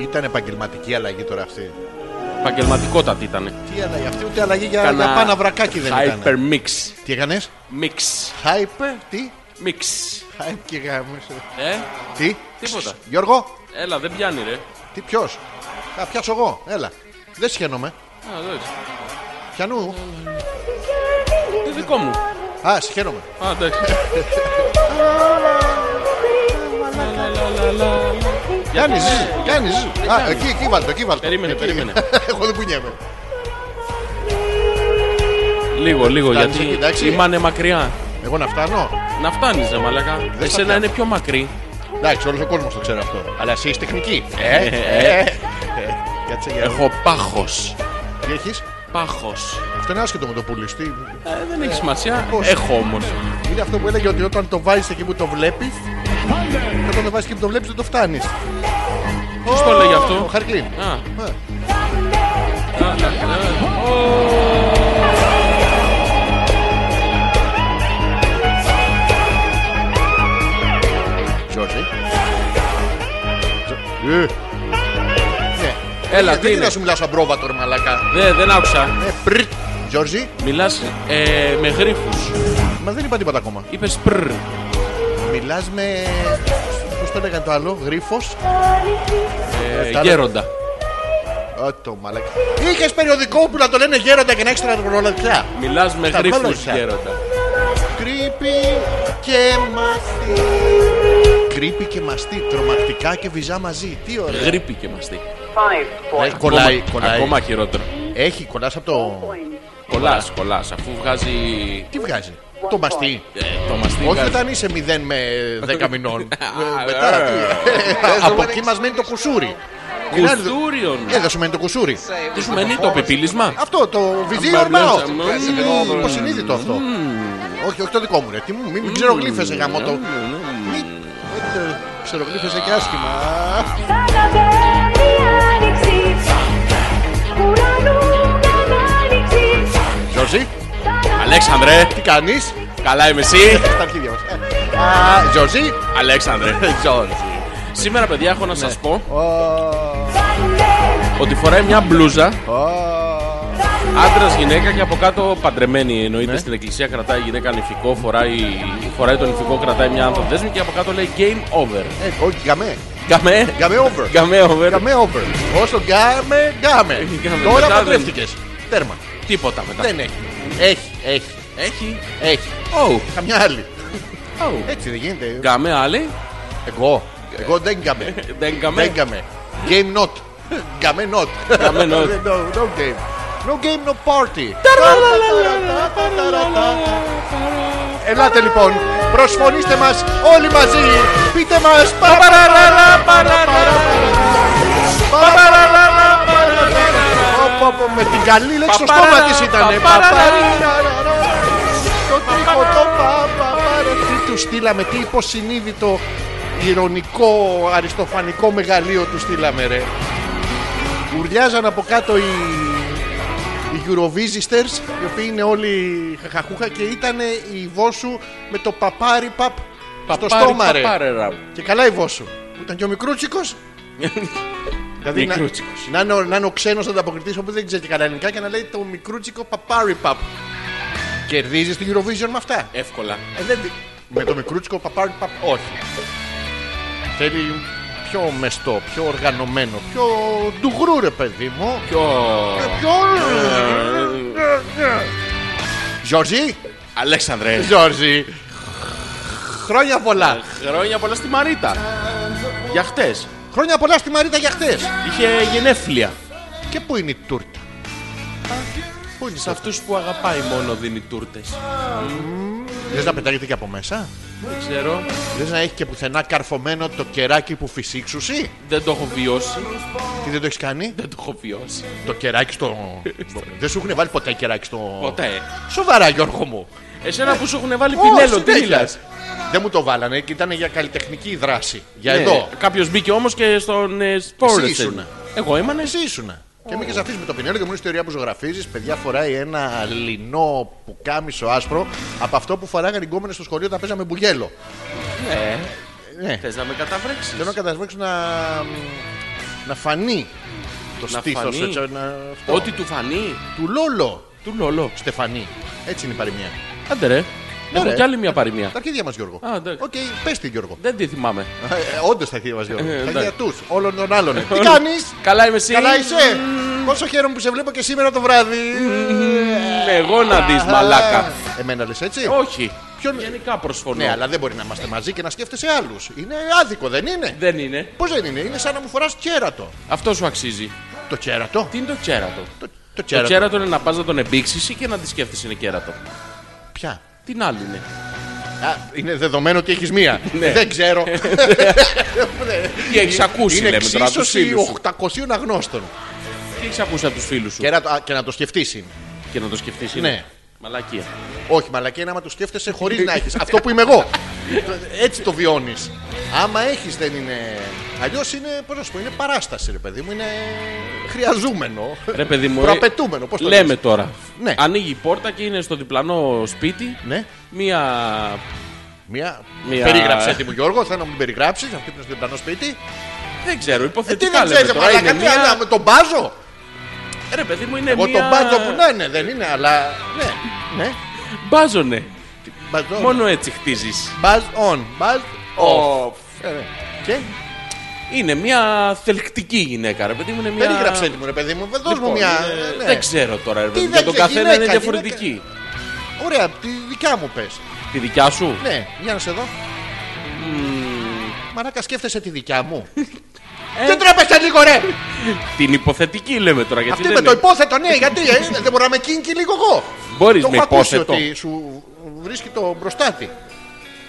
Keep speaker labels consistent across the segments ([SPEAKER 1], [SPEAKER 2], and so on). [SPEAKER 1] ήταν επαγγελματική αλλαγή τώρα αυτή.
[SPEAKER 2] Επαγγελματικότατη ήταν.
[SPEAKER 1] Τι αλλαγή, αυτή ούτε αλλαγή για, για πάνα βρακάκι δεν ήταν.
[SPEAKER 2] Hyper mix.
[SPEAKER 1] Τι έκανες,
[SPEAKER 2] Mix.
[SPEAKER 1] Hyper, τι.
[SPEAKER 2] Mix.
[SPEAKER 1] Hype και γάμος.
[SPEAKER 2] Ε,
[SPEAKER 1] Τι,
[SPEAKER 2] τίποτα.
[SPEAKER 1] Γιώργο,
[SPEAKER 2] Έλα, δεν πιάνει, ρε.
[SPEAKER 1] τι ποιος. Θα πιάσω εγώ, έλα. Δεν σχένομαι.
[SPEAKER 2] Α, δες.
[SPEAKER 1] Πιανού.
[SPEAKER 2] Είναι δικό μου.
[SPEAKER 1] Α, σχένομαι.
[SPEAKER 2] Α, εντάξει.
[SPEAKER 1] Κάνει, κάνεις. Α, εκεί, εκεί βάλτε, εκεί βάλτε.
[SPEAKER 2] Περίμενε, περίμενε.
[SPEAKER 1] Εγώ δεν κουνιέμαι.
[SPEAKER 2] Λίγο, λίγο,
[SPEAKER 1] Φτάνεις
[SPEAKER 2] γιατί
[SPEAKER 1] εκεί, εντάξει.
[SPEAKER 2] είμαστε μακριά.
[SPEAKER 1] Εγώ να φτάνω.
[SPEAKER 2] Να φτάνεις, ρε μαλακά.
[SPEAKER 1] θα
[SPEAKER 2] Εσένα
[SPEAKER 1] πιάνω.
[SPEAKER 2] είναι πιο μακρύ.
[SPEAKER 1] Εντάξει, όλος ο κόσμος το ξέρει αυτό. Αλλά εσύ είσαι τεχνική. Ε, ε, ε. ε. Κάτσε για
[SPEAKER 2] Έχω πάχος.
[SPEAKER 1] Τι έχεις.
[SPEAKER 2] Πάχος.
[SPEAKER 1] Αυτό είναι άσχετο με το πουλί. Τι-
[SPEAKER 2] Ε, Δεν έχει σημασία.
[SPEAKER 1] πώς.
[SPEAKER 2] Έχω όμως.
[SPEAKER 1] Είναι αυτό που έλεγε ότι όταν το βάζεις εκεί που το βλέπεις. και Όταν το βάζει εκεί που το βλέπεις δεν το φτάνεις.
[SPEAKER 2] Ποιος το λέει
[SPEAKER 1] Ο
[SPEAKER 2] αυτό.
[SPEAKER 1] Χαρκλίν.
[SPEAKER 2] Α.
[SPEAKER 1] Ε. Τζόρτζι. Τζο- Ε. Ναι.
[SPEAKER 2] Έλα, τι
[SPEAKER 1] Δεν
[SPEAKER 2] είναι.
[SPEAKER 1] να σου μιλάω σαν πρόβατο, ρε μαλακά.
[SPEAKER 2] Δε, δεν άκουσα.
[SPEAKER 1] Ε, πρρ. Τζόρτζι,
[SPEAKER 2] Μιλάς με γρήφου.
[SPEAKER 1] μα δεν είπα τίποτα ακόμα.
[SPEAKER 2] Είπες πρρ.
[SPEAKER 1] Μιλάς με. Πώς το λέγανε το άλλο, γρίφος.
[SPEAKER 2] ε,
[SPEAKER 1] τα άλλα.
[SPEAKER 2] Γέροντα.
[SPEAKER 1] Ω το μαλακά. Είχες περιοδικό που να το λένε γέροντα και να έχεις τραγουδολατιά.
[SPEAKER 2] Μιλάς με
[SPEAKER 1] Τα
[SPEAKER 2] γρήφου
[SPEAKER 1] βάλωσα.
[SPEAKER 2] γέροντα.
[SPEAKER 1] Κρύπη και μαστί. Κρύπη και μαστί, τρομακτικά και βυζά μαζί. Τι ωραία.
[SPEAKER 2] Γρήπη και μαστί.
[SPEAKER 1] Ε, κολλάει,
[SPEAKER 2] Ακόμα-
[SPEAKER 1] κολλάει.
[SPEAKER 2] Ακόμα χειρότερο.
[SPEAKER 1] Έχει, κολλάς από το.
[SPEAKER 2] Κολλάς, κολλάς. Αφού βγάζει.
[SPEAKER 1] Τι βγάζει, το μαστί.
[SPEAKER 2] ε, το μαστί.
[SPEAKER 1] Όχι
[SPEAKER 2] βγάζει-
[SPEAKER 1] όταν είσαι 0 με 10 μηνών. Ε,
[SPEAKER 2] ε,
[SPEAKER 1] Μετά τι. Από εκεί μας μένει το κουσούρι. Την άλλη-
[SPEAKER 2] Κουστούριον.
[SPEAKER 1] Ε, δεν σου μένει το κουσούρι.
[SPEAKER 2] Τι σου μένει το πεπίλισμα.
[SPEAKER 1] Αυτό το βυζί
[SPEAKER 2] Αμπαλιάζα,
[SPEAKER 1] ορμάω.
[SPEAKER 2] μμμ.
[SPEAKER 1] Υποσυνείδητο αυτό. Όχι, όχι το δικό μου ρε. Τι μου, μην μην ξέρω γλύφες ε, γαμώ το. Μην ξέρω γλύφες ε, και άσχημα. Ζόρζι,
[SPEAKER 2] Αλέξανδρε,
[SPEAKER 1] τι κάνεις.
[SPEAKER 2] καλά είμαι εσύ.
[SPEAKER 1] Στα αρχίδια μας. Ε, α, Ζόρζι.
[SPEAKER 2] Αλέξανδρε.
[SPEAKER 1] Ε,
[SPEAKER 2] Σήμερα, παιδιά, έχω
[SPEAKER 1] Ναι.
[SPEAKER 2] να σας πω
[SPEAKER 1] Ω,
[SPEAKER 2] ότι φοράει μια μπλούζα
[SPEAKER 1] ω.
[SPEAKER 2] άντρας γυναίκα και από κάτω παντρεμένη.
[SPEAKER 1] Ναι.
[SPEAKER 2] Εννοείται στην εκκλησία κρατάει η γυναίκα νηφικό, φοράει, φοράει τον νηφικό, κρατάει μια ανθοδέσμη και από κάτω λέει game over.
[SPEAKER 1] Ε, Όχι, γκαμέ.
[SPEAKER 2] Γκαμέ,
[SPEAKER 1] Γκαμέ over.
[SPEAKER 2] γκαμέ over.
[SPEAKER 1] Γκαμέ over. Όσο γκάμε, γκάμε.
[SPEAKER 2] Γκάμε.
[SPEAKER 1] Τώρα
[SPEAKER 2] Μετά δεν-
[SPEAKER 1] παντρεύτηκες. Τέρμα.
[SPEAKER 2] Τίποτα μετά.
[SPEAKER 1] Δεν έχει. Έχει, έχει,
[SPEAKER 2] Έχει.
[SPEAKER 1] έχει.
[SPEAKER 2] Oh.
[SPEAKER 1] Καμιά άλλη.
[SPEAKER 2] Oh.
[SPEAKER 1] Έτσι δεν γίνεται.
[SPEAKER 2] Γκαμέ άλλη.
[SPEAKER 1] Εγώ. Εγώ δεν γκαμέ.
[SPEAKER 2] Δεν γκαμέ.
[SPEAKER 1] Δεν γκαμέ. Game not. Γκαμέ not.
[SPEAKER 2] Γκαμέ not.
[SPEAKER 1] No, no game. No game, no party. Ελάτε λοιπόν, προσφωνήστε μας όλοι μαζί. Πείτε μας. παραραρα, παραραρα. Παραραρα, παραραρα. Ω, πω, πω, Με την καλή λέξη στο στόμα
[SPEAKER 2] Παπαραρα,
[SPEAKER 1] της ήτανε.
[SPEAKER 2] παπαραρα.
[SPEAKER 1] Παπαραραρα. Το τείχο το παπαραρα. Τι του στείλαμε, τι υποσυνείδητο ηρωνικό αριστοφανικό μεγαλείο του στείλαμε ρε. Ουρλιάζαν από κάτω οι, οι Eurovisitors, οι οποίοι είναι όλοι χαχαχούχα και ήταν η Βόσου με το παπάρι παπ στο στόμα ρε. Και καλά η Βόσου. Που ήταν και ο μικρούτσικος. δηλαδή να,
[SPEAKER 2] Μικρούτσικος.
[SPEAKER 1] να, είναι ο- να είναι ο ξένος ανταποκριτής όπου δεν ξέρει και καλά ελληνικά και να λέει το μικρούτσικο παπάρι παπ. Κερδίζεις την Eurovision με αυτά.
[SPEAKER 2] Εύκολα.
[SPEAKER 1] Ε, δεν... τη- Με το μικρούτσικο παπάρι παπ, όχι. Θέλει πιο μεστό, πιο οργανωμένο, πιο ντουγρού ρε παιδί μου.
[SPEAKER 2] Πιο.
[SPEAKER 1] Ε, Πιο... Γιώργη,
[SPEAKER 2] Αλέξανδρε.
[SPEAKER 1] Γιώργη. Χρόνια πολλά.
[SPEAKER 2] Χρόνια πολλά στη Μαρίτα. Για χτες.
[SPEAKER 1] Χρόνια πολλά στη Μαρίτα για χτες.
[SPEAKER 2] Είχε γενέθλια.
[SPEAKER 1] Και πού είναι η τούρτα. Πού είναι η
[SPEAKER 2] Σε
[SPEAKER 1] τούρτα.
[SPEAKER 2] αυτούς που αγαπάει μόνο δίνει τούρτες.
[SPEAKER 1] Λες να πετάγεται και από μέσα.
[SPEAKER 2] Δεν ξέρω.
[SPEAKER 1] Λες να έχει και πουθενά καρφωμένο το κεράκι που φυσήξουσι.
[SPEAKER 2] Δεν το έχω βιώσει.
[SPEAKER 1] Τι δεν το έχεις κάνει.
[SPEAKER 2] Δεν το έχω βιώσει.
[SPEAKER 1] Το κεράκι στο... δεν σου έχουν βάλει ποτέ κεράκι στο...
[SPEAKER 2] Ποτέ.
[SPEAKER 1] Σοβαρά Γιώργο μου.
[SPEAKER 2] Εσένα που σου έχουν βάλει
[SPEAKER 1] Ω,
[SPEAKER 2] πινέλο, τι
[SPEAKER 1] συνέχεια.
[SPEAKER 2] μιλά.
[SPEAKER 1] Δεν μου το βάλανε και ήταν για καλλιτεχνική δράση. Για εδώ.
[SPEAKER 2] Κάποιος Ναι. μπήκε όμως και στον ε,
[SPEAKER 1] ήσουνα.
[SPEAKER 2] Σπόρεσεν. Εγώ ήμουν εσύ.
[SPEAKER 1] Εσύ ήσουνα. Και μην και αφήσει με το πινέλο και μου είναι ιστορία που ζωγραφίζεις. Παιδιά φοράει ένα λινό πουκάμισο άσπρο από αυτό που φοράγανε οι γκόμενες στο σχολείο όταν παίζαμε μπουγέλο.
[SPEAKER 2] Ε,
[SPEAKER 1] Ναι.
[SPEAKER 2] Θες να με καταβρέξεις.
[SPEAKER 1] Θέλω να κατασβέξω να. μ, να φανεί το
[SPEAKER 2] Να
[SPEAKER 1] στήθος.
[SPEAKER 2] φανεί. Ό,τι του φανεί.
[SPEAKER 1] Του Λόλο.
[SPEAKER 2] Του λόλο.
[SPEAKER 1] Στεφανή. Έτσι είναι η παροιμία.
[SPEAKER 2] Άντε ρε. Έχω
[SPEAKER 1] ρε.
[SPEAKER 2] κι άλλη μια παροιμία.
[SPEAKER 1] Τα αρχίδια μας, Γιώργο.
[SPEAKER 2] Α, εντάξει.
[SPEAKER 1] Οκ, πες την, Γιώργο.
[SPEAKER 2] Δεν τη θυμάμαι.
[SPEAKER 1] Όντως τα αρχίδια μας, Γιώργο.
[SPEAKER 2] Ε,
[SPEAKER 1] Τα
[SPEAKER 2] εντάξει.
[SPEAKER 1] αρχίδια τους, όλων των άλλων. Τι κάνεις,
[SPEAKER 2] Καλά είμαι εσύ.
[SPEAKER 1] καλά είσαι. Πόσο χαίρομαι που σε βλέπω και σήμερα το βράδυ.
[SPEAKER 2] Ε, Εγώ να δεις μαλάκα.
[SPEAKER 1] Εμένα λες έτσι.
[SPEAKER 2] Όχι.
[SPEAKER 1] Ποιον-
[SPEAKER 2] Γενικά προσφωνώ.
[SPEAKER 1] Ναι, αλλά δεν μπορεί να είμαστε μαζί και να σκέφτεσαι άλλους. Είναι άδικο, δεν είναι.
[SPEAKER 2] Δεν είναι.
[SPEAKER 1] Πώς δεν είναι, είναι σαν να μου φοράς κέρατο.
[SPEAKER 2] Αυτό σου αξίζει.
[SPEAKER 1] Το κέρατο.
[SPEAKER 2] Τι είναι το κέρατο.
[SPEAKER 1] Το, το
[SPEAKER 2] Το
[SPEAKER 1] κέρατο.
[SPEAKER 2] κέρατο είναι να πας να τον εμπήξεις ή και να τη σκέφτεσαι είναι κέρατο.
[SPEAKER 1] Ποια.
[SPEAKER 2] Την άλλη είναι.
[SPEAKER 1] Α, είναι δεδομένο ότι έχεις μία.
[SPEAKER 2] Ναι.
[SPEAKER 1] Δεν ξέρω.
[SPEAKER 2] Τι έχεις ακούσει,
[SPEAKER 1] είναι
[SPEAKER 2] λέμε τώρα, τους
[SPEAKER 1] εξίσωση
[SPEAKER 2] φίλους σου. Ναι.
[SPEAKER 1] 800 αγνώστων.
[SPEAKER 2] Τι έχεις ακούσει από τους φίλους σου
[SPEAKER 1] Και να, το- α, και να το σκεφτείς.
[SPEAKER 2] και να το σκεφτείς.
[SPEAKER 1] Ναι.
[SPEAKER 2] είναι. Μαλακία.
[SPEAKER 1] Όχι, μαλακία είναι άμα το σκέφτεσαι χωρίς να έχεις. Αυτό που είμαι εγώ. Το- Έτσι το βιώνεις. Άμα έχεις δεν είναι. Αλλιώς είναι, πώς να σου πω, είναι παράσταση, ρε παιδί μου. Είναι χρειαζούμενο.
[SPEAKER 2] Ρε παιδί μου, ρε,
[SPEAKER 1] Προαπαιτούμενο. Πώς το
[SPEAKER 2] λέμε
[SPEAKER 1] λες.
[SPEAKER 2] τώρα.
[SPEAKER 1] Ναι.
[SPEAKER 2] Ανοίγει η πόρτα και είναι στο διπλανό σπίτι
[SPEAKER 1] Ναι.
[SPEAKER 2] μία.
[SPEAKER 1] Μία.
[SPEAKER 2] Μία-
[SPEAKER 1] Περίγραψε τη μου, Γιώργο. Θέλω να μου την περιγράψεις. Αυτή που είναι στο διπλανό σπίτι.
[SPEAKER 2] Δεν ξέρω,
[SPEAKER 1] Ε, τι
[SPEAKER 2] υποθετικά
[SPEAKER 1] δεν
[SPEAKER 2] λέμε
[SPEAKER 1] ξέρεις,
[SPEAKER 2] τώρα.
[SPEAKER 1] μαλακά.
[SPEAKER 2] Είναι
[SPEAKER 1] τι άλλο,
[SPEAKER 2] μία...
[SPEAKER 1] με τον μπάζο.
[SPEAKER 2] Ρε παιδί μου, είναι
[SPEAKER 1] Εγώ
[SPEAKER 2] μία.
[SPEAKER 1] τον μπάζο που να είναι, δεν είναι, αλλά. Ναι, ναι.
[SPEAKER 2] Μπάζωνε.
[SPEAKER 1] Μπαζόν.
[SPEAKER 2] Μόνο έτσι χτίζεις.
[SPEAKER 1] Μπαζ on. Μπαζ off. Ε, ναι. Και
[SPEAKER 2] Είναι μια θελκτική γυναίκα, ρε παιδί μου. Είναι μια...
[SPEAKER 1] περίγραψε τη μου, ρε παιδί μου. Δώσ' μου
[SPEAKER 2] Λοιπόν,
[SPEAKER 1] μια.
[SPEAKER 2] είναι-
[SPEAKER 1] ε, ναι.
[SPEAKER 2] Δεν ξέρω τώρα, ρε παιδί μου.
[SPEAKER 1] δεν
[SPEAKER 2] Για τον
[SPEAKER 1] ξέρω,
[SPEAKER 2] καθένα είναι
[SPEAKER 1] γυναίκα,
[SPEAKER 2] διαφορετική.
[SPEAKER 1] Ωραία, τη δικιά μου πες.
[SPEAKER 2] Τη δικιά σου.
[SPEAKER 1] Ναι, για να σε δω. Μαράκα, σκέφτεσαι τη δικιά μου.
[SPEAKER 2] Ε.
[SPEAKER 1] Δεν τρέπεσαι λίγο, ρε!
[SPEAKER 2] Την υποθετική λέμε τώρα. Γιατί
[SPEAKER 1] Αυτή
[SPEAKER 2] δεν
[SPEAKER 1] με το
[SPEAKER 2] είναι.
[SPEAKER 1] υπόθετο, ναι, γιατί ε, δεν μπορώ να με κίνκι λίγο εγώ.
[SPEAKER 2] Μπορείς
[SPEAKER 1] Το
[SPEAKER 2] με
[SPEAKER 1] έχω ακούσει
[SPEAKER 2] υπόθετο.
[SPEAKER 1] ότι σου βρίσκει το μπροστάτη.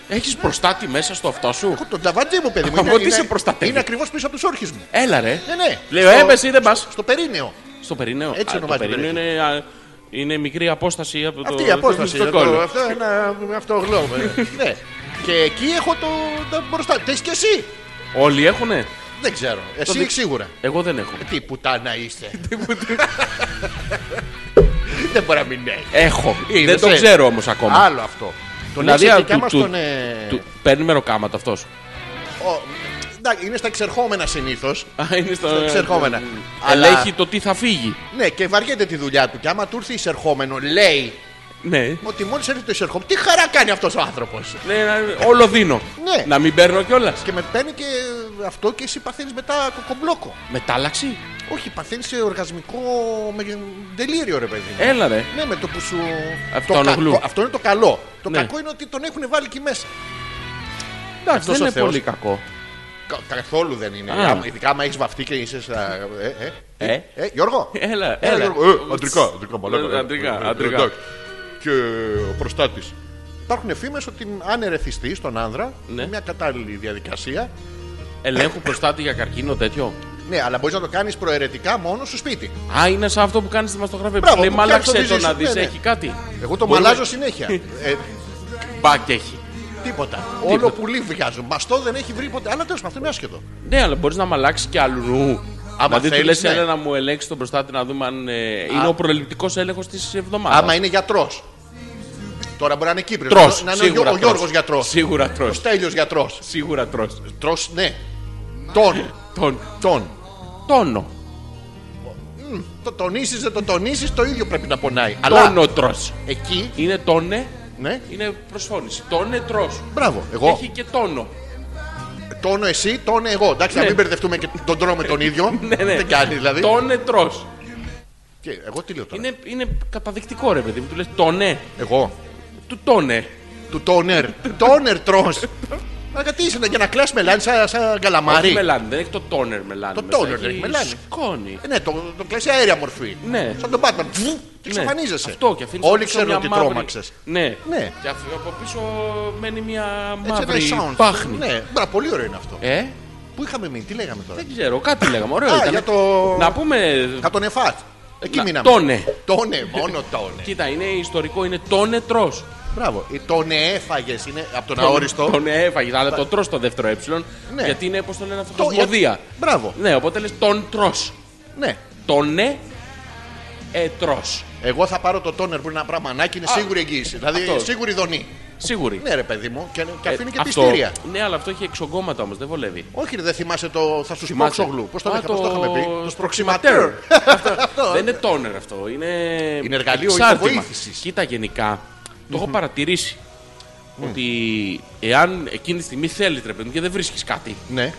[SPEAKER 2] Έχεις προστάτη μέσα στο αυτό σου.
[SPEAKER 1] Έχω τον τζαβαντζί μου, παιδί μου.
[SPEAKER 2] Από τι σε προστατεύει.
[SPEAKER 1] Είναι ακριβώς πίσω από τους όρχες μου.
[SPEAKER 2] Έλα ρε.
[SPEAKER 1] Ναι, ναι.
[SPEAKER 2] Λέω,
[SPEAKER 1] Στο-
[SPEAKER 2] ε, μπες ή δεν πας.
[SPEAKER 1] Στο περίνεο.
[SPEAKER 2] Στο Περινέο.
[SPEAKER 1] Έτσι
[SPEAKER 2] Α, το
[SPEAKER 1] ονομάζεται
[SPEAKER 2] Περινέο
[SPEAKER 1] το
[SPEAKER 2] είναι, α, είναι μικρή απόσταση από το.
[SPEAKER 1] Αυτή η απόσταση.
[SPEAKER 2] στο
[SPEAKER 1] εδώ,
[SPEAKER 2] κόλλο.
[SPEAKER 1] Αυτό είναι αυτό γλώμα. Ναι. Και εκεί έχω το, το μπροστά. Τε και εσύ.
[SPEAKER 2] Όλοι έχουνε.
[SPEAKER 1] Δεν ξέρω. Εσύ
[SPEAKER 2] δι-
[SPEAKER 1] σίγουρα.
[SPEAKER 2] Εγώ δεν έχω.
[SPEAKER 1] Τι πουτάνα είσαι. Δεν μπορεί να μην έχει.
[SPEAKER 2] έχω.
[SPEAKER 1] Είδες,
[SPEAKER 2] δεν
[SPEAKER 1] ε.
[SPEAKER 2] το ξέρω όμως ακόμα.
[SPEAKER 1] Άλλο αυτό. Τον
[SPEAKER 2] Δηλαδή,
[SPEAKER 1] δηλαδή,
[SPEAKER 2] α,
[SPEAKER 1] δικά
[SPEAKER 2] του-
[SPEAKER 1] μας
[SPEAKER 2] του-
[SPEAKER 1] τον... ε,
[SPEAKER 2] Του- παίρνει μεροκάματα αυτός.
[SPEAKER 1] ο- εντάξει, είναι στα εξερχόμενα συνήθως.
[SPEAKER 2] είναι στο.
[SPEAKER 1] Στα εξερχόμενα. Αλλά-
[SPEAKER 2] Ελέγχει το τι θα φύγει.
[SPEAKER 1] Ναι, και βαριέται τη δουλειά του. Και άμα του έρθει εισερχόμενο, λέει
[SPEAKER 2] Ναι.
[SPEAKER 1] ότι μόλις έρθει το εισερχόμενο, τι χαρά κάνει αυτός ο άνθρωπος.
[SPEAKER 2] Ναι, να- όλο δίνω.
[SPEAKER 1] Ναι.
[SPEAKER 2] Να μην παίρνω κιόλας.
[SPEAKER 1] Και με παίρνει και αυτό και εσύ παθαίνεις μετά κοκομπλόκο.
[SPEAKER 2] Μετάλλαξη.
[SPEAKER 1] Όχι, παθαίνεις σε οργασμικό με... δελίριο, ρε παιδί. μου.
[SPEAKER 2] Έλα ρε.
[SPEAKER 1] Ναι, με το που σου.
[SPEAKER 2] Αυτό
[SPEAKER 1] το
[SPEAKER 2] ενοχλού.
[SPEAKER 1] κακό- αυτό είναι το καλό. Το
[SPEAKER 2] Ναι.
[SPEAKER 1] κακό είναι ότι τον έχουν βάλει εκεί μέσα.
[SPEAKER 2] Εντάξει,
[SPEAKER 1] Αυτός
[SPEAKER 2] δεν
[SPEAKER 1] ο
[SPEAKER 2] είναι
[SPEAKER 1] Θεός.
[SPEAKER 2] πολύ κακό.
[SPEAKER 1] Κα- Καθόλου δεν είναι.
[SPEAKER 2] Α.
[SPEAKER 1] Άμα- Ειδικά άμα έχεις βαφτεί και είσαι. Στα... Ε, ε, ε,
[SPEAKER 2] Ε.
[SPEAKER 1] ε, Γιώργο.
[SPEAKER 2] Έλα, έλα.
[SPEAKER 1] Γιώργο. Ε, αντρικά, αντρικά, μαλάκα.
[SPEAKER 2] Ε, αντρικά,
[SPEAKER 1] Ε, ε,
[SPEAKER 2] αντρικά.
[SPEAKER 1] εντάξει. Και ο προστάτης. Υπάρχουν φήμες ότι αν ερεθιστεί στον άνδρα,
[SPEAKER 2] Ναι.
[SPEAKER 1] είναι μια κατάλληλη διαδικασία.
[SPEAKER 2] Ελέγχου προστάτη για καρκίνο τέτοιο.
[SPEAKER 1] Ναι, αλλά μπορείς να το κάνεις προαιρετικά μόνο στο σπίτι.
[SPEAKER 2] Α, είναι σαν αυτό που κάνεις στη μαστογραφία.
[SPEAKER 1] Μπράβο,
[SPEAKER 2] Λέει,
[SPEAKER 1] που
[SPEAKER 2] μαλάξε
[SPEAKER 1] κάνεις το
[SPEAKER 2] το να
[SPEAKER 1] δίζι σου,
[SPEAKER 2] δεις,
[SPEAKER 1] ναι, ναι.
[SPEAKER 2] έχει κάτι.
[SPEAKER 1] Εγώ το
[SPEAKER 2] Μπορούμε-
[SPEAKER 1] μαλάζω συνέχεια. Ε,
[SPEAKER 2] Μπακ έχει.
[SPEAKER 1] Τίποτα. Όλο πουλί βγάζουν. Μαστό δεν έχει βρει ποτέ. Αλλά τέλος πάντων αυτό είναι άσχετο.
[SPEAKER 2] Ναι, αλλά μπορείς να μαλάξεις και αλλού.
[SPEAKER 1] Άμα
[SPEAKER 2] δηλαδή, του λε,
[SPEAKER 1] θέλεις, ναι.
[SPEAKER 2] έλα να μου ελέγξει τον προστάτη να δούμε αν ε, είναι ο προληπτικό έλεγχος της εβδομάδας.
[SPEAKER 1] Άμα είναι γιατρός. Τώρα μπορεί να είναι Κύπρο.
[SPEAKER 2] τρώ.
[SPEAKER 1] Να είναι ο Γιώ- ο Γιώργο γιατρό.
[SPEAKER 2] Σίγουρα τρώ.
[SPEAKER 1] Ο Στέλιο γιατρό.
[SPEAKER 2] Σίγουρα τρώ.
[SPEAKER 1] Τρώ, ναι. Τον.
[SPEAKER 2] Τον,
[SPEAKER 1] Τον.
[SPEAKER 2] τόνο.
[SPEAKER 1] Το τονίσεις, δεν το τονίσεις, το ίδιο πρέπει να πονάει. Αλλά
[SPEAKER 2] Τόνο τρώ.
[SPEAKER 1] εκεί.
[SPEAKER 2] Είναι τόνε,
[SPEAKER 1] Ναι.
[SPEAKER 2] είναι προσφώνηση. Τόνε τρώ.
[SPEAKER 1] Μπράβο. Εγώ.
[SPEAKER 2] Έχει και τόνο.
[SPEAKER 1] Τόνο εσύ, τόνο εγώ. Εντάξει, να
[SPEAKER 2] Ναι.
[SPEAKER 1] μην μπερδευτούμε και τον τρώμε τον ίδιο.
[SPEAKER 2] Ναι, ναι.
[SPEAKER 1] Δεν κάνει δηλαδή.
[SPEAKER 2] Τόνε τρώ.
[SPEAKER 1] Και εγώ τι λέω τώρα.
[SPEAKER 2] Είναι, είναι καταδεικτικό ρε παιδί μου. Του λες τόνε.
[SPEAKER 1] Εγώ.
[SPEAKER 2] Του τόνε.
[SPEAKER 1] Του τόνερ. τόνερ τρώ. Μα τι είσαι, ναι, για να κλάσει μελάνι σαν, σαν καλαμάρι.
[SPEAKER 2] Όχι μελάνι, δεν έχει το τόνερ μελάνι.
[SPEAKER 1] Το
[SPEAKER 2] μέσα,
[SPEAKER 1] τόνερ δεν έχει μελάνι.
[SPEAKER 2] Σκόνη.
[SPEAKER 1] Ε, Ναι, το, το κλαίσει αέρια μορφή.
[SPEAKER 2] Ναι.
[SPEAKER 1] Σαν τον Batman. Βου, Και
[SPEAKER 2] Ναι.
[SPEAKER 1] εξαφανίζεσαι.
[SPEAKER 2] Αυτό και αφήνεις
[SPEAKER 1] Όλοι
[SPEAKER 2] πίσω
[SPEAKER 1] ξέρουν
[SPEAKER 2] μια
[SPEAKER 1] ότι
[SPEAKER 2] μαύρη-
[SPEAKER 1] τρόμαξες.
[SPEAKER 2] Ναι.
[SPEAKER 1] Ναι.
[SPEAKER 2] Και αφ- από πίσω μένει μια
[SPEAKER 1] Έτσι ένα
[SPEAKER 2] μαύρη
[SPEAKER 1] sound.
[SPEAKER 2] πάχνη.
[SPEAKER 1] Ναι, μπρα, πολύ ωραίο είναι αυτό.
[SPEAKER 2] Ε,
[SPEAKER 1] Πού είχαμε μείνει, τι λέγαμε τώρα.
[SPEAKER 2] δεν ξέρω, κάτι λέγαμε. Ωραίο
[SPEAKER 1] Α,
[SPEAKER 2] ήταν.
[SPEAKER 1] για το-
[SPEAKER 2] Να πούμε.
[SPEAKER 1] Θα τον εφάτ. Εκεί
[SPEAKER 2] Να-
[SPEAKER 1] μείναμε.
[SPEAKER 2] τόνε.
[SPEAKER 1] Τόνε, μόνο τόνε.
[SPEAKER 2] Κοίτα, είναι ιστορικό, είναι τόνε τρώ.
[SPEAKER 1] Μπράβο. Ε, Τόνε έφαγες είναι από τον αόριστο.
[SPEAKER 2] Τον έφαγες, αλλά το τρώ το δεύτερο ε.
[SPEAKER 1] Ναι.
[SPEAKER 2] Γιατί είναι, πώς το λένε αυτό,
[SPEAKER 1] Το- ε,
[SPEAKER 2] κοσμοδία.
[SPEAKER 1] Μπράβο.
[SPEAKER 2] Ναι, οπότε λες τον τρώ.
[SPEAKER 1] Ναι.
[SPEAKER 2] Τόνε ε τρώ.
[SPEAKER 1] Εγώ θα πάρω το τόνερ που είναι ένα πράγμα ανάκι, είναι σίγουρη εγγύηση. Δηλαδή
[SPEAKER 2] αυτός.
[SPEAKER 1] σίγουρη δονή.
[SPEAKER 2] Σίγουρη.
[SPEAKER 1] Ναι, ρε παιδί μου, και, και
[SPEAKER 2] Ε,
[SPEAKER 1] αφήνει και τη
[SPEAKER 2] αυτό-
[SPEAKER 1] στήρια.
[SPEAKER 2] Ναι, αλλά αυτό έχει εξογκώματα όμως, δεν βολεύει.
[SPEAKER 1] Όχι, ρε, δεν θυμάσαι το. Θα σου
[SPEAKER 2] Θυμάσαι.
[SPEAKER 1] σπίξω γλου. Πώς το
[SPEAKER 2] Α,
[SPEAKER 1] είχα- πώς το είχαμε πει. Το σπροξιματέρ.
[SPEAKER 2] σπροξιματέρ. Αυτό Δεν είναι τόνερ αυτό. Είναι,
[SPEAKER 1] Είναι εργαλείο
[SPEAKER 2] εξάρτημα.
[SPEAKER 1] υποβοήθησης.
[SPEAKER 2] Κοίτα γενικά, το έχω παρατηρήσει. Ότι εάν εκείνη τη στιγμή θέλεις ρε παιδί μου, και δεν βρίσκεις κάτι
[SPEAKER 1] Ναι.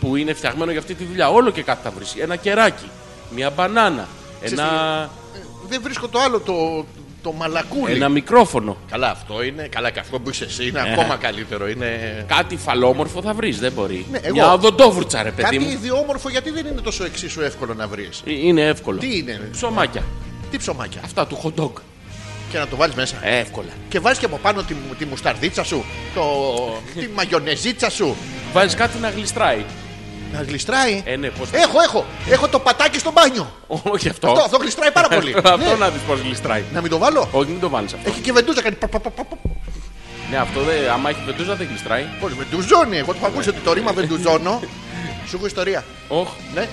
[SPEAKER 2] που είναι φτιαγμένο για αυτή τη δουλειά, όλο και κάτι θα βρεις. Ένα κεράκι, μια μπανάνα,
[SPEAKER 1] Ξέρεις
[SPEAKER 2] ένα,
[SPEAKER 1] Ε, Δεν βρίσκω το άλλο, το, το μαλακούλι. Ε.
[SPEAKER 2] ένα μικρόφωνο.
[SPEAKER 1] Καλά, αυτό είναι. Καλά, και αυτό που είσαι εσύ είναι ακόμα καλύτερο. Είναι...
[SPEAKER 2] Κάτι φαλόμορφο θα βρεις, δεν μπορεί.
[SPEAKER 1] Ναι, εγώ-
[SPEAKER 2] Μια οδοντόβουρτσα, ρε παιδί
[SPEAKER 1] Κάτι
[SPEAKER 2] μου.
[SPEAKER 1] ιδιόμορφο γιατί δεν είναι τόσο εξίσου εύκολο να βρεις.
[SPEAKER 2] Ε, Είναι εύκολο.
[SPEAKER 1] Τι είναι,
[SPEAKER 2] Ψωμάκια.
[SPEAKER 1] τι ψωμάκια.
[SPEAKER 2] Αυτά του hot dog. Ε,
[SPEAKER 1] Και να το βάλεις μέσα.
[SPEAKER 2] Εύκολα.
[SPEAKER 1] Και βάζει και από πάνω τη, τη μουσταρδίτσα σου, το, τη μαγιονεζίτσα σου.
[SPEAKER 2] Βάζει κάτι να γλιστράει.
[SPEAKER 1] Να γλιστράει.
[SPEAKER 2] Ε, ναι, πώς...
[SPEAKER 1] Έχω, έχω. Έχω το πατάκι στο μπάνιο.
[SPEAKER 2] Όχι αυτό.
[SPEAKER 1] Αυτό, αυτό γλιστράει πάρα πολύ.
[SPEAKER 2] αυτό
[SPEAKER 1] Ναι.
[SPEAKER 2] να δεις πώς γλιστράει.
[SPEAKER 1] Να μην το βάλω.
[SPEAKER 2] Όχι, μην το βάλεις αυτό.
[SPEAKER 1] Έχει και βεντούζα, κάνει. πα, πα, πα, πα, πα.
[SPEAKER 2] Ναι, αυτό δεν. Άμα έχει πετούζα δεν γλιστράει.
[SPEAKER 1] Πώς βεντουζώνει. Εγώ το έχω ακούσει ότι το ρήμα βεντουζώνω. Σου έχω ιστορία.
[SPEAKER 2] Οχ,
[SPEAKER 1] Ναι.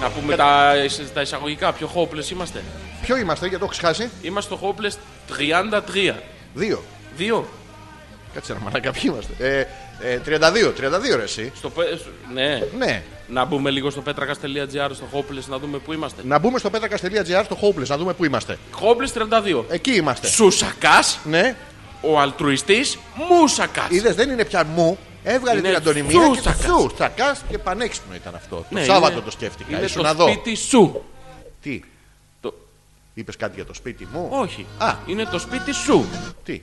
[SPEAKER 2] να πούμε τα, τα εισαγωγικά. Πιο hopeless είμαστε.
[SPEAKER 1] Ποιο είμαστε, γιατί το έχει χάσει.
[SPEAKER 2] Είμαστε στο hopeless 33.
[SPEAKER 1] Δύο.
[SPEAKER 2] Δύο.
[SPEAKER 1] Κάτσε να μαλάκα ποιοι είμαστε. Ε, ε, 32, 32 ρε εσύ.
[SPEAKER 2] Στο, πε- σ- ναι.
[SPEAKER 1] Ναι.
[SPEAKER 2] Να μπούμε λίγο στο πέτρακα.gr στο hopeless να δούμε πού είμαστε.
[SPEAKER 1] Να μπούμε στο πέτρακα.gr στο Hopeless να δούμε πού είμαστε.
[SPEAKER 2] Hopeless 32.
[SPEAKER 1] Εκεί είμαστε.
[SPEAKER 2] Σουσακάς,
[SPEAKER 1] Ναι.
[SPEAKER 2] ο αλτρουιστής, μουσακάς.
[SPEAKER 1] Είδες δεν είναι πια μου. Έβγαλε
[SPEAKER 2] Είναι
[SPEAKER 1] την Αντωνιμία και
[SPEAKER 2] τσούτσακας.
[SPEAKER 1] τσου, τσακάς και πανέξυπνο ήταν αυτό.
[SPEAKER 2] Ναι,
[SPEAKER 1] το Σάββατο
[SPEAKER 2] είναι-
[SPEAKER 1] το σκέφτηκα.
[SPEAKER 2] Είναι
[SPEAKER 1] Ήσουν
[SPEAKER 2] το
[SPEAKER 1] να δω.
[SPEAKER 2] σπίτι σου.
[SPEAKER 1] Τι.
[SPEAKER 2] Το-
[SPEAKER 1] Είπες κάτι για το σπίτι μου.
[SPEAKER 2] Όχι.
[SPEAKER 1] Α,
[SPEAKER 2] Είναι το σπίτι σου.
[SPEAKER 1] τι.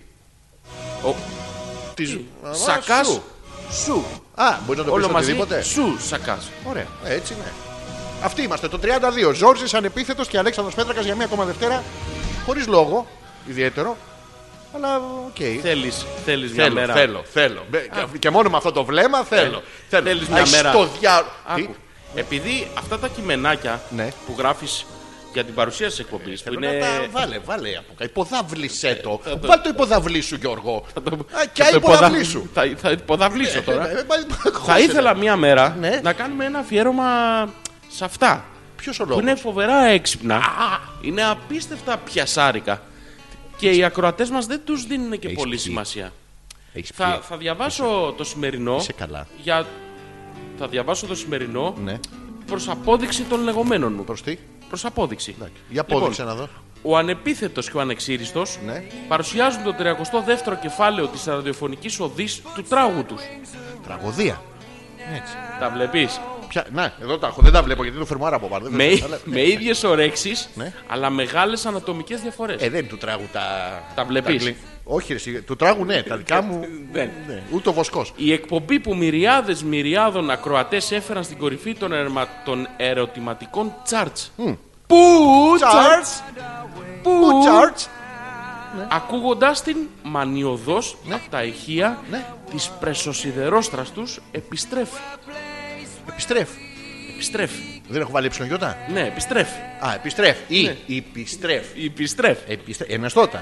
[SPEAKER 2] Ο...
[SPEAKER 1] Τι ζ- Α,
[SPEAKER 2] Σακά.
[SPEAKER 1] σου.
[SPEAKER 2] Σου.
[SPEAKER 1] Α, μπορεί να το πει
[SPEAKER 2] Όλο μαζί.
[SPEAKER 1] οτιδήποτε.
[SPEAKER 2] Σου σακάς.
[SPEAKER 1] Ωραία, ε, έτσι ναι. Αυτοί είμαστε, το 32. Ζόρζης ανεπίθετος και Αλέξανδρος Πέτρακας για μία ακόμα Δευτέρα. Χωρίς λόγο ιδιαίτερο. Αλλά οκ.
[SPEAKER 2] Θέλεις θέλεις μια μέρα.
[SPEAKER 1] θέλω, θέλω. Μπε- Και, και μόνο με αυτό το βλέμμα θέλω. θέλω.
[SPEAKER 2] Θέλεις μια
[SPEAKER 1] Α,
[SPEAKER 2] μέρα.
[SPEAKER 1] Στο διάολο.
[SPEAKER 2] Άκου. Επειδή αυτά τα κειμενάκια
[SPEAKER 1] Ναι. Ε,
[SPEAKER 2] που γράφεις για την παρουσία της εκπομπής που
[SPEAKER 1] Θέλω να
[SPEAKER 2] είναι.
[SPEAKER 1] τα βάλε, βάλε από κάτω. Υποδαύλισέ το. Βάλ το υποδαυλί σου, Γιώργο. Α, και
[SPEAKER 2] θα το
[SPEAKER 1] υποδαυλί
[SPEAKER 2] υποδα-
[SPEAKER 1] σου.
[SPEAKER 2] Θα, θα υποδαβλίσω τώρα.
[SPEAKER 1] Ε, μα- μα-
[SPEAKER 2] Θα ήθελα μια μέρα
[SPEAKER 1] Ναι.
[SPEAKER 2] να κάνουμε ένα αφιέρωμα σε αυτά.
[SPEAKER 1] Ποιος ο
[SPEAKER 2] Που
[SPEAKER 1] λόγος.
[SPEAKER 2] είναι φοβερά έξυπνα. Είναι απίστευτα πιασάρικα. Και οι ακροατές μας δεν τους δίνουν και
[SPEAKER 1] Έχεις
[SPEAKER 2] πολύ
[SPEAKER 1] πει.
[SPEAKER 2] σημασία.
[SPEAKER 1] Έχεις
[SPEAKER 2] Θα,
[SPEAKER 1] πει.
[SPEAKER 2] θα διαβάσω το σημερινό.
[SPEAKER 1] Είσαι καλά.
[SPEAKER 2] Για... Θα διαβάσω το σημερινό
[SPEAKER 1] Ναι.
[SPEAKER 2] προς απόδειξη των λεγόμενων μου.
[SPEAKER 1] Προς τι.
[SPEAKER 2] Προς απόδειξη.
[SPEAKER 1] Εντάξει. Για απόδειξε
[SPEAKER 2] Λοιπόν,
[SPEAKER 1] να δω.
[SPEAKER 2] Ο ανεπίθετος και ο ανεξήριστος
[SPEAKER 1] Ναι.
[SPEAKER 2] παρουσιάζουν το 32ο κεφάλαιο της ραδιοφωνικής οδής του τράγου τους.
[SPEAKER 1] Τραγωδία.
[SPEAKER 2] Τα βλέπεις.
[SPEAKER 1] Ποια... Να, εδώ τα έχω. Δεν τα βλέπω γιατί είναι το φερμάρα από πάνω. Δεν
[SPEAKER 2] με,
[SPEAKER 1] βλέπω. Αλλά-
[SPEAKER 2] με ίδιες ορέξεις,
[SPEAKER 1] Ναι.
[SPEAKER 2] αλλά μεγάλες ανατομικές διαφορές.
[SPEAKER 1] Ε, δεν του τράγου τα.
[SPEAKER 2] Τα βλέπεις.
[SPEAKER 1] κλει- Όχι, ρε, εσύ, του τράγου ναι, τα δικά μου.
[SPEAKER 2] Δεν.
[SPEAKER 1] ναι, ούτε ο βοσκός.
[SPEAKER 2] Η εκπομπή που μυριάδες μυριάδων ακροατές έφεραν στην κορυφή των, ερμα... των ερωτηματικών τσάρτς. Πού τσάρτς, πού
[SPEAKER 1] Τσάρτ.
[SPEAKER 2] ακούγοντας την μανιωδώς από τα ηχεία
[SPEAKER 1] Ναι.
[SPEAKER 2] της πρεσοσιδερόστραστους επιστρέφει.
[SPEAKER 1] Επιστρέφει.
[SPEAKER 2] Επιστρέφει.
[SPEAKER 1] Δεν έχω βάλει ψωνιώτα.
[SPEAKER 2] Ναι, επιστρέφει.
[SPEAKER 1] Α, επιστρέφει. Ή
[SPEAKER 2] Ναι.
[SPEAKER 1] επιστρέφει.
[SPEAKER 2] Επιστρέφει.
[SPEAKER 1] Επιστρέφει. Εναστότα.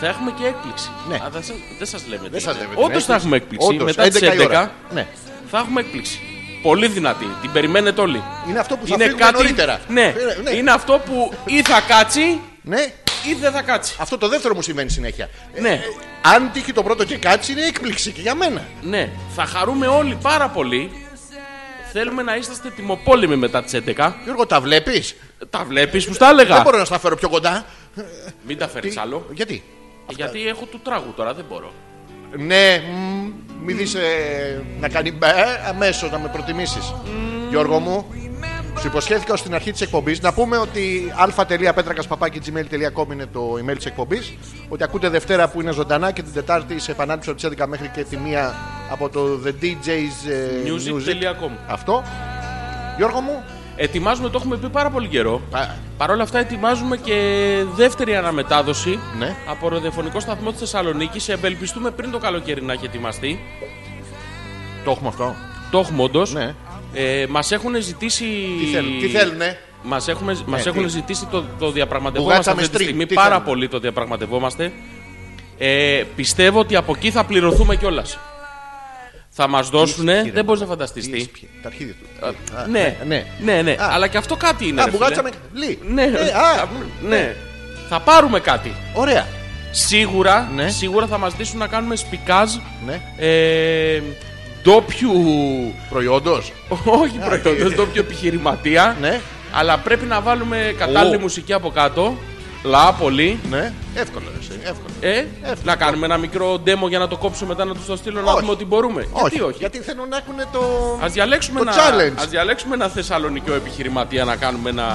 [SPEAKER 2] Θα έχουμε και έκπληξη.
[SPEAKER 1] Ναι.
[SPEAKER 2] Α, δεν, σας, δεν σας λέμε.
[SPEAKER 1] Δεν σας λέμε την
[SPEAKER 2] Όντως θα
[SPEAKER 1] έκπληξη.
[SPEAKER 2] έχουμε έκπληξη.
[SPEAKER 1] Όντως,
[SPEAKER 2] Μετά τις
[SPEAKER 1] 11 η
[SPEAKER 2] 11
[SPEAKER 1] ώρα. Ναι.
[SPEAKER 2] θα έχουμε έκπληξη. Πολύ δυνατή. Την περιμένετε όλοι.
[SPEAKER 1] Είναι αυτό που θα φύγουμε νωρίτερα.
[SPEAKER 2] Ναι.
[SPEAKER 1] Φύγε- ναι.
[SPEAKER 2] Είναι αυτό που ή θα κάτσει
[SPEAKER 1] Ναι.
[SPEAKER 2] ή δεν θα κάτσει.
[SPEAKER 1] Αυτό το δεύτερο μου συμβαίνει συνέχεια. Ε,
[SPEAKER 2] Ναι.
[SPEAKER 1] αν τύχει το πρώτο και κάτσει, είναι έκπληξη και για μένα.
[SPEAKER 2] Ναι. Θα χαρούμε όλοι πάρα πολύ. Θέλουμε να είσαστε τιμοπόλεμοι μετά τις 11.
[SPEAKER 1] Γιώργο, τα βλέπεις.
[SPEAKER 2] Τα βλέπεις που στα έλεγα.
[SPEAKER 1] Δεν μπορώ να στα φέρω πιο κοντά.
[SPEAKER 2] Μην τα φέρεις
[SPEAKER 1] Τι-
[SPEAKER 2] άλλο.
[SPEAKER 1] Γιατί.
[SPEAKER 2] Γιατί έχω του τράγου τώρα, δεν μπορώ.
[SPEAKER 1] Ναι, μ, μη δεις ε, να κάνει μπε, αμέσως να με προτιμήσεις. Γιώργο μου, σου υποσχέθηκα στην αρχή της εκπομπής να πούμε ότι α.πέτρακας.gmail.com είναι το email της εκπομπής ότι ακούτε Δευτέρα που είναι ζωντανά και την Τετάρτη σε επανάληψη από τις 11 μέχρι και τη μία από το The DJ's ε, Music.
[SPEAKER 2] Music.com
[SPEAKER 1] Αυτό. Γιώργο μου,
[SPEAKER 2] Ετοιμάζουμε, το έχουμε πει πάρα πολύ καιρό.
[SPEAKER 1] α,
[SPEAKER 2] Παρ' όλα αυτά, ετοιμάζουμε και δεύτερη αναμετάδοση
[SPEAKER 1] Ναι.
[SPEAKER 2] από ροδιοφωνικό σταθμό της Θεσσαλονίκης. Ευελπιστούμε πριν το καλοκαίρι να έχει ετοιμαστεί.
[SPEAKER 1] το έχουμε αυτό.
[SPEAKER 2] Το έχουμε όντως.
[SPEAKER 1] Ναι.
[SPEAKER 2] Ε, Μας έχουν ζητήσει.
[SPEAKER 1] Τι θέλουν, τι θέλουνε. Ε,
[SPEAKER 2] Μας έχουμε... μας
[SPEAKER 1] τι.
[SPEAKER 2] έχουν ζητήσει το, το διαπραγματευόμαστε
[SPEAKER 1] Μπουγάτσα με
[SPEAKER 2] αυτή τη
[SPEAKER 1] string,
[SPEAKER 2] στιγμή.
[SPEAKER 1] τι
[SPEAKER 2] πάρα
[SPEAKER 1] θέλουν.
[SPEAKER 2] πολύ το διαπραγματευόμαστε. Ε, πιστεύω ότι από εκεί θα πληρωθούμε κιόλας. Θα μας δώσουν.
[SPEAKER 1] Ίσχυε, ρε,
[SPEAKER 2] Δεν μπορείς να φανταστεί τι.
[SPEAKER 1] Ίσχυε, Τα αρχίδια του. Α,
[SPEAKER 2] Ναι, ναι, ναι. ναι.
[SPEAKER 1] Α.
[SPEAKER 2] Αλλά και αυτό κάτι είναι.
[SPEAKER 1] Α,
[SPEAKER 2] ρε Ναι, φίλε.
[SPEAKER 1] μπουγάτσα με. Λί.
[SPEAKER 2] Ναι,
[SPEAKER 1] Ε, α,
[SPEAKER 2] θα- ναι. Θα πάρουμε κάτι.
[SPEAKER 1] Ωραία.
[SPEAKER 2] Σίγουρα,
[SPEAKER 1] Ναι.
[SPEAKER 2] σίγουρα θα μας δείσουν να κάνουμε σπικάζ
[SPEAKER 1] Ναι.
[SPEAKER 2] ε, ντόπιου.
[SPEAKER 1] Προϊόντος.
[SPEAKER 2] Όχι προϊόντος, ντόπιου επιχειρηματία.
[SPEAKER 1] ε, Ναι.
[SPEAKER 2] Αλλά πρέπει να βάλουμε κατάλληλη
[SPEAKER 1] Ω.
[SPEAKER 2] μουσική από κάτω. Λαά πολύ.
[SPEAKER 1] Ναι. Εύκολο. Εσύ. Εύκολο.
[SPEAKER 2] Ε,
[SPEAKER 1] Εύκολο.
[SPEAKER 2] να κάνουμε ένα μικρό demo για να το κόψω μετά να του το στείλω να
[SPEAKER 1] Όχι.
[SPEAKER 2] δούμε ότι μπορούμε. Γιατί όχι.
[SPEAKER 1] Γιατί θέλουν να έχουν το.
[SPEAKER 2] Ας διαλέξουμε,
[SPEAKER 1] Το
[SPEAKER 2] ένα,
[SPEAKER 1] challenge.
[SPEAKER 2] ας διαλέξουμε ένα θεσσαλονικό επιχειρηματία να κάνουμε ένα.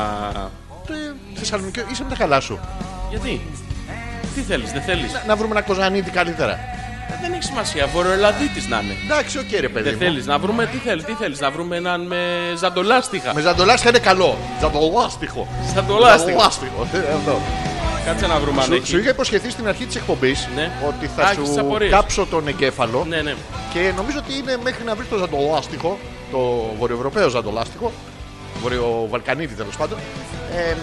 [SPEAKER 1] το, ε, Θεσσαλονίκη. Είσαι με τα καλά σου.
[SPEAKER 2] Γιατί. Τι θέλεις, δεν θέλεις.
[SPEAKER 1] Να- Να βρούμε ένα κοζανίδι καλύτερα.
[SPEAKER 2] Δεν έχει σημασία, βορειοελλαδίτης να είναι.
[SPEAKER 1] Εντάξει, οκ, ρε παιδί.
[SPEAKER 2] Δεν
[SPEAKER 1] μου.
[SPEAKER 2] θέλεις να βρούμε, τι θέλεις, τι θέλεις, να βρούμε έναν με ζαντολάστιχα.
[SPEAKER 1] Με ζαντολάστιχα είναι καλό. Ζαντολάστιχο.
[SPEAKER 2] Ζαντολάστιχα.
[SPEAKER 1] Ζαντολάστιχο. Ε, αυτό.
[SPEAKER 2] Κάτσε να βρούμε αν
[SPEAKER 1] Σου, σου
[SPEAKER 2] έχει.
[SPEAKER 1] είχα υποσχεθεί στην αρχή της εκπομπής
[SPEAKER 2] Ναι.
[SPEAKER 1] ότι
[SPEAKER 2] Α,
[SPEAKER 1] θα
[SPEAKER 2] έχεις τις
[SPEAKER 1] σου
[SPEAKER 2] απορίες.
[SPEAKER 1] κάψω τον εγκέφαλο
[SPEAKER 2] Ναι, ναι.
[SPEAKER 1] και νομίζω ότι είναι μέχρι να βρεις το ζαντολάστιχο, το βορειοευρωπαίο ζαντολάστιχο, βορειοβαλκανίδι τέλος πάντων. Ε,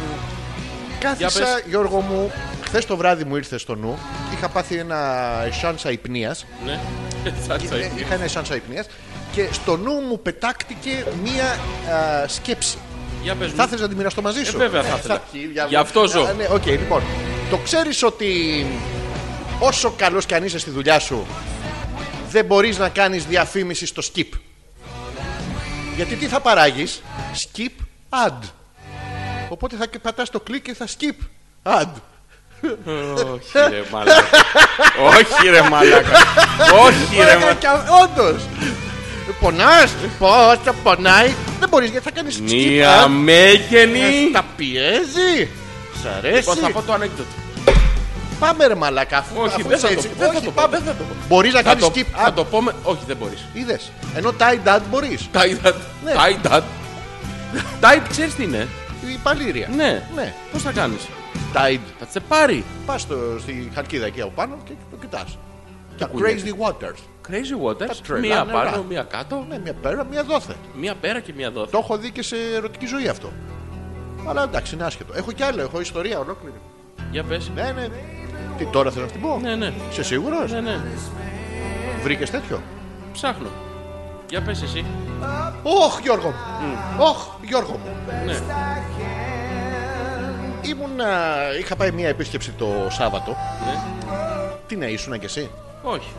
[SPEAKER 1] κάθισα,
[SPEAKER 2] Για
[SPEAKER 1] Γιώργο μου, χθες το βράδυ μου ήρθε στο νου. Είχα πάθει ένα εσάνσα υπνίας.
[SPEAKER 2] ναι. Σάτσα
[SPEAKER 1] Ε,
[SPEAKER 2] εκεί.
[SPEAKER 1] Είχα ένα εσάνσα υπνίας και στο νου μου πετάκτηκε μία α, σκέψη.
[SPEAKER 2] Για πες
[SPEAKER 1] Θα
[SPEAKER 2] μου.
[SPEAKER 1] ήθελε να τη μοιραστώ μαζί σου.
[SPEAKER 2] βέβαια, θα
[SPEAKER 1] Ε,
[SPEAKER 2] ήθελα.
[SPEAKER 1] πιει, διάβολο.
[SPEAKER 2] Γι' αυτό ζω.
[SPEAKER 1] Α, Ναι, οκ, λοιπόν. Το ξέρεις ότι όσο καλός κι αν είσαι στη δουλειά σου, δεν μπορείς να κάνεις διαφήμιση στο skip. Γιατί τι θα παράγεις, skip ad. Οπότε θα πατά το κλικ και θα skip ad.
[SPEAKER 2] Όχι ρε μαλάκα. Όχι ρε μαλάκα. Όχι ρε μαλάκα.
[SPEAKER 1] Όντως. Πονάς, πώς θα πονάει. Δεν μπορείς γιατί θα κάνεις skip
[SPEAKER 2] Μία
[SPEAKER 1] ad. Ε,
[SPEAKER 2] μέγενη.
[SPEAKER 1] Τα πιέζει. Σ' αρέσει.
[SPEAKER 2] Λοιπόν, θα Ε, πω το ανέκδοτο.
[SPEAKER 1] Πάμε ρε μαλάκα. Αφού,
[SPEAKER 2] Όχι,
[SPEAKER 1] αφού
[SPEAKER 2] δεν θα
[SPEAKER 1] είσαι
[SPEAKER 2] το
[SPEAKER 1] έτσι.
[SPEAKER 2] πω. Δεν θα
[SPEAKER 1] Όχι,
[SPEAKER 2] το πω.
[SPEAKER 1] πάμε.
[SPEAKER 2] Δεν θα το πω.
[SPEAKER 1] Μπορείς να
[SPEAKER 2] Θα
[SPEAKER 1] κάνεις
[SPEAKER 2] το-
[SPEAKER 1] skip
[SPEAKER 2] Θα
[SPEAKER 1] ad.
[SPEAKER 2] το πω με. Όχι, δεν μπορείς.
[SPEAKER 1] Είδες. Ενώ tie dad μπορείς.
[SPEAKER 2] Τάιντατ.
[SPEAKER 1] Ναι.
[SPEAKER 2] Τάιντατ. Τάιντ ξέρεις τι είναι.
[SPEAKER 1] Η παλήρια.
[SPEAKER 2] Ναι.
[SPEAKER 1] Ναι.
[SPEAKER 2] Πώς θα κάνεις.
[SPEAKER 1] Tide.
[SPEAKER 2] Θα σε πάρει.
[SPEAKER 1] Πας στο, στη χαλκίδα εκεί από πάνω και το κοιτάς. Τα
[SPEAKER 2] κουνιέται.
[SPEAKER 1] crazy waters.
[SPEAKER 2] Crazy waters.
[SPEAKER 1] τρελά
[SPEAKER 2] Μία
[SPEAKER 1] νερά.
[SPEAKER 2] πάνω, μία κάτω.
[SPEAKER 1] Ναι, μία πέρα, μία δόθε.
[SPEAKER 2] Μία πέρα και μία δόθε.
[SPEAKER 1] Το έχω δει και σε ερωτική ζωή αυτό. Αλλά εντάξει, είναι άσχετο. Έχω κι άλλο, έχω ιστορία ολόκληρη.
[SPEAKER 2] Για πες.
[SPEAKER 1] Ναι, ναι. Τι τώρα θέλω να την πω.
[SPEAKER 2] Ναι, ναι.
[SPEAKER 1] Σε σίγουρος,
[SPEAKER 2] Ναι, ναι.
[SPEAKER 1] βρήκες τέτοιο.
[SPEAKER 2] Ψάχνω. Για πες εσύ.
[SPEAKER 1] Όχ, Γιώργο μου. Όχ, Γιώργο μου.
[SPEAKER 2] Mm. Ναι.
[SPEAKER 1] Ήμουν, είχα πάει μία επίσκεψη το Σάββατο.
[SPEAKER 2] ναι.
[SPEAKER 1] Τι να ήσουν κι εσύ.
[SPEAKER 2] Όχι.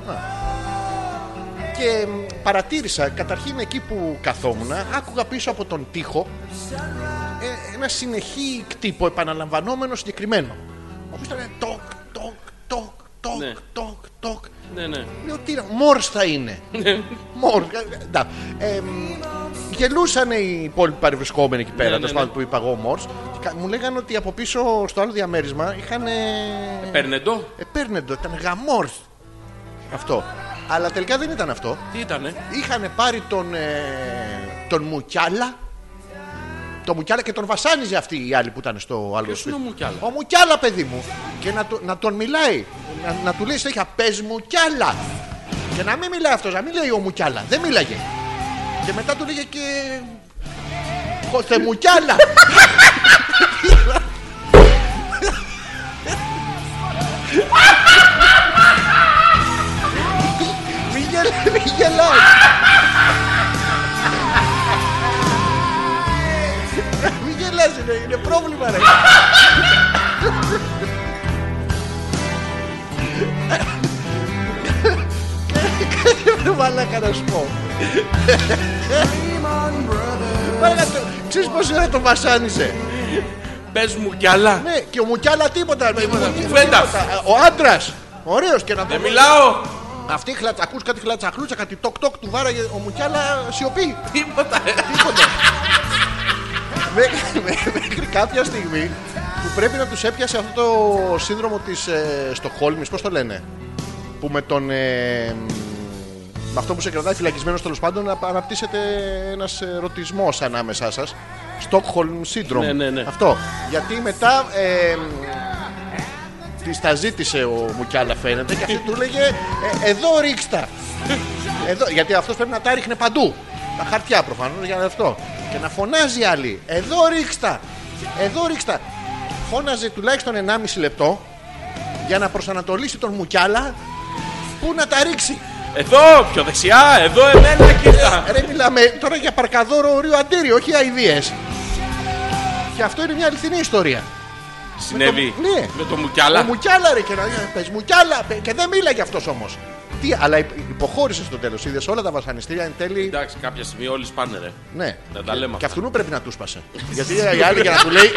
[SPEAKER 1] Και μ, παρατήρησα, καταρχήν εκεί που καθόμουν, άκουγα πίσω από τον τοίχο ε, ένα συνεχή κτύπο επαναλαμβανόμενο συγκεκριμένο. Όπω ήταν τοκ, τοκ, τοκ, τοκ,
[SPEAKER 2] Ναι.
[SPEAKER 1] τοκ, τοκ.
[SPEAKER 2] Ναι, ναι.
[SPEAKER 1] Λέω τι είναι, μόρς θα είναι. Μόρς. ε, ντά. Ε, μ, γελούσαν οι υπόλοιποι παρευρισκόμενοι εκεί πέρα,
[SPEAKER 2] ναι,
[SPEAKER 1] τέλος
[SPEAKER 2] ναι.
[SPEAKER 1] πάντων, που είπα εγώ μόρς. Και κα- Μου λέγανε ότι από πίσω στο άλλο διαμέρισμα είχαν.
[SPEAKER 2] Παίρνε το.
[SPEAKER 1] Ε, παίρνε το, ήταν γαμόρς. Αυτό. Αλλά τελικά δεν ήταν αυτό.
[SPEAKER 2] Τι ήτανε.
[SPEAKER 1] Είχαν πάρει τον, ε, τον Μουκιάλα. Τον Μουκιάλα και τον βασάνιζε αυτή η άλλη που ήταν στο άλλο
[SPEAKER 2] Ποιος
[SPEAKER 1] σπίτι.
[SPEAKER 2] είναι ο Μουκιάλα?
[SPEAKER 1] Ο Μουκιάλα, παιδί μου. Και να, το- να τον μιλάει. Να, να του λέει συνέχεια πες Μουκιάλα. Και να μην μιλάει αυτός, να μην λέει ο Μουκιάλα. Δεν μίλαγε. Και μετά του λέγε και. Χωστε Μουκιάλα. Μη γελά- μη γελάς. Μην γελάς, είναι, είναι πρόβλημα ρε. Κάτσε βρε μαλάκα να σου πω. Μαλάκα, το- Ξέρεις πόση ώρα τον βασάνισε.
[SPEAKER 2] Πες μου κι άλλα.
[SPEAKER 1] Ναι, και ο Μουκιάλα τίποτα.
[SPEAKER 2] κουβέντας.
[SPEAKER 1] Ο άντρας. Ωραίος και να το
[SPEAKER 2] Δεν μιλάω.
[SPEAKER 1] Αυτή χλατσα, ακούς κάτι χλατσαχνούτσα, κάτι τοκ τοκ του βάραγε ο Μουκιάλα σιωπή.
[SPEAKER 2] Τίποτα.
[SPEAKER 1] Τίποτα. Μέχρι- Μέχρι κάποια στιγμή που πρέπει να τους έπιασε αυτό το σύνδρομο της ε, Στοκχόλμης, πώς το λένε, που με τον... ε, μ, με αυτό που σε κρατάει φυλακισμένος τέλος πάντων να αναπτύσσεται ένας ερωτισμός ανάμεσά σας. Stockholm Syndrome.
[SPEAKER 2] Ναι, ναι, ναι.
[SPEAKER 1] Αυτό. Γιατί μετά ε, μ, της τα ζήτησε ο Μουκιάλα φαίνεται και αυτή του λέγε «Ε, εδώ ρίξτα. Εδώ, γιατί αυτός πρέπει να τα ρίχνε παντού. Τα χαρτιά προφανώς για αυτό. Και να φωνάζει άλλη. Εδώ ρίξτα. Εδώ ρίξτα. Φώναζε τουλάχιστον 1,5 λεπτό για να προσανατολίσει τον Μουκιάλα πού να τα ρίξει.
[SPEAKER 2] Εδώ, πιο δεξιά, εδώ εμένα, κοίτα.
[SPEAKER 1] Ρε μιλάμε τώρα για παρκαδόρο ορίο αντίρι, όχι αηδίες. Και αυτό είναι μια αληθινή ιστορία.
[SPEAKER 2] Συνέβη.
[SPEAKER 1] Με το- ναι.
[SPEAKER 2] Με το μουκιάλα.
[SPEAKER 1] Ο Μουκιάλα ρε και να ε, πες Μουκιάλα πε- και δεν μίλαγε αυτός όμως. Τι, αλλά υ- υποχώρησε στο τέλος. Είδες όλα τα βασανιστήρια εν τέλει.
[SPEAKER 2] Εντάξει, κάποια στιγμή όλοι σπάνε ρε.
[SPEAKER 1] Ναι.
[SPEAKER 2] Να τα λέμε
[SPEAKER 1] Και
[SPEAKER 2] αυτά.
[SPEAKER 1] αυτού πρέπει να τους σπάσε. Γιατί οι άλλοι για να του λέει.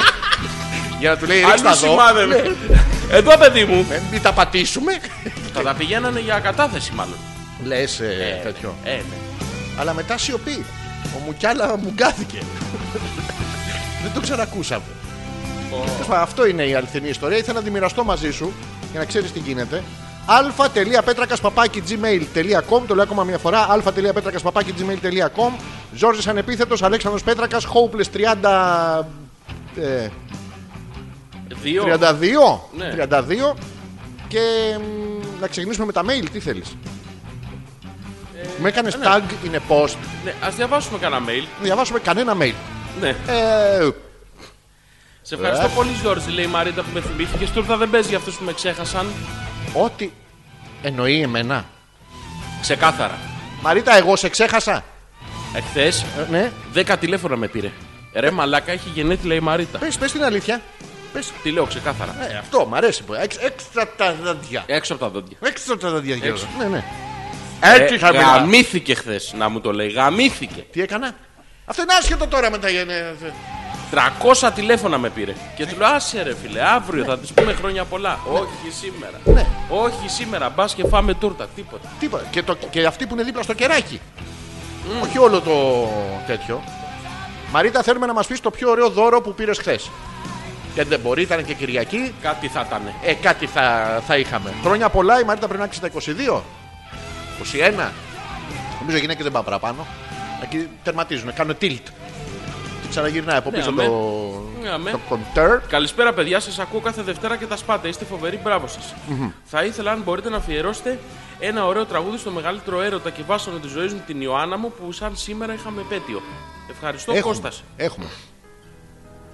[SPEAKER 1] Για να του λέει ρίξτε Ε, εδώ.
[SPEAKER 2] Άλλου
[SPEAKER 1] Ναι.
[SPEAKER 2] σημάδευε. Εδώ παιδί μου.
[SPEAKER 1] Ε, Μην τα πατήσουμε.
[SPEAKER 2] Θα τα πηγαίνανε για κατάθεση μάλλον.
[SPEAKER 1] Λες τέτοιο.
[SPEAKER 2] Ε, ναι.
[SPEAKER 1] Αλλά μετά σιωπή. Ο Μουκιάλα μουγκάθηκε. Δεν το ξανακούσαμε. Τέλος πάντων, Αυτό είναι η αληθινή ιστορία. Ήθελα να τη μοιραστώ μαζί σου για να ξέρεις τι γίνεται. α.πέτρακα.gmail.com Το λέω ακόμα μια φορά. α.πέτρακα.gmail.com Ζόρζης ανεπίθετος, Αλέξανδρος Πέτρακας, Hopeless 30. ε,
[SPEAKER 2] Δύο.
[SPEAKER 1] 32.
[SPEAKER 2] Ναι.
[SPEAKER 1] 32. Και μ, να ξεκινήσουμε με τα mail, τι θέλεις.
[SPEAKER 2] Ε,
[SPEAKER 1] Με έκανες tag, είναι post.
[SPEAKER 2] Ναι, ας διαβάσουμε κανένα mail.
[SPEAKER 1] Να διαβάσουμε κανένα mail.
[SPEAKER 2] Ναι.
[SPEAKER 1] Ε,
[SPEAKER 2] Σε ευχαριστώ πολύ, Γιώργη, λέει η Μαρίτα που με θυμήθηκε. Τούρτα δεν παίζει για αυτούς που με ξέχασαν.
[SPEAKER 1] ό,τι εννοεί εμένα.
[SPEAKER 2] Ξεκάθαρα.
[SPEAKER 1] Μαρίτα, εγώ σε ξέχασα.
[SPEAKER 2] Εχθές,
[SPEAKER 1] Ε, ναι.
[SPEAKER 2] δέκα τηλέφωνα με πήρε. Ρε μαλάκα, έχει γεννήθει, η Μαρίτα.
[SPEAKER 1] Πες, πες την αλήθεια. Ε, Πες.
[SPEAKER 2] Τι λέω ξεκάθαρα.
[SPEAKER 1] Ε, αυτό, μ' αρέσει. που- Έξ, έξτρα τα δάντια.
[SPEAKER 2] Έξω από τα δόντια.
[SPEAKER 1] Έξτρα τα δάντια. Γιώργο. Ναι, ναι.
[SPEAKER 2] Ε,
[SPEAKER 1] Έτσι θα μιλάω.
[SPEAKER 2] γαμήθηκε χθες, να μου το λέει. Γαμήθηκε.
[SPEAKER 1] Τι έκανα. Αυτό είναι άσχετο τώρα με τα γενε-
[SPEAKER 2] 300 τηλέφωνα με πήρε. Και του λέω, άσε ρε φίλε, αύριο θα της πούμε χρόνια πολλά. Όχι σήμερα.
[SPEAKER 1] Ναι.
[SPEAKER 2] Όχι σήμερα, μπας και φάμε τούρτα. Τίποτα.
[SPEAKER 1] Τίποτα. Και, το, και αυτοί που είναι δίπλα στο κεράκι. Όχι όλο το τέτοιο. Μαρίτα, θέλουμε να μας πεις το πιο ωραίο δώρο που πήρες χθες. Και δεν μπορεί, ήταν και Κυριακή.
[SPEAKER 2] Κάτι θα ήταν.
[SPEAKER 1] Ε, κάτι θα, θα είχαμε. Χρόνια πολλά, η Μαρίτα πρέπει να άξει τα 22. 21. Νομίζω οι γυναίκες δεν πάνε παραπάνω. Εκεί τερματίζουν, κάνουν tilt. Και ξαναγυρνάει από
[SPEAKER 2] Ναι,
[SPEAKER 1] πίσω
[SPEAKER 2] αμέ.
[SPEAKER 1] το,
[SPEAKER 2] Ναι, αμέ.
[SPEAKER 1] το κοντέρ.
[SPEAKER 2] Καλησπέρα, παιδιά. Σας ακούω κάθε Δευτέρα και τα σπάτε. Είστε φοβεροί, μπράβο σας. Θα ήθελα, αν μπορείτε, να αφιερώσετε ένα ωραίο τραγούδι στο μεγαλύτερο έρωτα και βάσανο της ζωής μου, την Ιωάννα μου, που σαν σήμερα είχαμε επέτειο. Ευχαριστώ,
[SPEAKER 1] Έχουμε.
[SPEAKER 2] Κώστας.
[SPEAKER 1] Έχουμε.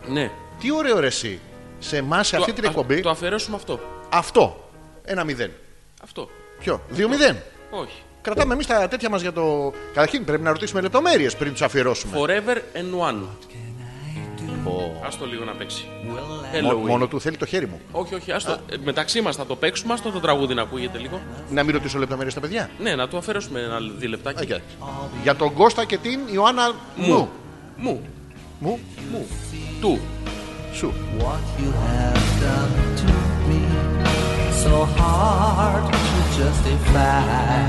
[SPEAKER 2] Ναι.
[SPEAKER 1] Τι ωραίο ρε εσύ. Σε εμάς, σε αυτή την
[SPEAKER 2] α-
[SPEAKER 1] εκπομπή,
[SPEAKER 2] Το αφιερώσουμε αυτό.
[SPEAKER 1] αυτό. Ένα μηδέν.
[SPEAKER 2] Αυτό.
[SPEAKER 1] Ποιο, δύο μηδέν.
[SPEAKER 2] Όχι.
[SPEAKER 1] Κρατάμε εμείς τα τέτοια μας για το. Καταρχήν πρέπει να ρωτήσουμε λεπτομέρειες πριν τους αφιερώσουμε.
[SPEAKER 2] Forever and one. Ας το λίγο να παίξει.
[SPEAKER 1] Μό-
[SPEAKER 2] Hello.
[SPEAKER 1] μόνο του θέλει το χέρι μου.
[SPEAKER 2] Όχι, όχι, ας το... ε, μεταξύ μας θα το παίξουμε, ας το, το τραγούδι να ακούγεται λίγο.
[SPEAKER 1] Να μην ρωτήσω λεπτομέρειες στα παιδιά.
[SPEAKER 2] Ναι, να του αφαιρέσουμε ένα δύο
[SPEAKER 1] Α,
[SPEAKER 2] λεπτάκι.
[SPEAKER 1] για- Για τον Κώστα και την Ιωάννα μου.
[SPEAKER 2] Μου,
[SPEAKER 1] Μου.
[SPEAKER 2] του,
[SPEAKER 1] Σου.
[SPEAKER 3] What you have done to me, so hard to justify.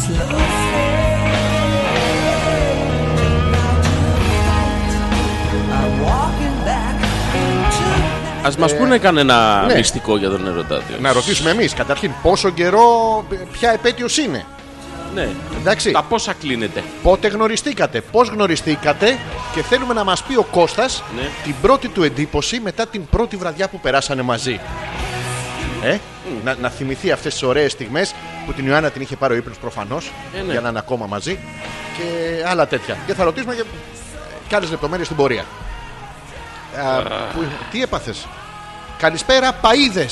[SPEAKER 3] Slowly, now to fight. I'm walking back into.
[SPEAKER 2] ας μας πούνε κανένα
[SPEAKER 1] Ε. ναι.
[SPEAKER 2] μυστικό για τον ερωτά τους.
[SPEAKER 1] Να ρωτήσουμε εμείς καταρχήν πόσο καιρό, ποια επέτειος είναι.
[SPEAKER 2] Ναι.
[SPEAKER 1] Εντάξει.
[SPEAKER 2] Τα πόσα κλείνεται.
[SPEAKER 1] Πότε γνωριστήκατε, πώς γνωριστήκατε και θέλουμε να μας πει ο Κώστας
[SPEAKER 2] Ναι.
[SPEAKER 1] την πρώτη του εντύπωση μετά την πρώτη βραδιά που περάσανε μαζί. Ε, να, να θυμηθεί αυτές τις ωραίες στιγμές που την Ιωάννα την είχε πάρει ο ύπνο προφανώς
[SPEAKER 2] Ε, ναι.
[SPEAKER 1] για να είναι ακόμα μαζί και άλλα τέτοια. Και θα ρωτήσουμε και, και άλλες λεπτομέρειες στην πορεία. Α, που- τι έπαθες. Καλησπέρα, Παίδε.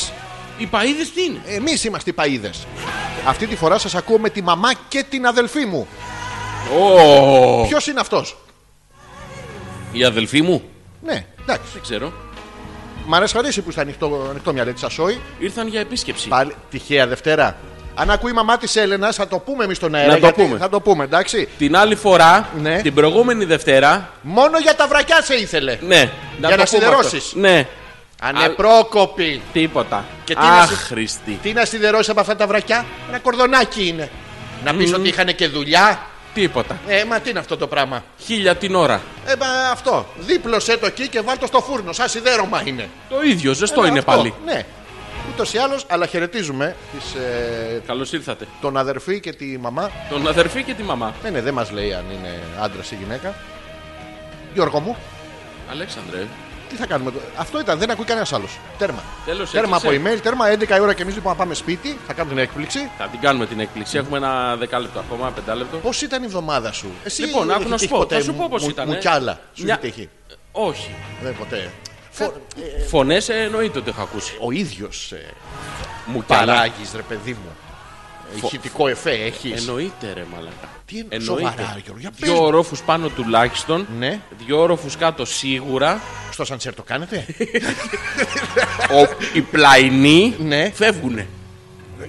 [SPEAKER 2] Οι παΐδες τι είναι.
[SPEAKER 1] Εμείς είμαστε οι Παίδε. Αυτή τη φορά σας ακούω με τη μαμά και την αδελφή μου.
[SPEAKER 2] Ω,
[SPEAKER 1] Ποιος είναι αυτός.
[SPEAKER 2] η αδελφή μου.
[SPEAKER 1] Ναι, εντάξει.
[SPEAKER 2] Δεν ξέρω.
[SPEAKER 1] Μ' αρέσει αρέσει που είσαι ανοιχτό, ανοιχτό μυαλό της Ασόη.
[SPEAKER 2] Ήρθαν για επίσκεψη.
[SPEAKER 1] Πάλι τυχαία Δευτέρα. Αν ακούει η μαμά της Έλενα, θα το πούμε εμείς στον αέρα.
[SPEAKER 2] Να το
[SPEAKER 1] γιατί
[SPEAKER 2] πούμε.
[SPEAKER 1] Θα το πούμε, εντάξει.
[SPEAKER 2] Την άλλη φορά,
[SPEAKER 1] Ναι.
[SPEAKER 2] την προηγούμενη Δευτέρα,
[SPEAKER 1] Μόνο για τα βρακιά σε ήθελε.
[SPEAKER 2] ναι. το πούμε
[SPEAKER 1] σιδερώσεις.
[SPEAKER 2] αυτό. Ναι.
[SPEAKER 1] Ανεπρόκοπη.
[SPEAKER 2] Τίποτα.
[SPEAKER 1] Και τι να συ-
[SPEAKER 2] Άχρηστη.
[SPEAKER 1] Τι να σιδερώσεις από αυτά τα βρακιά, ένα κορδονάκι είναι. Να πεις ότι είχαν και δουλειά.
[SPEAKER 2] Τίποτα.
[SPEAKER 1] Ε, μα τι είναι αυτό το πράγμα.
[SPEAKER 2] Χίλια την ώρα.
[SPEAKER 1] Ε, μα αυτό. Δίπλωσέ το εκεί και βάλτο στο φούρνο. Σαν σιδέρωμα είναι.
[SPEAKER 2] Το ίδιο, ζεστό
[SPEAKER 1] Ε,
[SPEAKER 2] είναι
[SPEAKER 1] αυτό,
[SPEAKER 2] πάλι.
[SPEAKER 1] Ναι. Ούτως ή άλλως, αλλά χαιρετίζουμε τις, ε,
[SPEAKER 2] Καλώς ήρθατε.
[SPEAKER 1] τον αδερφή και τη μαμά.
[SPEAKER 2] Τον αδερφή και τη μαμά.
[SPEAKER 1] Ναι, ναι, δεν μας λέει αν είναι άντρας ή γυναίκα. Γιώργο μου,
[SPEAKER 2] Αλέξανδρε.
[SPEAKER 1] τι θα κάνουμε. τώρα. Αυτό ήταν, δεν ακούει κανένας άλλος. Τέρμα.
[SPEAKER 2] Τέλος,
[SPEAKER 1] τέρμα από
[SPEAKER 2] έκλεισε.
[SPEAKER 1] email, τέρμα 11 η ώρα και εμείς λοιπόν να πάμε σπίτι, θα κάνουμε την έκπληξη.
[SPEAKER 2] Θα την κάνουμε την έκπληξη. Έχουμε ένα δεκάλεπτο ακόμα, πεντάλεπτο.
[SPEAKER 1] Πώς ήταν η εβδομάδα σου, Εσύ
[SPEAKER 2] Λοιπόν, άκου
[SPEAKER 1] έχει
[SPEAKER 2] να
[SPEAKER 1] τύχει
[SPEAKER 2] σου πω.
[SPEAKER 1] ποτέ
[SPEAKER 2] Θα σου πω πώς
[SPEAKER 1] μου-
[SPEAKER 2] ήταν. ε.
[SPEAKER 1] Μουκιάλα. Σου έχει τύχει.
[SPEAKER 2] Όχι. ε,
[SPEAKER 1] Δεν ποτέ. Ε, Φο-
[SPEAKER 2] Φωνέ εννοείται ότι έχω ακούσει.
[SPEAKER 1] Ο ίδιος
[SPEAKER 2] Μουκιάλα.
[SPEAKER 1] παράγει, ρε ε, παιδί μου. ηχητικό εφέ έχεις.
[SPEAKER 2] Εννοείται ρε μαλακά.
[SPEAKER 1] Τι εννοείται.
[SPEAKER 2] Εννοείται.
[SPEAKER 1] Σοβαρά, Γιώργο, για πες
[SPEAKER 2] Δύο
[SPEAKER 1] μου.
[SPEAKER 2] ορόφους πάνω τουλάχιστον.
[SPEAKER 1] Ναι.
[SPEAKER 2] Δύο ορόφους κάτω σίγουρα.
[SPEAKER 1] Στο σανσέρ το κάνετε.
[SPEAKER 2] Ο, οι πλαϊνοί
[SPEAKER 1] Ναι.
[SPEAKER 2] φεύγουνε.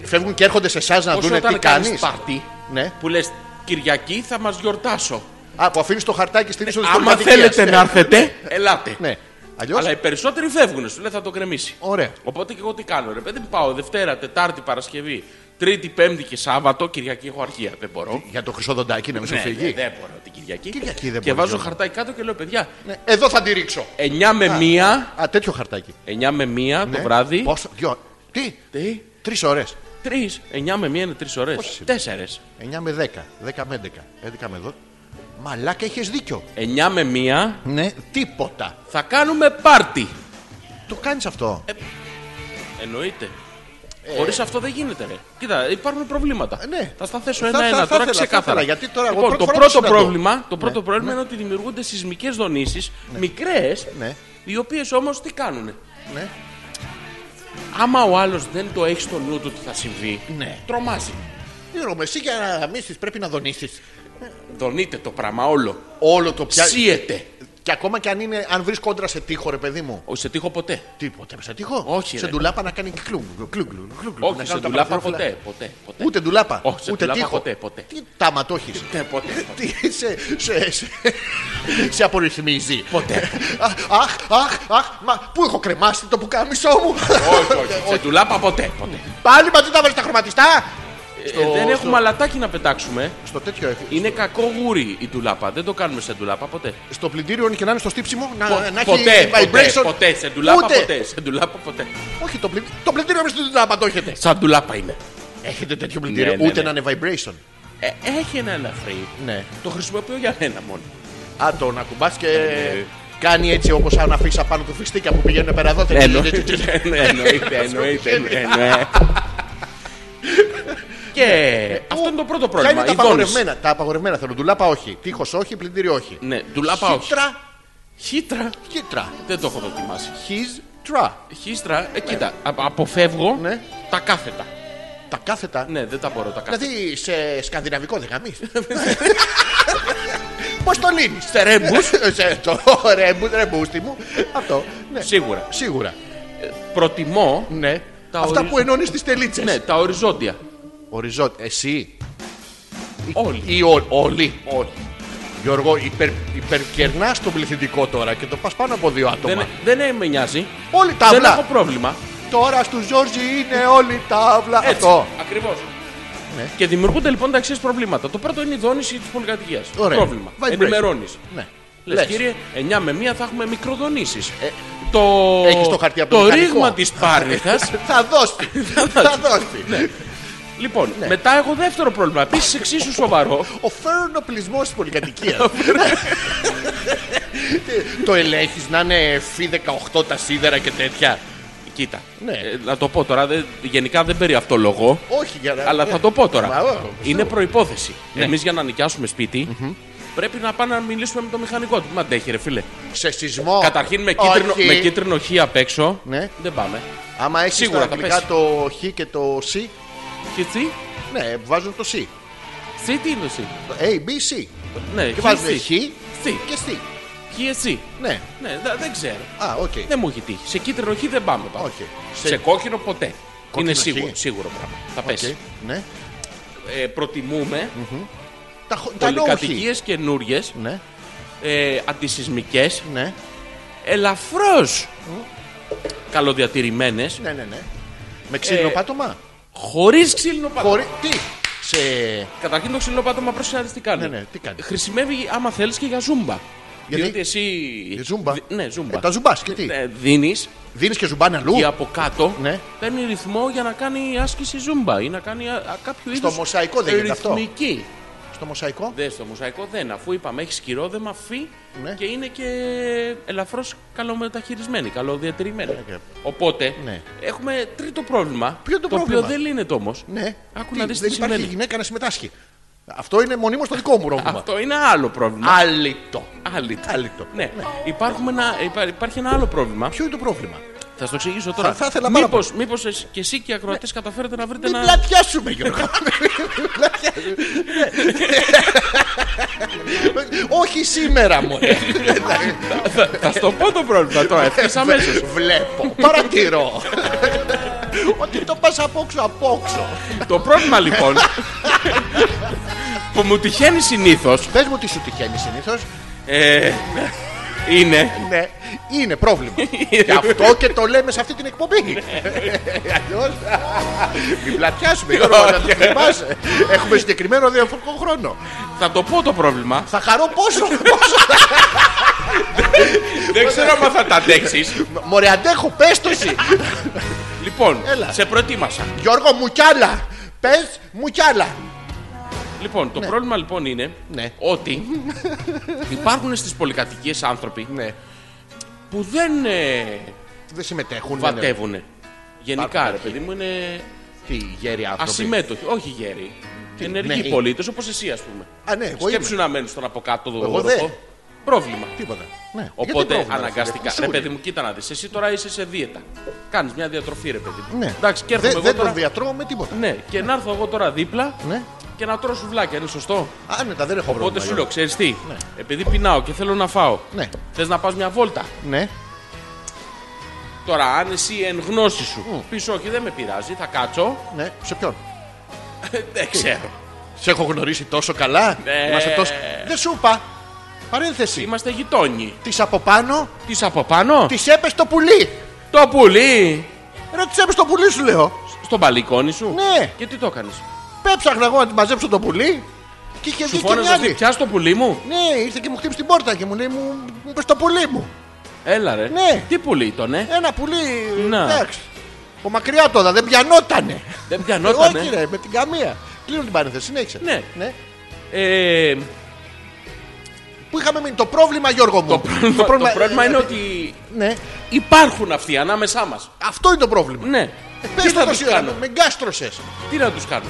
[SPEAKER 1] Φεύγουν και έρχονται σε εσάς να
[SPEAKER 2] Όσο
[SPEAKER 1] δουν τι
[SPEAKER 2] όταν κάνεις
[SPEAKER 1] κάνεις.
[SPEAKER 2] πάρτι
[SPEAKER 1] Ναι.
[SPEAKER 2] που λες Κυριακή θα μας γιορτάσω.
[SPEAKER 1] Α, που αφήνεις το χαρτάκι στην είσοδο τη
[SPEAKER 2] Ναι, Άμα θέλετε να έρθετε, ελάτε.
[SPEAKER 1] Ναι. Αλλιώς.
[SPEAKER 2] Αλλά οι περισσότεροι φεύγουν, σου λέει θα το κρεμίσει.
[SPEAKER 1] Ωραία.
[SPEAKER 2] Οπότε και εγώ τι κάνω, ρε παιδί μου, πάω Δευτέρα, Τετάρτη, Παρασκευή, Τρίτη, Πέμπτη και Σάββατο, Κυριακή έχω αργία, δεν μπορώ.
[SPEAKER 1] Για το χρυσό δοντάκι να μην σου
[SPEAKER 2] Ναι,
[SPEAKER 1] φύγει.
[SPEAKER 2] Δεν δεν μπορώ την Κυριακή.
[SPEAKER 1] Κυριακή δεν μπορείς,
[SPEAKER 2] και βάζω
[SPEAKER 1] Γιώργο.
[SPEAKER 2] χαρτάκι κάτω και λέω παιδιά,
[SPEAKER 1] Ναι. Εδώ θα τη ρίξω.
[SPEAKER 2] 9 με 1,
[SPEAKER 1] Α, τέτοιο χαρτάκι.
[SPEAKER 2] 9 με 1 το
[SPEAKER 1] Ναι.
[SPEAKER 2] βράδυ.
[SPEAKER 1] Πόσο, δυο, τι,
[SPEAKER 2] Τι,
[SPEAKER 1] τρεις ώρες.
[SPEAKER 2] 3, 9 με 1 είναι 3 ώρες,
[SPEAKER 1] Πόσες είναι?
[SPEAKER 2] 4.
[SPEAKER 1] 9 με 10, 10 με 11, 11 με 12. Μαλάκα, έχεις δίκιο.
[SPEAKER 2] 9 με 1
[SPEAKER 1] Ναι, τίποτα.
[SPEAKER 2] θα κάνουμε πάρτι.
[SPEAKER 1] Το κάνεις αυτό.
[SPEAKER 2] Ε, Εννοείται. Χωρίς αυτό δεν γίνεται, ρε. Κοίτα, υπάρχουν προβλήματα.
[SPEAKER 1] Ε. ναι.
[SPEAKER 2] Θα στα θέσω
[SPEAKER 1] Θα- θα-
[SPEAKER 2] ένα-ένα
[SPEAKER 1] θα
[SPEAKER 2] τώρα
[SPEAKER 1] ήθελα,
[SPEAKER 2] ξεκάθαρα.
[SPEAKER 1] θα ήθελα, γιατί τώρα εγώ
[SPEAKER 2] λοιπόν,
[SPEAKER 1] πρώτη
[SPEAKER 2] το
[SPEAKER 1] φορά
[SPEAKER 2] πρώτο,
[SPEAKER 1] το συναντώ.
[SPEAKER 2] πρόβλημα, το πρώτο πρόβλημα είναι ότι δημιουργούνται σεισμικές δονήσεις, ναι. μικρές,
[SPEAKER 1] Ναι.
[SPEAKER 2] οι οποίες όμως τι κάνουν.
[SPEAKER 1] Ναι.
[SPEAKER 2] Άμα ο άλλος δεν το έχει στο νου του ότι θα συμβεί,
[SPEAKER 1] Ναι.
[SPEAKER 2] τρομάζει.
[SPEAKER 1] Γιώργο, με εσύ για να γαμίσεις πρέπει να δονήσεις.
[SPEAKER 2] Δονείται το πράγμα όλο.
[SPEAKER 1] Όλο το πια.
[SPEAKER 2] Ψίεται.
[SPEAKER 1] Και ακόμα και αν, είναι, αν βρεις κόντρα σε τείχο, ρε παιδί μου.
[SPEAKER 2] Όχι σε τείχο ποτέ.
[SPEAKER 1] Τίποτα, σε τείχο.
[SPEAKER 2] Όχι,
[SPEAKER 1] Σε
[SPEAKER 2] ρε.
[SPEAKER 1] ντουλάπα να κάνει κλουγκλουγ. κλουγκλουγ, να
[SPEAKER 2] Όχι
[SPEAKER 1] κάνει
[SPEAKER 2] σε
[SPEAKER 1] τα
[SPEAKER 2] ντουλάπα
[SPEAKER 1] παραθυρόφυλλα.
[SPEAKER 2] ποτέ. ποτέ, ποτέ.
[SPEAKER 1] Ούτε ντουλάπα.
[SPEAKER 2] Όχι, σε
[SPEAKER 1] ούτε
[SPEAKER 2] ντουλάπα
[SPEAKER 1] τείχο.
[SPEAKER 2] ποτέ, ποτέ.
[SPEAKER 1] Τι τάμα το έχεις.
[SPEAKER 2] Ναι, ποτέ.
[SPEAKER 1] Τι σε, σε, σε, σε απορριθμίζει.
[SPEAKER 2] Ποτέ.
[SPEAKER 1] Α, Αχ, αχ, αχ, μα πού έχω κρεμάσει το πουκάμισό μου.
[SPEAKER 2] όχι, όχι. Σε ντουλάπα ποτέ. ποτέ.
[SPEAKER 1] Πάλι μαζί τα βάλει τα χρωματιστά.
[SPEAKER 2] Ε,
[SPEAKER 1] Στο-
[SPEAKER 2] δεν
[SPEAKER 1] στο-
[SPEAKER 2] έχουμε αλατάκι να πετάξουμε.
[SPEAKER 1] Στο τέτοιο έχει.
[SPEAKER 2] Είναι κακό γούρι η τουλάπα. Δεν το κάνουμε σε τουλάπα ποτέ.
[SPEAKER 1] Στο πλυντήριο είναι και να είναι στο στύψιμο. Να,
[SPEAKER 2] Πο-
[SPEAKER 1] να
[SPEAKER 2] ποτέ,
[SPEAKER 1] έχει
[SPEAKER 2] ποτέ,
[SPEAKER 1] vibration.
[SPEAKER 2] ποτέ, σε ντουλάπα
[SPEAKER 1] Ούτε.
[SPEAKER 2] ποτέ. Σε ντουλάπα ποτέ.
[SPEAKER 1] Όχι, το, πλυν- το πλυντήριο εμεί δεν τα έχετε.
[SPEAKER 2] Σαν ντουλάπα είναι.
[SPEAKER 1] Έχετε τέτοιο πλυντήριο.
[SPEAKER 2] ναι, ναι.
[SPEAKER 1] Ούτε να είναι vibration.
[SPEAKER 2] Ε, έχει ένα ελαφρύ.
[SPEAKER 1] Ναι.
[SPEAKER 2] Το χρησιμοποιώ για ένα μόνο.
[SPEAKER 1] Α, το να κουμπάς και κάνει έτσι όπως αν αφήσεις απάνω του φιστίκια που πηγαίνουν πέρα εδώ. τε- τε- τε- τε-
[SPEAKER 2] Ναι,
[SPEAKER 1] τε-
[SPEAKER 2] εννοείται, εννοείται. ναι, εννοείται. Και αυτό είναι το πρώτο
[SPEAKER 1] Ποια είναι
[SPEAKER 2] πρόβλημα.
[SPEAKER 1] τα
[SPEAKER 2] οι δόνες.
[SPEAKER 1] απαγορευμένα. Τα απαγορευμένα θέλω. Ντουλάπα όχι. Τείχος όχι, πλυντήριο όχι.
[SPEAKER 2] Ναι, ντουλάπα όχι.
[SPEAKER 1] Χίτρα,
[SPEAKER 2] Χίτρα.
[SPEAKER 1] χίτρα.
[SPEAKER 2] Δεν το έχω δοκιμάσει.
[SPEAKER 1] Χίτρα.
[SPEAKER 2] Χίστρα, ε, κοίτα, α- αποφεύγω
[SPEAKER 1] Ναι.
[SPEAKER 2] τα κάθετα.
[SPEAKER 1] Τα κάθετα.
[SPEAKER 2] Ναι, δεν τα μπορώ τα κάθετα.
[SPEAKER 1] Δηλαδή σε σκανδιναβικό δεν γαμείς. Πώς το λύνεις.
[SPEAKER 2] Σε ρέμπους,
[SPEAKER 1] Το ρέμπους, ρεμπούστη μου. Αυτό. ναι.
[SPEAKER 2] σίγουρα.
[SPEAKER 1] Σίγουρα.
[SPEAKER 2] Προτιμώ
[SPEAKER 1] Ναι.
[SPEAKER 2] Τα
[SPEAKER 1] Αυτά
[SPEAKER 2] οριζ-
[SPEAKER 1] που ενώνει τι τελίτσες.
[SPEAKER 2] ναι, τα οριζόντια.
[SPEAKER 1] Οριζόντια. Εσύ.
[SPEAKER 2] Όλοι.
[SPEAKER 1] Ή ό- όλοι.
[SPEAKER 2] Όλοι.
[SPEAKER 1] Γιώργο, υπερ, υπερκερνάς τον πληθυντικό τώρα και το πας πάνω από δύο άτομα.
[SPEAKER 2] Δεν, δεν ε, με νοιάζει.
[SPEAKER 1] Όλοι τα
[SPEAKER 2] δεν
[SPEAKER 1] αυλά.
[SPEAKER 2] έχω πρόβλημα.
[SPEAKER 1] Τώρα στους Γιώργη είναι όλοι τα αυλα.
[SPEAKER 2] Έτσι.
[SPEAKER 1] Αυτό.
[SPEAKER 2] Ακριβώς.
[SPEAKER 1] Ναι.
[SPEAKER 2] Και δημιουργούνται λοιπόν τα εξής προβλήματα. Το πρώτο είναι η δόνηση της πολυκατοικίας.
[SPEAKER 1] Ωραία.
[SPEAKER 2] Πρόβλημα.
[SPEAKER 1] Vibration.
[SPEAKER 2] Ενημερώνεις.
[SPEAKER 1] Ναι.
[SPEAKER 2] Λες
[SPEAKER 1] Λες.
[SPEAKER 2] κύριε, 9 με 1 θα έχουμε μικροδονήσεις.
[SPEAKER 1] Ε,
[SPEAKER 2] το
[SPEAKER 1] έχεις το χαρτί από το
[SPEAKER 2] το
[SPEAKER 1] μηχανικό. Ναι.
[SPEAKER 2] ρήγμα της πάρνηθας.
[SPEAKER 1] Θα δώσει. θα δώσει.
[SPEAKER 2] λοιπόν, μετά έχω δεύτερο πρόβλημα. Επίσης εξίσου σοβαρό.
[SPEAKER 1] Ο φέρον πλεισμό της πολυκατοικίας. το ελέγχεις να είναι F18 τα σίδερα και τέτοια.
[SPEAKER 2] Κοίτα.
[SPEAKER 1] Ναι.
[SPEAKER 2] Ε, να το πω τώρα. δεν- γενικά δεν περί αυτό λόγο.
[SPEAKER 1] Όχι για να.
[SPEAKER 2] Αλλά θα το πω τώρα.
[SPEAKER 1] Μα, Ναι. ω,
[SPEAKER 2] Είναι προπόθεση. Εμείς για να νοικιάσουμε σπίτι, πρέπει να πάμε να μιλήσουμε με το μηχανικό του. Μα αντέχει, ρε φίλε.
[SPEAKER 1] Σε σεισμό.
[SPEAKER 2] Καταρχήν με κίτρινο,
[SPEAKER 1] Όχι.
[SPEAKER 2] με κίτρινο χ απ' έξω.
[SPEAKER 1] Ναι.
[SPEAKER 2] Δεν πάμε.
[SPEAKER 1] Άμα έχεις
[SPEAKER 2] Σίγουρα
[SPEAKER 1] σίγουρα
[SPEAKER 2] θα
[SPEAKER 1] αγγλικά
[SPEAKER 2] πέσει.
[SPEAKER 1] το χ και το σι.
[SPEAKER 2] Και τσι,
[SPEAKER 1] Ναι, βάζουν το σι.
[SPEAKER 2] τσι τι είναι το τσι.
[SPEAKER 1] Το A, B, C.
[SPEAKER 2] Ναι,
[SPEAKER 1] Και βάζουν χ
[SPEAKER 2] χ, Σι.
[SPEAKER 1] και σι.
[SPEAKER 2] χ, εσύ.
[SPEAKER 1] Ναι.
[SPEAKER 2] Ναι, δε- δεν ξέρω.
[SPEAKER 1] Α, οκ.
[SPEAKER 2] Δεν μου έχει τύχει. Σε κίτρινο χ δεν πάμε. πάμε.
[SPEAKER 1] Όχι.
[SPEAKER 2] Σε...
[SPEAKER 1] Σε-
[SPEAKER 2] κόκκινο ποτέ.
[SPEAKER 1] Κόκκινο
[SPEAKER 2] είναι
[SPEAKER 1] χ.
[SPEAKER 2] σίγουρο, σίγουρο πράγμα. Θα
[SPEAKER 1] Οκ,
[SPEAKER 2] πέσει.
[SPEAKER 1] Ναι.
[SPEAKER 2] Ε, προτιμούμε
[SPEAKER 1] Τα, χο- τα λόγχη.
[SPEAKER 2] πολυκατοικίε καινούριες,
[SPEAKER 1] Ναι,
[SPEAKER 2] ε, αντισυσμικές,
[SPEAKER 1] ναι,
[SPEAKER 2] ελαφρώς καλοδιατηρημένες,
[SPEAKER 1] ναι, ναι, ναι. Με ξύλινο
[SPEAKER 2] Ε,
[SPEAKER 1] πάτωμα.
[SPEAKER 2] χωρίς ξύλινο πάτωμα.
[SPEAKER 1] Χωρί. Τι. Σε.
[SPEAKER 2] Καταρχήν το ξύλινο πάτωμα προσυνάδει τι κάνει.
[SPEAKER 1] Ναι, ναι, τι κάνεις.
[SPEAKER 2] Χρησιμεύει άμα θέλεις και για ζούμπα.
[SPEAKER 1] Γιατί?
[SPEAKER 2] Διότι εσύ.
[SPEAKER 1] ζούμπα.
[SPEAKER 2] Δι- Ναι, ζούμπα. Ναι.
[SPEAKER 1] Ε, τα ζουμπάς και τι.
[SPEAKER 2] Δίνεις
[SPEAKER 1] Δίνεις και ζουμπάνε αλλού.
[SPEAKER 2] και από κάτω
[SPEAKER 1] Ναι.
[SPEAKER 2] παίρνει ρυθμό για να κάνει άσκηση ζούμπα ή να κάνει α, α, κάποιο είδο.
[SPEAKER 1] μοσαϊκό δεν γίνεται αυτό.
[SPEAKER 2] Ρυθμική.
[SPEAKER 1] Στο μοσαϊκό.
[SPEAKER 2] Δεν στο μοσαϊκό δεν, αφού είπαμε έχει σκυρόδεμα, φύ
[SPEAKER 1] Ναι.
[SPEAKER 2] και είναι και ελαφρώς καλομεταχειρισμένη, καλοδιατηρημένη.
[SPEAKER 1] Ναι.
[SPEAKER 2] Οπότε
[SPEAKER 1] Ναι.
[SPEAKER 2] έχουμε τρίτο πρόβλημα.
[SPEAKER 1] Ποιο είναι το
[SPEAKER 2] το
[SPEAKER 1] πρόβλημα?
[SPEAKER 2] οποίο δεν λύνεται όμως.
[SPEAKER 1] Ναι.
[SPEAKER 2] Άκου
[SPEAKER 1] Τι,
[SPEAKER 2] να δεις
[SPEAKER 1] δεν
[SPEAKER 2] τι
[SPEAKER 1] υπάρχει
[SPEAKER 2] συμβαίνει.
[SPEAKER 1] γυναίκα να συμμετάσχει. Αυτό είναι μονίμως το δικό μου ρόγμα.
[SPEAKER 2] Αυτό είναι άλλο πρόβλημα.
[SPEAKER 1] Άλυτο.
[SPEAKER 2] Άλυτο.
[SPEAKER 1] Άλυτο.
[SPEAKER 2] Ναι. Υπάρχουμε ένα, υπά- υπάρχει ένα άλλο πρόβλημα.
[SPEAKER 1] Ποιο είναι το πρόβλημα.
[SPEAKER 2] Θα στο εξηγήσω τώρα.
[SPEAKER 1] Θα- θα ήθελα πάρα
[SPEAKER 2] μήπως, μήπως εσύ- και εσύ και οι ακροατές καταφέρετε να βρείτε
[SPEAKER 1] Μην
[SPEAKER 2] ένα...
[SPEAKER 1] πλατιάσουμε, Γιώργο. Μην πλατιάσουμε. Όχι σήμερα, μου.
[SPEAKER 2] Ε, Θα στο πω το πρόβλημα τώρα, ευθύς αμέσως.
[SPEAKER 1] Βλέπω. Παρατηρώ. Ότι το πας απόξω, απόξω.
[SPEAKER 2] το πρόβλημα λοιπόν... που μου τυχαίνει συνήθως...
[SPEAKER 1] Πες μου τι σου τυχαίνει συνήθως.
[SPEAKER 2] ε, είναι...
[SPEAKER 1] Ναι, είναι πρόβλημα. Γι' αυτό και το λέμε σε αυτή την εκπομπή.
[SPEAKER 2] Ναι.
[SPEAKER 1] Αλλιώς, Μην πλατιάσουμε, Γιώργο, να το θυμάσαι. Έχουμε συγκεκριμένο διαφορετικό χρόνο.
[SPEAKER 2] Θα το πω το πρόβλημα.
[SPEAKER 1] Θα χαρώ πόσο. πόσο.
[SPEAKER 2] Δεν ξέρω αν θα τα αντέξεις.
[SPEAKER 1] Μωρέ, αντέχω, πες το εσύ.
[SPEAKER 2] λοιπόν,
[SPEAKER 1] Έλα.
[SPEAKER 2] σε προετοίμασα.
[SPEAKER 1] Γιώργο, μου κι άλλα. Πες μου κι άλλα.
[SPEAKER 2] Λοιπόν, το πρόβλημα λοιπόν είναι
[SPEAKER 1] Ναι.
[SPEAKER 2] ότι υπάρχουν στις πολυκατοικίες άνθρωποι
[SPEAKER 1] Ναι.
[SPEAKER 2] που δεν ε,
[SPEAKER 1] Δεν συμμετέχουν. δεν είναι-
[SPEAKER 2] βατεύουν. Γενικά, ρε παιδί μου, είναι
[SPEAKER 1] Τι γέροι άνθρωποι.
[SPEAKER 2] ασημέτωχοι, όχι γέροι. Ενεργοί
[SPEAKER 1] ναι, ε.
[SPEAKER 2] πολίτες, όπως εσύ, ας πούμε.
[SPEAKER 1] Α, ναι, εγώ
[SPEAKER 2] Σκέψου
[SPEAKER 1] είμαι.
[SPEAKER 2] να μένεις στον από κάτω το
[SPEAKER 1] Εγώ
[SPEAKER 2] δωροδοκό.
[SPEAKER 1] δεν.
[SPEAKER 2] Πρόβλημα.
[SPEAKER 1] Τίποτα. Ναι. Γιατί
[SPEAKER 2] Οπότε
[SPEAKER 1] πρόβλημα, ρε,
[SPEAKER 2] αναγκαστικά.
[SPEAKER 1] φίλε,
[SPEAKER 2] Ρε
[SPEAKER 1] σίγουρα.
[SPEAKER 2] παιδί μου, κοίτα να δεις. Εσύ τώρα είσαι σε δίαιτα. Κάνεις μια διατροφή, ρε παιδί μου.
[SPEAKER 1] Ναι.
[SPEAKER 2] Εντάξει, και έρχομαι
[SPEAKER 1] δεν
[SPEAKER 2] εγώ
[SPEAKER 1] δεν
[SPEAKER 2] τώρα.
[SPEAKER 1] τον διατρώω με τίποτα.
[SPEAKER 2] Ναι, και να έρθω εγώ τώρα δίπλα
[SPEAKER 1] Ναι.
[SPEAKER 2] και να τρώω σουβλάκια, είναι σωστό.
[SPEAKER 1] Άνετα, δεν έχω πρόβλημα.
[SPEAKER 2] Οπότε σου λέω,
[SPEAKER 1] Γιώργο.
[SPEAKER 2] ξέρεις τι, επειδή πεινάω και θέλω να φάω,
[SPEAKER 1] Ναι.
[SPEAKER 2] θες να πας μια βόλτα.
[SPEAKER 1] Ναι.
[SPEAKER 2] Τώρα, αν εσύ εν γνώση σου πεις όχι, δεν με πειράζει, θα κάτσω. Ε,
[SPEAKER 1] Ναι. Σε ποιον.
[SPEAKER 2] δεν ξέρω.
[SPEAKER 1] Σε έχω γνωρίσει τόσο καλά.
[SPEAKER 2] Ναι.
[SPEAKER 1] Είμαστε τόσο... Δεν σου είπα. Παρένθεση.
[SPEAKER 2] Είμαστε γειτόνιοι.
[SPEAKER 1] Τη από πάνω
[SPEAKER 2] Τις από πάνω,
[SPEAKER 1] τη έπεσε το πουλί.
[SPEAKER 2] το πουλί.
[SPEAKER 1] Ρε, τη έπεσε το πουλί, σου λέω.
[SPEAKER 2] Στον μπαλκόνι σου.
[SPEAKER 1] Ναι.
[SPEAKER 2] Και τι το έκανες.
[SPEAKER 1] Πέψαχνα εγώ να τη μαζέψω το πουλί. Και είχε
[SPEAKER 2] Σου
[SPEAKER 1] βγει και μια
[SPEAKER 2] φώναζα
[SPEAKER 1] άλλη.
[SPEAKER 2] ότι πιάσει το πουλί μου.
[SPEAKER 1] Ναι, ήρθε και μου χτύπησε την πόρτα και μου λέει: Μου, μου πες το πουλί μου.
[SPEAKER 2] Έλα ρε.
[SPEAKER 1] Ναι.
[SPEAKER 2] Τι πουλί ήταν, ε.
[SPEAKER 1] Ένα πουλί.
[SPEAKER 2] Να.
[SPEAKER 1] Εντάξει. Ο μακριά τώρα δεν πιανότανε.
[SPEAKER 2] Δεν
[SPEAKER 1] ε, Όχι,
[SPEAKER 2] πιανότανε.
[SPEAKER 1] ρε, με την καμία. Κλείνω την παρένθεση, συνέχισε.
[SPEAKER 2] Ναι. Ε,
[SPEAKER 1] Που είχαμε μείνει. Το πρόβλημα, Γιώργο μου. ε,
[SPEAKER 2] το, πρόβλημα, το πρόβλημα είναι ότι
[SPEAKER 1] Ναι,
[SPEAKER 2] υπάρχουν αυτοί ανάμεσά μας.
[SPEAKER 1] αυτό είναι το πρόβλημα.
[SPEAKER 2] Ναι.
[SPEAKER 1] Ε, Πες
[SPEAKER 2] τι
[SPEAKER 1] το
[SPEAKER 2] να
[SPEAKER 1] τόση
[SPEAKER 2] τους
[SPEAKER 1] ώρα,
[SPEAKER 2] κάνω.
[SPEAKER 1] με γκάστρωσε.
[SPEAKER 2] Τι να τους κάνω.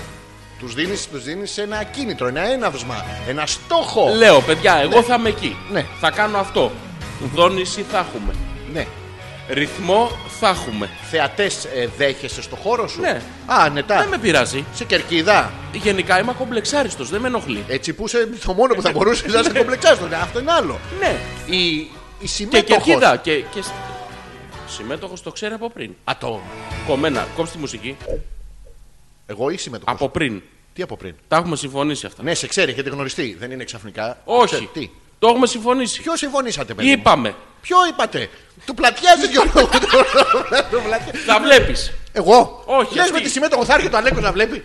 [SPEAKER 1] Του δίνεις τους δίνεις ένα κίνητρο, ένα έναυσμα, ένα στόχο.
[SPEAKER 2] Λέω, παιδιά, εγώ θα είμαι εκεί.
[SPEAKER 1] Ναι.
[SPEAKER 2] Θα κάνω αυτό. Δόνηση θα έχουμε.
[SPEAKER 1] Ναι.
[SPEAKER 2] Ρυθμό θα έχουμε.
[SPEAKER 1] Θεατές ε, δέχεσαι στο χώρο σου.
[SPEAKER 2] Ναι.
[SPEAKER 1] Α, ανετά.
[SPEAKER 2] Δεν με πειράζει.
[SPEAKER 1] Σε κερκίδα.
[SPEAKER 2] Γενικά είμαι κομπλεξάριστος, δεν με ενοχλεί.
[SPEAKER 1] Έτσι που είσαι το μόνο που θα μπορούσε να σε κομπλεξάσει. Αυτό είναι άλλο.
[SPEAKER 2] Ναι.
[SPEAKER 1] Η, η
[SPEAKER 2] Και
[SPEAKER 1] συμμέτοχος.
[SPEAKER 2] κερκίδα. Και, και... Συμμέτοχος το ξέρει από πριν.
[SPEAKER 1] Α, το-
[SPEAKER 2] Κομμένα, κόψτε τη μουσική.
[SPEAKER 1] Εγώ ή συμμετοχός.
[SPEAKER 2] Από πριν.
[SPEAKER 1] Τι από πριν.
[SPEAKER 2] Τα έχουμε συμφωνήσει αυτά.
[SPEAKER 1] Ναι, σε ξέρει, έχετε γνωριστεί. Δεν είναι ξαφνικά.
[SPEAKER 2] Όχι.
[SPEAKER 1] Ξέρει, Τι.
[SPEAKER 2] Το έχουμε συμφωνήσει.
[SPEAKER 1] Ποιο συμφωνήσατε, παιδί. μου?
[SPEAKER 2] Είπαμε.
[SPEAKER 1] Ποιο είπατε. Του πλατιάζει Γιώργο. Του πλατιάζει.
[SPEAKER 2] Θα βλέπεις.
[SPEAKER 1] Εγώ.
[SPEAKER 2] Όχι,
[SPEAKER 1] Λες
[SPEAKER 2] αυτή.
[SPEAKER 1] με τη συμμέτοχο θα έρχεται ο Αλέκος να βλέπει.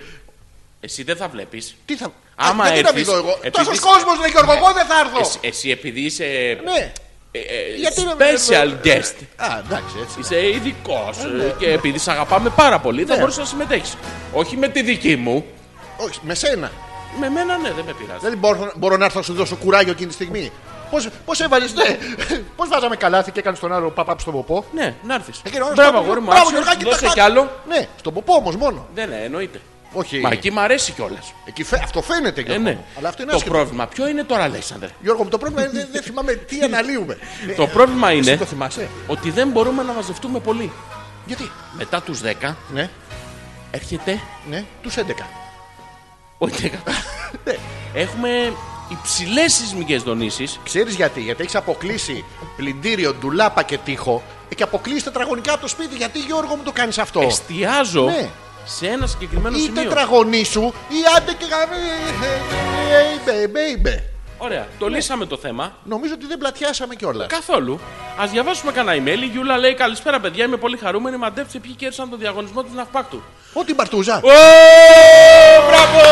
[SPEAKER 2] Εσύ δεν θα βλέπεις.
[SPEAKER 1] Τι θα.
[SPEAKER 2] Άμα
[SPEAKER 1] Α, γιατί να μην
[SPEAKER 2] έρθεις,
[SPEAKER 1] δω εγώ.
[SPEAKER 2] επειδή-
[SPEAKER 1] Τόσος κόσμος λέει Γιώργο, εγώ δεν θα
[SPEAKER 2] Εσύ,
[SPEAKER 1] έρθω.
[SPEAKER 2] εσύ επειδή είσαι.
[SPEAKER 1] Ναι.
[SPEAKER 2] ε, ε,
[SPEAKER 1] Γιατί να-
[SPEAKER 2] special guest.
[SPEAKER 1] Α, εντάξει, έτσι.
[SPEAKER 2] Είσαι ειδικό και επειδή σε αγαπάμε πάρα πολύ, θα
[SPEAKER 1] Ε, Ναι.
[SPEAKER 2] μπορούσες να συμμετέχεις. Όχι με τη δική μου.
[SPEAKER 1] Όχι, με σένα.
[SPEAKER 2] Με μένα ναι, δεν με πειράζει.
[SPEAKER 1] Δηλαδή μπορώ, μπορώ να έρθω να σου δώσω κουράγιο εκείνη τη στιγμή. Πώς, πώς έβαλες, ναι. Πώς βάζαμε καλάθι και έκανες τον άλλο παπάπ στον ποπό.
[SPEAKER 2] Ναι, να έρθεις.
[SPEAKER 1] Εκείνο,
[SPEAKER 2] Μπράβο,
[SPEAKER 1] στο-
[SPEAKER 2] αγόρι μου,
[SPEAKER 1] μπράβο,
[SPEAKER 2] άξιο,
[SPEAKER 1] Γιωργάκη,
[SPEAKER 2] δώσε
[SPEAKER 1] τα
[SPEAKER 2] κι άλλο.
[SPEAKER 1] Ναι, στον ποπό όμως μόνο.
[SPEAKER 2] Δεν ναι, εννοείται.
[SPEAKER 1] Όχι.
[SPEAKER 2] Μα εκεί μ' αρέσει κιόλας.
[SPEAKER 1] Εκεί φε- αυτό φαίνεται
[SPEAKER 2] Ε,
[SPEAKER 1] Γιώργο.
[SPEAKER 2] ναι.
[SPEAKER 1] μου. Αλλά αυτό είναι Ε,
[SPEAKER 2] το
[SPEAKER 1] άσχετο.
[SPEAKER 2] πρόβλημα ποιο είναι τώρα, Αλέξανδρε.
[SPEAKER 1] Γιώργο μου, το πρόβλημα είναι δεν δεν θυμάμαι τι αναλύουμε. Ε,
[SPEAKER 2] Το πρόβλημα
[SPEAKER 1] Εσύ
[SPEAKER 2] είναι
[SPEAKER 1] το θυμάσαι.
[SPEAKER 2] ότι δεν μπορούμε να μαζευτούμε πολύ.
[SPEAKER 1] Γιατί.
[SPEAKER 2] Μετά τους 10
[SPEAKER 1] Ναι,
[SPEAKER 2] έρχεται
[SPEAKER 1] ναι, τους 11.
[SPEAKER 2] ο 11.
[SPEAKER 1] Ναι.
[SPEAKER 2] Έχουμε υψηλές σεισμικές δονήσεις.
[SPEAKER 1] Ξέρεις γιατί. Γιατί έχεις αποκλείσει πλυντήριο, ντουλάπα και τείχο ε, και αποκλείσει τετραγωνικά από το σπίτι. Γιατί Γιώργο μου το κάνεις αυτό.
[SPEAKER 2] Εστιάζω
[SPEAKER 1] Ναι.
[SPEAKER 2] σε Ε, ένα συγκεκριμένο
[SPEAKER 1] Ή
[SPEAKER 2] σημείο.
[SPEAKER 1] τετραγωνί σου ή άντε και Ε, γαμί. ε, Μπέιμπε, μπέιμπε.
[SPEAKER 2] Ωραία, το
[SPEAKER 1] Ναι.
[SPEAKER 2] λύσαμε το θέμα.
[SPEAKER 1] ε. Νομίζω ότι δεν πλατιάσαμε κιόλα.
[SPEAKER 2] Καθόλου. Α διαβάσουμε κανένα email. Η Γιούλα λέει: Καλησπέρα, παιδιά. Είμαι πολύ χαρούμενη. Μαντέψτε ποιοι κέρδισαν τον διαγωνισμό του Ναυπάκτου.
[SPEAKER 1] Ό,τι μπαρτούζα.
[SPEAKER 2] Ω, μπράβο!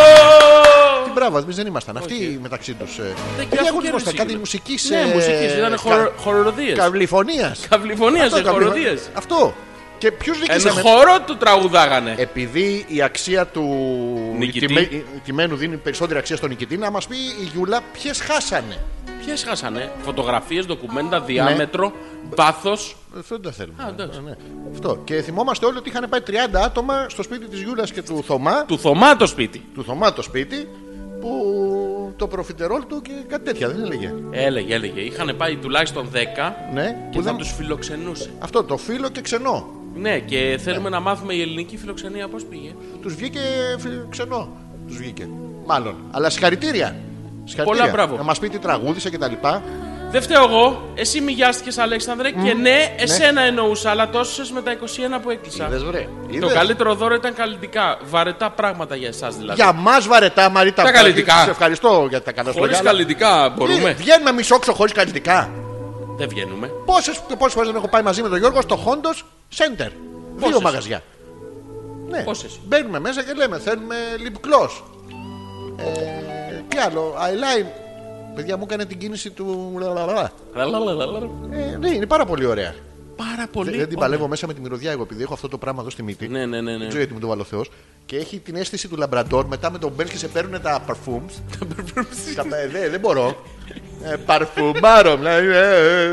[SPEAKER 1] Μπράβο, εμείς δεν ήμασταν. Αυτοί μεταξύ του.
[SPEAKER 2] Δεν
[SPEAKER 1] Δεν έχουν
[SPEAKER 2] κέρδισε
[SPEAKER 1] γνωστά
[SPEAKER 2] η
[SPEAKER 1] κάτι ε,
[SPEAKER 2] Γιούλα.
[SPEAKER 1] μουσική.
[SPEAKER 2] Ναι, μουσική. Ήταν χοροδίε.
[SPEAKER 1] Καβλιφωνία.
[SPEAKER 2] Καβλιφωνία, σε χοροδίε.
[SPEAKER 1] Αυτό. Και ποιου
[SPEAKER 2] Εν
[SPEAKER 1] νικήσαμε.
[SPEAKER 2] χώρο του τραγουδάγανε. Ε,
[SPEAKER 1] Επειδή η αξία του
[SPEAKER 2] Νικητή.
[SPEAKER 1] τιμέ- η- τιμένου δίνει περισσότερη αξία στον νικητή, να μας πει η Γιούλα ποιες χάσανε.
[SPEAKER 2] Ποιες χάσανε. Φωτογραφίες,
[SPEAKER 1] Ναι.
[SPEAKER 2] ντοκουμέντα, διάμετρο, βάθο.
[SPEAKER 1] Αυτό δεν τα θέλουμε.
[SPEAKER 2] Α, εντάξει.
[SPEAKER 1] Ναι. Αυτό. Και θυμόμαστε όλοι ότι είχαν πάει 30 άτομα στο σπίτι της Γιούλας και του Θωμά.
[SPEAKER 2] Του Θωμά το σπίτι.
[SPEAKER 1] του Θωμά το σπίτι που το προφιτερόλ του και κάτι τέτοια, δεν έλεγε.
[SPEAKER 2] Έλεγε, έλεγε. Είχαν πάει τουλάχιστον 10
[SPEAKER 1] Ναι,
[SPEAKER 2] και
[SPEAKER 1] που
[SPEAKER 2] θα
[SPEAKER 1] δεν...
[SPEAKER 2] τους φιλοξενούσε.
[SPEAKER 1] Αυτό το φίλο και ξενό.
[SPEAKER 2] Ναι, και θέλουμε να μάθουμε η ελληνική φιλοξενία πώς πήγε.
[SPEAKER 1] Τους βγήκε φι- ξενό. Τους βγήκε. Μάλλον. Αλλά συγχαρητήρια. Συγχαρητήρια.
[SPEAKER 2] Πολλά μπράβο.
[SPEAKER 1] Να μας πει τι τραγούδισε και τα λοιπά.
[SPEAKER 2] Δεν φταίω εγώ. Εσύ μη γιάστηκε, Αλέξανδρε. Και ναι, εσένα εννοούσα, αλλά τόσες με τα 21 που έκλεισα.
[SPEAKER 1] Είδες, βρε.
[SPEAKER 2] Το
[SPEAKER 1] Είδες.
[SPEAKER 2] καλύτερο δώρο ήταν καλλιτικά. Βαρετά πράγματα για εσάς δηλαδή.
[SPEAKER 1] Για μας βαρετά, Μαρίτα.
[SPEAKER 2] Τα
[SPEAKER 1] Παπαδάκη,
[SPEAKER 2] καλλιτικά.
[SPEAKER 1] Σε ευχαριστώ για τα καλά
[SPEAKER 2] Χωρίς
[SPEAKER 1] λόγια.
[SPEAKER 2] καλλιτικά
[SPEAKER 1] αλλά-
[SPEAKER 2] μπορούμε.
[SPEAKER 1] Ε, Βγαίνουμε μισόξο χωρίς καλλιτικά.
[SPEAKER 2] Δεν βγαίνουμε.
[SPEAKER 1] Πόσες πόσες φορές δεν έχω πάει μαζί με τον Γιώργο στο Χόντος Center. Δύο
[SPEAKER 2] Πόσες?
[SPEAKER 1] μαγαζιά. Ναι.
[SPEAKER 2] Πόσες?
[SPEAKER 1] Μπαίνουμε μέσα και λέμε θέλουμε lip gloss. Ε, τι άλλο, eyeliner. Παιδιά μου έκανε την κίνηση του. λαλαλαλα. Ε, ναι, είναι πάρα πολύ ωραία.
[SPEAKER 2] Πάρα
[SPEAKER 1] Δεν-
[SPEAKER 2] πολύ.
[SPEAKER 1] Δεν την παλεύω μέσα με τη μυρωδιά εγώ, επειδή έχω αυτό το πράγμα εδώ στη μύτη.
[SPEAKER 2] Ναι, ναι, ναι. ναι.
[SPEAKER 1] Δεν ξέρω γιατί μου το βάλω ο Θεός. Και έχει την αίσθηση του λαμπραντόρ. Μετά με τον μπαίνει και σε παίρνουν τα parfums. Τα πα- δεν, δεν μπορώ. Ε, παρφουμάρο, ε, ε, ε,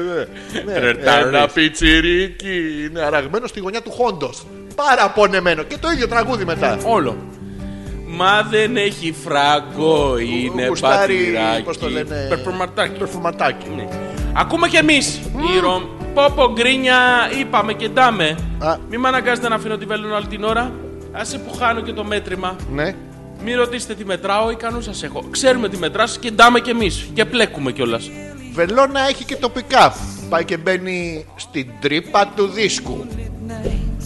[SPEAKER 1] ε.
[SPEAKER 2] Ρετάνα
[SPEAKER 1] Ε, πιτσιρίκι. Είναι αραγμένο στη γωνιά του Χόντος. Παραπονεμένο. Και το ίδιο τραγούδι μετά.
[SPEAKER 2] Όλο. Μα δεν έχει φράγκο, είναι
[SPEAKER 1] γουστάρει,
[SPEAKER 2] πατηράκι.
[SPEAKER 1] πώς το λένε,
[SPEAKER 2] Περπορματάκι.
[SPEAKER 1] Περφουματάκι.
[SPEAKER 2] Ναι. Ακούμε κι εμείς. Η Ρο... Πόπο γκρίνια, είπαμε και ντάμε.
[SPEAKER 1] Α.
[SPEAKER 2] Μη με αναγκάζετε να αφήνω τη βέλονα όλη την ώρα. Άσε που χάνω και το μέτρημα.
[SPEAKER 1] Ναι.
[SPEAKER 2] Μη ρωτήσετε τι μετράω, ικανούς σας έχω. Ξέρουμε τι μετράς και ντάμε κι εμείς. Και πλέκουμε κιόλας.
[SPEAKER 1] Βελόνα έχει και το pick-up. Πάει και μπαίνει στην τρύπα του δίσκου.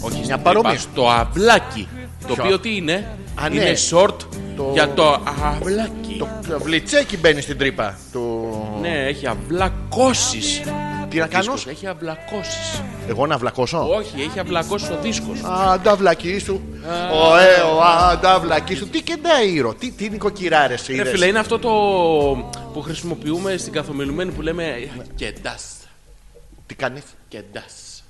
[SPEAKER 2] Όχι στην
[SPEAKER 1] Μια
[SPEAKER 2] τρύπα,
[SPEAKER 1] παρόμοια.
[SPEAKER 2] Στο αυλάκι. Το
[SPEAKER 1] Ποιο?
[SPEAKER 2] οποίο τι είναι.
[SPEAKER 1] Α, ναι.
[SPEAKER 2] είναι short
[SPEAKER 1] Το-
[SPEAKER 2] για το αυλάκι.
[SPEAKER 1] Το βλιτσέκι μπαίνει στην τρύπα του.
[SPEAKER 2] Ναι, έχει αυλακώσεις.
[SPEAKER 1] Τι να κάνω,
[SPEAKER 2] Δίσκος, Έχει αυλακώσεις.
[SPEAKER 1] Εγώ να βλακώσω.
[SPEAKER 2] Όχι, έχει αυλακώσει ο δίσκος.
[SPEAKER 1] Ανταβλακή σου. Ωε, ο ανταβλακή σου. Τι κεντά ήρο, τι, τι νοικοκυράρε
[SPEAKER 2] Ρε
[SPEAKER 1] είδες.
[SPEAKER 2] Ε, φίλε, είναι αυτό το που χρησιμοποιούμε στην καθομιλουμένη που λέμε κεντάς.
[SPEAKER 1] Τι κάνεις.
[SPEAKER 2] Κεντάς.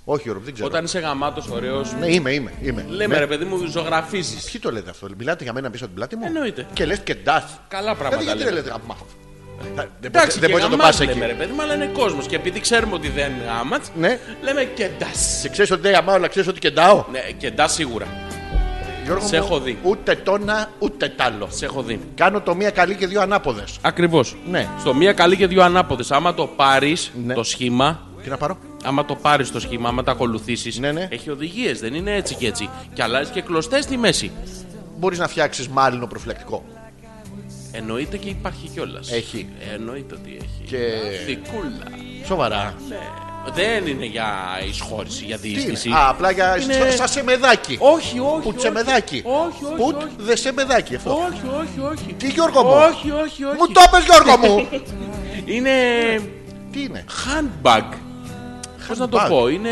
[SPEAKER 1] Όχι, Γιώργο, δεν ξέρω.
[SPEAKER 2] Όταν είσαι γαμάτος, ωραίος.
[SPEAKER 1] Ναι, είμαι, είμαι. είμαι.
[SPEAKER 2] Λέμε
[SPEAKER 1] Ναι.
[SPEAKER 2] ρε παιδί μου, ζωγραφίζεις.
[SPEAKER 1] Ποιοι το λέτε αυτό, μιλάτε για μένα πίσω από την πλάτη μου.
[SPEAKER 2] Εννοείται.
[SPEAKER 1] Και λες κεντάς.
[SPEAKER 2] Καλά
[SPEAKER 1] Δηλαδή,
[SPEAKER 2] πράγματα.
[SPEAKER 1] γιατί
[SPEAKER 2] λέμε.
[SPEAKER 1] δεν λέτε γαμά. Δεν μπορείς-
[SPEAKER 2] Εντάξει,
[SPEAKER 1] δεν
[SPEAKER 2] και
[SPEAKER 1] μπορείς να το
[SPEAKER 2] γαμάτ
[SPEAKER 1] πα
[SPEAKER 2] λέμε, ρε
[SPEAKER 1] εκεί.
[SPEAKER 2] παιδί μου, αλλά είναι κόσμος. Και επειδή ξέρουμε ότι δεν είναι άματ,
[SPEAKER 1] Ναι.
[SPEAKER 2] λέμε κεντά.
[SPEAKER 1] Και ξέρεις ότι δεν γαμάω, αλλά ξέρεις ότι κεντάω.
[SPEAKER 2] Ναι, κεντά σίγουρα.
[SPEAKER 1] Γιώργο
[SPEAKER 2] σε
[SPEAKER 1] μου,
[SPEAKER 2] έχω δει.
[SPEAKER 1] Ούτε τόνα, ούτε τ' άλλο.
[SPEAKER 2] Σε έχω δει.
[SPEAKER 1] Κάνω το μία καλή και δύο ανάποδες.
[SPEAKER 2] Ακριβώς.
[SPEAKER 1] Ναι.
[SPEAKER 2] Στο μία καλή και δύο ανάποδες. Άμα το πάρεις
[SPEAKER 1] Ναι.
[SPEAKER 2] το σχήμα,
[SPEAKER 1] Τι να πάρω.
[SPEAKER 2] άμα το πάρεις το σχήμα, άμα τα ακολουθήσεις,
[SPEAKER 1] Ναι, ναι.
[SPEAKER 2] έχει οδηγίες. Δεν είναι έτσι και έτσι. Και αλλάζεις και κλωστές στη μέση.
[SPEAKER 1] Μπορείς να φτιάξεις μάλινο προφυλακτικό.
[SPEAKER 2] Εννοείται και υπάρχει κιόλας.
[SPEAKER 1] Έχει.
[SPEAKER 2] Εννοείται ότι έχει.
[SPEAKER 1] Και-
[SPEAKER 2] Δικούλα.
[SPEAKER 1] Σοβαρά.
[SPEAKER 2] Δεν είναι για εισχώρηση, για
[SPEAKER 1] Τι
[SPEAKER 2] διείσδυση.
[SPEAKER 1] είναι. Α, απλά για.
[SPEAKER 2] Είναι-
[SPEAKER 1] σαν- Σαν σεμεδάκι.
[SPEAKER 2] Όχι, όχι.
[SPEAKER 1] Πουτ
[SPEAKER 2] όχι.
[SPEAKER 1] σεμεδάκι.
[SPEAKER 2] Όχι, όχι.
[SPEAKER 1] Πουτ
[SPEAKER 2] όχι.
[SPEAKER 1] δε σεμεδάκι αυτό.
[SPEAKER 2] Όχι, όχι, όχι.
[SPEAKER 1] Τι, Γιώργο μου?
[SPEAKER 2] Όχι, όχι, όχι.
[SPEAKER 1] Μου το πες Γιώργο μου.
[SPEAKER 2] Είναι
[SPEAKER 1] Τι είναι.
[SPEAKER 2] handbag. Πώς να το
[SPEAKER 1] Handbag.
[SPEAKER 2] πω, είναι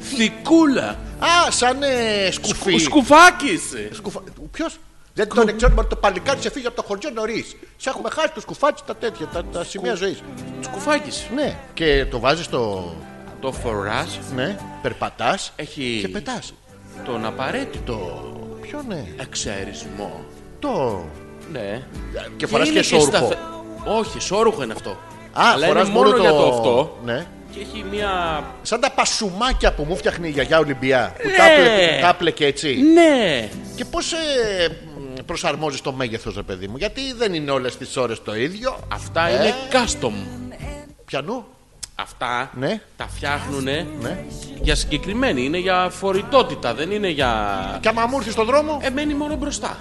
[SPEAKER 2] θικούλα.
[SPEAKER 1] Α, σαν ε, σκουφί.
[SPEAKER 2] Σκουφάκι.
[SPEAKER 1] Σκουφα... Ποιος. Δεν τον ξέρουμε ότι το παλικάρι σε φύγει από το χωριό νωρίς. Σε έχουμε χάσει τους σκουφάτσι τα τέτοια, τα, τα σημεία ζωή.
[SPEAKER 2] Σκουφάκι.
[SPEAKER 1] Ναι. Και το βάζεις στο.
[SPEAKER 2] Το φοράς
[SPEAKER 1] Ναι. Περπατάς
[SPEAKER 2] έχει
[SPEAKER 1] και πετάς.
[SPEAKER 2] τον απαραίτητο
[SPEAKER 1] Το. Ποιο ναι.
[SPEAKER 2] εξαερισμό.
[SPEAKER 1] Το.
[SPEAKER 2] Ναι.
[SPEAKER 1] Και φοράς
[SPEAKER 2] είναι
[SPEAKER 1] και σόρουχο.
[SPEAKER 2] σταθε- Όχι, σόρουχο είναι αυτό.
[SPEAKER 1] Α,
[SPEAKER 2] Αλλά
[SPEAKER 1] φοράς
[SPEAKER 2] είναι μόνο
[SPEAKER 1] το...
[SPEAKER 2] για το αυτό.
[SPEAKER 1] Ναι.
[SPEAKER 2] Και έχει μία.
[SPEAKER 1] Σαν τα πασουμάκια που μου φτιάχνει η γιαγιά Ολυμπιά. Που
[SPEAKER 2] Ναι.
[SPEAKER 1] τα άπλε- τα άπλε και έτσι.
[SPEAKER 2] Ναι!
[SPEAKER 1] Και πώς ε, μ, προσαρμόζεις το μέγεθος ρε παιδί μου, Γιατί δεν είναι όλες τις ώρες το ίδιο.
[SPEAKER 2] Αυτά
[SPEAKER 1] Ε.
[SPEAKER 2] είναι custom.
[SPEAKER 1] Πιανού.
[SPEAKER 2] Αυτά
[SPEAKER 1] Ναι.
[SPEAKER 2] τα φτιάχνουν
[SPEAKER 1] Ναι.
[SPEAKER 2] για συγκεκριμένη. Είναι για φορητότητα, δεν είναι για.
[SPEAKER 1] Και άμα μου έρθεις στον δρόμο,
[SPEAKER 2] Ε, μένει μόνο μπροστά.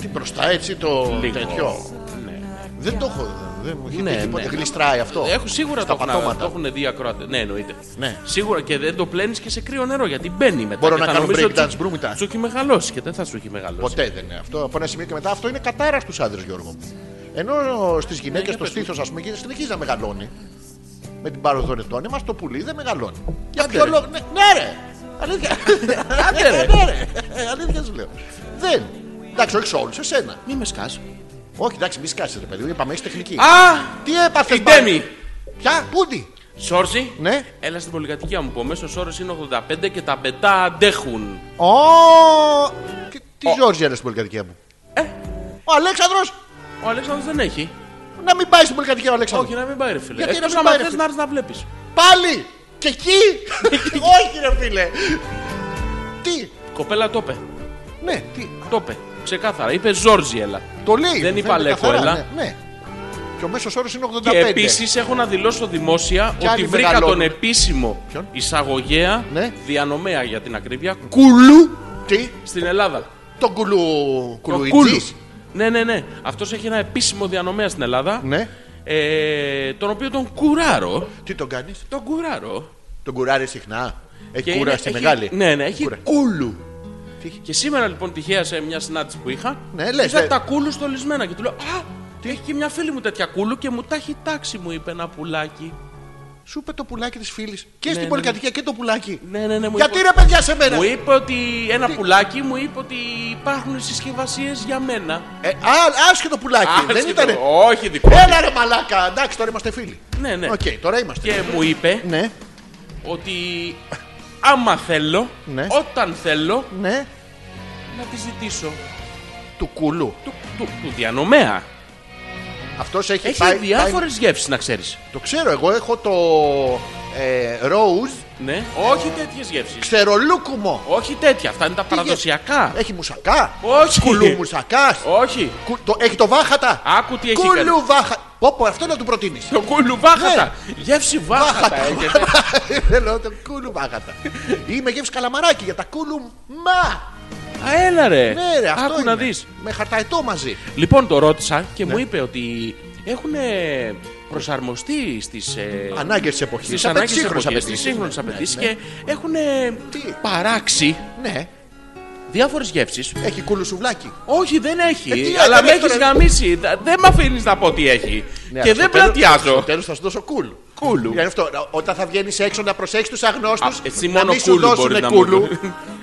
[SPEAKER 1] τι μπροστά έτσι το
[SPEAKER 2] Λίγο.
[SPEAKER 1] τέτοιο.
[SPEAKER 2] Ναι.
[SPEAKER 1] Δεν το έχω. δε- Δεν μου έχει
[SPEAKER 2] Ναι,
[SPEAKER 1] τύχει ποτέ.
[SPEAKER 2] ναι.
[SPEAKER 1] Γλιστράει αυτό.
[SPEAKER 2] Έχω σίγουρα
[SPEAKER 1] Στα
[SPEAKER 2] το έχουν,
[SPEAKER 1] πατώματα.
[SPEAKER 2] το έχουν δει ακροατές. Ναι, εννοείται.
[SPEAKER 1] Ναι.
[SPEAKER 2] Σίγουρα και δεν το πλένεις και σε κρύο νερό γιατί μπαίνει μετά.
[SPEAKER 1] Μπορώ
[SPEAKER 2] και
[SPEAKER 1] να
[SPEAKER 2] θα
[SPEAKER 1] κάνω
[SPEAKER 2] νομίζω ότι
[SPEAKER 1] breakdance
[SPEAKER 2] σου-
[SPEAKER 1] μπρούμητα.
[SPEAKER 2] Σου έχει μεγαλώσει και δεν θα σου έχει μεγαλώσει.
[SPEAKER 1] Ποτέ δεν είναι αυτό. Από ένα σημείο και μετά αυτό είναι κατάρα στους άντρες Γιώργο μου. Ενώ στις γυναίκες
[SPEAKER 2] Ναι, για
[SPEAKER 1] το
[SPEAKER 2] πες μου.
[SPEAKER 1] στήθος ας πούμε και συνεχίζει να μεγαλώνει. Με την παροδονετόνη μας το πουλί δεν μεγαλώνει. Για
[SPEAKER 2] Άντε
[SPEAKER 1] ποιο
[SPEAKER 2] ρε.
[SPEAKER 1] λόγο. Ναι, ναι, ρε. Αλήθεια.
[SPEAKER 2] Άντε, ρε.
[SPEAKER 1] Ναι, ρε. Αλήθεια σου λέω. Δεν. Εντάξει, όχι σε όλους, σε σένα.
[SPEAKER 2] Μη με σκάς.
[SPEAKER 1] Όχι, εντάξει, μη σκάσεις ρε παιδί, μου, είπαμε, έχεις τεχνική.
[SPEAKER 2] Α!
[SPEAKER 1] τι έπαθες,
[SPEAKER 2] Η Ντέμι.
[SPEAKER 1] Ποια, πούντι.
[SPEAKER 2] Σόρζι.
[SPEAKER 1] Ναι.
[SPEAKER 2] Έλα στην πολυκατοικία μου που ο μέσο όρο είναι 85 και τα πετά αντέχουν.
[SPEAKER 1] Ο. Και Τι
[SPEAKER 2] Ο. Ε.
[SPEAKER 1] Ζόρζι έλεγε στην πολυκατοικία μου. Ο Αλέξανδρος
[SPEAKER 2] Ο Αλέξανδρος δεν έχει.
[SPEAKER 1] να μην πάει στην πολυκατοικία ο Αλέξανδρος.
[SPEAKER 2] Όχι, να μην πάει ρε φίλε.
[SPEAKER 1] Γιατί να
[SPEAKER 2] Εκτός
[SPEAKER 1] μην
[SPEAKER 2] άμα
[SPEAKER 1] πάει, ρε
[SPEAKER 2] θες
[SPEAKER 1] φίλε?
[SPEAKER 2] να έρθεις να βλέπεις.
[SPEAKER 1] Πάλι! Και εκεί! Όχι, ρε φίλε! Τι!
[SPEAKER 2] Κοπέλα το είπε.
[SPEAKER 1] Ναι, τι.
[SPEAKER 2] Το είπε. Ξεκάθαρα. Είπε Ζόρζι έλα.
[SPEAKER 1] Το λέει.
[SPEAKER 2] Δεν είπα
[SPEAKER 1] φαίνεται
[SPEAKER 2] Αλέκο,
[SPEAKER 1] καθαρά,
[SPEAKER 2] έλα.
[SPEAKER 1] Ναι, ναι. Και ο μέσος όρος είναι 85.
[SPEAKER 2] Και επίσης έχω να δηλώσω δημόσια
[SPEAKER 1] Κι άλλοι
[SPEAKER 2] ότι βρήκα
[SPEAKER 1] μεγαλώνουν.
[SPEAKER 2] τον επίσημο
[SPEAKER 1] Ποιον?
[SPEAKER 2] εισαγωγέα,
[SPEAKER 1] Ναι.
[SPEAKER 2] διανομέα για την ακρίβεια, κου-
[SPEAKER 1] Κουλού. Τι,
[SPEAKER 2] στην Ελλάδα.
[SPEAKER 1] τον κουλου.
[SPEAKER 2] Ο
[SPEAKER 1] Κουλουιτζής.
[SPEAKER 2] Ναι, ναι, ναι. Αυτός έχει ένα επίσημο διανομέα στην Ελλάδα.
[SPEAKER 1] Ναι.
[SPEAKER 2] Ε, τον οποίο τον κουράρω.
[SPEAKER 1] Τι τον κάνεις,
[SPEAKER 2] Τον κουράρω.
[SPEAKER 1] τον κουράρεις συχνά. Έχει
[SPEAKER 2] είναι-
[SPEAKER 1] κουράσει
[SPEAKER 2] έχει-
[SPEAKER 1] μεγάλη.
[SPEAKER 2] Ναι, ναι, έχει
[SPEAKER 1] Κούρα.
[SPEAKER 2] κούλου.
[SPEAKER 1] Τι έχει?
[SPEAKER 2] Και σήμερα λοιπόν τυχαία σε μια συνάντηση που είχα,
[SPEAKER 1] Ναι, λες,
[SPEAKER 2] είδα
[SPEAKER 1] ε.
[SPEAKER 2] τα κούλου στολισμένα και του λέω Α, έχει και μια φίλη μου τέτοια κούλου και μου τα έχει τάξει, μου είπε ένα πουλάκι.
[SPEAKER 1] Σου είπε το πουλάκι της φίλης και
[SPEAKER 2] ναι,
[SPEAKER 1] στην
[SPEAKER 2] ναι.
[SPEAKER 1] πολυκατοικία και το πουλάκι.
[SPEAKER 2] Ναι, ναι, ναι, μου
[SPEAKER 1] Γιατί
[SPEAKER 2] είπε...
[SPEAKER 1] ρε παιδιά σε μένα.
[SPEAKER 2] Μου είπε ότι ένα πουλάκι μου είπε ότι υπάρχουν συσκευασίες για μένα.
[SPEAKER 1] Ε, α, άσχετο πουλάκι. Δεν
[SPEAKER 2] Άσχετο.
[SPEAKER 1] ήταν.
[SPEAKER 2] Όχι, δικό. μου.
[SPEAKER 1] Έλα ρε μαλάκα, εντάξει τώρα είμαστε φίλοι.
[SPEAKER 2] Ναι, ναι.
[SPEAKER 1] Οκ, τώρα είμαστε.
[SPEAKER 2] Και μου είπε
[SPEAKER 1] Ναι,
[SPEAKER 2] ότι άμα θέλω,
[SPEAKER 1] Ναι.
[SPEAKER 2] όταν θέλω,
[SPEAKER 1] ναι,
[SPEAKER 2] να τη ζητήσω.
[SPEAKER 1] του κουλού.
[SPEAKER 2] Του, του, του διανομέα.
[SPEAKER 1] Αυτός έχει,
[SPEAKER 2] Έχει
[SPEAKER 1] πάει-
[SPEAKER 2] διάφορες γεύσεις, να ξέρεις.
[SPEAKER 1] πάει- Το ξέρω, εγώ έχω το ε, rose
[SPEAKER 2] Ναι. Όχι τέτοιες γεύσεις.
[SPEAKER 1] ξερολούκουμο.
[SPEAKER 2] Όχι τέτοια, αυτά είναι τα
[SPEAKER 1] γεύση?
[SPEAKER 2] παραδοσιακά.
[SPEAKER 1] Έχει μουσακά.
[SPEAKER 2] Όχι.
[SPEAKER 1] Κουλού μουσακά.
[SPEAKER 2] Όχι.
[SPEAKER 1] Έχει το βάχατα.
[SPEAKER 2] Άκου τι έχει κάνει.
[SPEAKER 1] Κουλού βάχατα. Πω πω, αυτό να του προτείνεις.
[SPEAKER 2] Το κούλου βάχατα.
[SPEAKER 1] Ναι.
[SPEAKER 2] Γεύση βάχατα έχετε.
[SPEAKER 1] Θέλω το κούλου βάχατα. Είμαι γεύση καλαμαράκι για τα κούλου μα.
[SPEAKER 2] Α, έλα ρε.
[SPEAKER 1] Ναι, ρε, αυτό
[SPEAKER 2] Ε, Άκου
[SPEAKER 1] είναι. Ναι.
[SPEAKER 2] να δεις.
[SPEAKER 1] Με χαρταετό μαζί.
[SPEAKER 2] Λοιπόν, το ρώτησα και μου είπε ότι έχουν προσαρμοστεί στις... Ε...
[SPEAKER 1] Ανάγκες της εποχής.
[SPEAKER 2] Στις ανάγκες στις σύγχρονες απαιτήσει και έχουν
[SPEAKER 1] Ναι, Τι?
[SPEAKER 2] παράξει
[SPEAKER 1] Ναι,
[SPEAKER 2] διάφορες γεύσεις.
[SPEAKER 1] έχει κούλου σουβλάκι.
[SPEAKER 2] Όχι, δεν
[SPEAKER 1] Ε, τι,
[SPEAKER 2] έχει, αλλά
[SPEAKER 1] δεν
[SPEAKER 2] με
[SPEAKER 1] έχεις
[SPEAKER 2] έχει
[SPEAKER 1] τώρα.
[SPEAKER 2] γαμίσει. Τα- Δεν με αφήνεις να πω τι έχει. Και δεν πλατιάζω.
[SPEAKER 1] Τέλος θα σου δώσω Ναι, κούλου.
[SPEAKER 2] Κούλου.
[SPEAKER 1] Για αυτό, να- όταν θα βγαίνεις έξω να προσέχει του
[SPEAKER 2] Α,
[SPEAKER 1] αγνώστου.
[SPEAKER 2] Εσύ μόνο κούλου μπορείς να μου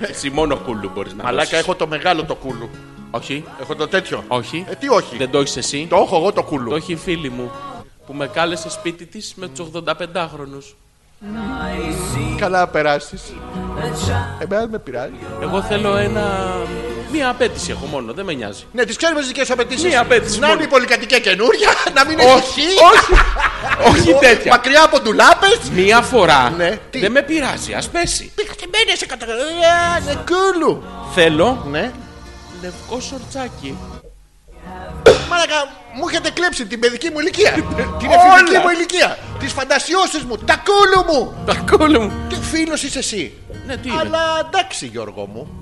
[SPEAKER 2] Εσύ μόνο κούλου μπορείς να
[SPEAKER 1] Μαλάκα,
[SPEAKER 2] δώσεις.
[SPEAKER 1] έχω το μεγάλο το κούλου.
[SPEAKER 2] Όχι,
[SPEAKER 1] Έχω το τέτοιο.
[SPEAKER 2] όχι.
[SPEAKER 1] Ε, τι όχι.
[SPEAKER 2] Δεν το έχεις εσύ.
[SPEAKER 1] Το έχω εγώ το κούλου.
[SPEAKER 2] Το έχει η φίλη μου που με κάλεσε σπίτι της με τους 85χρονου.
[SPEAKER 1] Καλά να περάσεις. Εμένα δεν με πειράζει.
[SPEAKER 2] Εγώ θέλω ένα. Μία απέτηση έχω μόνο, δεν με νοιάζει.
[SPEAKER 1] Ναι, τις ξέρουμε τι δικές απαιτήσεις.
[SPEAKER 2] Μία απέτηση
[SPEAKER 1] Να
[SPEAKER 2] Ναι, μόνο.
[SPEAKER 1] είναι η πολυκατοικία καινούρια, να μην έχει
[SPEAKER 2] Όχι,
[SPEAKER 1] χ,
[SPEAKER 2] όχι, όχι τέτοια.
[SPEAKER 1] Μακριά από ντουλάπες.
[SPEAKER 2] Μία φορά
[SPEAKER 1] Ναι, τι?
[SPEAKER 2] δεν με πειράζει, ας πέσει.
[SPEAKER 1] Πηγαίνει σε καταγραφία. Ναι, κούλου.
[SPEAKER 2] Θέλω
[SPEAKER 1] Ναι.
[SPEAKER 2] λευκό σορτσάκι.
[SPEAKER 1] Μάλακα, μου έχετε κλέψει την παιδική μου ηλικία. την
[SPEAKER 2] Όλα.
[SPEAKER 1] εφηβική μου ηλικία. Τις φαντασιώσεις μου, τα κούλου μου.
[SPEAKER 2] Τα κόλλο μου.
[SPEAKER 1] Τι φίλος είσαι εσύ.
[SPEAKER 2] Ναι, τι είναι.
[SPEAKER 1] Αλλά εντάξει, Γιώργο μου.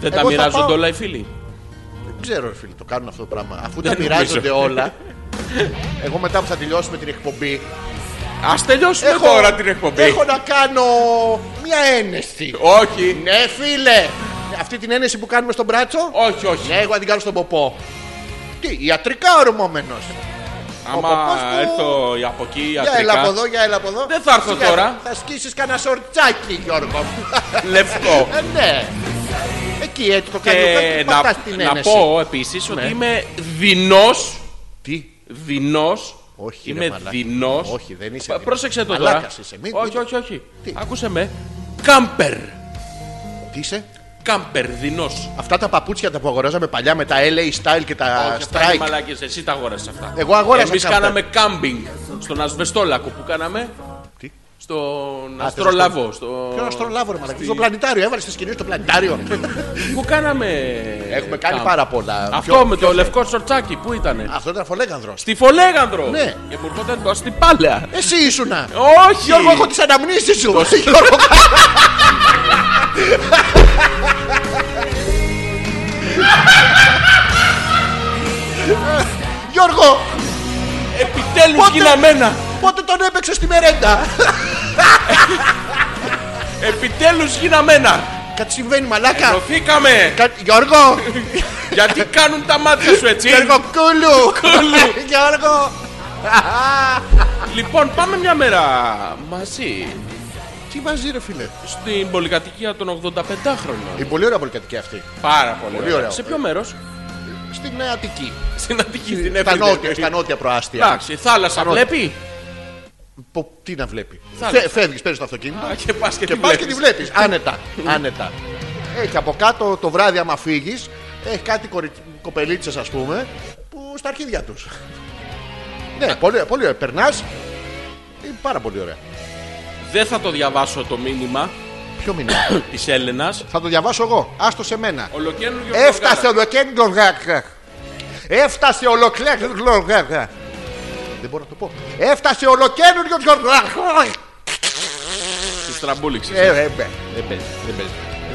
[SPEAKER 2] Δεν
[SPEAKER 1] εγώ
[SPEAKER 2] τα
[SPEAKER 1] θα
[SPEAKER 2] μοιράζονται
[SPEAKER 1] πάω.
[SPEAKER 2] όλα οι φίλοι.
[SPEAKER 1] Δεν ξέρω, ρε φίλε, το κάνουν αυτό το πράγμα. Αφού
[SPEAKER 2] Δεν
[SPEAKER 1] τα μοιράζονται
[SPEAKER 2] νομίζω.
[SPEAKER 1] όλα. Εγώ μετά που θα τελειώσουμε την εκπομπή.
[SPEAKER 2] Ας τελειώσουμε τώρα την εκπομπή.
[SPEAKER 1] Έχω να κάνω μια ένεση.
[SPEAKER 2] Όχι,
[SPEAKER 1] Ναι, φίλε. Αυτή την ένεση που κάνουμε στον μπράτσο.
[SPEAKER 2] όχι, όχι.
[SPEAKER 1] Ναι, εγώ θα την κάνω στον ποπό. Τι, ιατρικά ορμόμενος. παπάς
[SPEAKER 2] Άμα
[SPEAKER 1] του-
[SPEAKER 2] έρθω από εκεί,
[SPEAKER 1] Για έλα από εδώ,
[SPEAKER 2] ιατρικά,
[SPEAKER 1] για έλα από εδώ.
[SPEAKER 2] Δεν θα έρθω
[SPEAKER 1] Σιγά,
[SPEAKER 2] τώρα.
[SPEAKER 1] Θα σκίσεις κανένα σορτσάκι, Γιώργο.
[SPEAKER 2] λευκό.
[SPEAKER 1] Ε, ναι. Εκεί έτσι το κάνει.
[SPEAKER 2] Και
[SPEAKER 1] Να, πατάς
[SPEAKER 2] να,
[SPEAKER 1] την
[SPEAKER 2] να
[SPEAKER 1] ένεση.
[SPEAKER 2] πω επίσης ότι είμαι δεινός
[SPEAKER 1] Ναι. Τι.
[SPEAKER 2] δεινός
[SPEAKER 1] Όχι, ρε
[SPEAKER 2] είμαι
[SPEAKER 1] μαλάκα.
[SPEAKER 2] δεινός
[SPEAKER 1] Όχι, δεν είσαι
[SPEAKER 2] Πα-
[SPEAKER 1] δεινός.
[SPEAKER 2] Πρόσεξε το τώρα.
[SPEAKER 1] Μαλάκας είσαι, μην-
[SPEAKER 2] όχι,
[SPEAKER 1] μην-
[SPEAKER 2] όχι, όχι.
[SPEAKER 1] Τι?
[SPEAKER 2] Άκουσε με. Κάμπερ.
[SPEAKER 1] Τι είσαι.
[SPEAKER 2] Κάμπερ, δεινός
[SPEAKER 1] Αυτά τα παπούτσια τα που αγοράζαμε παλιά με τα LA style και τα
[SPEAKER 2] όχι, αυτά είναι
[SPEAKER 1] strike.
[SPEAKER 2] μαλάκες, εσύ τα αγόρασες αυτά.
[SPEAKER 1] Εγώ αγόρασα
[SPEAKER 2] Εμείς
[SPEAKER 1] κάμπερ.
[SPEAKER 2] κάναμε κάμπινγκ στον Ασβεστόλακο που κάναμε.
[SPEAKER 1] Τι?
[SPEAKER 2] Στον
[SPEAKER 1] θες
[SPEAKER 2] Αστρολαβό. Στο...
[SPEAKER 1] Ποιο αστρολάβο, ρε μαλακά. Στο πλανητάριο, έβαλες τις σκηνές στο πλανητάριο.
[SPEAKER 2] Που κάναμε.
[SPEAKER 1] Έχουμε κάνει
[SPEAKER 2] κάμπ.
[SPEAKER 1] πάρα πολλά.
[SPEAKER 2] Αυτό
[SPEAKER 1] Ποιο-
[SPEAKER 2] με το λευκό σορτσάκι, που ήτανε.
[SPEAKER 1] Αυτό ήταν φολέγανδρο.
[SPEAKER 2] Στη Φολέγανδρο!
[SPEAKER 1] Ναι.
[SPEAKER 2] Και μου έρχονταν το στην Πάλαια.
[SPEAKER 1] Εσύ ήσουνα.
[SPEAKER 2] Όχι!
[SPEAKER 1] Γιώργο, έχω τις αναμνήσεις σου. Γιώργο. Γιώργο,
[SPEAKER 2] Επιτέλους
[SPEAKER 1] Πότε-
[SPEAKER 2] γίναμε ένα!
[SPEAKER 1] πότε τον έπαιξες στη μερέντα.
[SPEAKER 2] Επιτέλους γίναμε ένα!
[SPEAKER 1] Κάτι συμβαίνει, μαλάκα.
[SPEAKER 2] Ενωθήκαμε!
[SPEAKER 1] Κάτι- Γιώργο,
[SPEAKER 2] Γιατί κάνουν τα μάτια σου έτσι!
[SPEAKER 1] Γιώργο Κούλου.
[SPEAKER 2] Κούλου.
[SPEAKER 1] Γιώργο.
[SPEAKER 2] λοιπόν, πάμε μια μέρα μαζί
[SPEAKER 1] Τι μαζί ρε φίλε.
[SPEAKER 2] στην πολυκατοικία των 85χρονων.
[SPEAKER 1] Η πολύ ωραία πολυκατοικία αυτή.
[SPEAKER 2] Πάρα πολύ,
[SPEAKER 1] Πολύ ωραίο.
[SPEAKER 2] Σε ποιο μέρος?
[SPEAKER 1] Στην ε, Αττική.
[SPEAKER 2] Στην Αττική, στην
[SPEAKER 1] Στα
[SPEAKER 2] Εύη.
[SPEAKER 1] νότια, στα νότια προάστια.
[SPEAKER 2] Εντάξει, θάλασσα
[SPEAKER 1] Νότια.
[SPEAKER 2] βλέπει.
[SPEAKER 1] Πο- Τι να βλέπει.
[SPEAKER 2] Θάλασσα.
[SPEAKER 1] Φε- Φεύγεις, παίρνεις το αυτοκίνητο.
[SPEAKER 2] Α, Και πας και,
[SPEAKER 1] Και
[SPEAKER 2] τη
[SPEAKER 1] πας και τη
[SPEAKER 2] βλέπεις.
[SPEAKER 1] βλέπει. Άνετα. Άνετα. Έχει από κάτω το βράδυ, άμα φύγεις, έχει κάτι κορι... κοπελίτσες, ας πούμε, που στα αρχίδια τους. ναι, πολύ, πολύ ωραία. Περνάς. Πάρα πολύ ωραία.
[SPEAKER 2] Δεν θα το διαβάσω το μήνυμα
[SPEAKER 1] Ποιο μήνα.
[SPEAKER 2] της Έλενας.
[SPEAKER 1] Θα το διαβάσω εγώ. Άστο σε μένα.
[SPEAKER 2] Ολοκένουργιο
[SPEAKER 1] Έφτασε
[SPEAKER 2] Γαργάρα.
[SPEAKER 1] ολοκλέγγλο γάκα. Έφτασε ολοκλέγγλο γάκα. δεν μπορώ να το πω. Έφτασε ολοκένουργιος Γιώργος.
[SPEAKER 2] Τη τραμπούληξε.
[SPEAKER 1] Ε, ε, ε.
[SPEAKER 2] Δεν παίζει. Δεν παίζει.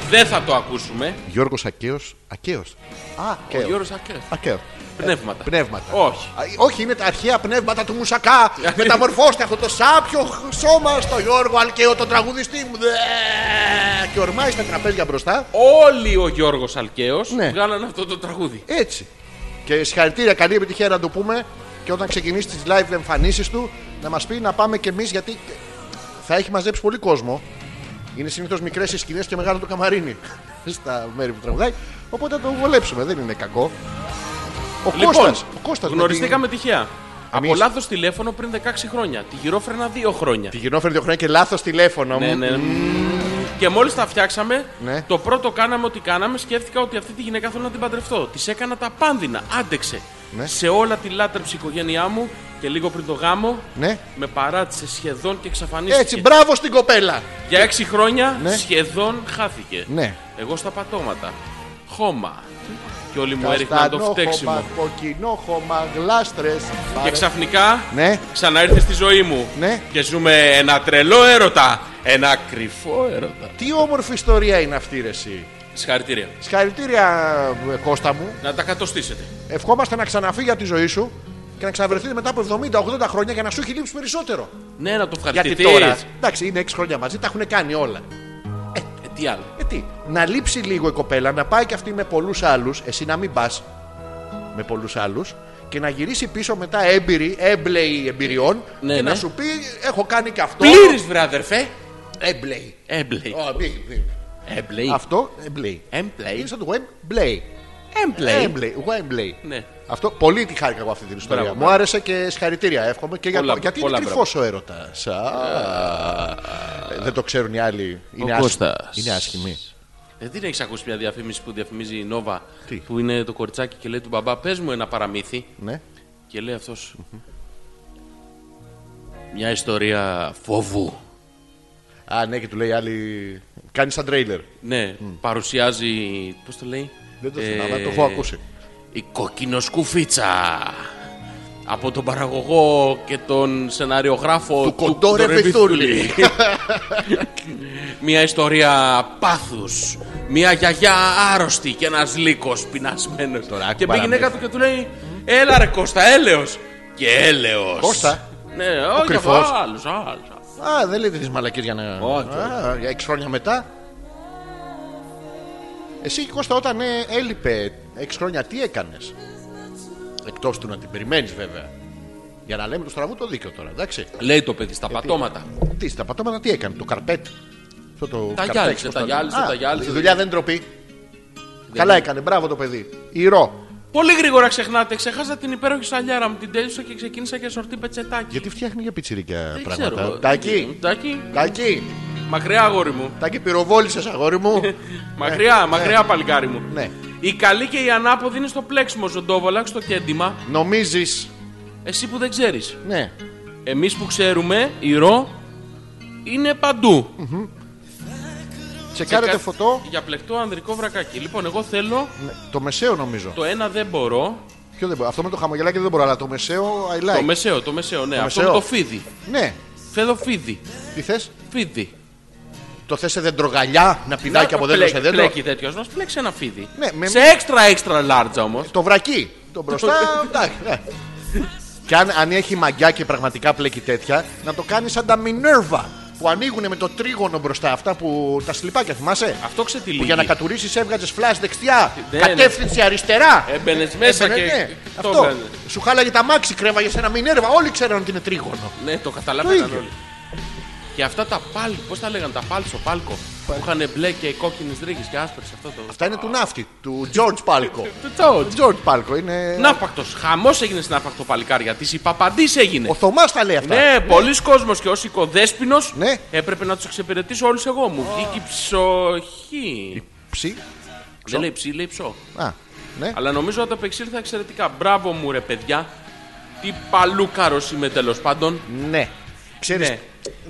[SPEAKER 2] Δεν θα το ακούσουμε.
[SPEAKER 1] Γιώργος Ακέος. Ακέος. Α,
[SPEAKER 2] Ο Γιώργος Ακέ.
[SPEAKER 1] Ακέος.
[SPEAKER 2] Πνεύματα.
[SPEAKER 1] Πνεύματα.
[SPEAKER 2] Όχι.
[SPEAKER 1] Α, ε, Όχι, είναι τα αρχαία πνεύματα του Μουσακά. Μεταμορφώστε αυτό το σάπιο σώμα στο Γιώργο Αλκαίο, τον τραγουδιστή μου. Δε. Και ορμάει στα τραπέζια μπροστά.
[SPEAKER 2] Όλοι ο Γιώργος Αλκαίος
[SPEAKER 1] Ναι.
[SPEAKER 2] βγάλαν αυτό το τραγούδι.
[SPEAKER 1] Έτσι. Και συγχαρητήρια, καλή επιτυχία να το πούμε. Και όταν ξεκινήσει τις live εμφανίσεις του, να μας πει να πάμε κι εμείς γιατί θα έχει μαζέψει πολύ κόσμο. Είναι συνήθως μικρές οι σκηνές και μεγάλο το καμαρίνι στα μέρη που τραγουδάει. Οπότε θα το βολέψουμε, δεν είναι κακό. Ο Κώστας, ο Κώστας με
[SPEAKER 2] Λοιπόν, γνωριστήκαμε τυχαία. Από
[SPEAKER 1] Εμείς-
[SPEAKER 2] λάθος τηλέφωνο πριν 16 χρόνια. Τη γυρόφρενα 2 χρόνια.
[SPEAKER 1] Τη γυρνόφερε δύο χρόνια και λάθος τηλέφωνο.
[SPEAKER 2] Ναι,
[SPEAKER 1] μου.
[SPEAKER 2] ναι. Και μόλις τα φτιάξαμε,
[SPEAKER 1] Ναι.
[SPEAKER 2] το πρώτο κάναμε ότι κάναμε, σκέφτηκα ότι αυτή τη γυναίκα θέλω να την παντρευτώ. Της έκανα τα πάνδυνα, άντεξε.
[SPEAKER 1] Ναι.
[SPEAKER 2] Σε όλα τη λάτρεψη η οικογένειά μου και λίγο πριν το γάμο,
[SPEAKER 1] Ναι.
[SPEAKER 2] με παράτησε σχεδόν και εξαφανίστηκε.
[SPEAKER 1] Έτσι, μπράβο στην κοπέλα.
[SPEAKER 2] Για έξι χρόνια
[SPEAKER 1] Ναι.
[SPEAKER 2] σχεδόν χάθηκε.
[SPEAKER 1] Ναι.
[SPEAKER 2] Εγώ στα πατώματα. Χώμα. Και όλοι μου έριχναν το
[SPEAKER 1] Καστανόχωμα,
[SPEAKER 2] φταίξιμο.
[SPEAKER 1] κοκκινόχωμα, γλάστρες.
[SPEAKER 2] Και ξαφνικά
[SPEAKER 1] Ναι.
[SPEAKER 2] ξανά ήρθε στη ζωή μου.
[SPEAKER 1] Ναι.
[SPEAKER 2] Και ζούμε ένα τρελό έρωτα. Ένα κρυφό έρωτα.
[SPEAKER 1] Τι όμορφη ιστορία είναι αυτή, ρε, εσύ.
[SPEAKER 2] Συγχαρητήρια.
[SPEAKER 1] Συγχαρητήρια, ε, Κώστα μου.
[SPEAKER 2] Να τα κατοστήσετε.
[SPEAKER 1] Ευχόμαστε να ξαναφύγει από τη ζωή σου και να ξαναβρεθείτε μετά από 70-80 χρόνια για να σου έχει λείψει περισσότερο.
[SPEAKER 2] Ναι, να το
[SPEAKER 1] Γιατί
[SPEAKER 2] ευχαριστηθείς.
[SPEAKER 1] τώρα. Εντάξει, είναι 6 χρόνια μαζί, τα έχουν κάνει όλα.
[SPEAKER 2] Ε, τι άλλο.
[SPEAKER 1] Ε, τι, να λείψει λίγο η κοπέλα, να πάει και αυτή με πολλούς άλλους, εσύ να μην πας με πολλούς άλλους και να γυρίσει πίσω μετά έμπειρη, έμπλεη εμπειριών
[SPEAKER 2] Ναι,
[SPEAKER 1] και
[SPEAKER 2] ναι.
[SPEAKER 1] να σου πει: Έχω κάνει και αυτό.
[SPEAKER 2] Πλήρης βρε αδερφέ.
[SPEAKER 1] Έμπλεη.
[SPEAKER 2] Έμπλεϊ.
[SPEAKER 1] Ω, μη- μη-
[SPEAKER 2] Έμπλεϊ.
[SPEAKER 1] Αυτό Ε, εμπλέει.
[SPEAKER 2] Έμπλεϊ.
[SPEAKER 1] Είναι σαν το Wembley.
[SPEAKER 2] Έμπλεϊ.
[SPEAKER 1] Ε, Wembley. Wembley.
[SPEAKER 2] Ναι.
[SPEAKER 1] Αυτό πολύ τη χάρηκα εγώ αυτή την ιστορία.
[SPEAKER 2] Μπράβο,
[SPEAKER 1] Μου
[SPEAKER 2] μπράβο.
[SPEAKER 1] άρεσε και συγχαρητήρια εύχομαι. Και για
[SPEAKER 2] Πολλά-
[SPEAKER 1] το- γιατί
[SPEAKER 2] πολλά
[SPEAKER 1] είναι κρυφό ο έρωτας. Δεν το ξέρουν οι άλλοι. Είναι,
[SPEAKER 2] Κώστας.
[SPEAKER 1] είναι άσχημοι.
[SPEAKER 2] Ε, δεν έχεις ακούσει μια διαφήμιση που διαφημίζει η Νόβα
[SPEAKER 1] Τι?
[SPEAKER 2] που είναι το κοριτσάκι και λέει του μπαμπά: Πες μου ένα παραμύθι.
[SPEAKER 1] Ναι.
[SPEAKER 2] Και λέει αυτός. Μια ιστορία φόβου.
[SPEAKER 1] Α, ναι, και του λέει η άλλη. Κάνει σαν τρέιλερ.
[SPEAKER 2] Ναι, παρουσιάζει. Πώς το λέει. ε,
[SPEAKER 1] Δεν το θυμάμαι, το έχω ακούσει.
[SPEAKER 2] Η κοκκινοσκουφίτσα. Από τον παραγωγό και τον σενάριογράφο
[SPEAKER 1] Του Κοντόρε
[SPEAKER 2] Κοντόρε
[SPEAKER 1] Βυθούλη.
[SPEAKER 2] Βυθούλη. Μια ιστορία πάθους Μια γιαγιά άρρωστη και ένας λύκος πεινασμένος
[SPEAKER 1] Τώρα, άκου
[SPEAKER 2] Και μπήκε η
[SPEAKER 1] παραμύθι.
[SPEAKER 2] γυναίκα του και του λέει Έλα ρε Κώστα, έλεος Και έλεος
[SPEAKER 1] Κώστα.
[SPEAKER 2] Ναι, όχι αυτό,
[SPEAKER 1] κρυφός.
[SPEAKER 2] άλλος, άλλος
[SPEAKER 1] Α, δεν λέτε τι μαλακίες για να.
[SPEAKER 2] Όχι,
[SPEAKER 1] Α, για έξι χρόνια μετά. Εσύ, Κώστα, όταν ε, έλειπε έξι χρόνια, τι έκανες. Εκτός του να την περιμένεις, βέβαια. Για να λέμε το στραβού το δίκιο τώρα, εντάξει.
[SPEAKER 2] Λέει το παιδί στα πατώματα
[SPEAKER 1] Τι, στα πατώματα τι έκανε, το καρπέτ. Αυτό το καρπέξ,
[SPEAKER 2] γυάλισε,
[SPEAKER 1] πώς
[SPEAKER 2] τα
[SPEAKER 1] το λένε.
[SPEAKER 2] γυάλισε,
[SPEAKER 1] Α,
[SPEAKER 2] τα γυάλισε.
[SPEAKER 1] Η δουλειά δεν ντροπή. Καλά έκανε, μπράβο το παιδί. Ηρώ.
[SPEAKER 2] Πολύ γρήγορα ξεχνάτε, ξεχάσα την υπέροχη σαλιάρα μου Την τέλειωσα και ξεκίνησα και σορτή πετσετάκι
[SPEAKER 1] Γιατί φτιάχνει για πιτσιρίκια
[SPEAKER 2] Δεν Ε, ξέρω.
[SPEAKER 1] πράγματα. Τακί,
[SPEAKER 2] Τάκι,
[SPEAKER 1] τακί,
[SPEAKER 2] μακριά αγόρι μου
[SPEAKER 1] τακί, πυροβόλησες αγόρι μου.
[SPEAKER 2] Μακριά, μακριά παλικάρι μου.
[SPEAKER 1] Ναι.
[SPEAKER 2] Η καλή και η ανάποδη είναι στο πλέξιμο ζωντόβολα, στο κέντημα.
[SPEAKER 1] Νομίζεις.
[SPEAKER 2] Εσύ που δεν ξέρεις.
[SPEAKER 1] Ναι.
[SPEAKER 2] Εμείς που ξέρουμε, η ρο είναι παντού.
[SPEAKER 1] Τσεκάρετε φωτό.
[SPEAKER 2] Για πλεκτό ανδρικό βρακάκι. Λοιπόν, εγώ θέλω
[SPEAKER 1] Ναι, Το μεσαίο νομίζω.
[SPEAKER 2] το ένα δεν μπορώ.
[SPEAKER 1] Ποιο δεν μπορώ. Αυτό με το χαμογελάκι δεν μπορώ, αλλά το μεσαίο I
[SPEAKER 2] Το
[SPEAKER 1] like.
[SPEAKER 2] μεσαίο, το μεσαίο, ναι.
[SPEAKER 1] Το
[SPEAKER 2] αυτό
[SPEAKER 1] μεσαίο.
[SPEAKER 2] με το φίδι.
[SPEAKER 1] Ναι.
[SPEAKER 2] Θέλω φίδι.
[SPEAKER 1] Τι θες,
[SPEAKER 2] Φίδι.
[SPEAKER 1] το θες σε δεντρογαλιά, να πηδάει και από δέντρο σε δέντρο.
[SPEAKER 2] Πλέκει τέτοιος μας, πλέξει ένα φίδι.
[SPEAKER 1] Ναι, με-
[SPEAKER 2] Σε extra extra large όμως.
[SPEAKER 1] Το βρακί. Το μπροστά. εντάξει, ναι. Και αν, αν έχει μαγιά και πραγματικά πλέκει τέτοια, να το κάνει σαν τα Μινέρβα που ανοίγουν με το τρίγωνο μπροστά. Αυτά που τα σλιπάκια θυμάσαι.
[SPEAKER 2] Αυτό
[SPEAKER 1] Που
[SPEAKER 2] ξετυλίγει.
[SPEAKER 1] για να κατουρίσει έβγαζε φλάσ δεξιά,
[SPEAKER 2] Ναι, ναι.
[SPEAKER 1] κατεύθυνση αριστερά.
[SPEAKER 2] Έμπαινες μέσα
[SPEAKER 1] Έπαιρνε,
[SPEAKER 2] και.
[SPEAKER 1] ναι.
[SPEAKER 2] το
[SPEAKER 1] Αυτό.
[SPEAKER 2] έβγαζε.
[SPEAKER 1] Σου χάλαγε τα μάξι, κρέβαγε σε ένα μινέρβα. Όλοι ξέραν ότι είναι τρίγωνο.
[SPEAKER 2] Ναι, το
[SPEAKER 1] Το
[SPEAKER 2] καταλαβαίναν
[SPEAKER 1] ίδιο.
[SPEAKER 2] όλοι. Και αυτά τα πάλι, πώς τα λέγανε, τα πάλσο, πάλκο. Που είχαν μπλε και κόκκινες ρίγες και άσπρες. Αυτό το.
[SPEAKER 1] Αυτά είναι του ναύτη, του George Πάλκο.
[SPEAKER 2] Του Τζόρτζ.
[SPEAKER 1] George Πάλκο είναι.
[SPEAKER 2] Ναύπακτος. Χαμός έγινε στην Ναύπακτο παλικάρια της. Η παπαντή έγινε.
[SPEAKER 1] Ο Θωμάς τα λέει αυτά.
[SPEAKER 2] Ναι, πολλοί κόσμος και ως οικοδέσπινος
[SPEAKER 1] Ναι.
[SPEAKER 2] έπρεπε να τους εξυπηρετήσω όλους εγώ. Μου βγήκε η ψοχή.
[SPEAKER 1] Ψι.
[SPEAKER 2] Δεν λέει ψή, λέει ψό.
[SPEAKER 1] Α, ναι.
[SPEAKER 2] Αλλά νομίζω ότι το επεξήλθα εξαιρετικά. Μπράβο μου, ρε παιδιά. Τι παλούκαρος είμαι τέλος πάντων.
[SPEAKER 1] Ναι. Ξέρεις, ναι.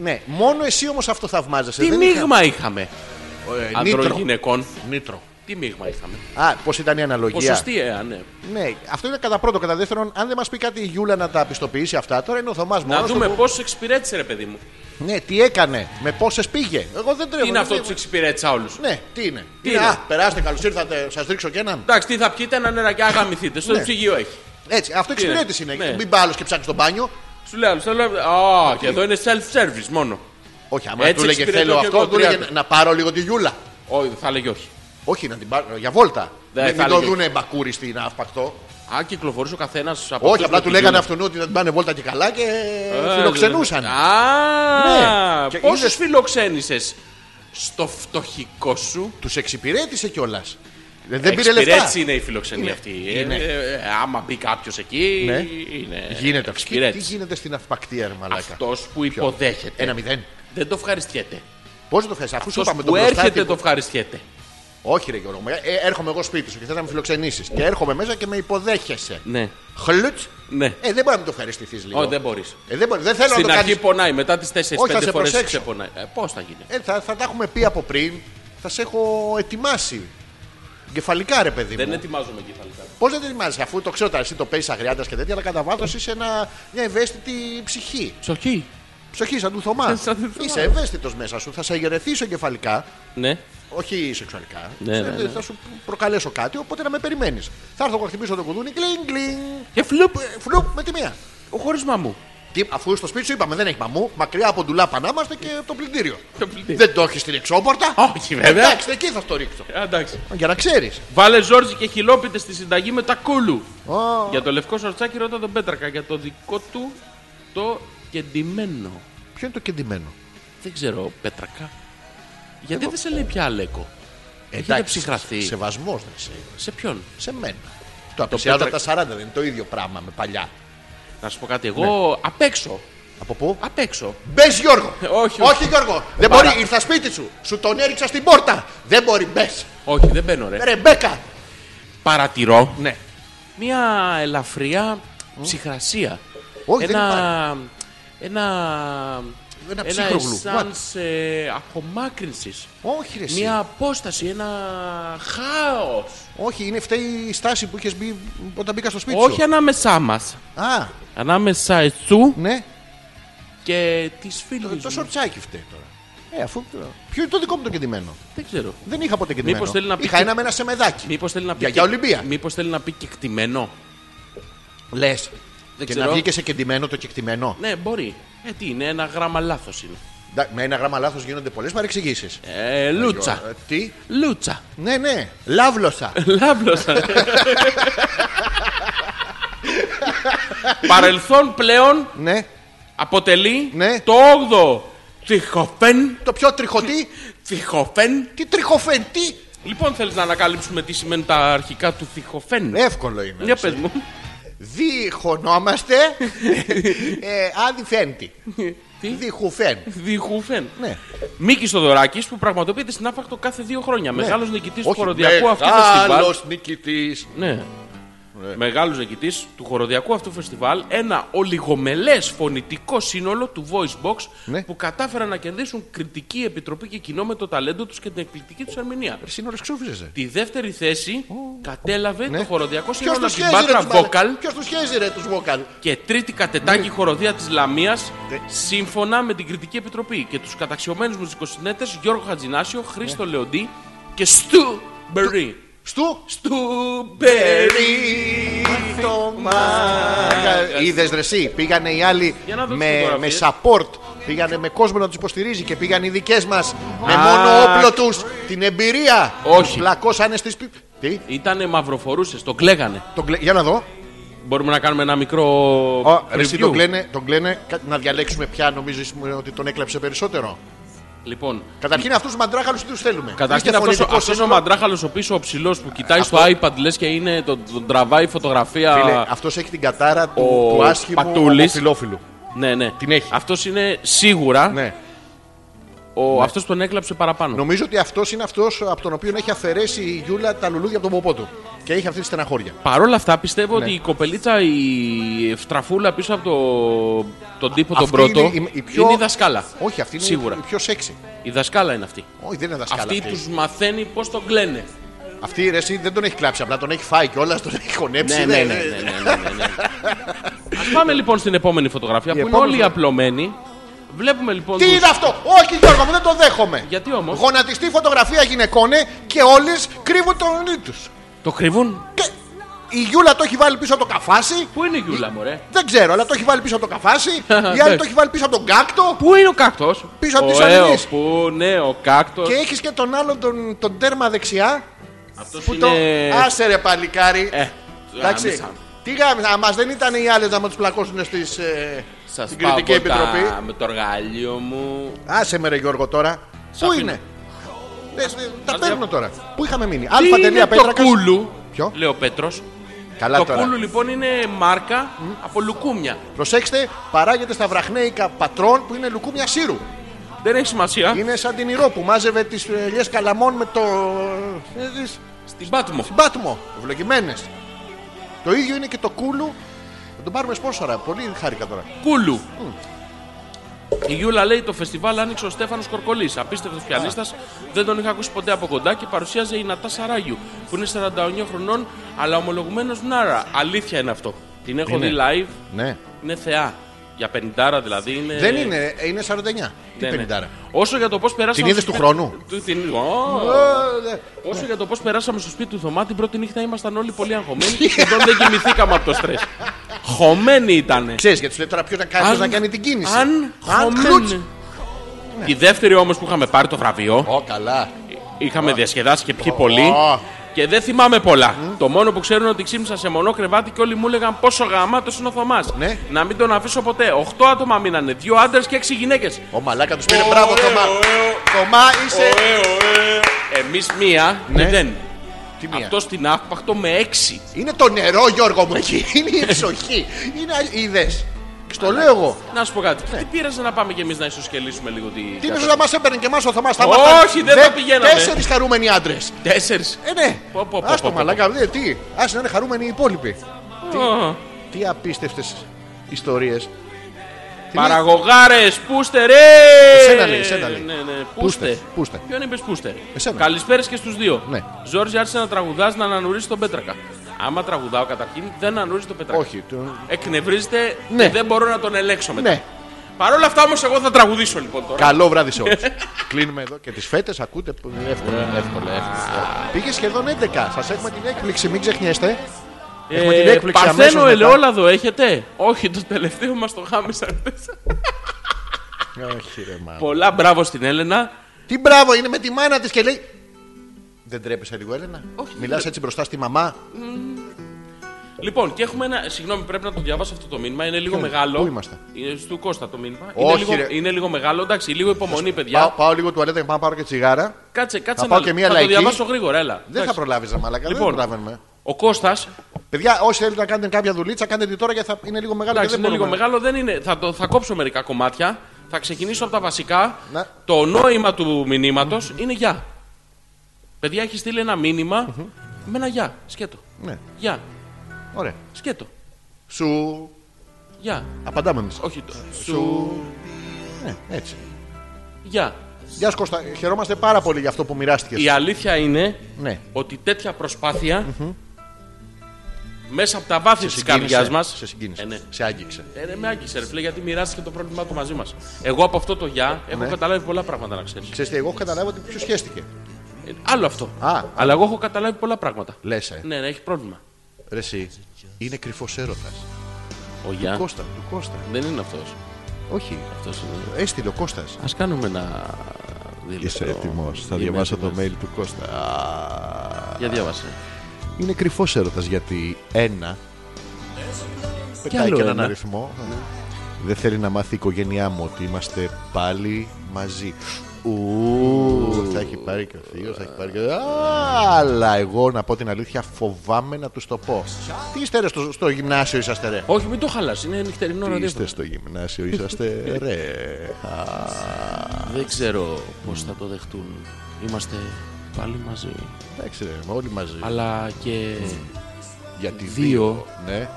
[SPEAKER 2] Ναι.
[SPEAKER 1] Μόνο εσύ όμως αυτό θαυμάζεσαι.
[SPEAKER 2] Τι
[SPEAKER 1] Δεν
[SPEAKER 2] μείγμα είχαμε
[SPEAKER 1] είχα- Ε, νήτρο.
[SPEAKER 2] ανδρογυναικών.
[SPEAKER 1] Νήτρο.
[SPEAKER 2] Τι Τι μείγμα είχαμε.
[SPEAKER 1] Α, πώς ήταν η αναλογία.
[SPEAKER 2] Ποσοστιαία, ναι.
[SPEAKER 1] Ναι, αυτό είναι κατά πρώτο. Κατά δεύτερον, αν δεν μας πει κάτι η Γιούλα να τα πιστοποιήσει αυτά, τώρα είναι ο Θωμάς μόνο.
[SPEAKER 2] Να δούμε πώς εξυπηρέτησε, ρε παιδί μου.
[SPEAKER 1] Ναι, τι έκανε, με πόσες πήγε. Εγώ δεν τρέχω.
[SPEAKER 2] Τι είναι
[SPEAKER 1] δεν
[SPEAKER 2] αυτό που
[SPEAKER 1] βλέπω.
[SPEAKER 2] του εξυπηρέτησα όλους.
[SPEAKER 1] Ναι, τι είναι.
[SPEAKER 2] Τι
[SPEAKER 1] είναι,
[SPEAKER 2] είναι.
[SPEAKER 1] Α, περάστε, καλώς ήρθατε, σας ρίξω και έναν.
[SPEAKER 2] Εντάξει, τι θα πιείτε ένα νερακιά γαμηθείτε. Στο
[SPEAKER 1] Ναι.
[SPEAKER 2] ψυγείο έχει.
[SPEAKER 1] Έτσι, αυτό
[SPEAKER 2] είναι.
[SPEAKER 1] εξυπηρέτηση είναι.
[SPEAKER 2] Ναι.
[SPEAKER 1] Μην πάλο και ψάξει τον μπάνιο.
[SPEAKER 2] Σου λέω, σου λέω. Α, και εδώ είναι self-service μόνο.
[SPEAKER 1] Όχι, άμα
[SPEAKER 2] Έτσι
[SPEAKER 1] του λέγε
[SPEAKER 2] εξυπηρετώ
[SPEAKER 1] θέλω
[SPEAKER 2] και
[SPEAKER 1] αυτό,
[SPEAKER 2] εγώ
[SPEAKER 1] του λέγε
[SPEAKER 2] τριάντα.
[SPEAKER 1] να πάρω λίγο τη Γιούλα.
[SPEAKER 2] Όχι, θα λέγει όχι.
[SPEAKER 1] Όχι, να την πάρω για βόλτα.
[SPEAKER 2] Δεν
[SPEAKER 1] Μην,
[SPEAKER 2] θα
[SPEAKER 1] μην το
[SPEAKER 2] έλεγε.
[SPEAKER 1] δούνε μπακούρι στην αυπακτό.
[SPEAKER 2] Αν κυκλοφορούσε ο καθένας από
[SPEAKER 1] Όχι,
[SPEAKER 2] αυτούς με
[SPEAKER 1] απλά του
[SPEAKER 2] τη
[SPEAKER 1] λέγανε
[SPEAKER 2] Γιούλα.
[SPEAKER 1] αυτόν ότι να την πάνε βόλτα και καλά και
[SPEAKER 2] Ε,
[SPEAKER 1] φιλοξενούσαν. Ναι.
[SPEAKER 2] Α,
[SPEAKER 1] Και
[SPEAKER 2] πόσους
[SPEAKER 1] είδες-
[SPEAKER 2] φιλοξένησες στο φτωχικό σου.
[SPEAKER 1] Τους εξυπηρέτησε κιόλας. Δεν πήρε λεφτά. Ναι.
[SPEAKER 2] Εξυπηρέτηση είναι η φιλοξενία αυτή. Ε,
[SPEAKER 1] Είναι.
[SPEAKER 2] ε, ε, άμα μπει κάποιος εκεί.
[SPEAKER 1] Ναι.
[SPEAKER 2] Είναι
[SPEAKER 1] Γίνεται αυτό. Τι τι
[SPEAKER 2] εξυπηρέτηση.
[SPEAKER 1] γίνεται στην αυπακτία, ρε Μαλάκα.
[SPEAKER 2] Αυτός που υποδέχεται.
[SPEAKER 1] Ένα μηδέν.
[SPEAKER 2] Δεν το ευχαριστιέται.
[SPEAKER 1] Πώς το θες, αφού σου
[SPEAKER 2] Αυτός
[SPEAKER 1] είπαμε τον
[SPEAKER 2] που έρχεται
[SPEAKER 1] προστάτη.
[SPEAKER 2] το
[SPEAKER 1] που-
[SPEAKER 2] ευχαριστιέται.
[SPEAKER 1] Όχι, ρε Γιώργο. μου, ε, Έρχομαι εγώ σπίτι σου και θες να με φιλοξενήσεις. Και έρχομαι μέσα και με υποδέχεσαι.
[SPEAKER 2] Ναι.
[SPEAKER 1] Χλουτ.
[SPEAKER 2] Ναι.
[SPEAKER 1] Ε, δεν μπορεί να με το ευχαριστηθείς λίγο.
[SPEAKER 2] Όχι, δεν μπορείς.
[SPEAKER 1] Ε, δεν, μπορείς, δεν θέλω
[SPEAKER 2] Στην
[SPEAKER 1] να το
[SPEAKER 2] αρχή
[SPEAKER 1] κάνεις.
[SPEAKER 2] πονάει, μετά τις
[SPEAKER 1] Όχι, θα σε
[SPEAKER 2] 4-5 φορές
[SPEAKER 1] προσέξω.
[SPEAKER 2] ξεπονάει. Ε, Πώς θα γίνει.
[SPEAKER 1] Ε, θα, θα τα έχουμε πει από πριν. Θα σε έχω ετοιμάσει. Κεφαλικά, ρε παιδί
[SPEAKER 2] Δεν
[SPEAKER 1] μου.
[SPEAKER 2] ετοιμάζομαι κεφαλικά.
[SPEAKER 1] Πώς δεν ετοιμάζει, αφού το ξέρω τώρα, εσύ το παίζει αγριάντας και τέτοια, αλλά κατά βάθος είσαι ένα, μια ευαίσθητη ψυχή.
[SPEAKER 2] Ψοχή.
[SPEAKER 1] Ψοχή σαν του Θωμά.
[SPEAKER 2] Σαν του Θωμά.
[SPEAKER 1] είσαι ευαίσθητος μέσα σου. Θα σε εγερεθήσω κεφαλικά,
[SPEAKER 2] Ναι.
[SPEAKER 1] όχι σεξουαλικά.
[SPEAKER 2] Ναι,
[SPEAKER 1] Σε-
[SPEAKER 2] ναι, ναι.
[SPEAKER 1] Θα σου προκαλέσω κάτι, οπότε να με περιμένεις. Θα έρθω εγώ να χτυπήσω το κουδούνι, κλινγκ, κλινγκ.
[SPEAKER 2] Και φλουπ.
[SPEAKER 1] Φλουπ ε, με τη μία.
[SPEAKER 2] Ο χωρισμά μου.
[SPEAKER 1] Τι, αφού στο σπίτι σου είπαμε δεν έχει μαμού, μακριά από ντουλάπα να είμαστε και από το πλυντήριο.
[SPEAKER 2] Το πλυντήριο.
[SPEAKER 1] Δεν το έχεις στην εξώπορτα.
[SPEAKER 2] Όχι, βέβαια.
[SPEAKER 1] Εντάξει, εκεί θα στο ρίξω.
[SPEAKER 2] Ε, Εντάξει.
[SPEAKER 1] Για να ξέρεις.
[SPEAKER 2] Βάλε Ζόρζι και χιλόπιτε στη συνταγή με τα κούλου.
[SPEAKER 1] Ω.
[SPEAKER 2] Για το λευκό σορτσάκι ρώτα τον Πέτρακα. Για το δικό του το κεντυμένο.
[SPEAKER 1] Ποιο είναι το κεντυμένο.
[SPEAKER 2] Δεν ξέρω, Πέτρακα. Γιατί δεν σε λέει πια Αλέκο. Έχετε
[SPEAKER 1] Εντάξει,
[SPEAKER 2] ψυχραθεί. Σε,
[SPEAKER 1] Σεβασμός δεν σε είναι.
[SPEAKER 2] ποιον.
[SPEAKER 1] Σε μένα. Το απεσιάζω από
[SPEAKER 2] πέτρα-
[SPEAKER 1] τα 40, δεν είναι το ίδιο πράγμα με παλιά.
[SPEAKER 2] Να σου πω κάτι. Εγώ
[SPEAKER 1] Ναι.
[SPEAKER 2] απ' έξω.
[SPEAKER 1] Από πού?
[SPEAKER 2] Απ' έξω.
[SPEAKER 1] Μπες Γιώργο!
[SPEAKER 2] Ε, όχι. Ε,
[SPEAKER 1] όχι Γιώργο! Δεν
[SPEAKER 2] Παρά-
[SPEAKER 1] μπορεί, ήρθα σπίτι σου! Σου τον έριξα στην πόρτα! Δεν μπορεί, μπες!
[SPEAKER 2] Όχι, δεν μπαίνω, ρε.
[SPEAKER 1] Ρεμπέκα!
[SPEAKER 2] Παρατηρώ
[SPEAKER 1] Ναι.
[SPEAKER 2] μια ελαφριά ψυχρασία.
[SPEAKER 1] Όχι, δεν
[SPEAKER 2] ένα, ένα,
[SPEAKER 1] Ένα ψυχρογλου.
[SPEAKER 2] αισθάνς ε, απομάκρυνσης.
[SPEAKER 1] Όχι, ρε, εσύ.
[SPEAKER 2] Μια απόσταση, ένα χάος.
[SPEAKER 1] Όχι, είναι φταίει η στάση που είχες μπει όταν μπήκα στο σπίτι
[SPEAKER 2] Όχι
[SPEAKER 1] σου.
[SPEAKER 2] ανάμεσά μας.
[SPEAKER 1] Α,
[SPEAKER 2] Ανάμεσα εσού
[SPEAKER 1] ναι.
[SPEAKER 2] και τις
[SPEAKER 1] Το,
[SPEAKER 2] φίλες
[SPEAKER 1] το
[SPEAKER 2] μου.
[SPEAKER 1] σορτσάκι φταίει τώρα. Ε, αφού. Ποιο είναι το δικό μου το κεντυμένο.
[SPEAKER 2] Δεν ξέρω.
[SPEAKER 1] Δεν είχα ποτέ κεντυμένο.
[SPEAKER 2] Μήπως θέλει να πει
[SPEAKER 1] Είχα
[SPEAKER 2] και-
[SPEAKER 1] ένα με ένα σεμεδάκι.
[SPEAKER 2] Μήπως θέλει να πει
[SPEAKER 1] Για-
[SPEAKER 2] και-
[SPEAKER 1] για Ολυμπία.
[SPEAKER 2] Μήπως θέλει να πει και κτημένο.
[SPEAKER 1] Λες.
[SPEAKER 2] Δεν
[SPEAKER 1] Και
[SPEAKER 2] ξέρω.
[SPEAKER 1] να βγει και σε κεντυμένο το κεκτημένο.
[SPEAKER 2] Ναι, μπορεί. Ε, τι είναι, ένα γράμμα λάθος είναι.
[SPEAKER 1] Ντα- Με ένα γράμμα λάθος γίνονται πολλές παρεξηγήσεις.
[SPEAKER 2] Ε, λούτσα.
[SPEAKER 1] Τι.
[SPEAKER 2] Λούτσα.
[SPEAKER 1] Ναι, ναι. Λάβλωσα.
[SPEAKER 2] Λάμπλωσα. Παρελθόν πλέον
[SPEAKER 1] ναι.
[SPEAKER 2] αποτελεί
[SPEAKER 1] Ναι.
[SPEAKER 2] το 8ο τυχοφέν.
[SPEAKER 1] Το πιο τριχωτή.
[SPEAKER 2] Τυχοφέν.
[SPEAKER 1] Τι τριχοφέν, τι.
[SPEAKER 2] Λοιπόν, θέλεις να ανακαλύψουμε τι σημαίνουν τα αρχικά του τυχοφέν.
[SPEAKER 1] Εύκολο είναι.
[SPEAKER 2] Για πες μου.
[SPEAKER 1] Διχωνόμαστε. ε, Άδιφέντη.
[SPEAKER 2] Τι?
[SPEAKER 1] Διχουφέν.
[SPEAKER 2] Διχουφέν.
[SPEAKER 1] Ναι.
[SPEAKER 2] Μίκης Θοδωράκης που πραγματοποιείται στην άφακτο κάθε δύο χρόνια. Μεγάλος νικητής του
[SPEAKER 1] Ναι. Όχι, ναι.
[SPEAKER 2] χοροδιακού αυτού φεστιβάλ.
[SPEAKER 1] μεγάλος νικητής.
[SPEAKER 2] Ναι. Μεγάλος νικητής του χοροδιακού αυτού φεστιβάλ, ένα ολιγομελές φωνητικό σύνολο του Voice Box
[SPEAKER 1] Ναι.
[SPEAKER 2] που κατάφεραν να κερδίσουν κριτική επιτροπή και κοινό με το ταλέντο τους και την εκπληκτική τους ερμηνεία.
[SPEAKER 1] Σύνορα ξούφιζεσαι.
[SPEAKER 2] Τη δεύτερη θέση κατέλαβε το χοροδιακό
[SPEAKER 1] Ναι. Ποιος
[SPEAKER 2] σύνολο
[SPEAKER 1] τους
[SPEAKER 2] στην
[SPEAKER 1] χέζει, ρε,
[SPEAKER 2] Πάτρα
[SPEAKER 1] τους μαλα-
[SPEAKER 2] Vocal
[SPEAKER 1] Ποιος τους χέζει ρε τους Vocal.
[SPEAKER 2] και τρίτη κατετάκη χοροδία της Λαμίας
[SPEAKER 1] Ναι.
[SPEAKER 2] σύμφωνα με την Κριτική Επιτροπή και τους καταξιωμένους μουσικοσυνέτες Γιώργο Χατζινάσιο, Χρήστο
[SPEAKER 1] Ναι.
[SPEAKER 2] Λεοντή και Στου Μπερί.
[SPEAKER 1] Στου.
[SPEAKER 2] Στου Μπερί.
[SPEAKER 1] Περί το μάγα. Είδες ρε εσύ, πήγανε οι άλλοι
[SPEAKER 2] Για να δω τις
[SPEAKER 1] με, με
[SPEAKER 2] φωτογραφίες.
[SPEAKER 1] support. Πήγανε με κόσμο να τους υποστηρίζει και πήγαν οι δικές μας με
[SPEAKER 2] Α,
[SPEAKER 1] μόνο όπλο τους την εμπειρία.
[SPEAKER 2] Όχι.
[SPEAKER 1] Τους Πλακώσανε στις πι... Τι,
[SPEAKER 2] Ήτανε μαυροφορούσες, τον κλέγανε.
[SPEAKER 1] τον κλε- για να δω.
[SPEAKER 2] Μπορούμε να κάνουμε ένα μικρό
[SPEAKER 1] Α, ρε Εσύ
[SPEAKER 2] review.
[SPEAKER 1] τον κλαίνε, τον κλαίνε. Κα- να διαλέξουμε ποια νομίζεις ότι τον έκλαψε περισσότερο.
[SPEAKER 2] Λοιπόν,
[SPEAKER 1] Καταρχήν αυτούς τους μαντράχαλους τι τους θέλουμε.
[SPEAKER 2] καταρχήν
[SPEAKER 1] Είστε
[SPEAKER 2] αυτός, ο-
[SPEAKER 1] φωνητικός
[SPEAKER 2] αυτός ο
[SPEAKER 1] σύστημα.
[SPEAKER 2] μαντράχαλος ο πίσω ο ψηλός που κοιτάει στο
[SPEAKER 1] αυτό-
[SPEAKER 2] iPad λες και είναι, τον, τον τραβάει φωτογραφία...
[SPEAKER 1] Φίλε, αυτός έχει την κατάρα του,
[SPEAKER 2] Ο
[SPEAKER 1] του άσχημου
[SPEAKER 2] Πατούλης.
[SPEAKER 1] ομοφυλόφιλου.
[SPEAKER 2] Ναι, ναι.
[SPEAKER 1] Την έχει.
[SPEAKER 2] Αυτός είναι σίγουρα,
[SPEAKER 1] Ναι.
[SPEAKER 2] ο, αυτός τον έκλαψε παραπάνω.
[SPEAKER 1] Νομίζω ότι αυτός είναι αυτός από τον οποίο έχει αφαιρέσει η Γιούλα τα λουλούδια από τον ποπό του. Και έχει αυτή τη στεναχώρια.
[SPEAKER 2] Παρ' όλα αυτά πιστεύω
[SPEAKER 1] Ναι.
[SPEAKER 2] ότι η κοπελίτσα, η φτραφούλα πίσω από το, τον τύπο τον
[SPEAKER 1] αυτή
[SPEAKER 2] πρώτο,
[SPEAKER 1] είναι η- η πιο-
[SPEAKER 2] είναι η δασκάλα.
[SPEAKER 1] Όχι, αυτή είναι
[SPEAKER 2] Σίγουρα.
[SPEAKER 1] η πιο σεξι.
[SPEAKER 2] Η δασκάλα είναι αυτή.
[SPEAKER 1] Όχι, δεν είναι δασκάλα.
[SPEAKER 2] αυτή
[SPEAKER 1] Αυτή,
[SPEAKER 2] τους μαθαίνει πώς τον κλαίνε.
[SPEAKER 1] Αυτή η ρεσί δεν τον έχει κλάψει, απλά τον έχει φάει κιόλα, τον έχει χωνέψει.
[SPEAKER 2] Ναι, ναι,
[SPEAKER 1] δεν-
[SPEAKER 2] ναι, ναι, ναι, ναι, ναι, ναι. Ας πάμε λοιπόν στην επόμενη φωτογραφία που είναι
[SPEAKER 1] ναι. επόμενη
[SPEAKER 2] όλοι απλωμένοι. Βλέπουμε λοιπόν.
[SPEAKER 1] Τι
[SPEAKER 2] τους-
[SPEAKER 1] είναι αυτό! Όχι, Γιώργο μου, δεν το δέχομαι.
[SPEAKER 2] Γιατί όμως?
[SPEAKER 1] Γονατιστή φωτογραφία γυναικώνε και όλες κρύβουν τον ουρνί τους.
[SPEAKER 2] Το κρύβουν.
[SPEAKER 1] Και η Γιούλα το έχει βάλει πίσω από το καφάσι.
[SPEAKER 2] Πού είναι η Γιούλα, μωρέ.
[SPEAKER 1] Δεν ξέρω, αλλά το έχει βάλει πίσω από το καφάσι. η
[SPEAKER 2] Ναι.
[SPEAKER 1] άλλη το έχει βάλει πίσω από τον κάκτο.
[SPEAKER 2] Πού είναι ο κάκτος
[SPEAKER 1] Πίσω από
[SPEAKER 2] Ο
[SPEAKER 1] τις
[SPEAKER 2] ε,
[SPEAKER 1] σανίδες.
[SPEAKER 2] ο Πού, ναι, ο κάκτος
[SPEAKER 1] Και έχεις και τον άλλον τον, τον τέρμα δεξιά.
[SPEAKER 2] Αυτός
[SPEAKER 1] Που
[SPEAKER 2] είναι.
[SPEAKER 1] το. Άσε ρε παλικάρι.
[SPEAKER 2] Ε,
[SPEAKER 1] Εντάξει.
[SPEAKER 2] άμεσα.
[SPEAKER 1] Τι γάμισα, μα δεν ήταν οι άλλες να μας του πλακώσουν στις, ε,
[SPEAKER 2] Σας
[SPEAKER 1] στην
[SPEAKER 2] πάω
[SPEAKER 1] κριτική
[SPEAKER 2] από τα-
[SPEAKER 1] επιτροπή.
[SPEAKER 2] με το εργαλείο μου.
[SPEAKER 1] Άσε με ρε Γιώργο τώρα. Πού
[SPEAKER 2] αφήνω.
[SPEAKER 1] είναι. Ε, ε, τα
[SPEAKER 2] Ας
[SPEAKER 1] παίρνω
[SPEAKER 2] δια-
[SPEAKER 1] τώρα. Πού είχαμε μείνει.
[SPEAKER 2] Τι είναι το
[SPEAKER 1] Αλφα.πέτρακας.
[SPEAKER 2] κούλου.
[SPEAKER 1] Ποιο?
[SPEAKER 2] Λέει ο Πέτρος
[SPEAKER 1] Καλά
[SPEAKER 2] το
[SPEAKER 1] τώρα.
[SPEAKER 2] κούλου λοιπόν είναι μάρκα από λουκούμια.
[SPEAKER 1] Προσέξτε, παράγεται στα βραχνέικα πατρών που είναι λουκούμια σύρου.
[SPEAKER 2] Δεν έχει σημασία.
[SPEAKER 1] Είναι σαν την Ηρώ που μάζευε τις ελιέ καλαμών με το. ε, τις-
[SPEAKER 2] Στην Πάτμο.
[SPEAKER 1] Μπάτμο, ευλογημένες. Το ίδιο είναι και το κούλου. Θα τον πάρουμε σπόσορα. Πολύ χάρηκα τώρα.
[SPEAKER 2] Κούλου. Η Γιούλα λέει το φεστιβάλ άνοιξε ο Στέφανος Κορκολής. Απίστευτος πιανίστας. Δεν τον είχα ακούσει ποτέ από κοντά και παρουσίαζε η Νατά Σαράγιου που είναι 49 χρονών αλλά ομολογουμένος Νάρα. Αλήθεια είναι αυτό. Την έχω
[SPEAKER 1] Είναι.
[SPEAKER 2] δει live.
[SPEAKER 1] Ναι.
[SPEAKER 2] Είναι θεά. Για 50 δηλαδή είναι.
[SPEAKER 1] Δεν είναι, είναι 49. Τι
[SPEAKER 2] Ναι, ναι.
[SPEAKER 1] 50.
[SPEAKER 2] Όσο για το πώς περάσαμε.
[SPEAKER 1] Την είδες
[SPEAKER 2] στο
[SPEAKER 1] του
[SPEAKER 2] σπίτι-
[SPEAKER 1] χρόνου?
[SPEAKER 2] του- την- Ω!
[SPEAKER 1] Ε,
[SPEAKER 2] Όσο για το πώς περάσαμε στο σπίτι του Θωμά, την πρώτη νύχτα ήμασταν όλοι πολύ αγχωμένοι και σχεδόν δεν κοιμηθήκαμε από το στρες. Χωμένοι ήτανε.
[SPEAKER 1] Ξέρεις γιατί σου λέει τώρα ποιος να κάνει, ποιος να κάνει την κίνηση.
[SPEAKER 2] Αν
[SPEAKER 1] κλουτς.
[SPEAKER 2] χωμένοι. Ναι. Η δεύτερη όμως που είχαμε πάρει το βραβείο,
[SPEAKER 1] Ω, καλά.
[SPEAKER 2] είχαμε διασκεδάσει και πιει πολύ
[SPEAKER 1] Ω.
[SPEAKER 2] και δεν θυμάμαι πολλά. Το μόνο που ξέρω είναι ότι ξύπνησα σε μονό κρεβάτι και όλοι μου έλεγαν πόσο γαμάτος είναι ο Θωμάς.
[SPEAKER 1] Ναι.
[SPEAKER 2] Να μην τον αφήσω ποτέ. Οχτώ άτομα μείνανε, δύο άντρες και έξι γυναίκες.
[SPEAKER 1] Ο μαλάκα τους πήρε μπράβο,
[SPEAKER 2] ε,
[SPEAKER 1] Θωμά. Θωμά είσαι.
[SPEAKER 2] Εμείς μία
[SPEAKER 1] Ναι.
[SPEAKER 2] και δεν.
[SPEAKER 1] Τι μία.
[SPEAKER 2] Αυτός στην άφπακτο με έξι.
[SPEAKER 1] Είναι το νερό, Γιώργο μου εκεί. Είναι η εξοχή. Είναι είδες. Στο λέω εγώ.
[SPEAKER 2] Να σου πω κάτι. Τι πήραζε να πάμε κι εμείς να ισοσκελίσουμε λίγο τη.
[SPEAKER 1] Ναι. Τι μισό να μα έπαιρνε και εμά ο Θωμά. Θα
[SPEAKER 2] Όχι,
[SPEAKER 1] ήμασταν
[SPEAKER 2] δεν
[SPEAKER 1] δε-
[SPEAKER 2] θα πηγαίναμε.
[SPEAKER 1] Τέσσερις χαρούμενοι άντρες.
[SPEAKER 2] Τέσσερις.
[SPEAKER 1] Ε, ναι.
[SPEAKER 2] Πω, πω, πω,
[SPEAKER 1] Άστο
[SPEAKER 2] πω, πω,
[SPEAKER 1] μαλάκα. δε, Τι. Άσε να είναι χαρούμενοι οι υπόλοιποι. Τι απίστευτες ιστορίες.
[SPEAKER 2] Παραγωγάρες, πούστε ρε!
[SPEAKER 1] Εσένα λέει, εσένα λέει.
[SPEAKER 2] Ναι, ναι,
[SPEAKER 1] Πούστε,
[SPEAKER 2] πούστε.
[SPEAKER 1] πούστε.
[SPEAKER 2] Ποιον είπες πούστε.
[SPEAKER 1] Εσένα.
[SPEAKER 2] Καλησπέρα και στους δύο.
[SPEAKER 1] Ναι.
[SPEAKER 2] Ζόρζι άρχισε να τραγουδάς να ανανουρίσεις τον πέτρακα. Άμα τραγουδάω καταρχήν, δεν ανανουρίζει τον πέτρακα.
[SPEAKER 1] Όχι. το-
[SPEAKER 2] Εκνευρίζεται
[SPEAKER 1] Ναι.
[SPEAKER 2] και δεν μπορώ να τον ελέγξω μετά.
[SPEAKER 1] Ναι.
[SPEAKER 2] Παρ' όλα αυτά όμως, εγώ θα τραγουδήσω λοιπόν τώρα.
[SPEAKER 1] Καλό βράδυ σε όλους. Κλείνουμε εδώ και τις φέτες. Ακούτε που- εύκολα. εύκολα, εύκολα. Πήγε σχεδόν 11. Σας έχουμε την έκπληξη, μην ξεχνιέστε. Έχουμε την έκπληξη αμέσως
[SPEAKER 2] Παρθένο
[SPEAKER 1] μετά.
[SPEAKER 2] Ε, ελαιόλαδο έχετε. Όχι, το τελευταίο μας το χάμισαν.
[SPEAKER 1] Όχι, ρε μάνα.
[SPEAKER 2] Πολλά μπράβο στην Έλενα.
[SPEAKER 1] Τι μπράβο είναι με τη μάνα της και λέει. Δεν τρέπεσαι λίγο, Έλενα.
[SPEAKER 2] Όχι, δεν
[SPEAKER 1] Μιλάς έτσι μπροστά στη μαμά.
[SPEAKER 2] Λοιπόν, και έχουμε ένα. Συγγνώμη, πρέπει να το διαβάσω αυτό το μήνυμα. Είναι λίγο
[SPEAKER 1] είναι?
[SPEAKER 2] μεγάλο.
[SPEAKER 1] Πού είμαστε?
[SPEAKER 2] Είναι στο Κώστα το μήνυμα.
[SPEAKER 1] Όχι,
[SPEAKER 2] είναι, λίγο,
[SPEAKER 1] ρε.
[SPEAKER 2] είναι λίγο μεγάλο. Εντάξει, λίγο υπομονή, παιδιά.
[SPEAKER 1] Πάω, πάω λίγο τουαλέτα και πάω να πάρω και τσιγάρα.
[SPEAKER 2] Κάτσε, κάτσε.
[SPEAKER 1] Θα πάω
[SPEAKER 2] να-
[SPEAKER 1] και μία
[SPEAKER 2] θα
[SPEAKER 1] λαϊκή.
[SPEAKER 2] το διαβάσω γρήγορα, έλα.
[SPEAKER 1] Δεν θα
[SPEAKER 2] Εντάξει.
[SPEAKER 1] προλάβεις να μαλακά.
[SPEAKER 2] Λοιπόν.
[SPEAKER 1] Δεν προλάβαινε.
[SPEAKER 2] Ο Κώστας,
[SPEAKER 1] Παιδιά, όσοι θέλετε να κάνετε κάποια δουλίτσα, κάντε τη τώρα γιατί θα είναι λίγο μεγάλο.
[SPEAKER 2] εντάξει,
[SPEAKER 1] και
[SPEAKER 2] είναι
[SPEAKER 1] δεν
[SPEAKER 2] λίγο
[SPEAKER 1] μπορούμε.
[SPEAKER 2] μεγάλο, δεν είναι. Θα, το, θα κόψω μερικά κομμάτια. Θα ξεκινήσω από τα βασικά.
[SPEAKER 1] Να.
[SPEAKER 2] Το νόημα του μηνύματος είναι γεια. Παιδιά, έχεις στείλει ένα μήνυμα με ένα γεια. Σκέτο.
[SPEAKER 1] Ναι,
[SPEAKER 2] Γεια.
[SPEAKER 1] ωραία.
[SPEAKER 2] Σκέτο.
[SPEAKER 1] Σου.
[SPEAKER 2] Γεια.
[SPEAKER 1] Απαντάμε εμείς.
[SPEAKER 2] Όχι το.
[SPEAKER 1] Σου. Ναι, έτσι.
[SPEAKER 2] Γεια.
[SPEAKER 1] Γεια σου Κώστα, χαιρόμαστε πάρα πολύ για αυτό που μοιράστηκες.
[SPEAKER 2] Η αλήθεια είναι
[SPEAKER 1] Ναι.
[SPEAKER 2] ότι τέτοια προσπάθεια, μέσα από τα βάθη της καρδιάς μας.
[SPEAKER 1] Σε συγκίνησε.
[SPEAKER 2] Ε, ναι.
[SPEAKER 1] Σε άγγιξε.
[SPEAKER 2] Ε, ρε, με άγγιξε, ρε φίλε, γιατί μοιράστηκε το πρόβλημά του μαζί μας. Εγώ από αυτό το γεια
[SPEAKER 1] Ναι.
[SPEAKER 2] έχω καταλάβει πολλά πράγματα, να ξέρεις.
[SPEAKER 1] Ξέρετε, εγώ έχω καταλάβει ότι ποιος σχέστηκε.
[SPEAKER 2] άλλο αυτό.
[SPEAKER 1] Α.
[SPEAKER 2] Αλλά εγώ έχω καταλάβει πολλά πράγματα.
[SPEAKER 1] Λες, ε.
[SPEAKER 2] Ναι, ναι, έχει πρόβλημα.
[SPEAKER 1] Ρε, εσύ, είναι κρυφός έρωτας.
[SPEAKER 2] Ο γεια
[SPEAKER 1] Κώστα, του Κώστα.
[SPEAKER 2] δεν είναι αυτός.
[SPEAKER 1] Όχι,
[SPEAKER 2] Αυτός είναι.
[SPEAKER 1] έστειλε ο Κώστας.
[SPEAKER 2] Ας κάνουμε ένα. δίλεπτο.
[SPEAKER 1] Θα
[SPEAKER 2] Είμαι έτοιμος.
[SPEAKER 1] mail του Κώστα. Α,
[SPEAKER 2] Για διάβασε.
[SPEAKER 1] Είναι κρυφός έρωτας γιατί ένα. Πετάει
[SPEAKER 2] άλλο
[SPEAKER 1] και έναν
[SPEAKER 2] ένα.
[SPEAKER 1] αριθμό. Δεν θέλει να μάθει η οικογένειά μου ότι είμαστε πάλι μαζί. Ου, θα έχει πάρει και ο θείος, θα έχει πάρει και. Α, Αλλά εγώ να πω την αλήθεια, φοβάμαι να τους το πω. Τι είστε ρε, στο, στο γυμνάσιο, είσαστε ρε.
[SPEAKER 2] Όχι, μην το χαλάσει, είναι νυχτερινό
[SPEAKER 1] Τι είστε
[SPEAKER 2] ραδιόφωνο.
[SPEAKER 1] στο γυμνάσιο, είσαστε ρε. Α,
[SPEAKER 2] Δεν ξέρω πώς θα το δεχτούν. Είμαστε πάλι μαζί.
[SPEAKER 1] Εντάξει, ρε, όλοι μαζί.
[SPEAKER 2] Αλλά και
[SPEAKER 1] Γιατί
[SPEAKER 2] δύο.
[SPEAKER 1] δύο. Ναι,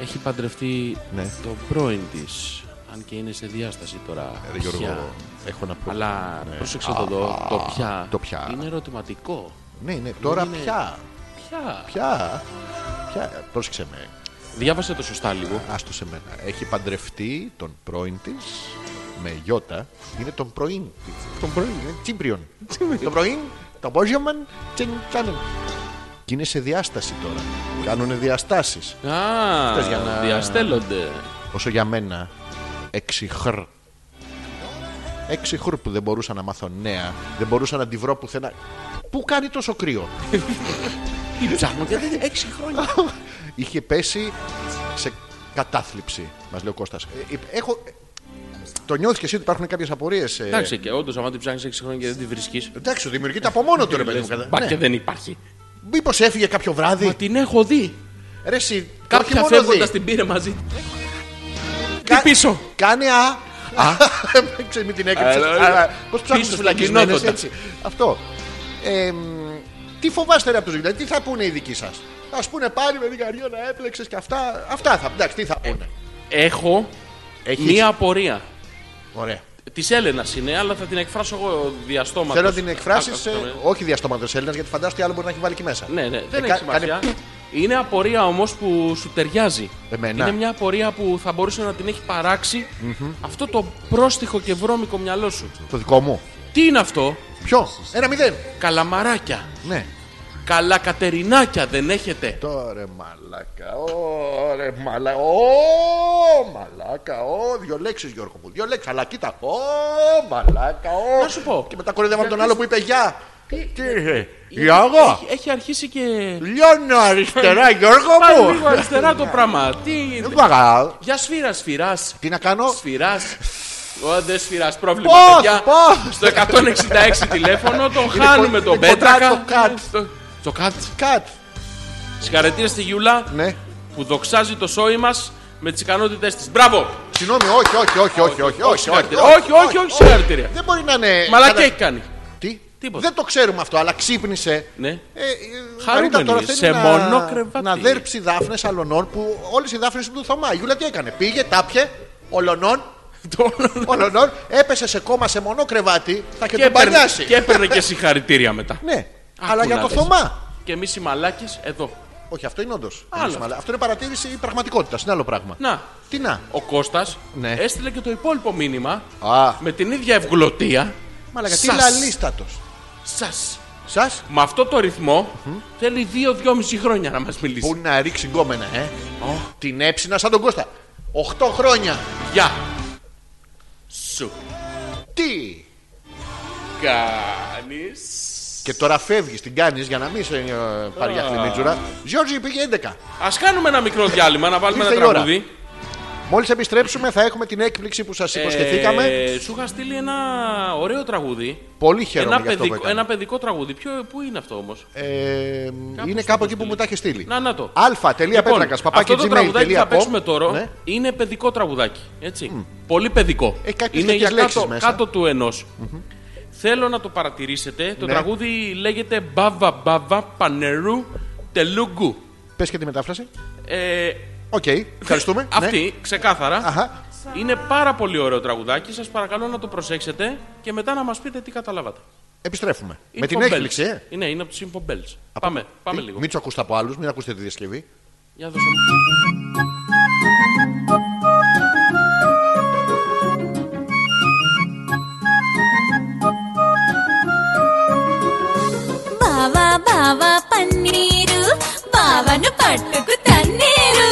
[SPEAKER 2] έχει παντρευτεί
[SPEAKER 1] Ναι.
[SPEAKER 2] το πρώην της. Αν και είναι σε διάσταση τώρα.
[SPEAKER 1] ρε
[SPEAKER 2] πια.
[SPEAKER 1] Γιώργο, έχω Ναι. να πω.
[SPEAKER 2] Αλλά πρόσεξε το εδώ, το πια.
[SPEAKER 1] το πια.
[SPEAKER 2] Είναι ερωτηματικό.
[SPEAKER 1] Ναι, ναι, τώρα
[SPEAKER 2] είναι-
[SPEAKER 1] πια.
[SPEAKER 2] Ποια.
[SPEAKER 1] Πια. Πια. Πρόσεξε με.
[SPEAKER 2] Διάβασε το σωστά λίγο.
[SPEAKER 1] Άστο σε μένα. Έχει παντρευτεί τον πρώην της με γιώτα. Είναι τον πρώην της. Τον πρώην. ναι. Είναι Τσίπριον. τον πρώην. Το Μπόζιαμαν. Τσάνεν. Και είναι σε διάσταση τώρα. Κάνουν διαστάσεις.
[SPEAKER 2] Α,
[SPEAKER 1] για να- Ε.
[SPEAKER 2] διαστέλλονται.
[SPEAKER 1] Όσο για μένα, έξι χρ. Έξι χρ που δεν μπορούσα να μάθω νέα. Δεν μπορούσα να τη βρω πουθενά. Πού κάνει τόσο κρύο.
[SPEAKER 2] Τι ψάχνω και δεν έξι χρόνια.
[SPEAKER 1] Είχε πέσει σε κατάθλιψη, μας λέει ο Κώστας. Ε, ε, Έχω... Το νιώθεις και εσύ ότι υπάρχουν κάποιες απορίες.
[SPEAKER 2] Εντάξει, και όντως, άμα την ψάχνεις 6 χρόνια και δεν τη βρίσκεις.
[SPEAKER 1] Εντάξει, δημιουργείται από μόνο του ρε παιδί μου. κατα-
[SPEAKER 2] Μπα
[SPEAKER 1] Ε, Ναι.
[SPEAKER 2] και δεν υπάρχει.
[SPEAKER 1] Μήπως έφυγε κάποιο βράδυ.
[SPEAKER 2] Μα την έχω δει.
[SPEAKER 1] Ρε, εσύ, όχι
[SPEAKER 2] Κάποια
[SPEAKER 1] μόνο δει.
[SPEAKER 2] φεύγοντα την πήρε μαζί. της.
[SPEAKER 1] Κα-
[SPEAKER 2] Τι πίσω.
[SPEAKER 1] Κάνει α. Α. Ξέρεις, μην την έκρυψες.
[SPEAKER 2] Άρα,
[SPEAKER 1] Άρα, Πώς ψάχνεις
[SPEAKER 2] πίσω
[SPEAKER 1] τους
[SPEAKER 2] στα
[SPEAKER 1] φυλακισμένους
[SPEAKER 2] γινόκοντα.
[SPEAKER 1] έτσι. Αυτό. Ε, μ, τι φοβάστε ρε από τους δηλαδή, τι θα πούνε οι δικοί σας. Ας πούνε πάλι με την καριόνα έπλεξες και αυτά. Αυτά θα, εντάξει, τι θα πούνε.
[SPEAKER 2] Έχω
[SPEAKER 1] Έχεις.
[SPEAKER 2] μία απορία.
[SPEAKER 1] Ωραία.
[SPEAKER 2] Της Έλενας είναι, αλλά θα την εκφράσω εγώ διαστόματα.
[SPEAKER 1] Θέλω να την ε, εκφράσει, όχι διαστόματος Έλληνα, γιατί φαντάζομαι τι άλλο μπορεί να έχει βάλει εκεί μέσα.
[SPEAKER 2] Ναι, ναι, δεν
[SPEAKER 1] Ε,
[SPEAKER 2] έχει
[SPEAKER 1] κα- κάνε
[SPEAKER 2] σημασία.
[SPEAKER 1] πιπ.
[SPEAKER 2] Είναι απορία όμως που σου ταιριάζει.
[SPEAKER 1] Εμένα.
[SPEAKER 2] Είναι μια απορία που θα μπορούσε να την έχει παράξει αυτό το πρόστιχο και βρώμικο μυαλό σου.
[SPEAKER 1] Το δικό μου.
[SPEAKER 2] Τι είναι αυτό,
[SPEAKER 1] Ποιο? Ένα μηδέν.
[SPEAKER 2] καλαμαράκια.
[SPEAKER 1] Ναι.
[SPEAKER 2] Καλά κατερινάκια δεν έχετε.
[SPEAKER 1] Τώρα μαλάκα, ω ρε μαλάκα, ω μαλάκα, ω δύο λέξεις Γιώργο μου, δύο λέξεις, αλλά κοίτα, ω μαλάκα, ω.
[SPEAKER 2] Να σου πω.
[SPEAKER 1] Και μετά κοροϊδεύαμε τον άλλο που είπε γεια. Τι είχε,
[SPEAKER 2] Έχει,
[SPEAKER 1] Γιώργο,
[SPEAKER 2] έχει αρχίσει και.
[SPEAKER 1] λιώνω αριστερά Γιώργο
[SPEAKER 2] Πάει λίγο
[SPEAKER 1] μου.
[SPEAKER 2] αριστερά το πράγμα. Τι...
[SPEAKER 1] Δεν παγάω.
[SPEAKER 2] Για σφύρα, σφυράς.
[SPEAKER 1] Τι να κάνω,
[SPEAKER 2] Σφυράς. Ω, δεν σφυράς, πρόβλημα.
[SPEAKER 1] Πώς,
[SPEAKER 2] παιδιά.
[SPEAKER 1] πώς.
[SPEAKER 2] Στο 166 τηλέφωνο τον
[SPEAKER 1] Είναι
[SPEAKER 2] χάνουμε
[SPEAKER 1] κο-
[SPEAKER 2] τον
[SPEAKER 1] είναι κοντά
[SPEAKER 2] πέτρακα.
[SPEAKER 1] το κατ.
[SPEAKER 2] Στο- Το κατ.
[SPEAKER 1] κατ,
[SPEAKER 2] Συγχαρητήρια στη Γιούλα
[SPEAKER 1] ναι.
[SPEAKER 2] που δοξάζει το σόι μας με τις ικανότητέ της. Μπράβο!
[SPEAKER 1] Συγγνώμη, όχι, όχι, όχι, όχι, όχι, όχι, όχι,
[SPEAKER 2] Συγχαρητήρια. Όχι, όχι, όχι, συγχαρητήρια.
[SPEAKER 1] Δεν μπορεί να είναι...
[SPEAKER 2] Μαλακή
[SPEAKER 1] κατα-
[SPEAKER 2] έχει κάνει.
[SPEAKER 1] Τι,
[SPEAKER 2] Τίποτα.
[SPEAKER 1] δεν το ξέρουμε αυτό, αλλά ξύπνησε.
[SPEAKER 2] Ναι.
[SPEAKER 1] Ε, ε,
[SPEAKER 2] Χαρούμενη,
[SPEAKER 1] Ρίτα, τώρα θέλει
[SPEAKER 2] σε
[SPEAKER 1] να,
[SPEAKER 2] μονό κρεβάτι.
[SPEAKER 1] Να δέρψει δάφνες αλωνών που όλες οι δάφνες του Θωμά. Η Γιούλα τι έκανε. Πήγε, τάπιε, ολονών, ολονών, έπεσε σε κόμμα σε μονό κρεβάτι. Θα και,
[SPEAKER 2] Και
[SPEAKER 1] τον
[SPEAKER 2] έπαιρνε,
[SPEAKER 1] παρνιάσει.
[SPEAKER 2] και έπαιρνε και συγχαρητήρια μετά.
[SPEAKER 1] Ναι, αλλά
[SPEAKER 2] Άκου
[SPEAKER 1] για
[SPEAKER 2] να
[SPEAKER 1] το
[SPEAKER 2] δεις.
[SPEAKER 1] Θωμά.
[SPEAKER 2] Και εμείς οι μαλάκες εδώ.
[SPEAKER 1] Όχι, αυτό είναι όντως.
[SPEAKER 2] Άλλο.
[SPEAKER 1] Αυτό είναι παρατήρηση πραγματικότητας. Είναι άλλο πράγμα.
[SPEAKER 2] Να,
[SPEAKER 1] Τι να.
[SPEAKER 2] ο Κώστας
[SPEAKER 1] Ναι.
[SPEAKER 2] έστειλε και το υπόλοιπο μήνυμα
[SPEAKER 1] Α.
[SPEAKER 2] με την ίδια ευγλωτία.
[SPEAKER 1] Μαλακα, τι
[SPEAKER 2] Σας.
[SPEAKER 1] λαλίστατος.
[SPEAKER 2] Σας.
[SPEAKER 1] Σας
[SPEAKER 2] Με αυτό το ρυθμό θέλει δύο-δυόμιση χρόνια να μας
[SPEAKER 1] που
[SPEAKER 2] μιλήσει.
[SPEAKER 1] να ρίξει γκόμενα, ε. Την έψηνα σαν τον Κώστα. 8 χρόνια.
[SPEAKER 2] Γεια. Σου
[SPEAKER 1] Τι.
[SPEAKER 2] κάνεις.
[SPEAKER 1] Και τώρα φεύγεις, την κάνεις για να μην σε ε, πάρει για χλιμίτζουρα. Γιώργη πήγε 11.
[SPEAKER 2] Ας κάνουμε ένα μικρό διάλειμμα να βάλουμε
[SPEAKER 1] Ήρθε
[SPEAKER 2] ένα
[SPEAKER 1] η ώρα.
[SPEAKER 2] τραγούδι.
[SPEAKER 1] Μόλις επιστρέψουμε, θα έχουμε την έκπληξη που σας υποσχεθήκαμε.
[SPEAKER 2] Ε, σου είχα στείλει ένα ωραίο τραγούδι.
[SPEAKER 1] Πολύ χαίρομαι
[SPEAKER 2] Ένα
[SPEAKER 1] για αυτό που
[SPEAKER 2] παιδικό,
[SPEAKER 1] έκανα.
[SPEAKER 2] ένα παιδικό τραγούδι. Ποιο, πού είναι αυτό όμως.
[SPEAKER 1] Ε, είναι
[SPEAKER 2] το
[SPEAKER 1] κάπου εκεί
[SPEAKER 2] στείλει.
[SPEAKER 1] που μου τα έχεις στείλει.
[SPEAKER 2] Να, να το.
[SPEAKER 1] Αλφα.πέτρακα παπάκι
[SPEAKER 2] Λοιπόν, αυτό το τραγουδάκι που θα παίξουμε τώρα
[SPEAKER 1] Ναι.
[SPEAKER 2] είναι παιδικό τραγουδάκι. Έτσι. Πολύ παιδικό.
[SPEAKER 1] Έχει κάποιες
[SPEAKER 2] είναι
[SPEAKER 1] Ε, τέτοιες
[SPEAKER 2] για
[SPEAKER 1] λέξεις
[SPEAKER 2] κάτω,
[SPEAKER 1] μέσα.
[SPEAKER 2] κάτω του ενός. Θέλω να το παρατηρήσετε. Το
[SPEAKER 1] Ναι.
[SPEAKER 2] τραγούδι λέγεται Μπαβα Μπαβα Πανερού Τελούγκου.
[SPEAKER 1] Πες και τη μετάφραση.
[SPEAKER 2] Ε,
[SPEAKER 1] Οκ, ευχαριστούμε. Ναι.
[SPEAKER 2] αυτή, ξεκάθαρα.
[SPEAKER 1] Αχα.
[SPEAKER 2] Είναι πάρα πολύ ωραίο τραγουδάκι. Σας παρακαλώ να το προσέξετε και μετά να μας πείτε τι καταλάβατε.
[SPEAKER 1] Επιστρέφουμε. Με
[SPEAKER 2] Είναι
[SPEAKER 1] την
[SPEAKER 2] Simple
[SPEAKER 1] έκπληξη,
[SPEAKER 2] Bells.
[SPEAKER 1] ε.
[SPEAKER 2] Ε, Ναι, είναι από του Simple Bells. Πάμε, πάμε
[SPEAKER 1] Τι,
[SPEAKER 2] λίγο.
[SPEAKER 1] Μην τους ακούσετε από άλλους, μην ακούσετε τη διασκευή.
[SPEAKER 2] Για δώσε μου.
[SPEAKER 4] బావా బావా పన్నీరు బావను పట్టుకు తన్నీరు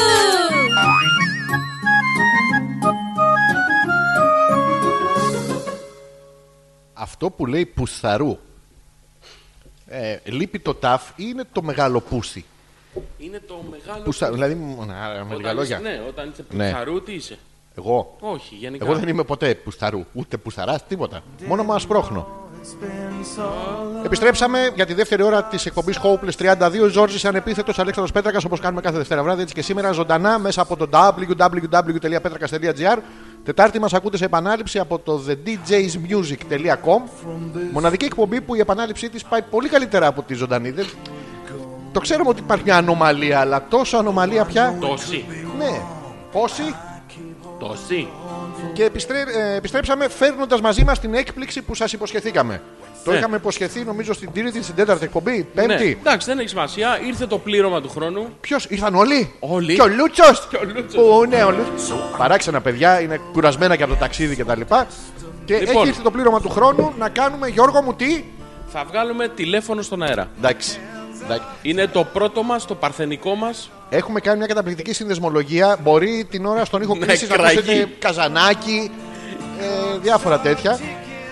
[SPEAKER 1] Αυτό που λέει πουσθαρού. Ε, λείπει το ταφ ή είναι το μεγάλο πούσι.
[SPEAKER 2] Είναι το μεγάλο.
[SPEAKER 1] Πουστα, δηλαδή, μ, α, με
[SPEAKER 2] Όταν
[SPEAKER 1] λίγα
[SPEAKER 2] είσαι-
[SPEAKER 1] λόγια.
[SPEAKER 2] Ναι, όταν είσαι
[SPEAKER 1] Ναι.
[SPEAKER 2] πιθαρού, τι είσαι.
[SPEAKER 1] Εγώ.
[SPEAKER 2] Όχι, γενικά.
[SPEAKER 1] Εγώ δεν είμαι ποτέ πουσταρού, ούτε πουσταράς, τίποτα. Μόνο μας πρόχνω. Επιστρέψαμε για τη δεύτερη ώρα της εκπομπής Hopeless 32. Ζόρζης Ανεπίθετος Αλέξανδρος Πέτρακας, όπως κάνουμε κάθε Δευτέρα βράδυ, έτσι και σήμερα ζωντανά μέσα από το www.petrakas.gr. Τετάρτη μας ακούτε σε επανάληψη από το thedjsmusic.com. Μοναδική εκπομπή που η επανάληψή της πάει πολύ καλύτερα από τη ζωντανή. Δεν- Το ξέρουμε ότι υπάρχει μια ανομαλία, αλλά τόσο ανομαλία πια.
[SPEAKER 2] Τόση.
[SPEAKER 1] Ναι. Πόσοι?
[SPEAKER 2] Τόση.
[SPEAKER 1] Και επιστρέ- ε, επιστρέψαμε φέρνοντας μαζί μας την έκπληξη που σας υποσχεθήκαμε. Το
[SPEAKER 2] Ναι.
[SPEAKER 1] είχαμε υποσχεθεί νομίζω στην τρίτη, στην τέταρτη εκπομπή,
[SPEAKER 2] Ναι.
[SPEAKER 1] πέμπτη.
[SPEAKER 2] Εντάξει, δεν έχει σημασία. Ήρθε το πλήρωμα του χρόνου.
[SPEAKER 1] Ποιος, ήρθαν όλοι.
[SPEAKER 2] Όλοι.
[SPEAKER 1] Και ο Λούτσος.
[SPEAKER 2] Και ο Λούτσος.
[SPEAKER 1] Που ναι, ο Λούτσος. Παράξενα παιδιά, είναι κουρασμένα και από το ταξίδι και τα λοιπά. Και
[SPEAKER 2] Λοιπόν.
[SPEAKER 1] έχει ήρθει το πλήρωμα του χρόνου να κάνουμε, Γιώργο μου, τι.
[SPEAKER 2] Θα βγάλουμε τηλέφωνο στον αέρα.
[SPEAKER 1] Εντάξει. Εντάξει.
[SPEAKER 2] Είναι το πρώτο μας, το παρθενικό μας.
[SPEAKER 1] Έχουμε κάνει μια καταπληκτική συνδεσμολογία. Μπορεί την ώρα στον ήχο
[SPEAKER 2] Ναι,
[SPEAKER 1] κλίσης να
[SPEAKER 2] κραγεί.
[SPEAKER 1] ακούσετε καζανάκι, ε, διάφορα τέτοια.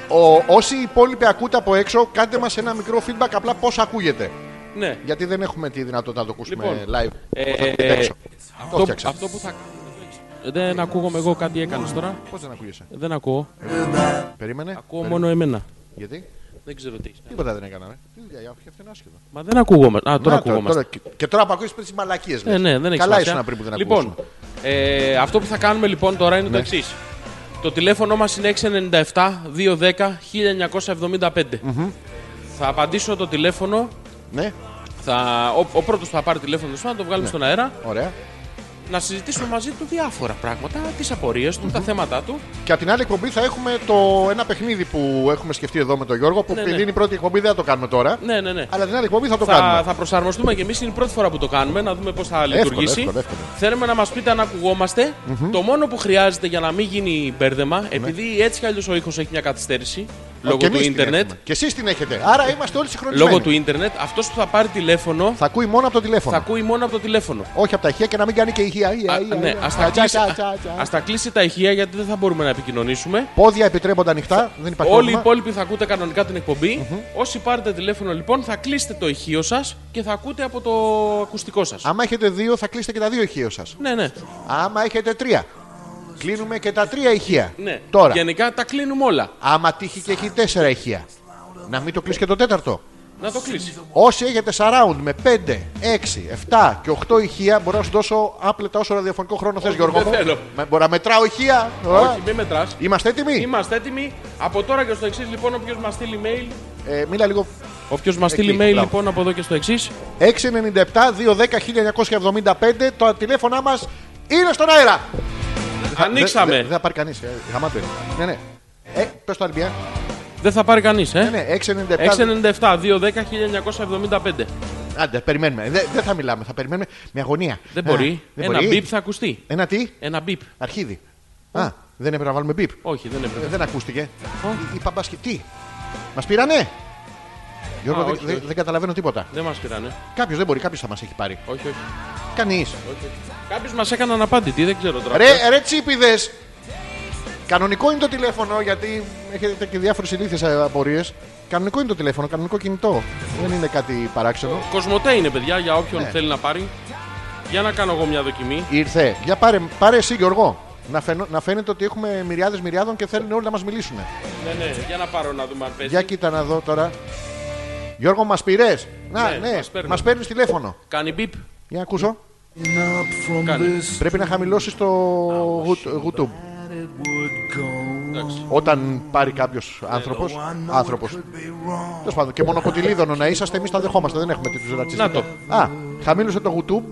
[SPEAKER 1] Ο, όσοι υπόλοιποι ακούτε από έξω, κάντε μας ένα μικρό feedback απλά πώς ακούγεται.
[SPEAKER 2] Ναι.
[SPEAKER 1] Γιατί δεν έχουμε τη δυνατότητα να το ακούσουμε
[SPEAKER 2] Λοιπόν,
[SPEAKER 1] live.
[SPEAKER 2] ε,
[SPEAKER 1] Πώς θα ακούγεται
[SPEAKER 2] ε,
[SPEAKER 1] έξω. Το
[SPEAKER 2] Αυτό,
[SPEAKER 1] έφτιαξα.
[SPEAKER 2] αυτό που θα. Δεν ακούγομαι εγώ κάτι έκανες τώρα.
[SPEAKER 1] Πώς δεν ακούγεσαι.
[SPEAKER 2] Δεν ακούω.
[SPEAKER 1] Περίμενε.
[SPEAKER 2] Ακούω
[SPEAKER 1] Ε, Περίμενε.
[SPEAKER 2] μόνο εμένα.
[SPEAKER 1] Γιατί.
[SPEAKER 2] Δεν ξέρω τι.
[SPEAKER 1] Τίποτα δεν έκανα. Ρε. Τι δουλειά, αυτό είναι άσχετο.
[SPEAKER 2] Μα δεν ακούγομαι. Α, τώρα
[SPEAKER 1] Να,
[SPEAKER 2] ακούγομαι.
[SPEAKER 1] τώρα- και- και τώρα που ακούσει τις μαλακίες.
[SPEAKER 2] Ε, ναι, δεν έχει
[SPEAKER 1] Καλά
[SPEAKER 2] σημασία.
[SPEAKER 1] ήσουν πριν που δεν
[SPEAKER 2] Λοιπόν,
[SPEAKER 1] ακούσαμε.
[SPEAKER 2] ε, αυτό που θα κάνουμε λοιπόν τώρα είναι το
[SPEAKER 1] Ναι.
[SPEAKER 2] εξής. Το τηλέφωνο μας είναι 697-210-1975. Θα απαντήσω το τηλέφωνο.
[SPEAKER 1] Ναι,
[SPEAKER 2] Θα, ο, ο πρώτος που θα πάρει τηλέφωνο τέλος πάντων, να το βγάλουμε στον αέρα.
[SPEAKER 1] ωραία.
[SPEAKER 2] Να συζητήσουμε μαζί του διάφορα πράγματα, τις απορίες του, τα θέματα του.
[SPEAKER 1] Και από την άλλη εκπομπή θα έχουμε το ένα παιχνίδι που έχουμε σκεφτεί εδώ με τον Γιώργο. Που
[SPEAKER 2] Ναι,
[SPEAKER 1] επειδή
[SPEAKER 2] ναι.
[SPEAKER 1] είναι η πρώτη εκπομπή δεν θα το κάνουμε τώρα.
[SPEAKER 2] Ναι, ναι, ναι.
[SPEAKER 1] Αλλά την άλλη εκπομπή θα το
[SPEAKER 2] Θα,
[SPEAKER 1] κάνουμε.
[SPEAKER 2] θα προσαρμοστούμε και εμείς. Είναι η πρώτη φορά που το κάνουμε, να δούμε πώς θα λειτουργήσει.
[SPEAKER 1] εύκολο, εύκολο.
[SPEAKER 2] Θέλουμε να μας πείτε αν ακουγόμαστε. Το μόνο που χρειάζεται για να μην γίνει μπέρδεμα, επειδή έτσι κι αλλιώς ο ήχος έχει μια καθυστέρηση λόγω
[SPEAKER 1] Ναι. Και
[SPEAKER 2] του
[SPEAKER 1] εμείς την
[SPEAKER 2] ίντερνετ.
[SPEAKER 1] έχουμε. Και εσείς την έχετε. Άρα είμαστε όλοι συγχρονισμένοι.
[SPEAKER 2] Λόγω του ίντερνετ, αυτός που θα πάρει τηλέφωνο
[SPEAKER 1] Θα ακούει μόνο από το τηλέφωνο.
[SPEAKER 2] θα ακούει μόνο από το τηλέφωνο.
[SPEAKER 1] Όχι από τα ηχεία και να μην κάνει και ηχεία.
[SPEAKER 2] Α,
[SPEAKER 1] Ια, ια,
[SPEAKER 2] ναι,
[SPEAKER 1] ια.
[SPEAKER 2] ας τα
[SPEAKER 1] Τσα,
[SPEAKER 2] κλείσει-
[SPEAKER 1] τσα, τσα, τσα.
[SPEAKER 2] α- ας τα κλείσει τα ηχεία γιατί δεν θα μπορούμε να επικοινωνήσουμε.
[SPEAKER 1] Πόδια επιτρέπονται ανοιχτά. Δεν υπάρχει
[SPEAKER 2] Όλοι οι
[SPEAKER 1] πρόβλημα.
[SPEAKER 2] υπόλοιποι θα ακούτε κανονικά την εκπομπή. Όσοι πάρετε τηλέφωνο λοιπόν θα κλείσετε το ηχείο σας και θα ακούτε από το ακουστικό σας.
[SPEAKER 1] Άμα έχετε δύο, θα κλείσετε και τα δύο ηχεία σας.
[SPEAKER 2] Ναι, ναι.
[SPEAKER 1] Άμα έχετε τρία. Κλείνουμε και τα τρία ηχεία.
[SPEAKER 2] ναι.
[SPEAKER 1] Τώρα.
[SPEAKER 2] Γενικά τα κλείνουμε όλα.
[SPEAKER 1] Άμα τύχει και έχει τέσσερα ηχεία. Να μην το κλείσει και το τέταρτο.
[SPEAKER 2] Να το κλείσει.
[SPEAKER 1] Όσοι έχετε surround με 5, 6, 7 και 8 ηχεία, μπορώ να σου δώσω άπλετα όσο ραδιοφωνικό χρόνο θες, Γιώργο.
[SPEAKER 2] δεν
[SPEAKER 1] μου.
[SPEAKER 2] θέλω.
[SPEAKER 1] Με- Μπορώ να μετράω ηχεία.
[SPEAKER 2] Όχι, μην μετράς.
[SPEAKER 1] Είμαστε έτοιμοι.
[SPEAKER 2] Είμαστε έτοιμοι. Από τώρα και στο εξής, λοιπόν, όποιος μας στείλει mail.
[SPEAKER 1] Ε, μίλα λίγο.
[SPEAKER 2] Όποιος μας στείλει
[SPEAKER 1] Εκεί,
[SPEAKER 2] mail,
[SPEAKER 1] μπράβο.
[SPEAKER 2] λοιπόν, από εδώ και στο εξής.
[SPEAKER 1] 697-210-1975. Τα τηλέφωνά μας είναι στον αέρα.
[SPEAKER 2] Ανοίξαμε.
[SPEAKER 1] Δεν θα πάρει κανείς. Γαμάτο είναι. Ναι, ναι. Ε, πες το RBA.
[SPEAKER 2] Δεν θα πάρει κανείς, ε.
[SPEAKER 1] Ναι, ναι, 697.
[SPEAKER 2] 697-210-1975.
[SPEAKER 1] Άντε, περιμένουμε. Δε- Δεν θα μιλάμε, θα περιμένουμε με αγωνία.
[SPEAKER 2] Δεν
[SPEAKER 1] Α,
[SPEAKER 2] μπορεί.
[SPEAKER 1] Ναι, δεν
[SPEAKER 2] Ένα
[SPEAKER 1] μπορεί.
[SPEAKER 2] μπιπ θα ακουστεί.
[SPEAKER 1] Ένα τι,
[SPEAKER 2] Ένα μπιπ.
[SPEAKER 1] αρχίδι. Α, δεν έπρεπε να βάλουμε μπιπ.
[SPEAKER 2] Όχι, δεν
[SPEAKER 1] Ε,
[SPEAKER 2] έπρεπε.
[SPEAKER 1] Δεν ακούστηκε. Η παμπάσκη, τι. Μας πήρανε. Γιώργο,
[SPEAKER 2] Α,
[SPEAKER 1] δεν-
[SPEAKER 2] όχι,
[SPEAKER 1] δεν-
[SPEAKER 2] όχι.
[SPEAKER 1] δεν καταλαβαίνω τίποτα.
[SPEAKER 2] Δεν μας πήρανε.
[SPEAKER 1] Κάποιος δεν μπορεί, κάποιος θα μας έχει πάρει.
[SPEAKER 2] Όχι, όχι.
[SPEAKER 1] Κανείς.
[SPEAKER 2] όχι. Κάποιος μας έκανε αναπάντητη, δεν ξέρω τώρα.
[SPEAKER 1] Ρε, ρε τσίπηδε. Κανονικό είναι το τηλέφωνο γιατί έχετε και διάφορες ηλίθιε απορίες. Κανονικό είναι το τηλέφωνο, κανονικό κινητό. Δεν είναι κάτι παράξενο.
[SPEAKER 2] Κοσμοτέ είναι, παιδιά, για όποιον
[SPEAKER 1] Ναι.
[SPEAKER 2] θέλει να πάρει. Για να κάνω εγώ μια δοκιμή.
[SPEAKER 1] Ήρθε. Για πάρε, πάρε εσύ, Γιώργο. Να, φαινο- να φαίνεται ότι έχουμε μυριάδες μυριάδων και θέλουν όλοι να μας μιλήσουν.
[SPEAKER 2] Ναι, ναι, για να πάρω να δούμε αν
[SPEAKER 1] Για
[SPEAKER 2] πέσει.
[SPEAKER 1] κοίτα να δω τώρα. Γιώργο, μας πειρέ. Να,
[SPEAKER 2] Ναι,
[SPEAKER 1] ναι,
[SPEAKER 2] μας παίρνουν.
[SPEAKER 1] μας παίρνεις τηλέφωνο.
[SPEAKER 2] Κάνει μπιπ.
[SPEAKER 1] Για να ακούσω.
[SPEAKER 3] Up from
[SPEAKER 2] Κάνει.
[SPEAKER 3] this
[SPEAKER 1] Πρέπει να χαμηλώσει το γουτ- γουτούμ.
[SPEAKER 3] that it would go.
[SPEAKER 1] Όταν πάρει κάποιος άνθρωπος. Άνθρωπος. Τέλος πάντων, και μονοκοτηλίδωνο να είσαστε, εμείς τα δεχόμαστε. Δεν έχουμε τέτοιους ρατσιστές.
[SPEAKER 2] Να το.
[SPEAKER 1] Α, χαμήλωσε το γουτούμ.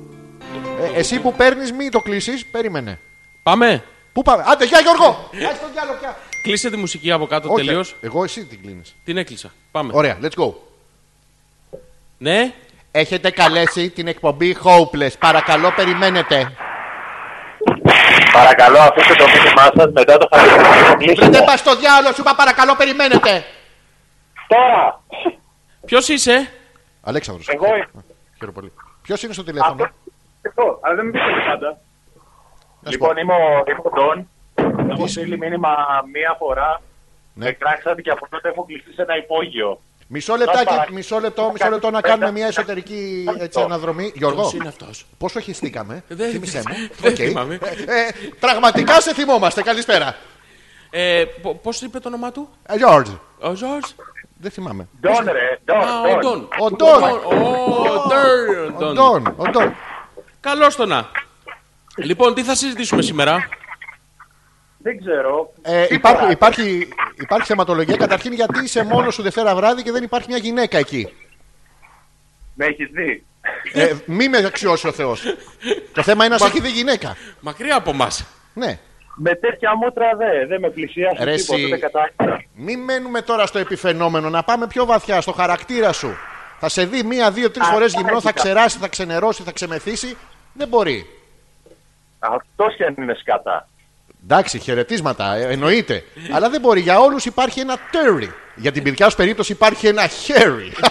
[SPEAKER 1] Ε, εσύ που παίρνεις, μην το κλείσεις. Περίμενε.
[SPEAKER 2] Πάμε.
[SPEAKER 1] Πού πάμε. Άντε, γεια Γιώργο! Άσε τον κι άλλο πια.
[SPEAKER 2] Κλείσε τη μουσική από κάτω
[SPEAKER 1] Όχι,
[SPEAKER 2] τελείως.
[SPEAKER 1] Εγώ εσύ την κλείνεις.
[SPEAKER 2] Την έκλεισα. Πάμε.
[SPEAKER 1] Ωραία, let's go.
[SPEAKER 2] Ναι.
[SPEAKER 1] Έχετε καλέσει την εκπομπή Hopeless. Παρακαλώ, περιμένετε.
[SPEAKER 5] Παρακαλώ, αφήστε το μήνυμά σας μετά το φαγητό.
[SPEAKER 1] Δεν
[SPEAKER 5] Κλείστε
[SPEAKER 1] πα στο διάλογο, σου είπα παρακαλώ, περιμένετε.
[SPEAKER 5] τώρα.
[SPEAKER 2] Ποιος είσαι,
[SPEAKER 1] Αλέξανδρος.
[SPEAKER 5] Εγώ είμαι.
[SPEAKER 1] Χαίρομαι πολύ. Ποιος είναι στο τηλέφωνο.
[SPEAKER 5] Εγώ, αλλά δεν με πείτε πάντα.
[SPEAKER 1] Να σου πω.
[SPEAKER 5] Λοιπόν, είμαι ο είμαι ο Ντόν. Έχω στείλει μήνυμα μία φορά.
[SPEAKER 1] Ναι.
[SPEAKER 5] Με κράξατε και από τότε έχω κλειστεί σε ένα υπόγειο.
[SPEAKER 1] Μισό
[SPEAKER 5] Να
[SPEAKER 1] λεπτάκι,
[SPEAKER 5] παρα-
[SPEAKER 1] μισό λεπτό, μισό λεπτό να κάνουμε μια εσωτερική έτσι, αναδρομή. Γιώργο,
[SPEAKER 2] Ποιο είναι αυτός.
[SPEAKER 1] πόσο χεστήκαμε,
[SPEAKER 2] Ε, Δεν-
[SPEAKER 1] θύμισέ μου.
[SPEAKER 2] δεν
[SPEAKER 1] Οκ.
[SPEAKER 2] θυμάμαι.
[SPEAKER 1] Ε, ε, Πραγματικά σε θυμόμαστε, καλησπέρα.
[SPEAKER 2] Ε, Πώς είπε το όνομά του,
[SPEAKER 1] Ε, George,
[SPEAKER 2] Ο Ζορζ.
[SPEAKER 1] δεν θυμάμαι.
[SPEAKER 5] Ντόν, ρε.
[SPEAKER 2] Α, ο
[SPEAKER 5] Ντόν,
[SPEAKER 2] Ντόν.
[SPEAKER 5] Ντόν.
[SPEAKER 1] Ο Ντόν.
[SPEAKER 2] Ο Ντόν.
[SPEAKER 1] Ο Ντόν, ο Ντόν.
[SPEAKER 2] Καλώς το να. Λοιπόν, τι θα συζητήσουμε σήμερα.
[SPEAKER 5] Δεν ξέρω.
[SPEAKER 1] Ε,
[SPEAKER 5] Τι
[SPEAKER 1] υπάρχει,
[SPEAKER 5] φοράτε.
[SPEAKER 1] υπάρχει, υπάρχει θεματολογία. Καταρχήν, γιατί είσαι μόνος σου Δευτέρα βράδυ και δεν υπάρχει μια γυναίκα εκεί.
[SPEAKER 5] Με έχεις δει.
[SPEAKER 1] Ε, μη με αξιώσει ο Θεός. Το θέμα είναι να σε έχει δει γυναίκα.
[SPEAKER 2] Μακριά από εμάς.
[SPEAKER 1] Ναι.
[SPEAKER 5] Με τέτοια μούτρα δε, δεν με πλησιάζει
[SPEAKER 1] Ρε
[SPEAKER 5] τίποτα.
[SPEAKER 1] εσύ.
[SPEAKER 5] Δεν κατάλαβα.
[SPEAKER 1] Μην μένουμε τώρα στο επιφαινόμενο, να πάμε πιο βαθιά στο χαρακτήρα σου. Θα σε δει μία, δύο, τρεις φορές γυμνό, θα ξεράσει, θα ξενερώσει, θα ξεμεθύσει. Δεν μπορεί.
[SPEAKER 5] Αυτός και αν είναι σκατά.
[SPEAKER 1] Εντάξει, χαιρετίσματα, ε, εννοείται. Αλλά δεν μπορεί. Για όλους υπάρχει ένα Terry. Για την παιδιά σου περίπτωση υπάρχει ένα Harry.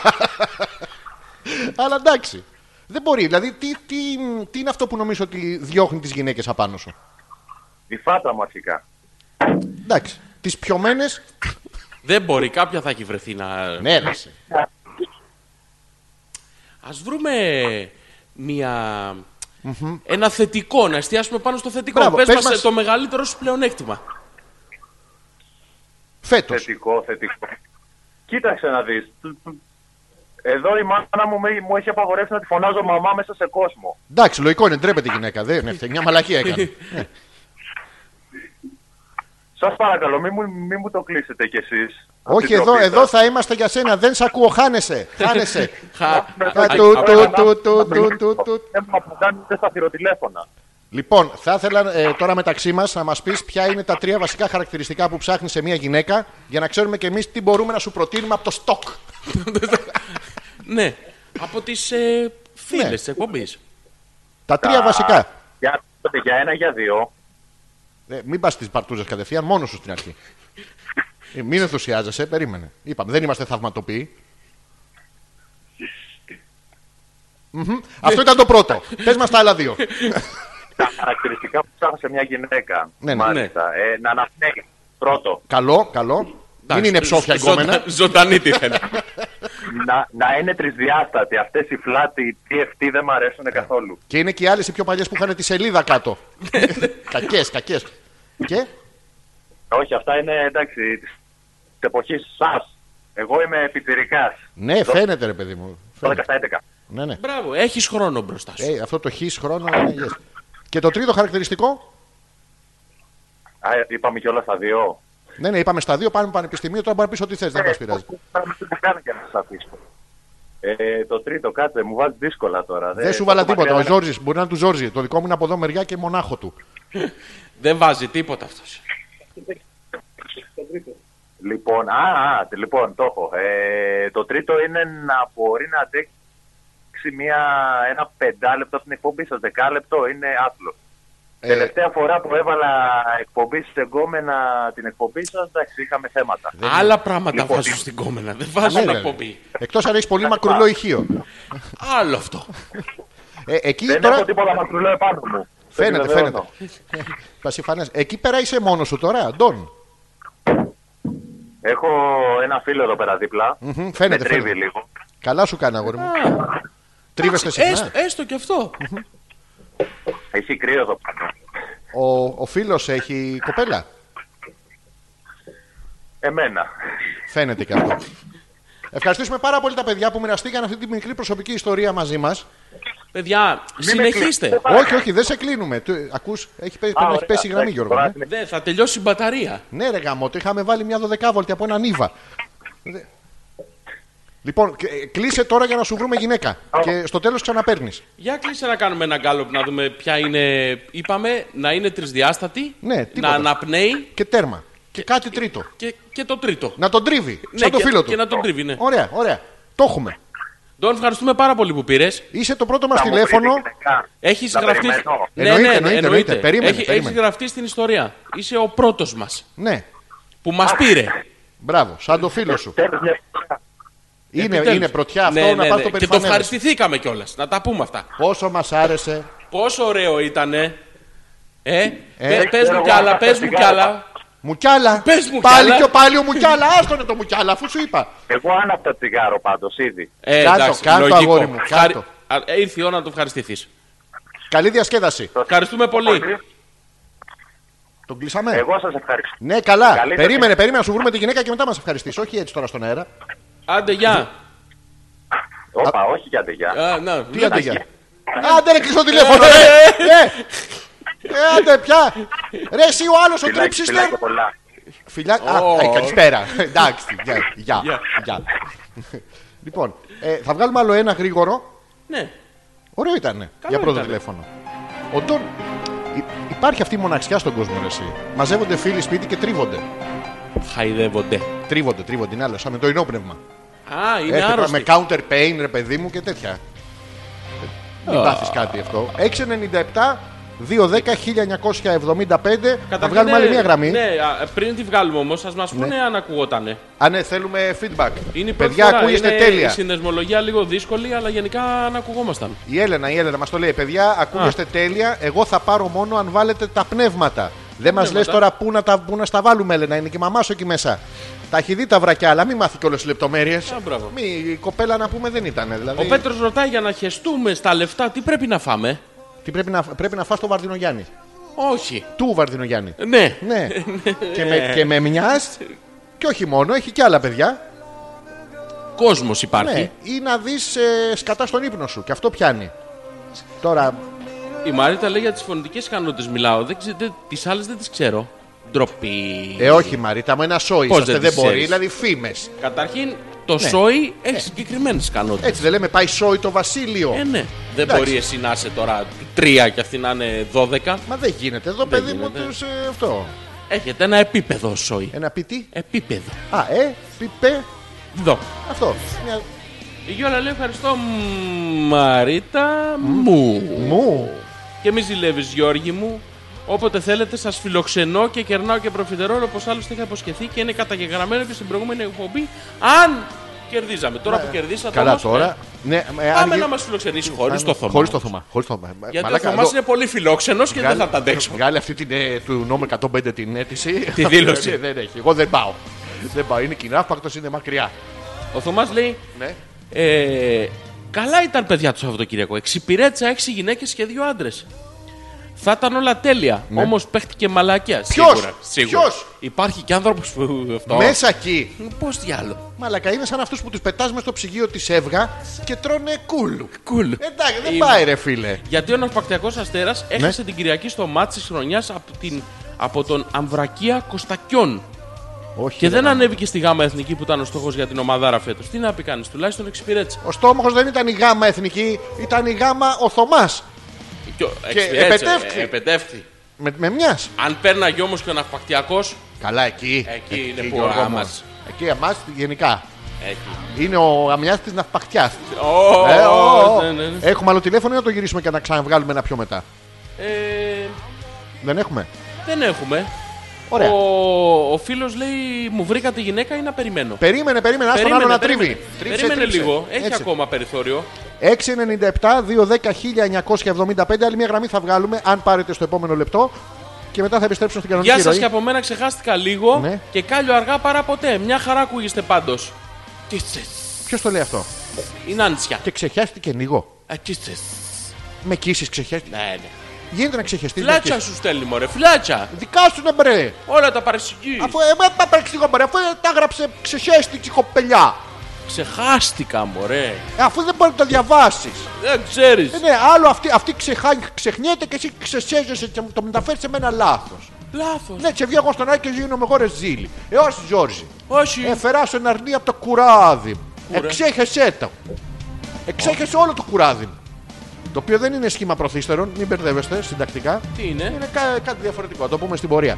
[SPEAKER 1] Αλλά εντάξει. Δεν μπορεί. Δηλαδή, τι, τι, τι είναι αυτό που νομίζω ότι διώχνει τις γυναίκες απάνω σου.
[SPEAKER 5] Τη φάτα μου αρχικά.
[SPEAKER 1] Εντάξει. Τις πιωμένες.
[SPEAKER 2] Δεν μπορεί, κάποια θα έχει βρεθεί να.
[SPEAKER 1] Ναι, ρε, εσύ.
[SPEAKER 2] Ας βρούμε μια... Ένα θετικό, να εστιάσουμε πάνω στο θετικό.
[SPEAKER 1] Μπράβο,
[SPEAKER 2] πες,
[SPEAKER 1] πες
[SPEAKER 2] μας,
[SPEAKER 1] μας.
[SPEAKER 2] ε, το μεγαλύτερο σου πλεονέκτημα.
[SPEAKER 1] Φέτος.
[SPEAKER 5] Θετικό, θετικό. Κοίταξε να δεις. Εδώ η μάνα μου, με- μου έχει απαγορεύσει να τη φωνάζω μαμά μέσα σε κόσμο.
[SPEAKER 1] Εντάξει, λογικό είναι. Ντρέπεται η γυναίκα. Δεν είναι. Μια μαλακία έκανε.
[SPEAKER 5] Σας παρακαλώ, μην μου, μη μου το κλείσετε κι εσείς.
[SPEAKER 1] Όχι,
[SPEAKER 5] Την
[SPEAKER 1] εδώ,
[SPEAKER 5] τροπή
[SPEAKER 1] εδώ
[SPEAKER 5] σας.
[SPEAKER 1] θα είμαστε για σένα. Δεν σ' ακούω. Χάνεσαι. Χάνεσαι.
[SPEAKER 2] Χα...
[SPEAKER 1] Τα
[SPEAKER 2] Α,
[SPEAKER 1] του,
[SPEAKER 2] α,
[SPEAKER 1] του, του, του, του, του, του.
[SPEAKER 5] Δεν μου απαντάνε στα θηροτηλέφωνα.
[SPEAKER 1] Λοιπόν, θα ήθελα ε, τώρα μεταξύ μας να μας πεις ποια είναι τα τρία βασικά χαρακτηριστικά που ψάχνει σε μια γυναίκα για να ξέρουμε κι εμείς τι μπορούμε να σου προτείνουμε από το στόκ.
[SPEAKER 2] Ναι, από τις ε, φίλες
[SPEAKER 1] Ναι.
[SPEAKER 2] της εκπομπής.
[SPEAKER 1] Τα τρία
[SPEAKER 5] Τα-
[SPEAKER 1] βασικά.
[SPEAKER 5] Για, για ένα, για δύο.
[SPEAKER 1] Ε, μην πας στις παρτούζες κατευθείαν, μόνος σου στην αρχή. Ε, μην ενθουσιάζεσαι, περίμενε. Είπαμε, δεν είμαστε θαυματοποιοί. Μμμ. Αυτό ήταν το πρώτο. Πες μας τα άλλα δύο.
[SPEAKER 5] Τα χαρακτηριστικά που ψάχνω σε μια γυναίκα.
[SPEAKER 1] Ναι, ναι.
[SPEAKER 5] Μάλιστα. Ε, να αναπνέει. Πρώτο.
[SPEAKER 1] Καλό, καλό. Μην
[SPEAKER 2] Εντάξει,
[SPEAKER 1] είναι ψόφια
[SPEAKER 2] ζω-
[SPEAKER 1] γκόμενα.
[SPEAKER 2] ζωτα- Ζωντανή τη θέλω.
[SPEAKER 5] να, να είναι τρισδιάστατη. Αυτές οι φλάτι, οι TFT δεν μ' αρέσουν
[SPEAKER 1] Ναι.
[SPEAKER 5] καθόλου.
[SPEAKER 1] Και είναι και οι άλλες οι πιο παλιές που είχαν τη σελίδα κάτω. κακές, κακές. Και
[SPEAKER 5] Όχι, αυτά είναι εντάξει της εποχής σας. Εγώ είμαι πιτσιρικά.
[SPEAKER 1] ναι, φαίνεται ρε παιδί μου. Φαίνεται.
[SPEAKER 5] 12-11.
[SPEAKER 1] Ναι, ναι.
[SPEAKER 2] Μπράβο, έχεις χρόνο μπροστά σου.
[SPEAKER 1] Ε, αυτό το χ χρόνο είναι yes. Και το τρίτο χαρακτηριστικό.
[SPEAKER 5] Α, είπαμε κιόλα στα δύο.
[SPEAKER 1] Ναι, ναι, είπαμε στα δύο πάμε πανεπιστημίου. Τώρα μπορεί να πεις ό,τι θες, δεν μας πειράζει.
[SPEAKER 5] Δεν κάνω για να σα αφήσω. Ε, το τρίτο, κάτσε, μου βάζει δύσκολα τώρα.
[SPEAKER 1] Δεν σου βάλα τίποτα. Ο Ζόρζης μπορεί να είναι του Ζόρζη. Το δικό μου είναι από εδώ μεριά και μονάχο του.
[SPEAKER 2] Δεν βάζει τίποτα
[SPEAKER 1] Ε,
[SPEAKER 2] αυτός.
[SPEAKER 5] Λοιπόν, α, α, λοιπόν, το έχω. Ε, το τρίτο είναι να μπορεί να αντέξει μια, ένα πεντάλεπτο από την εκπομπή σας. Δεκάλεπτο είναι άθλος.
[SPEAKER 1] Ε,
[SPEAKER 5] Τελευταία φορά που έβαλα εκπομπή σε γκόμενα την εκπομπή σας, εντάξει, είχαμε θέματα.
[SPEAKER 2] Άλλα πράγματα
[SPEAKER 5] Λοιπόν,
[SPEAKER 2] βάζουν στην κόμενα, δεν
[SPEAKER 1] ναι,
[SPEAKER 2] βάζουν εκπομπή.
[SPEAKER 1] Εκτός αν έχεις πολύ μακρουλό ηχείο.
[SPEAKER 2] Άλλο αυτό.
[SPEAKER 1] Ε, εκεί
[SPEAKER 5] Δεν
[SPEAKER 1] τώρα.
[SPEAKER 5] έχω τίποτα μακρουλό επάνω μου. Το
[SPEAKER 1] Φαίνεται,
[SPEAKER 5] επιβεβαιώνω.
[SPEAKER 1] φαίνεται. Πασιφανέ. Εκεί πέρα είσαι μόνος σου τώρα, Αντών.
[SPEAKER 5] Έχω ένα φίλο εδώ πέρα δίπλα.
[SPEAKER 1] Μμμ,
[SPEAKER 5] Με
[SPEAKER 1] Φαίνεται,
[SPEAKER 5] τρίβει
[SPEAKER 1] φαίνεται.
[SPEAKER 5] λίγο.
[SPEAKER 1] Καλά σου κάνα, αγόρι μου. Τρίβεστε συχνά.
[SPEAKER 2] Έστω, έστω και αυτό.
[SPEAKER 5] Έχει κρύο εδώ πάνω.
[SPEAKER 1] Ο, ο φίλος έχει κοπέλα.
[SPEAKER 5] Εμένα.
[SPEAKER 1] Φαίνεται και αυτό. Ευχαριστούμε πάρα πολύ τα παιδιά που μοιραστήκαν αυτή τη μικρή προσωπική ιστορία μαζί μας.
[SPEAKER 2] Παιδιά, συνεχίστε.
[SPEAKER 1] όχι, όχι, δεν σε κλείνουμε. Του- Ακούς, έχει, πέ- τον έχει
[SPEAKER 5] ωραία,
[SPEAKER 1] πέσει η γραμμή,
[SPEAKER 5] εντάξει,
[SPEAKER 1] Γιώργο.
[SPEAKER 5] τώρα
[SPEAKER 1] ναι.
[SPEAKER 5] είναι-
[SPEAKER 2] Δεν, θα τελειώσει η μπαταρία.
[SPEAKER 1] Ναι, ρε γαμό, το είχαμε βάλει μια 12 βολτή από έναν Ήβα. Δε- Λοιπόν, και- ε, κλείσε τώρα για να σου βρούμε γυναίκα. Και στο τέλος ξαναπέρνει.
[SPEAKER 2] Για κλείσε να κάνουμε ένα γκάλωπ να δούμε ποια είναι. Είπαμε να είναι τρισδιάστατη,
[SPEAKER 1] Ναι,
[SPEAKER 2] να
[SPEAKER 1] τίποτα.
[SPEAKER 2] αναπνέει
[SPEAKER 1] Και τέρμα. Και κάτι τρίτο.
[SPEAKER 2] και, και το τρίτο.
[SPEAKER 1] Να τον τρίβει.
[SPEAKER 2] Ε, ναι,
[SPEAKER 1] Σαν το
[SPEAKER 2] και,
[SPEAKER 1] φίλο του.
[SPEAKER 2] και να τον τρίβει, ναι.
[SPEAKER 1] Ωραία, ωραία. Το έχουμε.
[SPEAKER 2] Τον ευχαριστούμε πάρα πολύ που πήρες.
[SPEAKER 1] Είσαι το πρώτο μας
[SPEAKER 5] Θα μου
[SPEAKER 1] τηλέφωνο.
[SPEAKER 5] βρείτε γυναίκα.
[SPEAKER 2] Έχει
[SPEAKER 5] Να
[SPEAKER 2] γραφτεί. Ναι,
[SPEAKER 5] περιμένω.
[SPEAKER 1] Εννοείται, εννοείται, εννοείται. Περίμενε,
[SPEAKER 2] Έχει,
[SPEAKER 1] περίμενε.
[SPEAKER 2] έχεις γραφτεί στην ιστορία. Είσαι ο πρώτος μας
[SPEAKER 1] Ναι,
[SPEAKER 2] που μας πήρε.
[SPEAKER 1] μπράβο, σαν το φίλο σου.
[SPEAKER 5] Τέλος μια-
[SPEAKER 1] Είναι,
[SPEAKER 2] Ε, Επιτέλους.
[SPEAKER 1] είναι πρωτιά αυτό
[SPEAKER 2] Ναι,
[SPEAKER 1] να
[SPEAKER 2] ναι,
[SPEAKER 1] πας
[SPEAKER 2] ναι.
[SPEAKER 1] το
[SPEAKER 2] Και το
[SPEAKER 1] περιφανέλες.
[SPEAKER 2] ευχαριστηθήκαμε κιόλας. Να τα πούμε αυτά.
[SPEAKER 1] Πόσο μας άρεσε.
[SPEAKER 2] Πόσο ωραίο ήτανε. Ε, πε- πες
[SPEAKER 5] ξέρω
[SPEAKER 2] μου
[SPEAKER 5] εγώ,
[SPEAKER 2] κι άλλα, πες μου
[SPEAKER 5] φανταστικά.
[SPEAKER 2] κι άλλα.
[SPEAKER 1] Μουκιάλα.
[SPEAKER 2] Πες μου,
[SPEAKER 1] πάλι
[SPEAKER 2] καλά.
[SPEAKER 1] και ο πάλι ο Μουκιάλα. Άστονε το Μουκιάλα, αφού σου είπα.
[SPEAKER 5] Εγώ άναπτα τσιγάρο πάντως ήδη.
[SPEAKER 2] Ε,
[SPEAKER 1] Κάτω,
[SPEAKER 2] εντάξει,
[SPEAKER 1] κάτω,
[SPEAKER 2] λογικό.
[SPEAKER 1] αγόρι μου,
[SPEAKER 2] Χάρη-
[SPEAKER 1] κάτω.
[SPEAKER 2] Α, ε, Ήρθε η ώρα να το ευχαριστηθείς.
[SPEAKER 1] Καλή διασκέδαση.
[SPEAKER 2] Ευχαριστούμε πολύ.
[SPEAKER 1] Τον κλείσαμε.
[SPEAKER 5] Εγώ σας ευχαριστώ.
[SPEAKER 1] Ναι, καλά.
[SPEAKER 5] Καλή
[SPEAKER 1] περίμενε,
[SPEAKER 5] σας-
[SPEAKER 1] περίμενε να σου βρούμε τη γυναίκα και μετά μας ευχαριστήσει. Όχι έτσι τώρα στον αέρα.
[SPEAKER 2] Άντε, γεια.
[SPEAKER 5] Όπα, όχι για αντεγιά.
[SPEAKER 2] Α, να,
[SPEAKER 1] Τι άντε
[SPEAKER 2] ναι.
[SPEAKER 1] για. Άντε, ρε, κλείσω το τηλέφωνο. ρε. Ε, ε, άντε, πια. Ρε, εσύ ο άλλος ο τρίψιστερ.
[SPEAKER 5] Φιλάκια πολλά.
[SPEAKER 1] Φιλιά. Α,
[SPEAKER 2] Ω.
[SPEAKER 1] ε, καλησπέρα. Εντάξει, γεια, γεια.
[SPEAKER 2] Γεια.
[SPEAKER 1] γεια. Λοιπόν, ε, θα βγάλουμε άλλο ένα γρήγορο.
[SPEAKER 2] Ναι.
[SPEAKER 1] Ωραίο ήταν. για πρώτο
[SPEAKER 2] ήταν.
[SPEAKER 1] τηλέφωνο. Ο Ντόν. Υ- Υπάρχει αυτή η μοναξιά στον κόσμο, ρε, εσύ. Μαζεύονται φίλοι σπίτι και τρίβονται.
[SPEAKER 2] Χαϊδεύονται.
[SPEAKER 1] Τρίβονται, τρίβονται. Είναι άλλο, σαν με το ενόπνευμα.
[SPEAKER 2] Α, είναι
[SPEAKER 1] Έρχεται
[SPEAKER 2] άρρωστοι.
[SPEAKER 1] με counter pain, ρε παιδί μου και τέτοια. Ε, Μην πάθεις κάτι αυτό. 697-210-1975. Θα
[SPEAKER 2] Καταρχήν,
[SPEAKER 1] βγάλουμε άλλη
[SPEAKER 2] ναι,
[SPEAKER 1] μία γραμμή. Ναι.
[SPEAKER 2] Ναι, α, πριν τη βγάλουμε όμως, ας μας πούνε αν ακουγότανε.
[SPEAKER 1] Α, ναι, θέλουμε feedback.
[SPEAKER 2] Είναι η πρώτη
[SPEAKER 1] Παιδιά,
[SPEAKER 2] φορά.
[SPEAKER 1] ακούγεστε
[SPEAKER 2] Είναι Η
[SPEAKER 1] τέλεια.
[SPEAKER 2] συνδεσμολογία λίγο δύσκολη, αλλά γενικά αν ακουγόμασταν.
[SPEAKER 1] Η Έλενα, η Έλενα μας το λέει. Παιδιά, ακούγεστε τέλεια. Εγώ θα πάρω μόνο αν βάλετε τα πνεύματα. Δεν μας λε
[SPEAKER 2] Πνεύματα.
[SPEAKER 1] τώρα πού να, τα, πού να στα βάλουμε, Έλενα. Είναι και η μαμά σου εκεί μέσα. Τα έχει δει τα βρακιά, αλλά μην μάθει κιόλας τις λεπτομέρειες.
[SPEAKER 2] Α, μπράβο.
[SPEAKER 1] Μη, η κοπέλα να πούμε δεν ήταν. Δηλαδή,
[SPEAKER 2] Ο Πέτρος ρωτάει για να χεστούμε στα λεφτά τι πρέπει να φάμε.
[SPEAKER 1] τι πρέπει να, πρέπει να φας το Βαρδινογιάννη.
[SPEAKER 2] Όχι.
[SPEAKER 1] Του Βαρδινογιάννη.
[SPEAKER 2] Ναι.
[SPEAKER 1] Ναι. και, με, και με μιας και όχι μόνο, έχει και άλλα παιδιά.
[SPEAKER 2] Κόσμος υπάρχει.
[SPEAKER 1] Ναι. Ή να δεις ε, σκατά στον ύπνο σου. Και αυτό πιάνει. Τώρα,
[SPEAKER 2] Η Μαρίτα λέει για τις φωνητικές ικανότητες μιλάω. Δεν ξε- δεν, τις άλλες δεν τις ξέρω. Ντροπή.
[SPEAKER 1] ε, όχι Μαρίτα, μου ένα σόι.
[SPEAKER 2] Πώς
[SPEAKER 1] είσαστε,
[SPEAKER 2] δεν
[SPEAKER 1] δεν
[SPEAKER 2] τις
[SPEAKER 1] μπορεί,
[SPEAKER 2] ξέρεις.
[SPEAKER 1] δηλαδή φήμες.
[SPEAKER 2] Καταρχήν, το σόι έχει συγκεκριμένες ικανότητε.
[SPEAKER 1] Ναι. Ε. Έτσι δεν λέμε, πάει σόι το Βασίλειο.
[SPEAKER 2] Ε, ναι. Δεν
[SPEAKER 1] Εντάξει.
[SPEAKER 2] μπορεί εσύ να είσαι τώρα τρία και αυτή να είναι δώδεκα.
[SPEAKER 1] Μα δεν γίνεται. Εδώ,
[SPEAKER 2] Δεν
[SPEAKER 1] παιδί μου,
[SPEAKER 2] γίνεται.
[SPEAKER 1] τους, ε, αυτό.
[SPEAKER 2] Έχετε ένα επίπεδο σόι.
[SPEAKER 1] Ένα πιτί.
[SPEAKER 2] Επίπεδο.
[SPEAKER 1] Α, ε, πιπέ.
[SPEAKER 2] Δω.
[SPEAKER 1] Αυτό. Μια-
[SPEAKER 2] Η Γιώλα λέει ευχαριστώ Μαρίτα μου.
[SPEAKER 1] Μου.
[SPEAKER 2] Και μη ζηλεύεις, Γιώργη μου. Όποτε θέλετε, σας φιλοξενώ και κερνάω και προφιτερώ όπως άλλωστε είχα υποσχεθεί και είναι καταγεγραμμένο και στην προηγούμενη εκπομπή. Αν κερδίζαμε. Τώρα που κερδίσατε.
[SPEAKER 1] Ε, Καλά
[SPEAKER 2] όμως,
[SPEAKER 1] τώρα.
[SPEAKER 2] ναι,
[SPEAKER 1] Ναι, ε, αν
[SPEAKER 2] Πάμε
[SPEAKER 1] γι-
[SPEAKER 2] να μας φιλοξενήσει χωρίς το θωμά.
[SPEAKER 1] Χωρίς το θωμά. Χωρίς το θωμά. Ε,
[SPEAKER 2] Γιατί
[SPEAKER 1] Μαλάκα,
[SPEAKER 2] ο Θωμά
[SPEAKER 1] εδώ-
[SPEAKER 2] είναι πολύ φιλόξενος και δεν
[SPEAKER 1] Βγάλε-
[SPEAKER 2] θα τα αντέξω.
[SPEAKER 1] Βγάλε αυτή την, ε, του νόμου 105 την αίτηση. Ε,
[SPEAKER 2] Τη δήλωση.
[SPEAKER 1] δεν έχει. Εγώ δεν πάω. δεν πάω. Είναι κοινάφπακτο, είναι μακριά.
[SPEAKER 2] Ο Θωμάς λέει.
[SPEAKER 1] Ναι.
[SPEAKER 2] Ε, καλά ήταν παιδιά το Σαββατοκύριακο. Εξυπηρέτησα 6 γυναίκες και 2 άντρες. Θα ήταν όλα τέλεια. Ναι. Όμως παίχτηκε μαλακία.
[SPEAKER 1] Ποιος?
[SPEAKER 2] Σίγουρα. σίγουρα.
[SPEAKER 1] Ποιος?
[SPEAKER 2] Υπάρχει και άνθρωπος που. Αυτό.
[SPEAKER 1] Μέσα εκεί.
[SPEAKER 2] Πώς διάλο.
[SPEAKER 1] Μαλακα είναι σαν αυτούς που τους πετάς μέσα στο ψυγείο της Εύγα και τρώνε κούλου.
[SPEAKER 2] Κουλ.
[SPEAKER 1] Εντάξει, δεν
[SPEAKER 2] Είμαι.
[SPEAKER 1] πάει ρε φίλε.
[SPEAKER 2] Γιατί ο Ναυπακτιακό Αστέρα έχασε την Κυριακή στο μάτι της χρονιάς από, την- από τον Αμβρακία Κωστακιών.
[SPEAKER 1] Όχι.
[SPEAKER 2] Και
[SPEAKER 1] ρε,
[SPEAKER 2] δεν
[SPEAKER 1] μα.
[SPEAKER 2] ανέβηκε στη γάμα εθνική που ήταν ο στόχος για την ομαδάρα φέτος. Τι να πει κανείς, τουλάχιστον εξυπηρέτησε.
[SPEAKER 1] Ο στόμαχο δεν ήταν η γάμα εθνική, ήταν η γάμα ο Θωμάς.
[SPEAKER 2] Και, ο- εξυπηρέτησε,
[SPEAKER 1] επετεύχθη.
[SPEAKER 2] ε, επετεύχθη.
[SPEAKER 1] Με, με μιας.
[SPEAKER 2] Αν πέρναγε όμω και ο Ναυπακτιακός.
[SPEAKER 1] Καλά εκεί.
[SPEAKER 2] Εκεί είναι που
[SPEAKER 1] Γιώργο
[SPEAKER 2] ο
[SPEAKER 1] μου.
[SPEAKER 2] Άμας.
[SPEAKER 1] Εκεί εμάς γενικά.
[SPEAKER 2] Εκεί.
[SPEAKER 1] Είναι ο αμιά της ναυπακτιάς.
[SPEAKER 2] Ω,
[SPEAKER 1] Ε, ο, ο.
[SPEAKER 2] ναι, ναι, ναι.
[SPEAKER 1] Έχουμε άλλο τηλέφωνο ή να το γυρίσουμε και να ξαναβγάλουμε ένα πιο μετά.
[SPEAKER 2] Ε,
[SPEAKER 1] Δεν έχουμε.
[SPEAKER 2] Δεν έχουμε.
[SPEAKER 1] Ωραία.
[SPEAKER 2] Ο, ο φίλος λέει: Μου βρήκα τη γυναίκα ή να περιμένω.
[SPEAKER 1] Περίμενε, περίμενε, άστον άλλο να τρίβει. Τρίψε,
[SPEAKER 2] Περίμενε
[SPEAKER 1] τρίψε.
[SPEAKER 2] λίγο. Έχει
[SPEAKER 1] Έτσι.
[SPEAKER 2] ακόμα περιθώριο.
[SPEAKER 1] 697-210-1975. Άλλη μια γραμμή θα βγάλουμε, αν πάρετε στο επόμενο λεπτό. Και μετά θα επιστρέψουμε στην κανονική
[SPEAKER 2] Γεια σας
[SPEAKER 1] ροή.
[SPEAKER 2] και από μένα ξεχάστηκα λίγο
[SPEAKER 1] Ναι.
[SPEAKER 2] και κάλιο αργά παρά ποτέ. Μια χαρά ακούγεστε πάντως.
[SPEAKER 1] Ποιος το λέει αυτό.
[SPEAKER 2] Η Νάντσια.
[SPEAKER 1] Και ξεχιάστηκε λίγο.
[SPEAKER 2] Α, τι θες.
[SPEAKER 1] Με κύσει ξεχιάστηκε.
[SPEAKER 2] Ναι, ναι.
[SPEAKER 1] Γίνεται να ξεχεστείς.
[SPEAKER 2] Φλάτσα σου στέλνει, μωρέ, φλάτσα.
[SPEAKER 1] Δικά σου να μπρε.
[SPEAKER 2] Όλα τα παρεσυγεί.
[SPEAKER 1] Αφού ε, έπα παρεξηγώ μπρε, αφού ε, τα έγραψε ξεχέστηκε η κοπελιά.
[SPEAKER 2] Ξεχάστηκα, μωρέ.
[SPEAKER 1] Ε, Αφού δεν μπορεί να τα διαβάσεις.
[SPEAKER 2] Δεν ξέρεις.
[SPEAKER 1] Ε, ναι, άλλο αυτή, αυτή ξεχά- ξεχνιέται και εσύ ξεσέζεσαι και μου το μεταφέρεις σε μένα λάθος.
[SPEAKER 2] Λάθος.
[SPEAKER 1] Ναι, σε βγει εγώ στον Άκη και γίνομαι εγώ ρε ζήλι. Ε, όχι Γιώργη.
[SPEAKER 2] Όχι.
[SPEAKER 1] Έφερα σου αρνί από το κουράδι μου.
[SPEAKER 2] Κουρά.
[SPEAKER 1] Εξέχεσέ το. Εξέχεσαι όλο το κουράδι μου. Το οποίο δεν είναι σχήμα προθύστερων, μην μπερδεύεστε συντακτικά.
[SPEAKER 2] Τι είναι.
[SPEAKER 1] Είναι κά- κάτι διαφορετικό, θα το πούμε στην πορεία.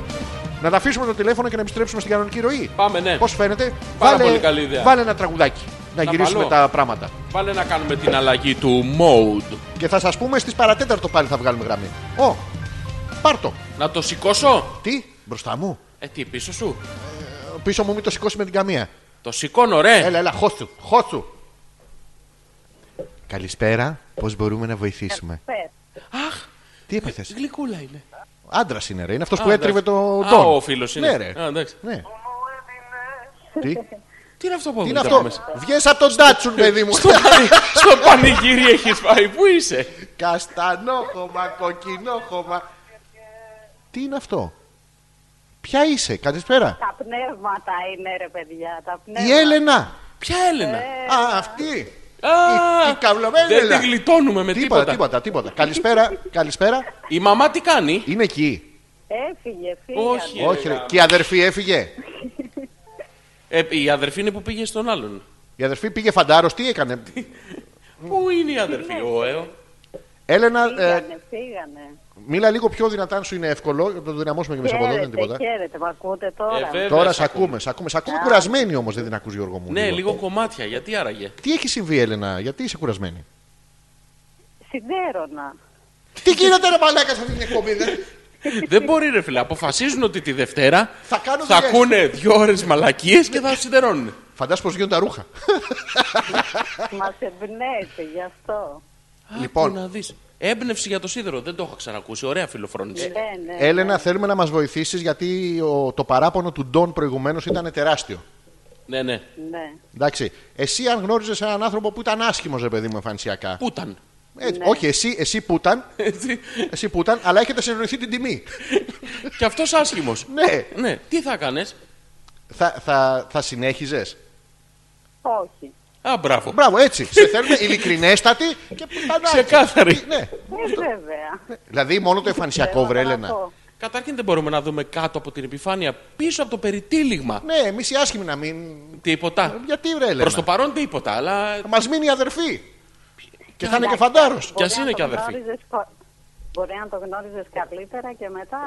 [SPEAKER 1] Να τα αφήσουμε το τηλέφωνο και να επιστρέψουμε στην κανονική ροή.
[SPEAKER 2] Πάμε, ναι.
[SPEAKER 1] Πώς φαίνεται,
[SPEAKER 2] Πάρα πολύ καλή ιδέα.
[SPEAKER 1] βάλε ένα τραγουδάκι. Να,
[SPEAKER 2] Να
[SPEAKER 1] γυρίσουμε
[SPEAKER 2] βάλω.
[SPEAKER 1] τα πράγματα.
[SPEAKER 2] Πάλι να κάνουμε την αλλαγή του mode.
[SPEAKER 1] Και θα σας πούμε στις παρατέταρτο πάλι θα βγάλουμε γραμμή. Ω, πάρτο.
[SPEAKER 2] Να το σηκώσω.
[SPEAKER 1] Τι, μπροστά μου.
[SPEAKER 2] Ε, τι, πίσω σου.
[SPEAKER 1] Πίσω μου μην το σηκώσει με την καμία.
[SPEAKER 2] Το σηκώνω, ρε.
[SPEAKER 1] Έλα, έλα, χώσου, χώσου. Καλησπέρα, πώς μπορούμε να βοηθήσουμε.
[SPEAKER 2] Ε, Αχ,
[SPEAKER 1] Τι έπαθες,
[SPEAKER 2] γλυκούλα είναι.
[SPEAKER 1] Άντρας είναι ρε, είναι αυτός
[SPEAKER 2] Α,
[SPEAKER 1] που έτριβε
[SPEAKER 2] εντάξει.
[SPEAKER 1] το
[SPEAKER 2] Α,
[SPEAKER 1] τον.
[SPEAKER 2] ο φίλος είναι.
[SPEAKER 1] Ναι ρε,
[SPEAKER 2] Α, εντάξει.
[SPEAKER 1] ναι. Τι,
[SPEAKER 2] Τι είναι αυτό που
[SPEAKER 1] τι είναι
[SPEAKER 2] έβγαλε
[SPEAKER 1] αυτό,
[SPEAKER 2] μέσα?
[SPEAKER 1] βγες από τον τάτσουν παιδί μου.
[SPEAKER 2] Στο, πανη- στο πανηγύρι έχεις πάει. Πού είσαι,
[SPEAKER 1] Καστανόχωμα, κοκκινόχωμα. Τι είναι αυτό. Ποια είσαι, καλησπέρα.
[SPEAKER 6] Τα πνεύματα είναι ρε παιδιά, τα
[SPEAKER 1] Η
[SPEAKER 6] πνεύματα.
[SPEAKER 1] Έλενα.
[SPEAKER 2] Ποια Έλενα.
[SPEAKER 1] Α, αυτή.
[SPEAKER 2] Α,
[SPEAKER 1] Ε, η- η καυλωμένη
[SPEAKER 2] Δεν
[SPEAKER 1] Έλενα.
[SPEAKER 2] την γλιτώνουμε με
[SPEAKER 1] Τίποτα,
[SPEAKER 2] τίποτα.
[SPEAKER 1] τίποτα, τίποτα. Καλησπέρα, καλησπέρα.
[SPEAKER 2] Η μαμά τι κάνει.
[SPEAKER 1] Είναι εκεί.
[SPEAKER 6] Έφυγε, φύγανε.
[SPEAKER 2] Όχι. Ε,
[SPEAKER 1] Όχι, ρε.
[SPEAKER 2] γάμο.
[SPEAKER 1] Και η αδερφή έφυγε.
[SPEAKER 2] Ε, η αδερφή είναι που πήγε στον άλλον.
[SPEAKER 1] Η αδερφή πήγε φαντάρος, τι έκανε.
[SPEAKER 2] Πού είναι η αδερφή, ο Ε, ο.
[SPEAKER 1] Έλενα, ε,
[SPEAKER 6] Φύγανε, φύγανε.
[SPEAKER 1] Μίλα λίγο πιο δυνατά αν σου είναι εύκολο. να Το δυναμώσουμε και εμείς από εδώ, δεν είναι
[SPEAKER 6] Χαίρετε,
[SPEAKER 1] τίποτα.
[SPEAKER 6] χαίρετε, με ακούτε
[SPEAKER 2] Ε,
[SPEAKER 6] τώρα.
[SPEAKER 2] βέβαια.
[SPEAKER 1] Τώρα
[SPEAKER 2] σ'
[SPEAKER 1] σε ακούμε, σε ακούμε. Σ' ακούμε κουρασμένη όμως, δεν την ακούς Γιώργο μου.
[SPEAKER 2] Ναι, λίγο κομμάτια. Γιατί άραγε.
[SPEAKER 1] Τι έχει συμβεί, Έλενα, γιατί είσαι κουρασμένη.
[SPEAKER 6] Συντέρωνα.
[SPEAKER 1] Τι γίνεται, ρε μαλάκα σε αυτή την εκπομπή, δε.
[SPEAKER 2] Δεν μπορεί, ρε φίλε. Αποφασίζουν ότι τη Δευτέρα
[SPEAKER 1] Θα κάνω δουλειές. Ναι.
[SPEAKER 2] ακούνε δύο ώρες μαλακίες και θα συντερώνουν.
[SPEAKER 1] Φαντάζομαι πώ γίνονται τα ρούχα.
[SPEAKER 6] Μας εμπνέετε γι' αυτό.
[SPEAKER 1] Λοιπόν.
[SPEAKER 2] Να δεις. Έμπνευση για το σίδερο. Δεν το έχω ξανακούσει. Ωραία φιλοφρόνηση.
[SPEAKER 6] Ναι, ναι.
[SPEAKER 1] Έλενα, θέλουμε να μας βοηθήσεις γιατί ο- το παράπονο του Ντόν προηγουμένως ήταν τεράστιο.
[SPEAKER 2] Ναι, ναι.
[SPEAKER 6] ναι.
[SPEAKER 1] Εντάξει. Εσύ, αν γνώριζες έναν άνθρωπο που ήταν άσχημος, ρε παιδί μου, εμφανισιακά.
[SPEAKER 2] Πού ήταν.
[SPEAKER 1] Έτσι, Όχι, εσύ, εσύ που ήταν,
[SPEAKER 2] Έτσι.
[SPEAKER 1] εσύ που ήταν, αλλά έχετε συνοηθεί την τιμή.
[SPEAKER 2] και αυτός άσχημος.
[SPEAKER 1] ναι.
[SPEAKER 2] ναι. Τι θα έκανε.
[SPEAKER 1] Θα, θα, θα συνέχιζες.
[SPEAKER 6] Όχι.
[SPEAKER 2] Α, μπράβο.
[SPEAKER 1] Μπράβο, έτσι. Σε θέλουμε ειλικρινέστατη και πανάρχη.
[SPEAKER 2] Ξεκάθαρη.
[SPEAKER 1] Τι- Ναι.
[SPEAKER 6] Ε, βέβαια.
[SPEAKER 1] Δηλαδή, μόνο το εμφανισιακό,
[SPEAKER 6] Θέλω
[SPEAKER 1] βρε,
[SPEAKER 6] να
[SPEAKER 1] Έλενα.
[SPEAKER 6] γραφτώ.
[SPEAKER 2] Καταρχήν δεν μπορούμε να δούμε κάτω από την επιφάνεια, πίσω από το περιτύλιγμα.
[SPEAKER 1] Ναι, Ε, εμείς οι άσχημοι να μην.
[SPEAKER 2] Τίποτα.
[SPEAKER 1] Γιατί, βρε, Έλενα.
[SPEAKER 2] Προς το παρόν τίποτα, αλλά.
[SPEAKER 1] Θα μας μείνει η αδερφή. Και θα είναι και φαντάρος.
[SPEAKER 2] Κι
[SPEAKER 6] Μπορεί
[SPEAKER 2] ας
[SPEAKER 6] να
[SPEAKER 2] είναι
[SPEAKER 6] το
[SPEAKER 2] και αδερφή.
[SPEAKER 6] γνώριζες κο- Μπορεί να το γνώριζες καλύτερα και μετά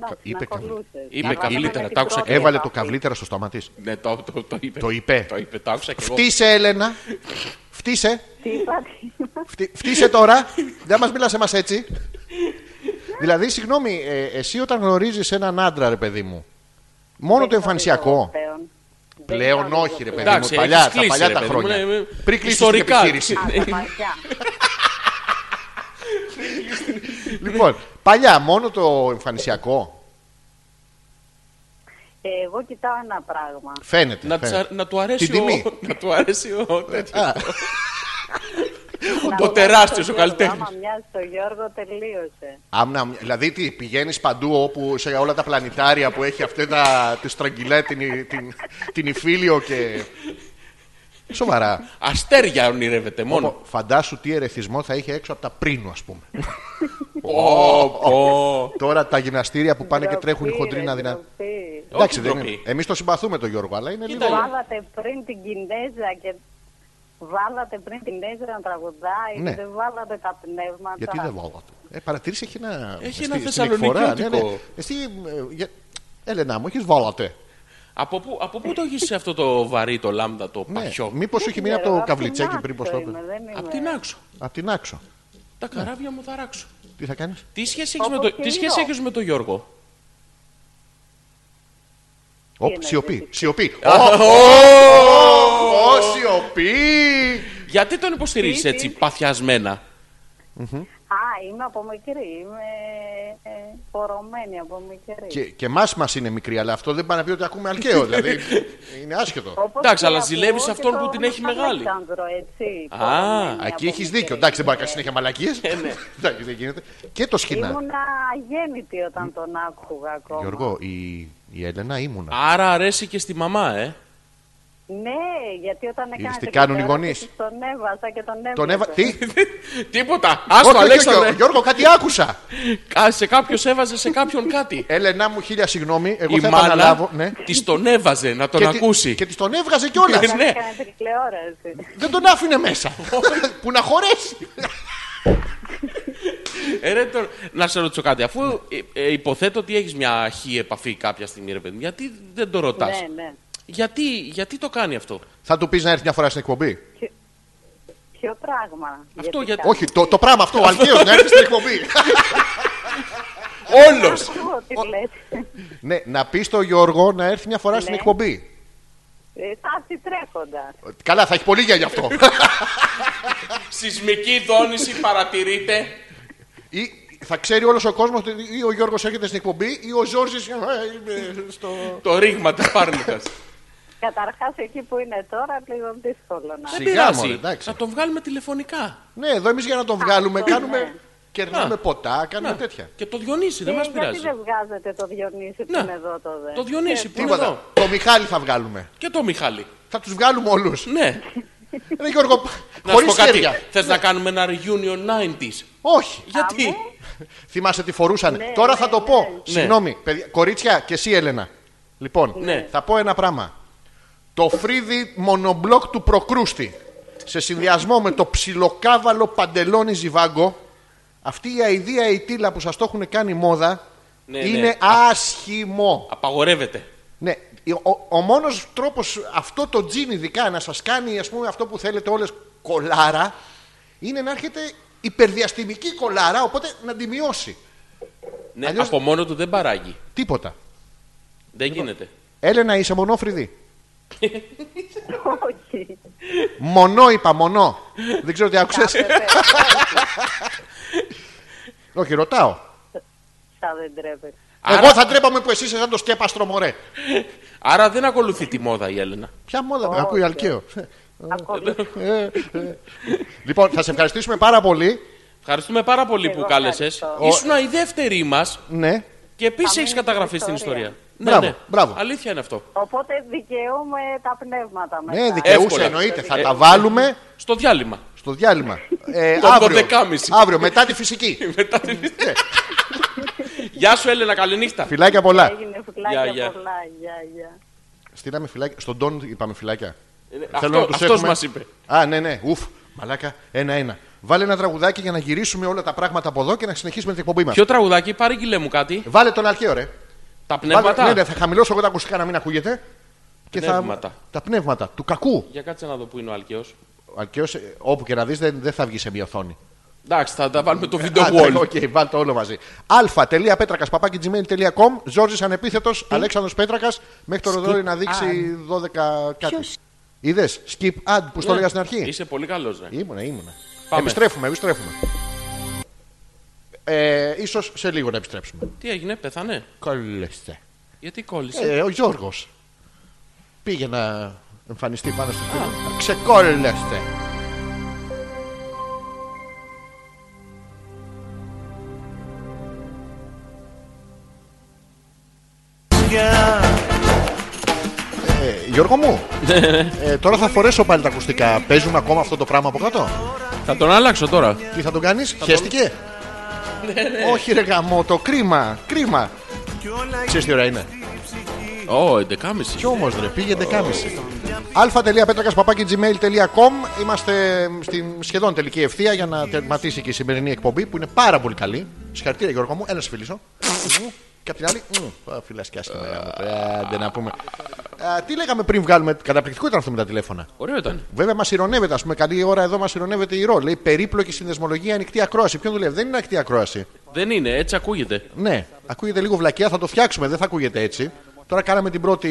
[SPEAKER 6] να την
[SPEAKER 1] Είπε καβλή-
[SPEAKER 6] ακολούθησε.
[SPEAKER 2] είπε καβλύτερα, τ' άκουσα και-
[SPEAKER 1] Έβαλε το καβλύτερα στο στόμα της.
[SPEAKER 2] Ναι, το, το, το είπε.
[SPEAKER 1] Το είπε.
[SPEAKER 2] Το είπε, το άκουσα και εγώ.
[SPEAKER 1] Φτύσε, Έλενα. Φτύσε.
[SPEAKER 6] Τι είπατε.
[SPEAKER 1] Φτι- Φτύσε τώρα. Δεν μας μιλάς εμάς έτσι. δηλαδή, συγγνώμη, ε, εσύ όταν γνωρίζεις έναν άντρα, ρε παιδί μου, μόνο
[SPEAKER 6] Δεν
[SPEAKER 1] το
[SPEAKER 6] γνωρίζω
[SPEAKER 1] εμφανισιακό.
[SPEAKER 6] πλέον. Δεν
[SPEAKER 1] Πλέον
[SPEAKER 6] γνωρίζω
[SPEAKER 1] όχι, ρε
[SPEAKER 6] πλέον.
[SPEAKER 1] παιδί μου.
[SPEAKER 2] Εντάξει,
[SPEAKER 1] Παλιά,
[SPEAKER 2] έχεις
[SPEAKER 1] τα
[SPEAKER 2] κλείσει,
[SPEAKER 1] παλιά
[SPEAKER 2] ρε
[SPEAKER 1] τα
[SPEAKER 2] παιδί μου,
[SPEAKER 1] χρόνια.
[SPEAKER 2] ναι, ναι.
[SPEAKER 1] Πριν κλείσει την
[SPEAKER 2] Ιστορικά.
[SPEAKER 1] επιχείρηση.
[SPEAKER 6] Α, τα μαγιά.
[SPEAKER 1] λοιπόν, παλιά, μόνο το εμφανισιακό.
[SPEAKER 6] Ε, Εγώ κοιτάω ένα πράγμα.
[SPEAKER 1] Φαίνεται.
[SPEAKER 2] Να,
[SPEAKER 1] φαίνεται.
[SPEAKER 2] τσα- να του αρέσει
[SPEAKER 1] Ε. Την τιμή. Ε,
[SPEAKER 2] ο, να του αρέσει ο τέτοιος.
[SPEAKER 1] Α.
[SPEAKER 6] Να
[SPEAKER 2] Ο
[SPEAKER 6] βγάλω
[SPEAKER 2] τεράστιος,
[SPEAKER 6] τον
[SPEAKER 2] ο
[SPEAKER 6] Γιώργο.
[SPEAKER 2] καλλιτέχνης.
[SPEAKER 6] Άμα μοιάζει το Γιώργο, τελείωσε.
[SPEAKER 1] Άμνα, δηλαδή τι, πηγαίνεις παντού όπου σε όλα τα πλανητάρια που έχει αυτή τα, τη στρογγυλέ, την, η- την, την υφήλιο και... Σοβαρά.
[SPEAKER 2] Αστέρια ονειρεύεται μόνο.
[SPEAKER 1] Φαντάσου τι ερεθισμό θα είχε έξω από τα πρίνου ας πούμε.
[SPEAKER 2] Ω, πω.
[SPEAKER 1] Τώρα τα γυμναστήρια που πάνε Ναι, και τρέχουν οι
[SPEAKER 6] Ντροπή,
[SPEAKER 1] χοντροί
[SPEAKER 6] ρε,
[SPEAKER 1] να δυνα...
[SPEAKER 6] ντροπή.
[SPEAKER 1] Εντάξει,
[SPEAKER 2] Όχι
[SPEAKER 1] δεν
[SPEAKER 2] ντροπή.
[SPEAKER 1] είναι. Εμείς το συμπαθούμε τον Γιώργο, αλλά είναι λίγο...
[SPEAKER 2] Κοίτα,
[SPEAKER 6] Βάλατε πριν την Κινέζα και βάλατε πριν την Κινέζα να τραγουδάει.
[SPEAKER 1] Ναι.
[SPEAKER 6] Δεν βάλατε τα πνεύματα.
[SPEAKER 1] Γιατί δεν βάλατε. Ε, παρατήρησε, έχει ένα.
[SPEAKER 2] Έχει
[SPEAKER 1] στη-
[SPEAKER 2] ένα
[SPEAKER 1] στην
[SPEAKER 2] θεσσαλονικιώτικο.
[SPEAKER 1] εκφορά, ναι, ναι. Εσύ, ε, για- Έλενα μου, έχεις βάλατε.
[SPEAKER 2] Από πού, από πού το έχεις αυτό το βαρύ, το λάμδα, το
[SPEAKER 1] Ναι.
[SPEAKER 2] παχιό.
[SPEAKER 1] Μήπως
[SPEAKER 6] Δεν
[SPEAKER 1] έχει μία
[SPEAKER 6] ξέρω,
[SPEAKER 1] το
[SPEAKER 6] απ' την
[SPEAKER 1] καβλιτσάκι πριν
[SPEAKER 6] άξο
[SPEAKER 1] πως το
[SPEAKER 6] είμαι,
[SPEAKER 1] έπαιρνε.
[SPEAKER 6] δεν είμαι.
[SPEAKER 2] Απ' την άξο.
[SPEAKER 1] Απ' την άξο.
[SPEAKER 2] Τα
[SPEAKER 1] Ναι.
[SPEAKER 2] καράβια μου θα ράξω.
[SPEAKER 1] Τι θα κάνεις.
[SPEAKER 2] Τι σχέση έχεις, με,
[SPEAKER 6] Όπως
[SPEAKER 2] το,
[SPEAKER 6] και
[SPEAKER 2] τι
[SPEAKER 6] εγώ.
[SPEAKER 2] σχέση έχεις με τον Γιώργο.
[SPEAKER 1] Οπ,
[SPEAKER 6] εννοείς,
[SPEAKER 1] σιωπή.
[SPEAKER 6] εσύ?
[SPEAKER 1] Σιωπή. Ω, ω, σιωπή.
[SPEAKER 2] Γιατί τον υποστηρίζεις
[SPEAKER 6] Τι,
[SPEAKER 2] έτσι
[SPEAKER 6] τι.
[SPEAKER 2] παθιασμένα.
[SPEAKER 6] Α, είμαι από μικρή. Είμαι ε, πορωμένη από μικρή.
[SPEAKER 1] Και, και εμάς μας είναι μικρή, αλλά αυτό δεν πάει να πει ότι ακούμε αλκαίο. δηλαδή είναι άσχετο.
[SPEAKER 6] Όπως
[SPEAKER 2] Εντάξει,
[SPEAKER 6] και
[SPEAKER 2] αλλά
[SPEAKER 6] να
[SPEAKER 2] ζηλεύεις
[SPEAKER 6] ακούω και
[SPEAKER 2] αυτόν που
[SPEAKER 6] τον
[SPEAKER 2] την έχει μεγάλη.
[SPEAKER 6] Αλέξανδρο, έτσι.
[SPEAKER 2] Α,
[SPEAKER 6] πορωμένη
[SPEAKER 2] εκεί
[SPEAKER 1] Εκεί
[SPEAKER 6] από
[SPEAKER 1] έχεις
[SPEAKER 6] μικρή.
[SPEAKER 1] δίκιο. Εντάξει, δεν μπορεί να κάνει συνέχεια μαλακίες. Εντάξει, δεν γίνεται. Και το σκηνά.
[SPEAKER 6] Ε, ναι. Ήμουνα αγέννητη όταν τον άκουγα ακόμα.
[SPEAKER 1] Γιώργο, η, η Έλενα ήμουνα.
[SPEAKER 2] Άρα αρέσει και στη μαμά, ε.
[SPEAKER 6] Ναι, γιατί όταν έκανες.
[SPEAKER 1] τι κάνουν οι γονείς.
[SPEAKER 6] Τον έβαζα και τον έβαζα.
[SPEAKER 1] Τον έβα... Τι, όχι,
[SPEAKER 2] Τίποτα. Άστο,
[SPEAKER 1] όχι, όχι,
[SPEAKER 2] Αλέξανδρε.
[SPEAKER 1] όχι, Γιώργο, κάτι άκουσα.
[SPEAKER 2] Κα- Σε κάποιος έβαζε σε κάποιον κάτι.
[SPEAKER 1] Έλενα μου, χίλια συγγνώμη, εγώ
[SPEAKER 2] Η
[SPEAKER 1] θα
[SPEAKER 2] μάνα
[SPEAKER 1] επαναλάβω. Ναι.
[SPEAKER 2] της τον έβαζε να τον
[SPEAKER 1] Και τη-
[SPEAKER 2] ακούσει.
[SPEAKER 1] Και της τον έβγαζε κιόλας.
[SPEAKER 2] Ναι.
[SPEAKER 6] Έκανε την τηλεόραση.
[SPEAKER 1] δεν τον άφηνε μέσα. Που να χωρέσει.
[SPEAKER 2] Ε, ρε, τώρα, να σε ρωτήσω κάτι. Αφού ε, ε, υποθέτω ότι έχεις μια χή επαφή κάποια στιγμή, ρε παιδί, μου, γιατί δεν το ρωτάς.
[SPEAKER 6] ναι, ναι.
[SPEAKER 2] Γιατί, γιατί το κάνει αυτό.
[SPEAKER 1] Θα του πεις να έρθει μια φορά στην εκπομπή.
[SPEAKER 6] Ποιο πράγμα.
[SPEAKER 2] Αυτό γιατί-
[SPEAKER 6] κάνω.
[SPEAKER 1] Όχι, το, το πράγμα αυτό, ο Αλκαίο να έρθει στην εκπομπή.
[SPEAKER 2] Όλο!
[SPEAKER 6] Ακούω τι λες.
[SPEAKER 1] ναι, να πεις στον Γιώργο να έρθει μια φορά στην
[SPEAKER 6] Ναι.
[SPEAKER 1] εκπομπή.
[SPEAKER 6] Ε, Θα έρθει τρέχοντα.
[SPEAKER 1] Καλά, θα έχει πολύ για γι' αυτό.
[SPEAKER 2] Σεισμική δόνηση παρατηρείται.
[SPEAKER 1] ή, θα ξέρει όλος ο κόσμος ότι ή ο Γιώργος έρχεται στην εκπομπή ή ο Ζόρζης. ε, στο...
[SPEAKER 2] Το ρήγμα της πάρνηθας.
[SPEAKER 6] Καταρχάς εκεί που είναι τώρα λίγο δύσκολο να.
[SPEAKER 2] Δεν
[SPEAKER 1] Σιγά,
[SPEAKER 2] πειράζει.
[SPEAKER 1] μωρέ, εντάξει.
[SPEAKER 2] Θα τον βγάλουμε τηλεφωνικά.
[SPEAKER 1] ναι, εδώ εμείς για να τον βγάλουμε
[SPEAKER 6] αυτό
[SPEAKER 1] κάνουμε.
[SPEAKER 6] ναι.
[SPEAKER 1] Κερνάμε
[SPEAKER 2] Να.
[SPEAKER 1] ποτά, κάνουμε
[SPEAKER 2] Να,
[SPEAKER 1] Ε, τέτοια.
[SPEAKER 2] Και το Διονύση,
[SPEAKER 6] Ε,
[SPEAKER 2] δεν μα
[SPEAKER 6] γιατί
[SPEAKER 2] πειράζει.
[SPEAKER 6] δεν βγάζετε το Διονύση που
[SPEAKER 2] Να,
[SPEAKER 6] είναι εδώ το δε.
[SPEAKER 2] Το Διονύση που είναι
[SPEAKER 1] Ε, Τίποτα.
[SPEAKER 2] εδώ.
[SPEAKER 1] Το Μιχάλη θα βγάλουμε.
[SPEAKER 2] Και το Μιχάλη.
[SPEAKER 1] Θα τους βγάλουμε όλους.
[SPEAKER 2] Ναι.
[SPEAKER 1] Ρε Γιώργο,
[SPEAKER 2] Να σου
[SPEAKER 1] χωρί
[SPEAKER 2] πω κάτι.
[SPEAKER 1] χέρια.
[SPEAKER 2] Θες να κάνουμε ένα reunion 90s.
[SPEAKER 1] Όχι.
[SPEAKER 2] Γιατί.
[SPEAKER 1] Θυμάσαι τι φορούσαν.
[SPEAKER 6] Ναι,
[SPEAKER 1] Τώρα
[SPEAKER 6] ναι,
[SPEAKER 1] θα το
[SPEAKER 6] ναι.
[SPEAKER 1] πω.
[SPEAKER 6] Ναι.
[SPEAKER 1] Συγγνώμη, παιδιά. κορίτσια και εσύ, Έλενα. Λοιπόν,
[SPEAKER 2] Ναι.
[SPEAKER 1] θα πω ένα πράγμα. Το φρύδι μονομπλοκ του προκρούστη σε συνδυασμό με το ψιλοκάβαλο παντελόνι ζιβάγκο Αυτή η αηδία η τίλα που σας το έχουν κάνει μόδα
[SPEAKER 2] Ναι, ναι.
[SPEAKER 1] είναι άσχημο.
[SPEAKER 2] Απαγορεύεται.
[SPEAKER 1] Ναι. Ο, ο μόνος τρόπος αυτό το τζιν ειδικά να σας κάνει ας πούμε, αυτό που θέλετε όλες κολάρα είναι να έρχεται υπερδιαστημική κολάρα οπότε να τη μειώσει.
[SPEAKER 2] Ναι,
[SPEAKER 1] Αλλιώς- Λοιπόν.
[SPEAKER 2] από μόνο του δεν παράγει.
[SPEAKER 1] Τίποτα.
[SPEAKER 2] Δεν γίνεται.
[SPEAKER 1] Έλενα είσαι μονόφρυδη.
[SPEAKER 6] Ε, Όχι.
[SPEAKER 1] Μονό είπα, μονό. Δεν ξέρω τι άκουσες. Όχι, ρωτάω.
[SPEAKER 6] Σα δεν τρέπεσαι.
[SPEAKER 1] Εγώ θα τρέπαμε που εσύ είσαι σαν το σκέπαστρο μωρέ.
[SPEAKER 2] Άρα δεν ακολουθεί τη μόδα η Έλενα.
[SPEAKER 1] Ποια μόδα,
[SPEAKER 6] Όχι.
[SPEAKER 1] ακούει αλκαίο. Ε,
[SPEAKER 6] Ακολουθεί.
[SPEAKER 1] λοιπόν, θα σε ευχαριστήσουμε πάρα πολύ.
[SPEAKER 2] Ευχαριστούμε πάρα πολύ
[SPEAKER 6] Εγώ
[SPEAKER 2] που κάλεσες.
[SPEAKER 6] ευχαριστώ.
[SPEAKER 2] Ήσουν η δεύτερη μας
[SPEAKER 1] Ναι.
[SPEAKER 2] και επίσης
[SPEAKER 6] Θα
[SPEAKER 2] έχει
[SPEAKER 6] μείνει
[SPEAKER 2] καταγραφεί στην
[SPEAKER 6] στην ιστορία.
[SPEAKER 2] ιστορία. Ναι,
[SPEAKER 1] Μπράβο, μπράβο.
[SPEAKER 2] Αλήθεια είναι αυτό.
[SPEAKER 6] Οπότε δικαιούμαι τα πνεύματα μετά.
[SPEAKER 1] Ναι, δικαιούσε
[SPEAKER 2] Εύκολα.
[SPEAKER 1] εννοείται. Θα
[SPEAKER 2] Ε,
[SPEAKER 1] τα βάλουμε
[SPEAKER 2] Στο διάλειμμα.
[SPEAKER 1] στο διάλειμμα. Ε,
[SPEAKER 2] Το
[SPEAKER 1] αύριο,
[SPEAKER 2] 12.30.
[SPEAKER 1] αύριο, μετά τη φυσική.
[SPEAKER 2] Μετά την- Γεια σου, Έλενα, καληνύχτα.
[SPEAKER 1] Φιλάκια πολλά.
[SPEAKER 6] Έγινε
[SPEAKER 2] Γεια, γεια.
[SPEAKER 6] φυλάκια πολλά. Γεια, γεια.
[SPEAKER 1] Στείλαμε φυλάκια. Στον Τόν είπαμε φυλάκια.
[SPEAKER 2] Ε, ναι,
[SPEAKER 1] Θέλω
[SPEAKER 2] αυτό-
[SPEAKER 1] να τους
[SPEAKER 2] αυτός
[SPEAKER 1] έχουμε.
[SPEAKER 2] μας είπε.
[SPEAKER 1] Α, ναι, ναι. Ουφ. Μαλάκα, ένα-ένα. Βάλε ένα τραγουδάκι για να γυρίσουμε όλα τα πράγματα από εδώ και να συνεχίσουμε την εκπομπή μας.
[SPEAKER 2] Ποιο τραγουδάκι, παρήγγειλε μου κάτι.
[SPEAKER 1] Βάλε τον αρχαίο, ρε.
[SPEAKER 2] Τα
[SPEAKER 1] Βάλε, ναι, ναι,
[SPEAKER 2] πνεύματα.
[SPEAKER 1] θα χαμηλώσω εγώ τα ακουστικά να μην ακούγεται. Και θα-
[SPEAKER 2] Πνεύματα.
[SPEAKER 1] τα πνεύματα του κακού.
[SPEAKER 2] Για κάτσε να δω που είναι ο Αλκαίος.
[SPEAKER 1] Ο Αλκαίος, ε, όπου και να δεις, δεν, δεν θα βγει σε μία οθόνη.
[SPEAKER 2] Εντάξει, θα τα βάλουμε το
[SPEAKER 1] Α, ναι,
[SPEAKER 2] βίντεο wall.
[SPEAKER 1] Οκ, βάλ το όλο μαζί. αλφα.πέτρακα.gmail.com Ζόρζη ανεπίθετο, Αλέξανδρος Πέτρακας. Μέχρι το ροδόρι να δείξει 12 κάτι. Είδες, skip ad που στο έλεγα στην αρχή.
[SPEAKER 2] Ναι. Είσαι πολύ καλός, ναι.
[SPEAKER 1] Ήμουνα, ήμουνα.
[SPEAKER 2] Πάμε.
[SPEAKER 1] Επιστρέφουμε, επιστρέφουμε. Ε, ίσως σε λίγο να επιστρέψουμε.
[SPEAKER 2] Τι έγινε, πέθανε.
[SPEAKER 1] Κόλλεστε.
[SPEAKER 2] Γιατί κόλλησε.
[SPEAKER 1] Ε, ο Γιώργος. Πήγε να εμφανιστεί πάνω στο φίλο. Ξεκόλλεστε. Ε, Γιώργο μου, ε, τώρα θα φορέσω πάλι τα ακουστικά. Παίζουν ακόμα αυτό το πράγμα από κάτω.
[SPEAKER 2] Θα τον αλλάξω τώρα.
[SPEAKER 1] Τι θα τον Ναι, κάνεις, χέστηκε. Όχι ρε γαμό, το κρίμα, κρίμα. Ξέρεις τι ώρα είναι.
[SPEAKER 2] Ω, 11.30.
[SPEAKER 1] Κι όμως ρε, πήγε 10.30. αλφα.πέτρακα.gmail.com Είμαστε στην σχεδόν τελική ευθεία για να τερματίσει και η σημερινή εκπομπή που είναι πάρα πολύ καλή. Συγχαρητήρια Γιώργο μου, ένα σε φιλήσω. Μμμ. και απ' την άλλη, μμμ, α, φιλασκιά στην μέρα μου. Ε, άντε να πούμε. Α, τι λέγαμε πριν βγάλουμε, καταπληκτικό ήταν αυτό με τα τηλέφωνα.
[SPEAKER 2] Ωραίο ήταν.
[SPEAKER 1] Βέβαια, μας ηρωνεύεται, ας πούμε, καλή ώρα εδώ μας ηρωνεύεται η ρο. Λέει περίπλοκη συνδεσμολογία, ανοιχτή ακρόαση. Ποιον δουλεύει, δεν είναι ανοιχτή ακρόαση.
[SPEAKER 2] Δεν είναι, έτσι ακούγεται.
[SPEAKER 1] Ναι, ακούγεται λίγο βλακεία, θα το φτιάξουμε, δεν θα ακούγεται έτσι. Τώρα κάναμε την πρώτη.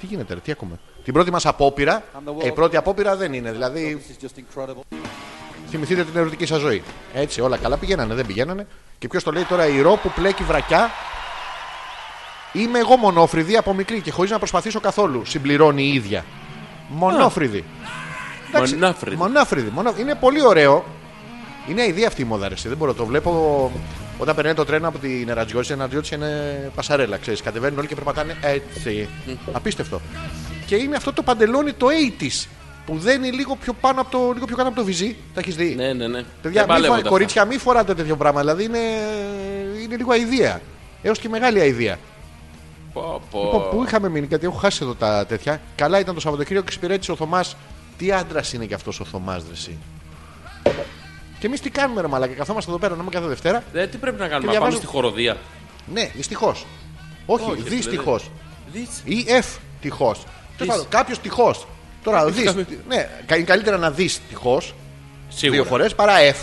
[SPEAKER 1] Τι γίνεται, ρε, τι ακούμε. Την πρώτη μας απόπειρα. Ε, η πρώτη απόπειρα δεν είναι, δηλαδή. Θυμηθείτε την ερωτική σας ζωή. Έτσι, όλα καλά πηγαίνανε, δεν πηγαίνανε. Και ποιος το λέει τώρα, η ρο που πλέκει βρακιά. Είμαι εγώ μονόφρυδη από μικρή και χωρίς να προσπαθήσω καθόλου. Συμπληρώνει η ίδια. Μονόφρυδη. Εντάξει,
[SPEAKER 2] Μονάφρυδη.
[SPEAKER 1] Μονάφρυδη. μονά- Είναι πολύ ωραίο. Είναι αηδία αυτή η μόδα, ρε. εσύ, Δεν μπορώ. Το βλέπω όταν περνάει το τρένο από την Ερατζιώτηση. Η Ερατζιώτηση είναι πασαρέλα, ξέρεις. Κατεβαίνουν όλοι και περπατάνε έτσι. Απίστευτο. Και είναι αυτό το παντελόνι το 80s που δένει λίγο πιο, πάνω από το, λίγο πιο κάτω από το βυζί. Τα έχεις δει.
[SPEAKER 2] Ναι, ναι, ναι.
[SPEAKER 1] Παιδιά, μη
[SPEAKER 2] Δεν
[SPEAKER 1] φορά,
[SPEAKER 2] παλεύονται αυτά.
[SPEAKER 1] κορίτσια, μην φοράτε τέτοιο πράγμα. Δηλαδή είναι, είναι λίγο αηδία. Έως και μεγάλη αηδία.
[SPEAKER 2] Πω,
[SPEAKER 1] Λοιπόν,
[SPEAKER 2] πω.
[SPEAKER 1] πού είχαμε μείνει, γιατί έχω χάσει εδώ τα τέτοια. Καλά ήταν το Σαββατοκύριακο και εξυπηρέτησε ο Θωμάς. Τι άντρας είναι κι αυτός ο Θωμάς, δρεσί. Και εμείς τι κάνουμε, ρε Μαλάκα. Καθόμαστε εδώ πέρα, να κάθε Δευτέρα.
[SPEAKER 2] Ε, τι πρέπει να κάνουμε, να
[SPEAKER 1] διαβάζω-
[SPEAKER 2] πάμε στη χοροδία.
[SPEAKER 1] Ναι, δυστυχώς. Όχι,
[SPEAKER 2] Όχι, δηλαδή.
[SPEAKER 1] δυστυχώ.
[SPEAKER 2] Δεις.
[SPEAKER 1] Ή ευτυχώ. Κάποιος τυχώς.
[SPEAKER 2] Ε,
[SPEAKER 1] Τώρα, δει. Ναι, κα- είναι καλύτερα να δεις τυχώ δύο
[SPEAKER 2] Σίγουρα.
[SPEAKER 1] φορές παρά εφ.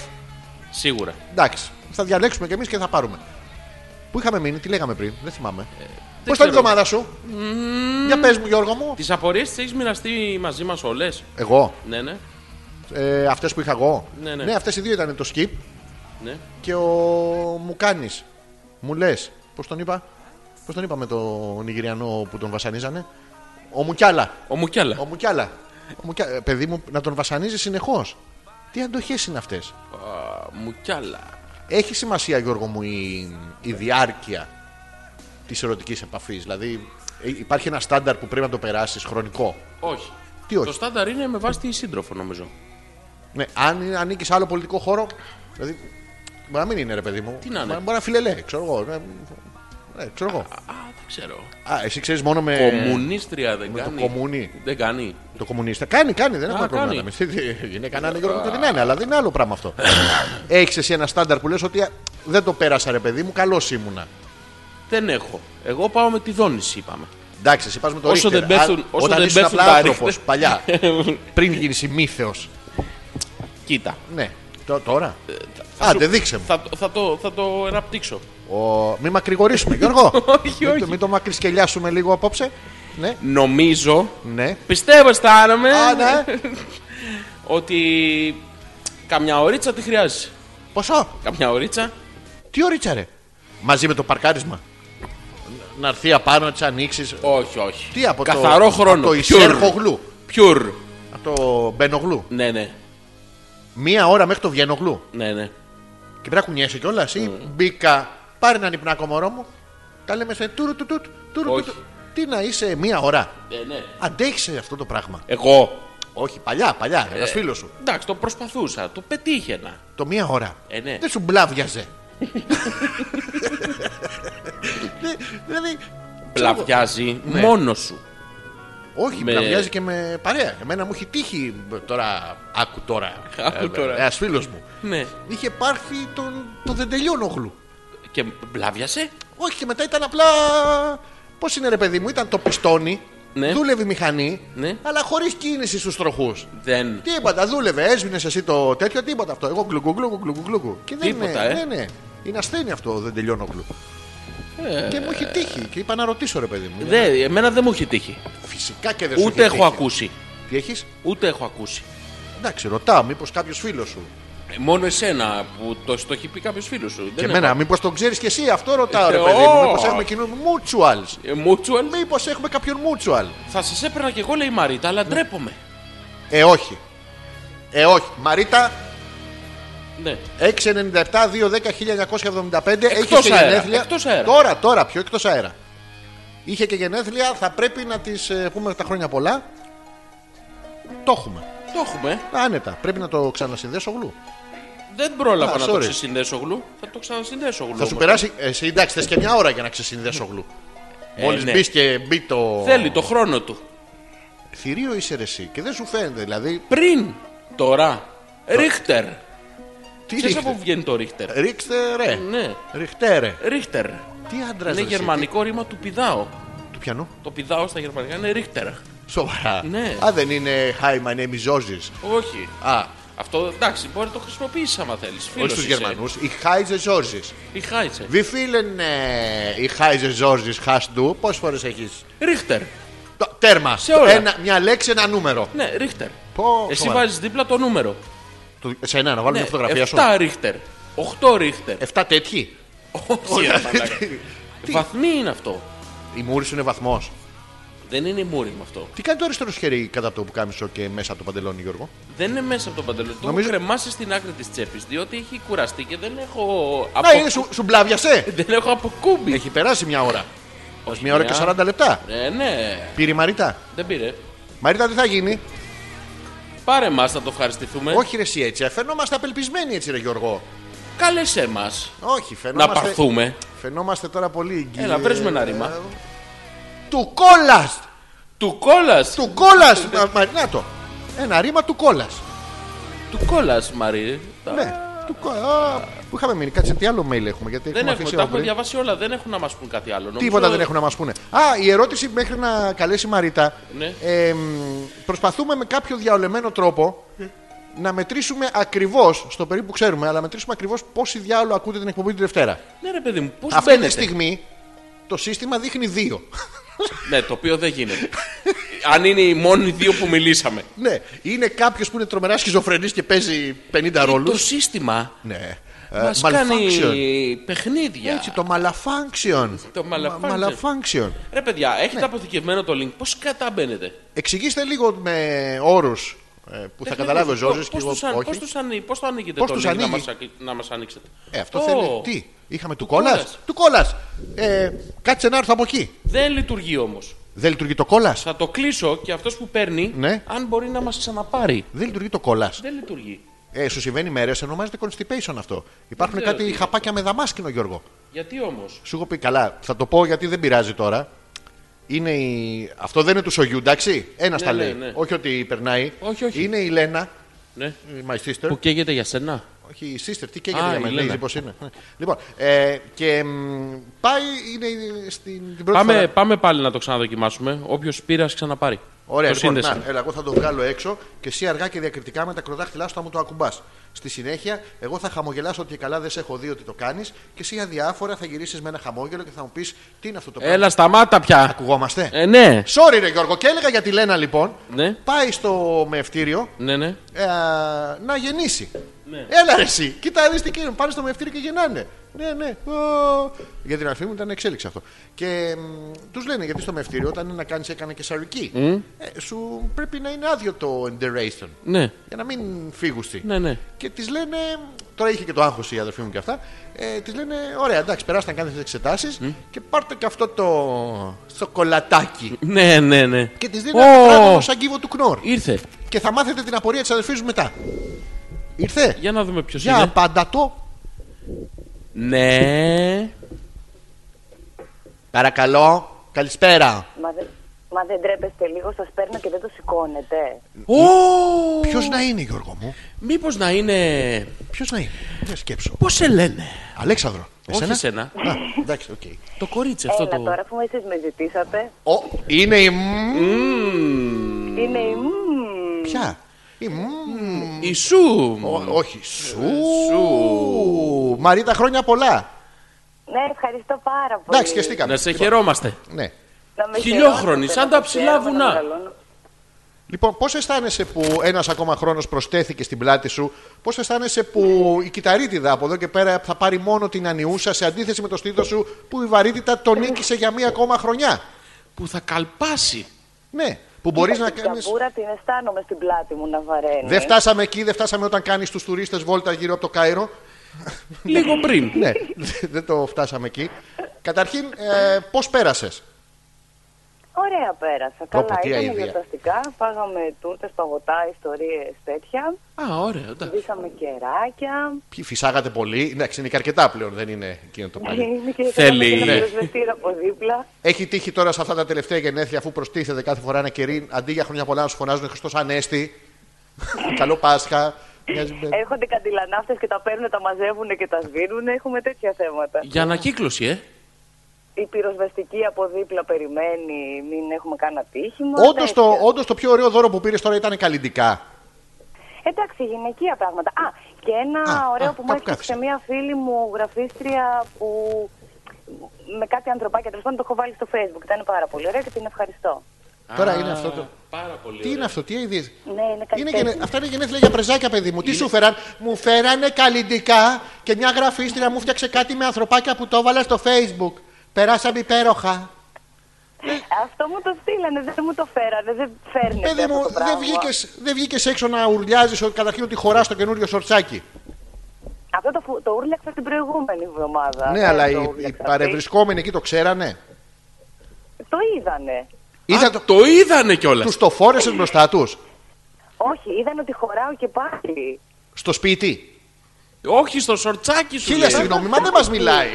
[SPEAKER 2] Σίγουρα.
[SPEAKER 1] Εντάξει. Θα διαλέξουμε κι εμείς και θα πάρουμε. Πού είχαμε μείνει, τι λέγαμε πριν, δεν θυμάμαι. Πώς ήταν
[SPEAKER 2] Ε, ξέρω.
[SPEAKER 1] η εβδομάδα σου, Για πες μου, Γιώργο μου.
[SPEAKER 2] Τις απορίες τις έχεις μοιραστεί μαζί μας όλες.
[SPEAKER 1] Εγώ.
[SPEAKER 2] Ναι, ναι.
[SPEAKER 1] Ε, αυτές που είχα εγώ.
[SPEAKER 2] Ναι, ναι.
[SPEAKER 1] αυτές οι δύο ήταν το skip
[SPEAKER 2] ναι.
[SPEAKER 1] και ο μου κάνει. Μου λες, πώς τον είπα. Πώς τον είπαμε τον Νιγηριανό που τον βασανίζανε. Ο Μουκιάλα.
[SPEAKER 2] Ο Μουκιάλα.
[SPEAKER 1] Ο Μουκιάλα. Ο Μουκιά... ε, Παιδί μου, να τον βασανίζει συνεχώς. Τι αντοχές είναι αυτές.
[SPEAKER 2] Α, Μουκιάλα.
[SPEAKER 1] Έχει σημασία, Γιώργο μου, η, η διάρκεια της ερωτικής επαφής. Δηλαδή, ε, υπάρχει ένα στάνταρ που πρέπει να το περάσεις χρονικό.
[SPEAKER 2] Όχι.
[SPEAKER 1] Τι όχι.
[SPEAKER 2] Το στάνταρ είναι με βάση τη σύντροφο, νομίζω.
[SPEAKER 1] Ναι, αν ανήκει σε άλλο πολιτικό χώρο. Δηλαδή, μπορεί να μην είναι ρε παιδί μου.
[SPEAKER 2] Τι να είναι.
[SPEAKER 1] Μπορεί να είναι φιλελέ, ξέρω εγώ. Ναι, ναι, ξέρω εγώ.
[SPEAKER 2] ξέρω.
[SPEAKER 1] Α, εσύ ξέρεις μόνο με.
[SPEAKER 2] Κομμουνίστρια δεν
[SPEAKER 1] Ε, με το
[SPEAKER 2] κάνει.
[SPEAKER 1] κομμουνί.
[SPEAKER 2] Δεν κάνει.
[SPEAKER 1] Το κομμουνίστα. Κάνει, κάνει, δεν έχουμε
[SPEAKER 2] Α,
[SPEAKER 1] πρόβλημα.
[SPEAKER 2] κάνει.
[SPEAKER 1] Εμείς, τι- τι- Γυναίκα να είναι Γιώργο και την είναι, αλλά δεν είναι άλλο πράγμα αυτό. Έχεις εσύ ένα στάνταρ που λες ότι α, δεν το πέρασα, ρε παιδί μου, καλός ήμουνα.
[SPEAKER 2] Δεν έχω. Εγώ πάω με τη δόνηση, είπαμε.
[SPEAKER 1] Εντάξει, εσύ πας με το
[SPEAKER 2] Όσο
[SPEAKER 1] Ρίχτερ.
[SPEAKER 2] δεν πέφτουν-
[SPEAKER 1] Α,
[SPEAKER 2] όσο
[SPEAKER 1] όταν
[SPEAKER 2] δεν
[SPEAKER 1] ήσουν
[SPEAKER 2] πέφτουν
[SPEAKER 1] απλά
[SPEAKER 2] τα
[SPEAKER 1] άνθρωπος,
[SPEAKER 2] Ρίχτερ.
[SPEAKER 1] παλιά. πριν γίνεις ημίθεος.
[SPEAKER 2] Κοίτα.
[SPEAKER 1] Ναι. Τω- Τώρα.
[SPEAKER 2] Ε, θα
[SPEAKER 1] Άντε,
[SPEAKER 2] σου-
[SPEAKER 1] δείξε μου.
[SPEAKER 2] Θα, το- θα, το, θα το αναπτύξω.
[SPEAKER 1] Ο... Μη μακρηγορήσουμε, Γιώργο.
[SPEAKER 2] Όχι,
[SPEAKER 1] Μην,
[SPEAKER 2] όχι.
[SPEAKER 1] το- μην το μακρισκελιάσουμε λίγο απόψε. Ναι,
[SPEAKER 2] Νομίζω.
[SPEAKER 1] ναι.
[SPEAKER 2] Πιστεύω, αισθάνομαι.
[SPEAKER 1] Α, ναι.
[SPEAKER 2] ότι καμιά ωρίτσα τη χρειάζεσαι.
[SPEAKER 1] Πόσο,
[SPEAKER 2] Καμιά ωρίτσα.
[SPEAKER 1] τι ωρίτσα ρε. Μαζί με το παρκάρισμα. Να έρθει απάνω, να τις ανοίξεις.
[SPEAKER 2] Όχι, όχι.
[SPEAKER 1] Τι από
[SPEAKER 2] Καθαρό
[SPEAKER 1] το,
[SPEAKER 2] χρόνο.
[SPEAKER 1] Από το
[SPEAKER 2] Pure.
[SPEAKER 1] Ισέρχογλου.
[SPEAKER 2] Pure.
[SPEAKER 1] Από το Μπενογλου.
[SPEAKER 2] Ναι, ναι.
[SPEAKER 1] Μία ώρα μέχρι το Βιενογλου.
[SPEAKER 2] ναι, ναι.
[SPEAKER 1] Και πρέπει να κουνιέσαι κιόλας. Ή
[SPEAKER 2] Mm.
[SPEAKER 1] μπήκα. Πάρε έναν υπνάκο μωρό μου. Τα λέμε σε τουρου του τουτ, τουρου του
[SPEAKER 2] Όχι.
[SPEAKER 1] τουτ. Τι να είσαι μία ώρα.
[SPEAKER 2] Ε, ναι.
[SPEAKER 1] Αντέχει αυτό το πράγμα.
[SPEAKER 2] Εγώ.
[SPEAKER 1] Όχι, παλιά, παλιά. Ένα
[SPEAKER 2] Ε,
[SPEAKER 1] φίλος σου.
[SPEAKER 2] Εντάξει, το προσπαθούσα. Το πετύχαινα.
[SPEAKER 1] Το μία ώρα.
[SPEAKER 2] Ε, ναι.
[SPEAKER 1] Δεν σου μπλάβιαζε. Ε, Δε- δηλαδή. ξέρω εγώ.
[SPEAKER 2] Πλαβιάζει ναι. μόνος σου.
[SPEAKER 1] Όχι, με...
[SPEAKER 2] Με-
[SPEAKER 1] πλαβιάζει και με παρέα. Εμένα μου έχει τύχει μ, τώρα. Άκου τώρα.
[SPEAKER 2] Άκου τώρα.
[SPEAKER 1] Ένας φίλος μου.
[SPEAKER 2] Ναι.
[SPEAKER 1] Είχε πάρθει τον, τον δεν τελειώνω γλου.
[SPEAKER 2] Και πλάβιασε.
[SPEAKER 1] Όχι, και μετά ήταν απλά. Πώς είναι ρε παιδί μου, ήταν το πιστόνι.
[SPEAKER 2] Ναι.
[SPEAKER 1] Δούλευε η μηχανή,
[SPEAKER 2] Ναι.
[SPEAKER 1] αλλά χωρίς κίνηση στους τροχούς.
[SPEAKER 2] Δεν.
[SPEAKER 1] Τίποτα, δούλευε. Έσβηνες εσύ το τέτοιο, τίποτα αυτό. Εγώ γκλουγκου, γκλουγκου, γκλουγκου, γκλουγκου. Και δεν
[SPEAKER 2] Τίποτα,
[SPEAKER 1] είναι.
[SPEAKER 2] ε.
[SPEAKER 1] Ναι, ναι. Είναι ασθένη αυτό, δεν τελειώνω γκλου.
[SPEAKER 2] Ε,
[SPEAKER 1] Και μου έχει τύχει και είπα να ρωτήσω ρε παιδί μου.
[SPEAKER 2] Δε, εμένα δεν μου έχει τύχει.
[SPEAKER 1] Φυσικά και δεν σου
[SPEAKER 2] Ε, Ούτε
[SPEAKER 1] έχει
[SPEAKER 2] έχω
[SPEAKER 1] τύχει.
[SPEAKER 2] ακούσει.
[SPEAKER 1] Τι έχεις,
[SPEAKER 2] Ούτε έχω ακούσει.
[SPEAKER 1] εντάξει, ρωτάω, μήπως κάποιος φίλος σου.
[SPEAKER 2] Ε, Μόνο εσένα που το, στο έχει πει κάποιος φίλος σου. Δεν
[SPEAKER 1] Και εμένα, μήπως τον ξέρεις και εσύ, αυτό ρωτάω ρε
[SPEAKER 2] ναι, Ε,
[SPEAKER 1] παιδί μου.
[SPEAKER 2] ω.
[SPEAKER 1] Μήπως έχουμε κοινού mutuals.
[SPEAKER 2] έχω. Ε, mutual.
[SPEAKER 1] Μήπως έχουμε κάποιον mutual.
[SPEAKER 2] Θα σας έπαιρνα και εγώ, λέει η Μαρίτα, αλλά ντρέπομαι.
[SPEAKER 1] Ε, όχι. Ε, όχι. Μαρίτα,
[SPEAKER 2] Ναι.
[SPEAKER 1] 697-210-1975 έχει
[SPEAKER 2] Εκτός
[SPEAKER 1] και
[SPEAKER 2] αέρα,
[SPEAKER 1] γενέθλια.
[SPEAKER 2] εκτός αέρα.
[SPEAKER 1] Τώρα, τώρα, πιο εκτός αέρα. Είχε και γενέθλια, θα πρέπει να τη πούμε τα χρόνια πολλά. Το έχουμε.
[SPEAKER 2] Το έχουμε. ε.
[SPEAKER 1] Άνετα. Πρέπει να το ξανασυνδέσω γλου.
[SPEAKER 2] Δεν πρόλαβα
[SPEAKER 1] Α,
[SPEAKER 2] να το
[SPEAKER 1] sorry.
[SPEAKER 2] ξεσυνδέσω γλου. Θα το ξανασυνδέσω γλου.
[SPEAKER 1] Θα σου
[SPEAKER 2] όμως.
[SPEAKER 1] περάσει. Εσύ εντάξει, θες και μια ώρα για να ξεσυνδέσω γλου.
[SPEAKER 2] Ε,
[SPEAKER 1] Μόλις
[SPEAKER 2] ναι.
[SPEAKER 1] μπεις και μπει το.
[SPEAKER 2] Θέλει το χρόνο του.
[SPEAKER 1] Θηρίο είσαι ρε εσύ και δεν σου φαίνεται. Δηλαδή.
[SPEAKER 2] Πριν. Τώρα. Ρίχτερ. Ε.
[SPEAKER 1] Τι
[SPEAKER 2] Ξέρεις
[SPEAKER 1] ρίχτε.
[SPEAKER 2] από πού βγαίνει το Ρίχτερ.
[SPEAKER 1] Ρίξτε ρε.
[SPEAKER 2] Ναι.
[SPEAKER 1] Ριχτέρε.
[SPEAKER 2] Ρίχτερ.
[SPEAKER 1] Τι άντρας
[SPEAKER 2] Είναι γερμανικό ρήμα του πηδάω.
[SPEAKER 1] Του πιανού.
[SPEAKER 2] Το πηδάω στα γερμανικά είναι Ρίχτερ.
[SPEAKER 1] Σοβαρά.
[SPEAKER 2] Ναι.
[SPEAKER 1] Α, δεν είναι Hi, my name is Zozis.
[SPEAKER 2] Όχι.
[SPEAKER 1] Α,
[SPEAKER 2] Αυτό εντάξει, μπορεί να το χρησιμοποιήσεις άμα θέλεις.
[SPEAKER 1] όχι
[SPEAKER 2] Φίλος
[SPEAKER 1] στους
[SPEAKER 2] είσαι.
[SPEAKER 1] Γερμανούς. Η Χάιζε Ζόρζης.
[SPEAKER 2] Η Χάιτσε.
[SPEAKER 1] Wie vielen ε, η Χάιζε Ζόρζης χαστού, πόσες φορές έχεις.
[SPEAKER 2] Ρίχτερ.
[SPEAKER 1] Τέρμα.
[SPEAKER 2] Σε όλα.
[SPEAKER 1] Ένα, μια λέξη, ένα νούμερο.
[SPEAKER 2] Ναι, Ρίχτερ.
[SPEAKER 1] Πω,
[SPEAKER 2] Εσύ
[SPEAKER 1] σοβαρά.
[SPEAKER 2] βάζεις δίπλα το νούμερο.
[SPEAKER 1] Το- Σε ένα,
[SPEAKER 2] Ναι,
[SPEAKER 1] να βάλω μια φωτογραφία σου. Ε,
[SPEAKER 2] 7 Ρίχτερ. 8 Ρίχτερ.
[SPEAKER 1] Εφτά τέτοιοι.
[SPEAKER 2] Όχι, ρε μαλάκα. Βαθμοί είναι αυτό.
[SPEAKER 1] Η μούρη σου είναι βαθμός.
[SPEAKER 2] Δεν είναι η μούρη με αυτό.
[SPEAKER 1] Τι κάνει το αριστερό σου χέρι κατά από το πουκάμισο και μέσα από το παντελόνι, Γιώργο.
[SPEAKER 2] Δεν είναι μέσα από το παντελόνι. Το
[SPEAKER 1] Νομίζω-
[SPEAKER 2] έχω κρεμάσει στην άκρη της τσέπης, διότι έχει κουραστεί και δεν έχω.
[SPEAKER 1] Να,
[SPEAKER 2] απο-
[SPEAKER 1] είναι, σου, σου μπλάβιασε.
[SPEAKER 2] Δεν έχω αποκούμπη.
[SPEAKER 1] Έχει περάσει μια ώρα.
[SPEAKER 2] Όχι,
[SPEAKER 1] Μια ώρα και 40 λεπτά.
[SPEAKER 2] Ε, ναι,
[SPEAKER 1] Πήρε η Μαρίτα.
[SPEAKER 2] δεν πήρε.
[SPEAKER 1] Μαρίτα, τι θα γίνει.
[SPEAKER 2] Ναι. Πάρε μας, θα το ευχαριστηθούμε.
[SPEAKER 1] Όχι, ρε, εσύ έτσι. Ε, Φαινόμαστε απελπισμένοι έτσι, ρε Γιώργο.
[SPEAKER 2] Κάλεσέ μας.
[SPEAKER 1] Όχι,
[SPEAKER 2] Να
[SPEAKER 1] φαινόμαστε.
[SPEAKER 2] παρθούμε.
[SPEAKER 1] Φαινόμαστε τώρα πολύ εγγύοι.
[SPEAKER 2] Έλα, βρες με ένα ρήμα.
[SPEAKER 1] Του κόλλα!
[SPEAKER 2] Του κόλλα. Του,
[SPEAKER 1] Του κόλλα! Να το. Ένα ρήμα του κόλλα.
[SPEAKER 2] κόλλα, Μαρή. Τα-
[SPEAKER 1] Ναι. Του κο- α, Πού είχαμε μείνει, κάτσε τι άλλο mail έχουμε. Γιατί
[SPEAKER 2] Δεν
[SPEAKER 1] έχουμε
[SPEAKER 2] έχουμε,
[SPEAKER 1] αφήσει
[SPEAKER 2] τα έχουμε
[SPEAKER 1] αύριο.
[SPEAKER 2] διαβάσει όλα. Δεν έχουν να μας πούν κάτι άλλο. Νομίζω-
[SPEAKER 1] Τίποτα δεν έχουν να μας πούνε. Α, η ερώτηση μέχρι να καλέσει η Μαρίτα.
[SPEAKER 2] Ναι.
[SPEAKER 1] Ε, μ, προσπαθούμε με κάποιο διαολεμένο τρόπο να μετρήσουμε ακριβώς, στο περίπου ξέρουμε, αλλά μετρήσουμε ακριβώς πόσοι διάολο ακούτε την εκπομπή τη Δευτέρα.
[SPEAKER 2] Ναι, ρε παιδί μου, πώς
[SPEAKER 1] Αυτή
[SPEAKER 2] μπαίνετε.
[SPEAKER 1] τη στιγμή το σύστημα δείχνει δύο.
[SPEAKER 2] Ναι, το οποίο δεν γίνεται. Αν είναι οι μόνοι δύο που μιλήσαμε.
[SPEAKER 1] Ναι, είναι κάποιος που είναι τρομερά σχιζοφρενής και παίζει 50 ρόλου.
[SPEAKER 2] Ε, Το σύστημα
[SPEAKER 1] Ναι. Ε,
[SPEAKER 2] μας
[SPEAKER 1] Malfunction.
[SPEAKER 2] κάνει παιχνίδια.
[SPEAKER 1] Έτσι, το malfunction.
[SPEAKER 2] Το malfunction.
[SPEAKER 1] Μα- malfunction.
[SPEAKER 2] Ρε παιδιά, έχετε
[SPEAKER 1] Ναι.
[SPEAKER 2] αποθηκευμένο το link. Πώς καταμπαίνετε.
[SPEAKER 1] Εξηγήστε λίγο με όρους που θα καταλάβει ο Ζόρζη και
[SPEAKER 2] Πώς
[SPEAKER 1] εγώ.
[SPEAKER 2] τους αν-
[SPEAKER 1] όχι.
[SPEAKER 2] Ε, πώς τους ανοί- πώς το ανοίγετε
[SPEAKER 1] Πώς
[SPEAKER 2] το
[SPEAKER 1] τους
[SPEAKER 2] link να
[SPEAKER 1] ανοίγει?
[SPEAKER 2] μας ακ- να μας ανοίξετε.
[SPEAKER 1] Ε, αυτό
[SPEAKER 2] Ω,
[SPEAKER 1] θέλει. Τι, είχαμε του κόλλα.
[SPEAKER 2] κόλλας.
[SPEAKER 1] Του κόλλα. Ε, κάτσε να έρθω από εκεί.
[SPEAKER 2] Δεν λειτουργεί όμως.
[SPEAKER 1] Δεν λειτουργεί το κόλλα.
[SPEAKER 2] Θα το κλείσω και αυτός που παίρνει,
[SPEAKER 1] Ναι.
[SPEAKER 2] αν μπορεί να μας ξαναπάρει.
[SPEAKER 1] Δεν λειτουργεί το κόλλα.
[SPEAKER 2] Δεν λειτουργεί.
[SPEAKER 1] Ε, σου συμβαίνει μέρε, ονομάζεται constipation αυτό. Υπάρχουν
[SPEAKER 2] ξέρω τι
[SPEAKER 1] κάτι
[SPEAKER 2] είναι
[SPEAKER 1] χαπάκια με δαμάσκινο, Γιώργο.
[SPEAKER 2] Γιατί όμως.
[SPEAKER 1] Σου έχω πει καλά, θα το πω γιατί δεν πειράζει τώρα. Είναι η... Αυτό δεν είναι του Σογιού, εντάξει. Ένας
[SPEAKER 2] Ναι,
[SPEAKER 1] τα
[SPEAKER 2] ναι,
[SPEAKER 1] λέει.
[SPEAKER 2] ναι.
[SPEAKER 1] Όχι ότι περνάει.
[SPEAKER 2] Όχι, όχι.
[SPEAKER 1] Είναι η Λένα, ε,
[SPEAKER 2] Ναι.
[SPEAKER 1] my sister.
[SPEAKER 2] Που καίγεται για σένα.
[SPEAKER 1] Όχι, η sister, τι και
[SPEAKER 2] Α,
[SPEAKER 1] για
[SPEAKER 2] η
[SPEAKER 1] μένα,
[SPEAKER 2] Λένα.
[SPEAKER 1] λέει πώς είναι. Ναι. Λοιπόν, ε, και μ, πάει, είναι στην την πρώτη
[SPEAKER 2] Πάμε,
[SPEAKER 1] φορά.
[SPEAKER 2] πάμε πάλι να το ξαναδοκιμάσουμε. Όποιος πήρα ξαναπάρει.
[SPEAKER 1] Ωραία,
[SPEAKER 2] το
[SPEAKER 1] λοιπόν,
[SPEAKER 2] σύνδεση.
[SPEAKER 1] να, έλα, εγώ θα το βγάλω έξω και εσύ αργά και διακριτικά με τα κροδάχτυλά σου θα μου το ακουμπάς. Στη συνέχεια, εγώ θα χαμογελάσω ότι καλά δεν σε έχω δει ότι το κάνεις και εσύ αδιάφορα θα γυρίσεις με ένα χαμόγελο και θα μου πεις τι είναι αυτό το πράγμα.
[SPEAKER 2] Έλα, σταμάτα πια.
[SPEAKER 1] Ακουγόμαστε.
[SPEAKER 2] Ε, ναι.
[SPEAKER 1] Sorry, ρε Γιώργο, και έλεγα για τη Λένα λοιπόν.
[SPEAKER 2] Ναι.
[SPEAKER 1] Πάει στο μευτήριο
[SPEAKER 2] Ναι, ναι.
[SPEAKER 1] ε, να γεννήσει. Έλα ρε εσύ, κοίτα δεις τι κύριε, πάνε στο μευτήριο και γεννάνε. Ναι, ναι. Ω. Για την αφή μου ήταν εξέλιξη αυτό. Και μ, τους λένε γιατί στο μευτήριο όταν είναι να κάνεις έκανε και σαρική, ε, σου πρέπει να είναι άδειο το enderation.
[SPEAKER 2] Ναι,
[SPEAKER 1] Για να μην φύγουστη.
[SPEAKER 2] ναι, ναι.
[SPEAKER 1] Και τη λένε. Τώρα είχε και το άγχος η αδερφή μου και αυτά. Ε, τη λένε: Ωραία, εντάξει, περάστε να κάνετε τις εξετάσεις και πάρτε και αυτό το σοκολατάκι.
[SPEAKER 2] Ναι, ναι, ναι.
[SPEAKER 1] Και της δίνει
[SPEAKER 2] Ω,
[SPEAKER 1] ένα τράγωνο σαν κύβο του κνόρ.
[SPEAKER 2] Ήρθε.
[SPEAKER 1] Και θα μάθετε την απορία της αδερφής μου μετά. Ήρθε.
[SPEAKER 2] Για να δούμε ποιος
[SPEAKER 1] Για
[SPEAKER 2] είναι.
[SPEAKER 1] πάντα το.
[SPEAKER 2] Ναι.
[SPEAKER 1] Παρακαλώ. Καλησπέρα.
[SPEAKER 6] Μα, δεν- μα δεν τρέπεστε λίγο, σας παίρνω και δεν το σηκώνετε.
[SPEAKER 2] Ω!
[SPEAKER 1] Ποιος να είναι, Γιώργο μου.
[SPEAKER 2] Μήπως να είναι.
[SPEAKER 1] Ποιος να είναι. Δεν σκέψω.
[SPEAKER 2] Πώς σε λένε.
[SPEAKER 1] Αλέξανδρο.
[SPEAKER 2] Όχι εσένα.
[SPEAKER 1] Α, εντάξει, οκ.
[SPEAKER 2] Το κορίτσι αυτό
[SPEAKER 6] Έλα
[SPEAKER 2] το.
[SPEAKER 6] τώρα που εσείς με ζητήσατε.
[SPEAKER 1] Ο, είναι η. μ-
[SPEAKER 6] Είναι η. μμμ.
[SPEAKER 1] Ποια. Η. μ-
[SPEAKER 2] Η σου.
[SPEAKER 1] Ό, όχι, σου. Μαρίτα, χρόνια πολλά.
[SPEAKER 6] Ναι, ευχαριστώ πάρα πολύ.
[SPEAKER 1] Εντάξει, και στήκαμε.
[SPEAKER 2] Να σε
[SPEAKER 1] Λοιπόν,
[SPEAKER 2] χαιρόμαστε.
[SPEAKER 1] Ναι.
[SPEAKER 6] Να με
[SPEAKER 2] Χιλιόχρονη,
[SPEAKER 6] χαιρόσετε,
[SPEAKER 2] σαν
[SPEAKER 6] να
[SPEAKER 2] τα
[SPEAKER 6] σας
[SPEAKER 2] ψηλά
[SPEAKER 6] χαίρομαι, να
[SPEAKER 2] βουνά.
[SPEAKER 6] μεγαλώνω.
[SPEAKER 1] Λοιπόν, πώς αισθάνεσαι που ένας ακόμα χρόνος προστέθηκε στην πλάτη σου, πώς αισθάνεσαι που η κυταρίτιδα από εδώ και πέρα θα πάρει μόνο την ανιούσα σε αντίθεση με το στήθος σου που η βαρύτητα τον νίκησε για μία ακόμα χρονιά.
[SPEAKER 2] Που θα καλπάσει.
[SPEAKER 1] Ναι, που μπορείς να
[SPEAKER 6] Την
[SPEAKER 1] κάνει.
[SPEAKER 6] καμπούρα την αισθάνομαι στην πλάτη μου να βαραίνει.
[SPEAKER 1] Δεν φτάσαμε εκεί, δεν φτάσαμε όταν κάνεις τους τουρίστες βόλτα γύρω από το Κάιρο.
[SPEAKER 2] Λίγο πριν.
[SPEAKER 1] ναι, δεν το φτάσαμε εκεί. Καταρχήν, ε, πώς πέρασες.
[SPEAKER 6] Ωραία πέρασα.
[SPEAKER 1] Πω, πω,
[SPEAKER 6] Καλά,
[SPEAKER 1] τι
[SPEAKER 6] ήταν
[SPEAKER 1] αηδία.
[SPEAKER 6] γιορταστικά. Φάγαμε τούρτες, παγωτά, ιστορίες τέτοια.
[SPEAKER 2] Α, ωραία. εντάξει.
[SPEAKER 6] Δίσαμε κεράκια.
[SPEAKER 1] Ποιοι φυσάγατε πολύ. Εντάξει, είναι και αρκετά πλέον, δεν είναι εκείνο το παλιό.
[SPEAKER 6] Είναι και
[SPEAKER 2] Θέλει,
[SPEAKER 6] έκαναμε και
[SPEAKER 2] ναι.
[SPEAKER 6] ένα πυροσβεστήρα από δίπλα.
[SPEAKER 1] Έχει τύχει τώρα σε αυτά τα τελευταία γενέθλια, αφού προστίθεται κάθε φορά ένα κερί, αντί για χρόνια πολλά να σου φωνάζουν Χριστός Ανέστη. Καλό Πάσχα. Μοιάζει με-
[SPEAKER 6] Έρχονται καντιλανάφτες και τα παίρνουν, τα μαζεύουν και τα σβήνουν. Έχουμε τέτοια θέματα.
[SPEAKER 2] Για ανακύκλωση, ε.
[SPEAKER 6] Η πυροσβεστική από δίπλα περιμένει, μην έχουμε κανένα τύχημα.
[SPEAKER 1] Όντως το,
[SPEAKER 6] τέτοια.
[SPEAKER 1] όντως το πιο ωραίο δώρο που πήρες τώρα ήταν καλλιντικά.
[SPEAKER 6] Εντάξει, γυναικεία πράγματα. Α, και ένα
[SPEAKER 1] Α,
[SPEAKER 6] ωραίο
[SPEAKER 1] α,
[SPEAKER 6] που μου
[SPEAKER 1] κάπου
[SPEAKER 6] έφτιαξε
[SPEAKER 1] κάθισα.
[SPEAKER 6] μία φίλη μου γραφίστρια που με κάτι ανθρωπάκια τέλος πάντων το έχω βάλει στο facebook. Ήταν πάρα πολύ ωραία και την ευχαριστώ.
[SPEAKER 1] Τώρα
[SPEAKER 2] Α,
[SPEAKER 1] είναι αυτό το.
[SPEAKER 2] Πάρα πολύ.
[SPEAKER 1] Τι είναι αυτό, τι αειδίε.
[SPEAKER 6] Ναι, είναι κάτι
[SPEAKER 1] Είναι
[SPEAKER 6] τέτοιο.
[SPEAKER 1] γενε- Αυτά είναι γενέθλια για πρεζάκια, παιδί μου. Τι σου φέραν, μου φέρανε καλλιντικά και μια γραφίστρια μου φτιάξε κάτι με ανθρωπάκια που το έβαλα στο facebook. Περάσαμε υπέροχα.
[SPEAKER 6] Ε, Αυτό μου το στείλανε, δεν μου το φέρανε, δεν φέρνει.
[SPEAKER 1] Παιδί μου, δεν βγήκες, δεν βγήκες έξω να ουρλιάζεις καταρχήν ότι χωράς το καινούριο σορτσάκι.
[SPEAKER 6] Αυτό το, φου- το ούρλεξα την προηγούμενη εβδομάδα.
[SPEAKER 1] Ναι,
[SPEAKER 6] Δεν
[SPEAKER 1] αλλά
[SPEAKER 6] το
[SPEAKER 1] οι, οι
[SPEAKER 6] ούρλεξα.
[SPEAKER 1] παρευρισκόμενοι εκεί το ξέρανε.
[SPEAKER 6] Το είδανε.
[SPEAKER 1] Είδα,
[SPEAKER 2] Α, Το είδανε κιόλας.
[SPEAKER 1] τους το φόρεσες μπροστά τους.
[SPEAKER 6] Όχι, είδανε ότι χωράω και πάλι.
[SPEAKER 1] Στο σπίτι. Ε.
[SPEAKER 2] Όχι στο σορτσάκι σου.
[SPEAKER 1] Χίλια
[SPEAKER 2] λέει.
[SPEAKER 1] συγγνώμη, μα δεν μας
[SPEAKER 6] Ε.
[SPEAKER 1] μιλάει.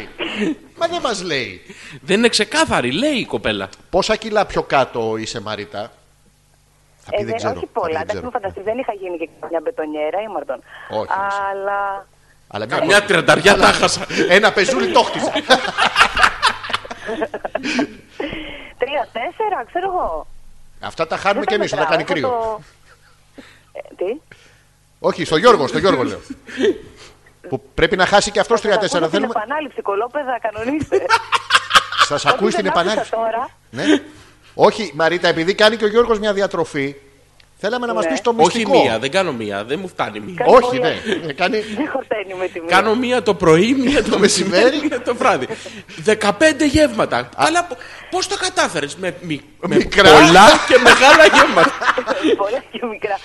[SPEAKER 1] μα δεν μας λέει.
[SPEAKER 2] Δεν είναι ξεκάθαρη, λέει η κοπέλα.
[SPEAKER 1] Πόσα κιλά πιο κάτω είσαι, Μαρίτα. Θα πει
[SPEAKER 6] Ε,
[SPEAKER 1] δεν ξέρω.
[SPEAKER 6] όχι
[SPEAKER 1] θα πει,
[SPEAKER 6] πολλά,
[SPEAKER 1] δεν
[SPEAKER 6] εντάξει,
[SPEAKER 1] ξέρω.
[SPEAKER 6] μου φανταστείς, δεν είχα γίνει και μια μπετονιέρα, ήμαρτον.
[SPEAKER 1] Όχι, όχι.
[SPEAKER 6] Αλλά
[SPEAKER 1] Αλλά μια
[SPEAKER 2] Καμιά
[SPEAKER 1] κοπέλα.
[SPEAKER 2] τριανταριά τα χάσα.
[SPEAKER 1] Ένα πεζούλι το χτίζα.
[SPEAKER 6] Τρία, τέσσερα, ξέρω εγώ.
[SPEAKER 1] Αυτά τα χάνουμε
[SPEAKER 6] Δεν
[SPEAKER 1] και
[SPEAKER 6] τα
[SPEAKER 1] εμείς όταν κάνει
[SPEAKER 6] μετράω, έχω
[SPEAKER 1] κρύο.
[SPEAKER 6] το- Ε, Τι.
[SPEAKER 1] Όχι, στο Γιώργο, στο Γιώργο λέω. Που πρέπει να χάσει και αυτός 3-4.
[SPEAKER 6] Ακούω την
[SPEAKER 1] Θέλουμε.
[SPEAKER 6] επανάληψη, κολόπεδα, κανονίστε.
[SPEAKER 1] Σας ακούει
[SPEAKER 6] Ό,τι
[SPEAKER 1] την
[SPEAKER 6] δεν άκουσα
[SPEAKER 1] επανάληψη.
[SPEAKER 6] τώρα.
[SPEAKER 1] Ναι. Όχι, Μαρίτα, επειδή κάνει και ο Γιώργος μια διατροφή, θέλαμε να μας
[SPEAKER 6] Ναι.
[SPEAKER 1] πεις το
[SPEAKER 2] Όχι
[SPEAKER 1] μυστικό.
[SPEAKER 2] μία, δεν κάνω μία. Δεν μου φτάνει μία.
[SPEAKER 6] Κα-
[SPEAKER 1] Όχι, ναι.
[SPEAKER 6] Κάνει
[SPEAKER 1] Ε, Κάνει.
[SPEAKER 6] Δεν χορταίνει με τη μία.
[SPEAKER 2] Κάνω μία το πρωί, μία το μεσημέρι,
[SPEAKER 1] μεσημέρι.
[SPEAKER 2] μία το βράδυ. 15 γεύματα. Αλλά πώ το κατάφερες με, μι- με
[SPEAKER 1] Μικρά.
[SPEAKER 2] πολλά και μεγάλα γεύματα.
[SPEAKER 6] Πολλά και μικρά.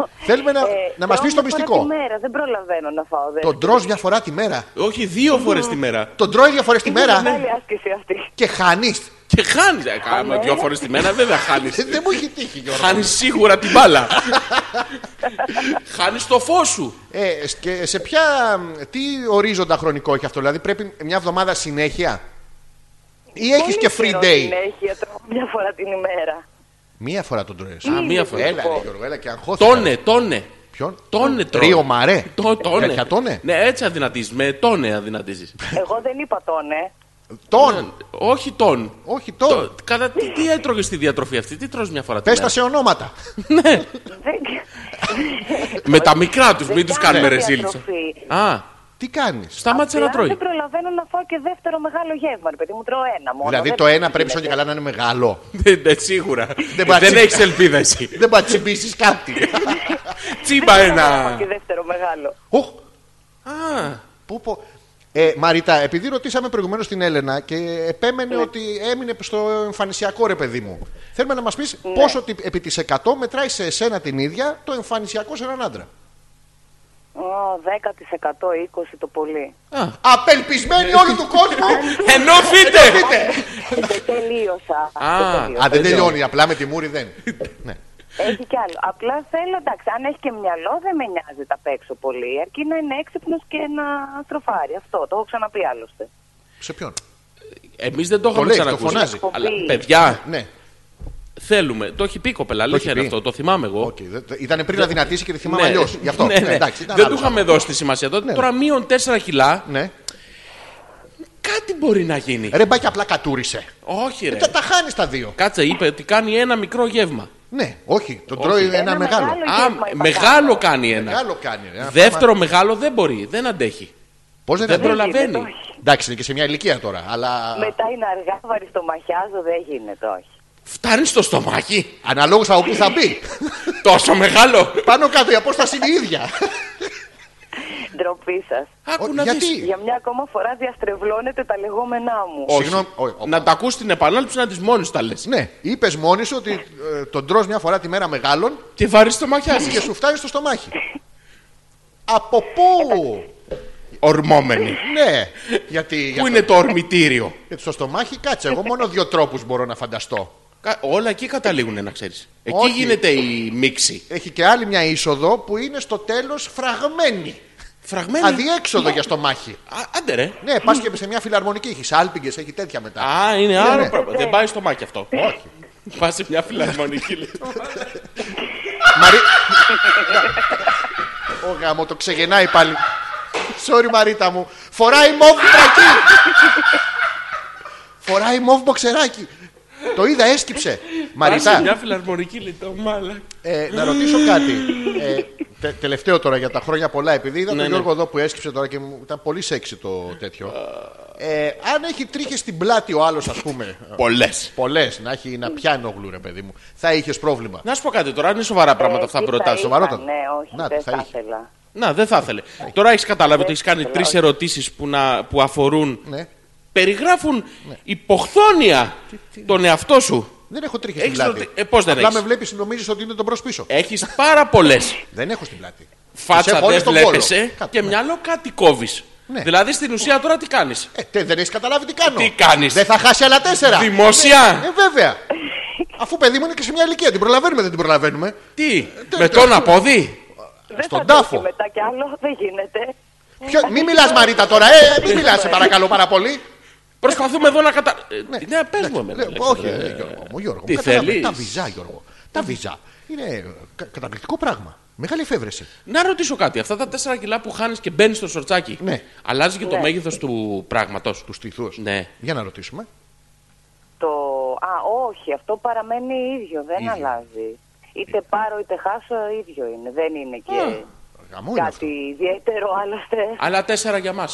[SPEAKER 6] Ε,
[SPEAKER 1] Θέλουμε να- να μας
[SPEAKER 6] τρώω
[SPEAKER 1] πεις το
[SPEAKER 6] μια φορά
[SPEAKER 1] μυστικό.
[SPEAKER 6] τη μέρα, δεν προλαβαίνω να φάω. Δεν.
[SPEAKER 1] Τον τρώ μια φορά τη μέρα.
[SPEAKER 2] Όχι δύο φορές τη μέρα.
[SPEAKER 1] Τον τρώει δύο φορές τη
[SPEAKER 6] Είναι
[SPEAKER 1] μέρα
[SPEAKER 6] μεγάλη άσκηση αυτή.
[SPEAKER 1] και χάνεις.
[SPEAKER 2] Και Ε, χάνει. Κάμα δύο φορές τη μέρα, βέβαια χάνεις.
[SPEAKER 1] Ε, Δεν μου έχει τύχει, Γιώργο.
[SPEAKER 2] χάνεις σίγουρα την μπάλα. χάνεις το φως σου.
[SPEAKER 1] Ε, σ- και σε ποια. Τι ορίζοντα χρονικό έχει αυτό, Δηλαδή πρέπει μια εβδομάδα συνέχεια. Ή έχεις και free day.
[SPEAKER 6] Συνέχεια, τρώω μια φορά την ημέρα.
[SPEAKER 1] Μία φορά τον τρώει.
[SPEAKER 2] Α, μία φορά.
[SPEAKER 1] Έλα, ρε, Γιώργο, έλα και αγχώθηκα.
[SPEAKER 2] Τόνε, τόνε.
[SPEAKER 1] Ποιον?
[SPEAKER 2] Τόνε τρώω.
[SPEAKER 1] Ρίο μαρέ.
[SPEAKER 2] Το, τόνε.
[SPEAKER 1] Τέτοια τόνε.
[SPEAKER 2] Ναι, έτσι αδυνατίζεις. Με τόνε αδυνατίζεις.
[SPEAKER 6] Εγώ δεν είπα τον, ε.
[SPEAKER 2] Ναι.
[SPEAKER 1] Τον.
[SPEAKER 2] Όχι τόν.
[SPEAKER 1] Όχι τον.
[SPEAKER 2] Το- Κατά τι, τι έτρωγε στη διατροφή αυτή, τι τρως μια φορά την
[SPEAKER 1] Πες τα
[SPEAKER 2] μέρα.
[SPEAKER 1] σε ονόματα.
[SPEAKER 6] Δεν...
[SPEAKER 2] Με τα μικρά τους, μην τους
[SPEAKER 6] κάνω
[SPEAKER 2] κάνουμε ρε
[SPEAKER 6] διατροφή.
[SPEAKER 2] ζήλιτσα. Α,
[SPEAKER 1] Τι κάνεις.
[SPEAKER 2] σταμάτησε να
[SPEAKER 6] Απλά
[SPEAKER 2] τρώει.
[SPEAKER 6] Δεν προλαβαίνω να φάω και δεύτερο μεγάλο γεύμα, ρε παιδί μου. Τρώω ένα μόνο.
[SPEAKER 1] Δηλαδή
[SPEAKER 6] Δεν
[SPEAKER 1] το ένα πρέπει
[SPEAKER 6] γίνεται.
[SPEAKER 1] σου και καλά να είναι μεγάλο.
[SPEAKER 2] Ναι, ναι, σίγουρα. Δεν
[SPEAKER 1] πατήσει.
[SPEAKER 2] έχεις ελπίδα εσύ.
[SPEAKER 1] Δεν μπορεί να τσιμπήσεις κάτι.
[SPEAKER 2] Τσίμπα
[SPEAKER 6] Δεν προλαβαίνω να
[SPEAKER 2] ένα.
[SPEAKER 6] φάω και δεύτερο μεγάλο.
[SPEAKER 1] Ουχ.
[SPEAKER 2] Α,
[SPEAKER 1] Πού, πού. Ε, Μαρίτα, επειδή ρωτήσαμε προηγουμένως την Έλενα και
[SPEAKER 6] Ναι.
[SPEAKER 1] επέμενε ότι έμεινε στο εμφανισιακό ρε παιδί μου, θέλουμε να μας πεις
[SPEAKER 6] Ναι.
[SPEAKER 1] πόσο τι- επί της 100 μετράει σε εσένα την ίδια το εμφανισιακό σε έναν
[SPEAKER 6] Ναι.
[SPEAKER 1] άντρα.
[SPEAKER 6] Ω, 10% 20% το πολύ.
[SPEAKER 1] Απελπισμένοι όλου του κόσμου!
[SPEAKER 2] Ενώθητε!
[SPEAKER 6] Ε, δεν τελείωσα.
[SPEAKER 2] Α,
[SPEAKER 6] Δεν τελείωσα.
[SPEAKER 1] Α, δεν τελειώνει, απλά με τη μούρη δεν. ναι.
[SPEAKER 6] Έχει κι άλλο. Απλά θέλω, εντάξει, αν έχει και μυαλό δεν με νοιάζει τα παίξω πολύ. Αρκεί να είναι έξυπνος και να στροφάρει. Αυτό το έχω ξαναπεί άλλωστε.
[SPEAKER 1] Σε ποιον.
[SPEAKER 2] Εμείς δεν το
[SPEAKER 1] Το
[SPEAKER 2] είχαμε
[SPEAKER 1] λέει, το
[SPEAKER 2] ξανακούσει.
[SPEAKER 1] φωνάζει.
[SPEAKER 2] Αλλά
[SPEAKER 6] Εκπομπή.
[SPEAKER 2] παιδιά,
[SPEAKER 1] Ναι,
[SPEAKER 2] θέλουμε. Το έχει πει η κοπέλα,
[SPEAKER 1] έχει
[SPEAKER 2] αλήθεια είναι
[SPEAKER 1] πει.
[SPEAKER 2] αυτό. Το θυμάμαι εγώ.
[SPEAKER 1] οκ. Ήταν πριν να δυνατήσει και τη θυμάμαι
[SPEAKER 2] Ναι.
[SPEAKER 1] αλλιώς. Γι' αυτό.
[SPEAKER 2] Ναι,
[SPEAKER 1] Ναι,
[SPEAKER 2] ναι.
[SPEAKER 1] εντάξει, ήταν
[SPEAKER 2] Δεν του
[SPEAKER 1] άλλος
[SPEAKER 2] είχαμε
[SPEAKER 1] άνθρωπος.
[SPEAKER 2] δώσει τη σημασία τότε.
[SPEAKER 1] Ναι.
[SPEAKER 2] Τώρα μείον 4 κιλά,
[SPEAKER 1] Ναι.
[SPEAKER 2] κάτι μπορεί να γίνει.
[SPEAKER 1] Ρε μπάκι απλά κατούρισε.
[SPEAKER 2] Όχι, ρε.
[SPEAKER 1] ε, Τα, τα χάνεις τα δύο.
[SPEAKER 2] Κάτσε, είπε ότι κάνει ένα μικρό γεύμα.
[SPEAKER 1] Ναι, όχι. Τον τρώει ένα,
[SPEAKER 6] Ένα
[SPEAKER 1] μεγάλο.
[SPEAKER 6] μεγάλο.
[SPEAKER 2] Α,
[SPEAKER 6] γεύμα είπα
[SPEAKER 2] μεγάλο κάνει ένα.
[SPEAKER 1] Μεγάλο κάνει. ρε. Ένα
[SPEAKER 2] Δεύτερο μεγάλο δεν μπορεί, δεν αντέχει.
[SPEAKER 1] Πώς δεν,
[SPEAKER 2] Δεν
[SPEAKER 1] δεν
[SPEAKER 2] προλαβαίνει.
[SPEAKER 6] γίνεται, όχι.
[SPEAKER 1] Εντάξει, είναι και σε μια ηλικία τώρα. Αλλά
[SPEAKER 6] Μετά είναι αργά, βαριστομαχιάζω, δεν γίνεται, όχι.
[SPEAKER 2] Φτάνει στο στομάχι.
[SPEAKER 1] αναλόγως από πού θα μπει.
[SPEAKER 2] Τόσο μεγάλο.
[SPEAKER 1] Πάνω κάτω η απόσταση είναι η ίδια.
[SPEAKER 6] Ντροπή σας.
[SPEAKER 2] Άκου
[SPEAKER 1] Ο-
[SPEAKER 2] να
[SPEAKER 1] γιατί?
[SPEAKER 2] δεις.
[SPEAKER 6] Για μια ακόμα φορά διαστρεβλώνετε τα λεγόμενά μου.
[SPEAKER 2] Όχι.
[SPEAKER 1] Συγγνώμη, όχι, όπα.
[SPEAKER 2] Να τα ακούς την επανάληψη να τις μόνη τα λες.
[SPEAKER 1] ναι, είπες μόνη σου ότι ε, τον τρώ μια φορά τη μέρα μεγάλων
[SPEAKER 2] Και βάρεις το μαχιάζι.
[SPEAKER 1] και σου φτάνει στο στομάχι. από πού!
[SPEAKER 2] Ορμόμενη.
[SPEAKER 1] ναι, γιατί. για
[SPEAKER 2] Πού
[SPEAKER 1] το-
[SPEAKER 2] είναι το ορμητήριο.
[SPEAKER 1] γιατί στο στομάχι κάτσε. Εγώ μόνο δύο τρόπους μπορώ να φανταστώ.
[SPEAKER 2] Κα- Όλα εκεί καταλήγουν να ξέρεις. Εκεί
[SPEAKER 1] Όχι.
[SPEAKER 2] γίνεται η μίξη.
[SPEAKER 1] Έχει και άλλη μια είσοδο που είναι στο τέλος φραγμένη.
[SPEAKER 2] Φραγμένη.
[SPEAKER 1] Αδιέξοδο για στομάχι.
[SPEAKER 2] Α, άντε ρε.
[SPEAKER 1] Ναι, πας και σε μια φιλαρμονική. Έχει άλπιγγε, έχει τέτοια μετά.
[SPEAKER 2] Α, είναι
[SPEAKER 1] Ναι,
[SPEAKER 2] άλλο
[SPEAKER 1] ναι.
[SPEAKER 2] πράγμα. Δεν πάει στο μάκι αυτό. Όχι. Πας σε μια φιλαρμονική. λες.
[SPEAKER 1] Μαρί... Ο γάμο το ξεγεννάει πάλι. Sorry Μαρίτα μου. Φοράει μοβ τρακί. Φοράει μοβ μποξεράκι. Το είδα, έσκυψε.
[SPEAKER 2] Πας σε μια
[SPEAKER 1] Μαριτά,
[SPEAKER 2] φιλαρμονική λέει το μάλα.
[SPEAKER 1] ε, να ρωτήσω κάτι. Ε, τε- τελευταίο τώρα για τα χρόνια πολλά, επειδή είδα τον
[SPEAKER 2] ναι.
[SPEAKER 1] Γιώργο εδώ που έσκυψε τώρα και μου ήταν πολύ σεξι το τέτοιο. Ε, αν έχει τρίχες στην πλάτη ο άλλος, ας πούμε.
[SPEAKER 2] Πολλές.
[SPEAKER 1] Πολλές, να έχει να πιάνει ογλου, ρε παιδί μου. Θα είχες πρόβλημα.
[SPEAKER 2] Να σου πω κάτι τώρα, είναι σοβαρά πράγματα αυτά που
[SPEAKER 6] Ε, Εκεί
[SPEAKER 2] ρωτάς.
[SPEAKER 6] θα
[SPEAKER 1] σοβαρότατα.
[SPEAKER 6] ήταν, Ναι, όχι,
[SPEAKER 1] Να,
[SPEAKER 6] δεν
[SPEAKER 1] θα
[SPEAKER 6] θα,
[SPEAKER 1] είχε.
[SPEAKER 6] ήθελα.
[SPEAKER 2] Να, δεν θα ήθελε.
[SPEAKER 1] Ε.
[SPEAKER 2] Τώρα έχεις καταλάβει ότι έχεις κάνει τρεις ερωτήσεις που, να- που αφορούν.
[SPEAKER 1] Ναι.
[SPEAKER 2] Περιγράφουν υποχθόνια τον εαυτό σου.
[SPEAKER 1] Δεν έχω τρίχες στην
[SPEAKER 2] Έχεις
[SPEAKER 1] πλάτη.
[SPEAKER 2] ρωτη- ε, πώς δεν
[SPEAKER 1] Απλά
[SPEAKER 2] έχεις?
[SPEAKER 1] με βλέπεις, νομίζεις ότι είναι τον μπρος πίσω. Ε,
[SPEAKER 2] Έχεις πάρα πολλές.
[SPEAKER 1] Δεν έχω στην πλάτη. Τις
[SPEAKER 2] Φάτσα
[SPEAKER 1] έχω όλες
[SPEAKER 2] δεν
[SPEAKER 1] στον κόλο.
[SPEAKER 2] βλέπεσαι
[SPEAKER 1] Κάτω,
[SPEAKER 2] και
[SPEAKER 1] ναι.
[SPEAKER 2] μυαλό κάτι κόβεις.
[SPEAKER 1] Ναι.
[SPEAKER 2] Δηλαδή στην ουσία τώρα τι κάνεις.
[SPEAKER 1] Ε, τε- δεν έχεις καταλάβει τι κάνω.
[SPEAKER 2] Τι κάνεις?
[SPEAKER 1] Δεν θα χάσει άλλα τέσσερα.
[SPEAKER 2] Δημόσια.
[SPEAKER 1] Ε, βέβαια. Αφού παιδί μου είναι και σε μια ηλικία, την προλαβαίνουμε, δεν την προλαβαίνουμε.
[SPEAKER 2] Τι,
[SPEAKER 1] Ε,
[SPEAKER 2] με τον αποδί.
[SPEAKER 1] Ναι.
[SPEAKER 6] Δεν
[SPEAKER 1] Στον
[SPEAKER 6] θα το έχει
[SPEAKER 1] τάφο.
[SPEAKER 6] Μετά κι άλλο δεν γίνεται.
[SPEAKER 1] Ποιο... Μην μιλάς Μαρίτα τώρα, ε, μην μιλάς, σε παρακαλώ πάρα πολύ.
[SPEAKER 2] Προσπαθούμε εδώ να κατα. Ε, Ναι, πε μου εμένα.
[SPEAKER 1] Λέω,
[SPEAKER 2] λέξε,
[SPEAKER 1] όχι,
[SPEAKER 2] ρε.
[SPEAKER 1] ε, Γιώργο μου, Γιώργο.
[SPEAKER 2] τι
[SPEAKER 1] μου, καταλαβαίνω.
[SPEAKER 2] θέλεις?
[SPEAKER 1] Τα βυζά, Γιώργο. Τα βυζά. Είναι ε, κα- καταπληκτικό πράγμα. Μεγάλη εφεύρεση.
[SPEAKER 2] Να ρωτήσω κάτι. Αυτά τα 4 κιλά που χάνεις και μπαίνεις στο σορτσάκι.
[SPEAKER 1] Ναι.
[SPEAKER 2] Αλλάζεις και το μέγεθος του πράγματος.
[SPEAKER 1] Του στιθού.
[SPEAKER 2] Ναι.
[SPEAKER 1] Για να ρωτήσουμε.
[SPEAKER 6] Το... Α, όχι, αυτό παραμένει ίδιο, δεν αλλάζει. Είτε πάρω είτε χάσω, ίδιο είναι. Δεν είναι και
[SPEAKER 1] Γαμό είναι
[SPEAKER 6] κάτι
[SPEAKER 1] αυτό.
[SPEAKER 6] ιδιαίτερο άλλωστε.
[SPEAKER 2] Άλλα 4 για μας.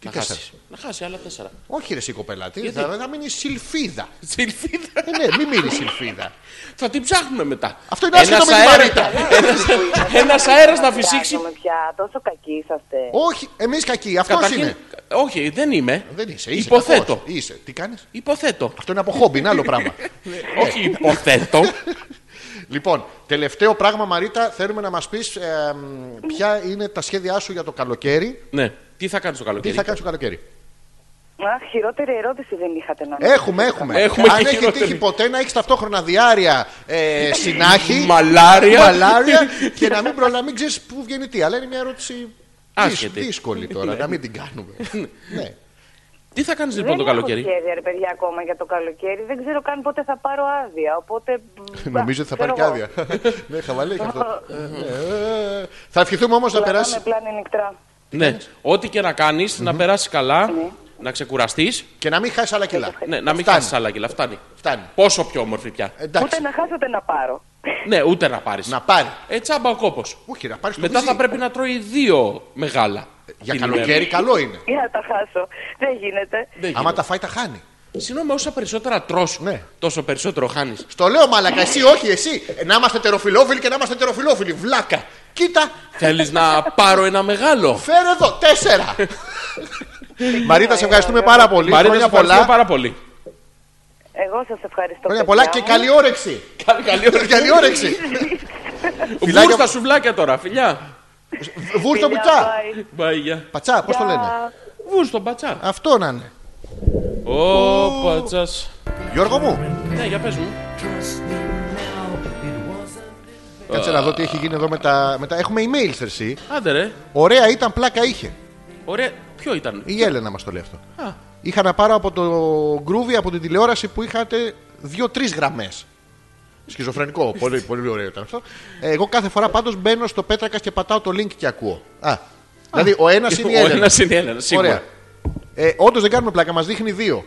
[SPEAKER 1] Τι
[SPEAKER 2] Να
[SPEAKER 1] τέσσερα?
[SPEAKER 2] χάσεις. Να χάσει άλλα 4.
[SPEAKER 1] Όχι, ρε σηκωπέλα, τι,
[SPEAKER 2] Γιατί?
[SPEAKER 1] θα, θα μείνεις σιλφίδα.
[SPEAKER 2] Σιλφίδα.
[SPEAKER 1] Ε, ναι, μην μείνεις σιλφίδα.
[SPEAKER 2] Θα την ψάχνουμε μετά.
[SPEAKER 1] Αυτό είναι άσχετο με τη Μαρίτα.
[SPEAKER 2] Ένας αέρας να φυσήξει.
[SPEAKER 6] Φτιάχνουμε πια, τόσο κακοί είσαστε.
[SPEAKER 1] Όχι, εμείς κακοί. Αυτός είναι.
[SPEAKER 2] Όχι, δεν είμαι.
[SPEAKER 1] Δεν είσαι. είσαι
[SPEAKER 2] υποθέτω.
[SPEAKER 1] κακός. Είσαι. Τι κάνεις.
[SPEAKER 2] Υποθέτω.
[SPEAKER 1] Αυτό είναι από χόμπι, είναι άλλο πράγμα. ε.
[SPEAKER 2] Όχι, υποθέτω.
[SPEAKER 1] λοιπόν, τελευταίο πράγμα, Μαρίτα, θέλουμε να μας πεις ποια είναι τα σχέδιά σου για το καλοκαίρι.
[SPEAKER 2] ναι. Τι θα κάνεις το καλοκαίρι.
[SPEAKER 1] Τι θα κάνεις το καλοκαίρι.
[SPEAKER 6] Α, χειρότερη ερώτηση δεν είχατε να μου
[SPEAKER 1] Έχουμε, έχουμε.
[SPEAKER 2] Έχουμε
[SPEAKER 1] Αν
[SPEAKER 2] και
[SPEAKER 1] έχει
[SPEAKER 2] χειρότερη.
[SPEAKER 1] τύχει ποτέ να έχεις ταυτόχρονα διάρρεια, ε, συνάχη,
[SPEAKER 2] Μαλάρια.
[SPEAKER 1] μαλάρια και να μην, προλα... μην ξέρεις πού βγαίνει τι. Αλλά είναι μια ερώτηση
[SPEAKER 2] Άσχετη.
[SPEAKER 1] δύσ- δύσκολη τώρα, να μην την κάνουμε. ναι.
[SPEAKER 2] Τι θα κάνεις λοιπόν το
[SPEAKER 6] δεν έχω
[SPEAKER 2] καλοκαίρι.
[SPEAKER 6] σχέδια, ρε παιδιά, ακόμα για το καλοκαίρι. Δεν ξέρω καν πότε θα πάρω άδεια. Οπότε. μ,
[SPEAKER 1] Νομίζω ότι θα πάρει
[SPEAKER 6] ξέρω
[SPEAKER 1] και
[SPEAKER 6] εγώ.
[SPEAKER 1] άδεια. Ναι, χαβαλέ και αυτό. Ε, ε, Θα ευχηθούμε όμως να
[SPEAKER 6] Πλανάμε
[SPEAKER 1] περάσει.
[SPEAKER 6] πλάνη νυχτρά.
[SPEAKER 2] Ναι, ό,τι και να κάνεις, να περάσεις καλά,
[SPEAKER 6] Ναι.
[SPEAKER 2] να ξεκουραστείς.
[SPEAKER 1] Και να μην χάσεις άλλα κιλά.
[SPEAKER 2] Ναι, να μην
[SPEAKER 1] Φτάνει.
[SPEAKER 2] χάσεις άλλα κιλά. Φτάνει.
[SPEAKER 1] Φτάνει.
[SPEAKER 2] Πόσο πιο όμορφη πια.
[SPEAKER 1] Εντάξει.
[SPEAKER 6] Ούτε να χάσω ούτε να πάρω.
[SPEAKER 2] Ναι, ούτε να πάρεις.
[SPEAKER 1] Να πάρει.
[SPEAKER 2] Ε, τσάμπα ο κόπος.
[SPEAKER 1] Όχι, να πάρεις το
[SPEAKER 2] Μετά
[SPEAKER 1] μυζί.
[SPEAKER 2] θα πρέπει να τρώει δύο μεγάλα.
[SPEAKER 1] Για
[SPEAKER 2] την
[SPEAKER 1] καλοκαίρι καλό είναι.
[SPEAKER 6] Για να τα χάσω. Δεν γίνεται.
[SPEAKER 2] Δεν
[SPEAKER 1] Άμα
[SPEAKER 2] γίνεται.
[SPEAKER 1] τα φάει, τα χάνει.
[SPEAKER 2] Συγγνώμη, όσα περισσότερα τρως,
[SPEAKER 1] Ναι.
[SPEAKER 2] τόσο περισσότερο χάνεις.
[SPEAKER 1] Στο λέω μαλακα, εσύ όχι, εσύ. Ε, Να είμαστε τεροφιλόφιλοι και να είμαστε τεροφιλόφιλοι. Βλάκα. Κοίτα,
[SPEAKER 2] Θέλεις να πάρω ένα μεγάλο.
[SPEAKER 1] φέρε εδώ, τέσσερα. Μαρίτα, σε ευχαριστούμε πάρα πολύ.
[SPEAKER 2] Μαρίτα, σε
[SPEAKER 1] Χρόνια
[SPEAKER 2] ευχαριστούμε
[SPEAKER 1] πολλά.
[SPEAKER 2] πάρα πολύ.
[SPEAKER 6] Εγώ σας ευχαριστώ.
[SPEAKER 1] Χρόνια
[SPEAKER 6] παιδιά
[SPEAKER 1] πολλά και
[SPEAKER 6] μου.
[SPEAKER 1] καλή όρεξη.
[SPEAKER 2] Καλή, καλή,
[SPEAKER 1] Καλή όρεξη.
[SPEAKER 2] Μπουρ
[SPEAKER 1] Φιλάκια.
[SPEAKER 2] στα σουβλάκια τώρα, φιλιά.
[SPEAKER 1] Βούρτο
[SPEAKER 6] Φιλιά,
[SPEAKER 1] μπουτσά.
[SPEAKER 6] bye.
[SPEAKER 2] Μπα, γεια.
[SPEAKER 1] Πατσά, πώς το λένε.
[SPEAKER 2] Βουρ στον πατσά.
[SPEAKER 1] Αυτό να είναι.
[SPEAKER 2] Ω, πατσάς.
[SPEAKER 1] Γιώργο μου,
[SPEAKER 2] Ναι, για πες μου.
[SPEAKER 1] κάτσε να δω τι έχει γίνει εδώ με τα. με τα- Έχουμε email θερσή.
[SPEAKER 2] Άντε ρε.
[SPEAKER 1] Ωραία ήταν, πλάκα είχε.
[SPEAKER 2] Ωραία. Ποιο ήταν.
[SPEAKER 1] Η Έλενα μας το λέει αυτό.
[SPEAKER 2] Α.
[SPEAKER 1] Είχα να πάρω από το Groovy από την τηλεόραση που είχατε δύο-τρει γραμμές. Σχιζοφρενικό. πολύ, πολύ ωραίο ήταν αυτό. Ε, Εγώ κάθε φορά πάντως μπαίνω στο πέτρακα και πατάω το link και ακούω. Α. Δηλαδή ο ένας είναι η
[SPEAKER 2] Ο
[SPEAKER 1] Έλενα.
[SPEAKER 2] ένας είναι η Έλενα, σίγουρα.
[SPEAKER 1] Ωραία. Ε, Όντως δεν κάνουμε πλάκα, μας δείχνει δύο.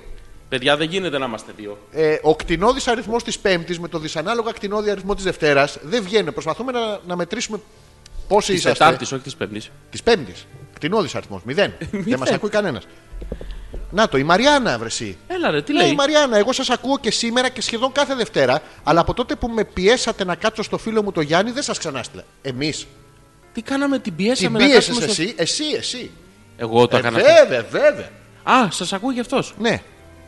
[SPEAKER 2] Παιδιά, δεν γίνεται να είμαστε δύο.
[SPEAKER 1] Ε, ο κτηνώδης αριθμός της Πέμπτης με το δυσανάλογα κτηνώδη αριθμό της Δευτέρας δεν βγαίνουν. Προσπαθούμε να, να μετρήσουμε πόσοι
[SPEAKER 2] Της
[SPEAKER 1] είσαστε.
[SPEAKER 2] Τετάρτης, όχι της Πέμπτης.
[SPEAKER 1] Της Πέμπτης. Κτηνώδης αριθμός.
[SPEAKER 2] Ε,
[SPEAKER 1] Μηδέν. Δεν μας ακούει κανένας. Να το, η Μαριάννα βρεσί.
[SPEAKER 2] Έλα ρε, τι
[SPEAKER 1] Ναι, η
[SPEAKER 2] λέει.
[SPEAKER 1] Μαριάννα, εγώ σας ακούω και σήμερα και σχεδόν κάθε Δευτέρα. Αλλά από τότε που με πιέσατε να κάτσω στο φίλο μου το Γιάννη, δεν σας ξανάστηλα. Εμείς.
[SPEAKER 2] Τι κάναμε, την
[SPEAKER 1] Την
[SPEAKER 2] πιέσαμε να
[SPEAKER 1] πίεσες
[SPEAKER 2] κάτσουμε στο...
[SPEAKER 1] εσύ, εσύ, εσύ.
[SPEAKER 2] Εγώ το
[SPEAKER 1] Ε,
[SPEAKER 2] έκανα. αυτό.
[SPEAKER 1] βέβαια, βέβαια.
[SPEAKER 2] Α, σας ακούει γι' αυτό.
[SPEAKER 1] Ναι,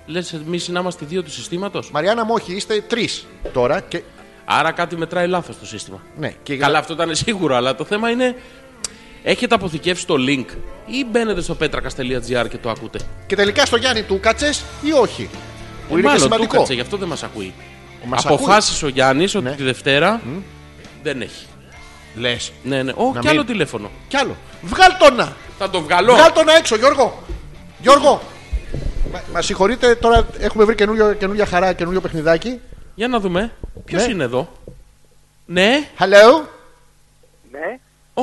[SPEAKER 2] Λες, εμείς να είμαστε δύο του συστήματος.
[SPEAKER 1] Μαριάννα μου, όχι, είστε τρεις τώρα. Και...
[SPEAKER 2] Άρα κάτι μετράει λάθος το σύστημα.
[SPEAKER 1] Ναι, και
[SPEAKER 2] Καλά, αυτό ήταν σίγουρο, αλλά το θέμα είναι. Έχετε αποθηκεύσει το link ή μπαίνετε στο πέτρακα.gr και το ακούτε.
[SPEAKER 1] Και τελικά στο Γιάννη του κάτσε ή όχι. Που είναι και
[SPEAKER 2] μάλλον, του
[SPEAKER 1] σημαντικό.
[SPEAKER 2] κάτσε, γι' αυτό δεν μας ακούει.
[SPEAKER 1] Μας
[SPEAKER 2] Αποφάσισε ο Γιάννης ότι
[SPEAKER 1] Ναι.
[SPEAKER 2] τη Δευτέρα δεν έχει.
[SPEAKER 1] Λες.
[SPEAKER 2] Ναι, ναι. Ω,
[SPEAKER 1] Να
[SPEAKER 2] κι άλλο
[SPEAKER 1] μην-
[SPEAKER 2] τηλέφωνο.
[SPEAKER 1] Κι άλλο. Βγάλ τον να.
[SPEAKER 2] Θα το βγάλω.
[SPEAKER 1] Βγάλ τον να έξω, Γιώργο. Γιώργο. Μα, μας συγχωρείτε, τώρα έχουμε βρει καινούριο- καινούργια χαρά, καινούριο παιχνιδάκι.
[SPEAKER 2] Για να δούμε. Ποιος
[SPEAKER 1] Ναι.
[SPEAKER 2] είναι εδώ. Ναι.
[SPEAKER 1] Hello.
[SPEAKER 5] Ναι.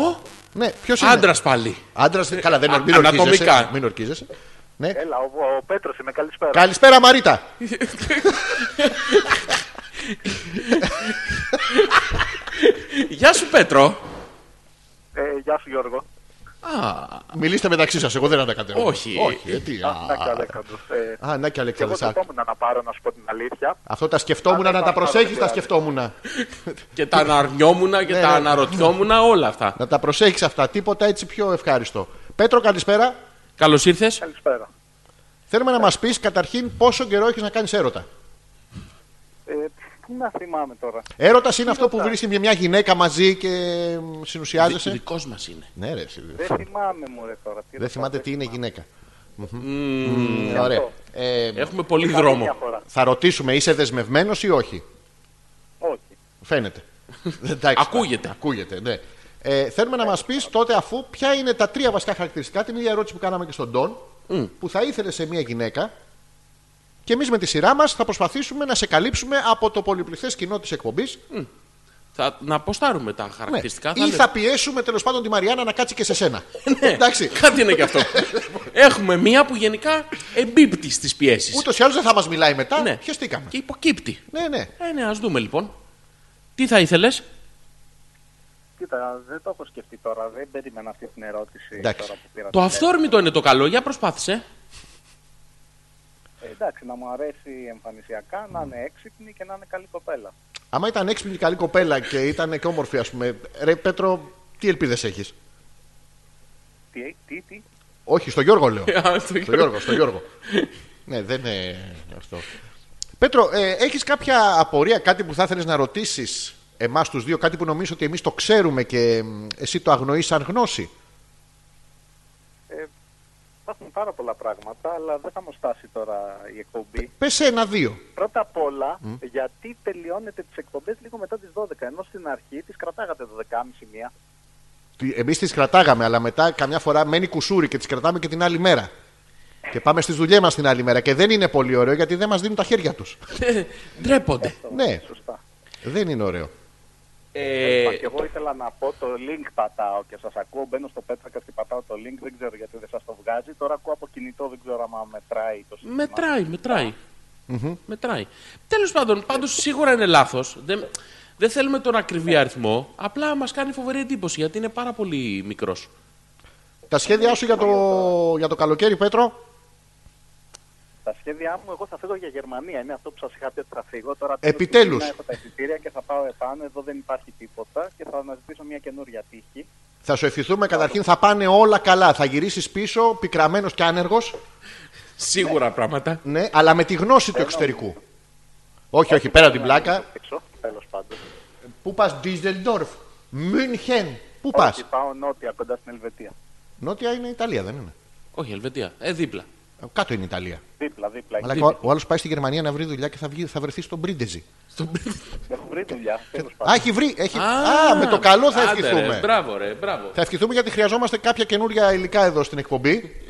[SPEAKER 2] Ο,
[SPEAKER 1] Ναι, ποιος είναι.
[SPEAKER 2] άντρας πάλι.
[SPEAKER 1] Άντρας, δεν- καλά, δεν
[SPEAKER 2] Ε, Α,
[SPEAKER 1] μην ορκίζεσαι.
[SPEAKER 2] ανατομικά.
[SPEAKER 1] Μην ορκίζεσαι. Ναι.
[SPEAKER 5] Έλα, ο, ο Πέτρος είμαι, καλησπέρα.
[SPEAKER 1] Καλησπέρα, Μαρίτα.
[SPEAKER 2] Γεια σου, Πέτρο.
[SPEAKER 5] Ε, γεια σου, Γιώργο.
[SPEAKER 1] Μιλήστε μεταξύ σας, εγώ δεν ανακατεύω.
[SPEAKER 2] Όχι.
[SPEAKER 1] Όχι, ε, τι, α.
[SPEAKER 5] Να καλά, κάτω. Ε,
[SPEAKER 1] Α, να και
[SPEAKER 5] και εγώ
[SPEAKER 1] Αλεξανδρεσάκη.
[SPEAKER 5] σκεφτόμουν να πάρω, να σου πω την αλήθεια.
[SPEAKER 1] Αυτό τα σκεφτόμουν,
[SPEAKER 5] Α,
[SPEAKER 1] να
[SPEAKER 5] δεν
[SPEAKER 1] τα
[SPEAKER 5] θα
[SPEAKER 1] προσέχει,
[SPEAKER 5] πάρω,
[SPEAKER 1] τα
[SPEAKER 5] παιδιά.
[SPEAKER 1] σκεφτόμουν.
[SPEAKER 2] Και τα αναρνιόμουνα και
[SPEAKER 1] Ναι,
[SPEAKER 2] τα
[SPEAKER 1] ναι.
[SPEAKER 2] αναρωτιόμουνα, όλα αυτά.
[SPEAKER 1] Να τα προσέχεις αυτά, τίποτα έτσι πιο ευχάριστο. Πέτρο, καλησπέρα.
[SPEAKER 2] Καλώς ήρθες.
[SPEAKER 5] Καλησπέρα.
[SPEAKER 1] Θέλουμε να μας πεις καταρχήν πόσο καιρό έχεις να κάνεις έρωτα.
[SPEAKER 5] Ε, τι να θυμάμαι τώρα.
[SPEAKER 1] Έρωτας είναι αυτό που βρίσκει μια- μια γυναίκα μαζί και μ, συνουσιάζεσαι.
[SPEAKER 2] Δικός μας είναι.
[SPEAKER 1] Ναι, ρε. εσύ,
[SPEAKER 5] Δεν θυμάμαι, μου ρε τώρα.
[SPEAKER 1] Δεν θυμάται τι είναι γυναίκα. Μμμ, Ωραία. Ε,
[SPEAKER 2] Έχουμε πολύ
[SPEAKER 5] Μια
[SPEAKER 2] δρόμο.
[SPEAKER 5] φορά.
[SPEAKER 1] Θα ρωτήσουμε, είσαι δεσμευμένος ή όχι.
[SPEAKER 5] Όχι.
[SPEAKER 1] Φαίνεται. Εντάξει,
[SPEAKER 2] Ακούγεται.
[SPEAKER 1] Ακούγεται, ναι. Ε, θέλουμε να μας πεις τότε, αφού ποια είναι τα τρία βασικά χαρακτηριστικά, την ίδια ερώτηση που κάναμε και στον Τόν, που θα ήθελε σε μια γυναίκα. Και εμείς με τη σειρά μας θα προσπαθήσουμε να σε καλύψουμε από το πολυπληθές κοινό της εκπομπής.
[SPEAKER 2] Θα, να αποστάρουμε τα χαρακτηριστικά.
[SPEAKER 1] Ναι. Ή
[SPEAKER 2] λες.
[SPEAKER 1] θα πιέσουμε τέλος πάντων τη Μαριάννα να κάτσει και σε σένα.
[SPEAKER 2] Ναι,
[SPEAKER 1] Ε, Εντάξει.
[SPEAKER 2] Κάτι είναι και αυτό. Έχουμε μία που γενικά εμπίπτει στις πιέσεις.
[SPEAKER 1] Ούτως ή άλλως δεν θα μας μιλάει μετά.
[SPEAKER 2] Ναι.
[SPEAKER 1] Χαιστήκαμε.
[SPEAKER 2] Και υποκύπτει.
[SPEAKER 1] Ναι, ναι.
[SPEAKER 2] Ε, ναι, ας δούμε λοιπόν. Τι θα ήθελες.
[SPEAKER 5] Κοίτα, δεν το έχω σκεφτεί τώρα. Δεν περίμενα αυτή την ερώτηση
[SPEAKER 1] Εντάξει.
[SPEAKER 5] τώρα που πήρα.
[SPEAKER 2] Το αυθόρμητο είναι το καλό. Για προσπάθησε.
[SPEAKER 5] Ε, εντάξει, να μου αρέσει εμφανισιακά, να είναι έξυπνη και να είναι καλή κοπέλα.
[SPEAKER 1] Άμα ήταν έξυπνη καλή κοπέλα και ήταν και όμορφη, ας πούμε. Ρε Πέτρο, τι ελπίδες έχεις.
[SPEAKER 5] Τι, τι, τι.
[SPEAKER 1] Όχι, στο Γιώργο λέω.
[SPEAKER 2] Ε, Α, στο
[SPEAKER 1] στο Γιώργο, στο Γιώργο. ναι, δεν είναι αυτό. Πέτρο, ε, έχεις κάποια απορία, κάτι που θα ήθελες να ρωτήσεις εμάς τους δύο, κάτι που νομίζω ότι εμείς το
[SPEAKER 5] Ε,
[SPEAKER 1] ξέρουμε και μ, εσύ το αγνοείς σαν γνώση.
[SPEAKER 7] Υπάρχουν πάρα πολλά πράγματα, αλλά δεν θα μου στάσει τώρα η εκπομπή.
[SPEAKER 1] Πες ένα-δύο.
[SPEAKER 7] Πρώτα απ' όλα, γιατί τελειώνετε τις εκπομπές λίγο μετά τις 12, ενώ στην αρχή τις κρατάγατε 12.30 μία.
[SPEAKER 1] Εμείς τις κρατάγαμε, αλλά μετά καμιά φορά μένει κουσούρι και τις κρατάμε και την άλλη μέρα. Και πάμε στις δουλειές μας την άλλη μέρα. Και δεν είναι πολύ ωραίο γιατί δεν μας δίνουν τα χέρια τους.
[SPEAKER 2] Ε, Ντρέπονται.
[SPEAKER 1] Ναι,
[SPEAKER 7] Σωστά.
[SPEAKER 1] δεν είναι ωραίο.
[SPEAKER 2] Ε,
[SPEAKER 7] Ε, και εγώ ήθελα να πω το link πατάω και σας ακούω. Μπαίνω στο Πέτρακα και πατάω το link. Δεν ξέρω γιατί δεν σας το βγάζει. Τώρα ακούω από κινητό, δεν ξέρω αν μετράει το σύστημα.
[SPEAKER 2] μετράει, μετράει. Μετράει. Τέλος πάντων, πάντως σίγουρα είναι λάθος. Δεν, δεν θέλουμε τον ακριβή αριθμό. Απλά μας κάνει φοβερή εντύπωση γιατί είναι πάρα πολύ μικρός.
[SPEAKER 1] Τα σχέδιά σου για το, για το καλοκαίρι, Πέτρο.
[SPEAKER 7] Τα σχέδιά μου, εγώ θα φύγω για Γερμανία. Είναι αυτό που σας είχα πει ότι θα φύγω. Τώρα
[SPEAKER 1] Επιτέλους.
[SPEAKER 7] τέλος του μήνα Έχω τα εισιτήρια και θα πάω επάνω. Εδώ δεν υπάρχει τίποτα και θα αναζητήσω μια καινούρια τύχη.
[SPEAKER 1] Θα σου ευχηθούμε καταρχήν θα πάνε όλα καλά. Θα γυρίσεις πίσω, πικραμένος και άνεργος.
[SPEAKER 2] Σίγουρα πράγματα.
[SPEAKER 1] Ναι, αλλά με τη γνώση του εξωτερικού. Όχι, όχι, πέρα την πλάκα.
[SPEAKER 7] Έξω, τέλος πάντων.
[SPEAKER 1] Πού πας, Ντίζελντορφ, Μünchen. Πού πα.
[SPEAKER 7] Όχι, πάω νότια κοντά στην Ελβετία.
[SPEAKER 1] Νότια είναι Ιταλία, δεν είναι.
[SPEAKER 2] Όχι, Ελβετία. Ε, δίπλα.
[SPEAKER 1] Κάτω είναι Ιταλία.
[SPEAKER 7] Δίπλα,
[SPEAKER 2] Ε,
[SPEAKER 7] δίπλα.
[SPEAKER 1] Αλλά ο, ο άλλος πάει στη Γερμανία να βρει δουλειά και θα, βγει, θα βρεθεί στον Πρίντεζι.
[SPEAKER 7] Έχω βρει δουλειά. τέλος πάντων.
[SPEAKER 1] Α, έχει βρει. Έχει... Α, με το καλό θα
[SPEAKER 2] άντε,
[SPEAKER 1] ευχηθούμε.
[SPEAKER 2] Ρε, μπράβο, ρε, μπράβο.
[SPEAKER 1] Θα ευχηθούμε γιατί χρειαζόμαστε κάποια καινούρια υλικά εδώ στην εκπομπή.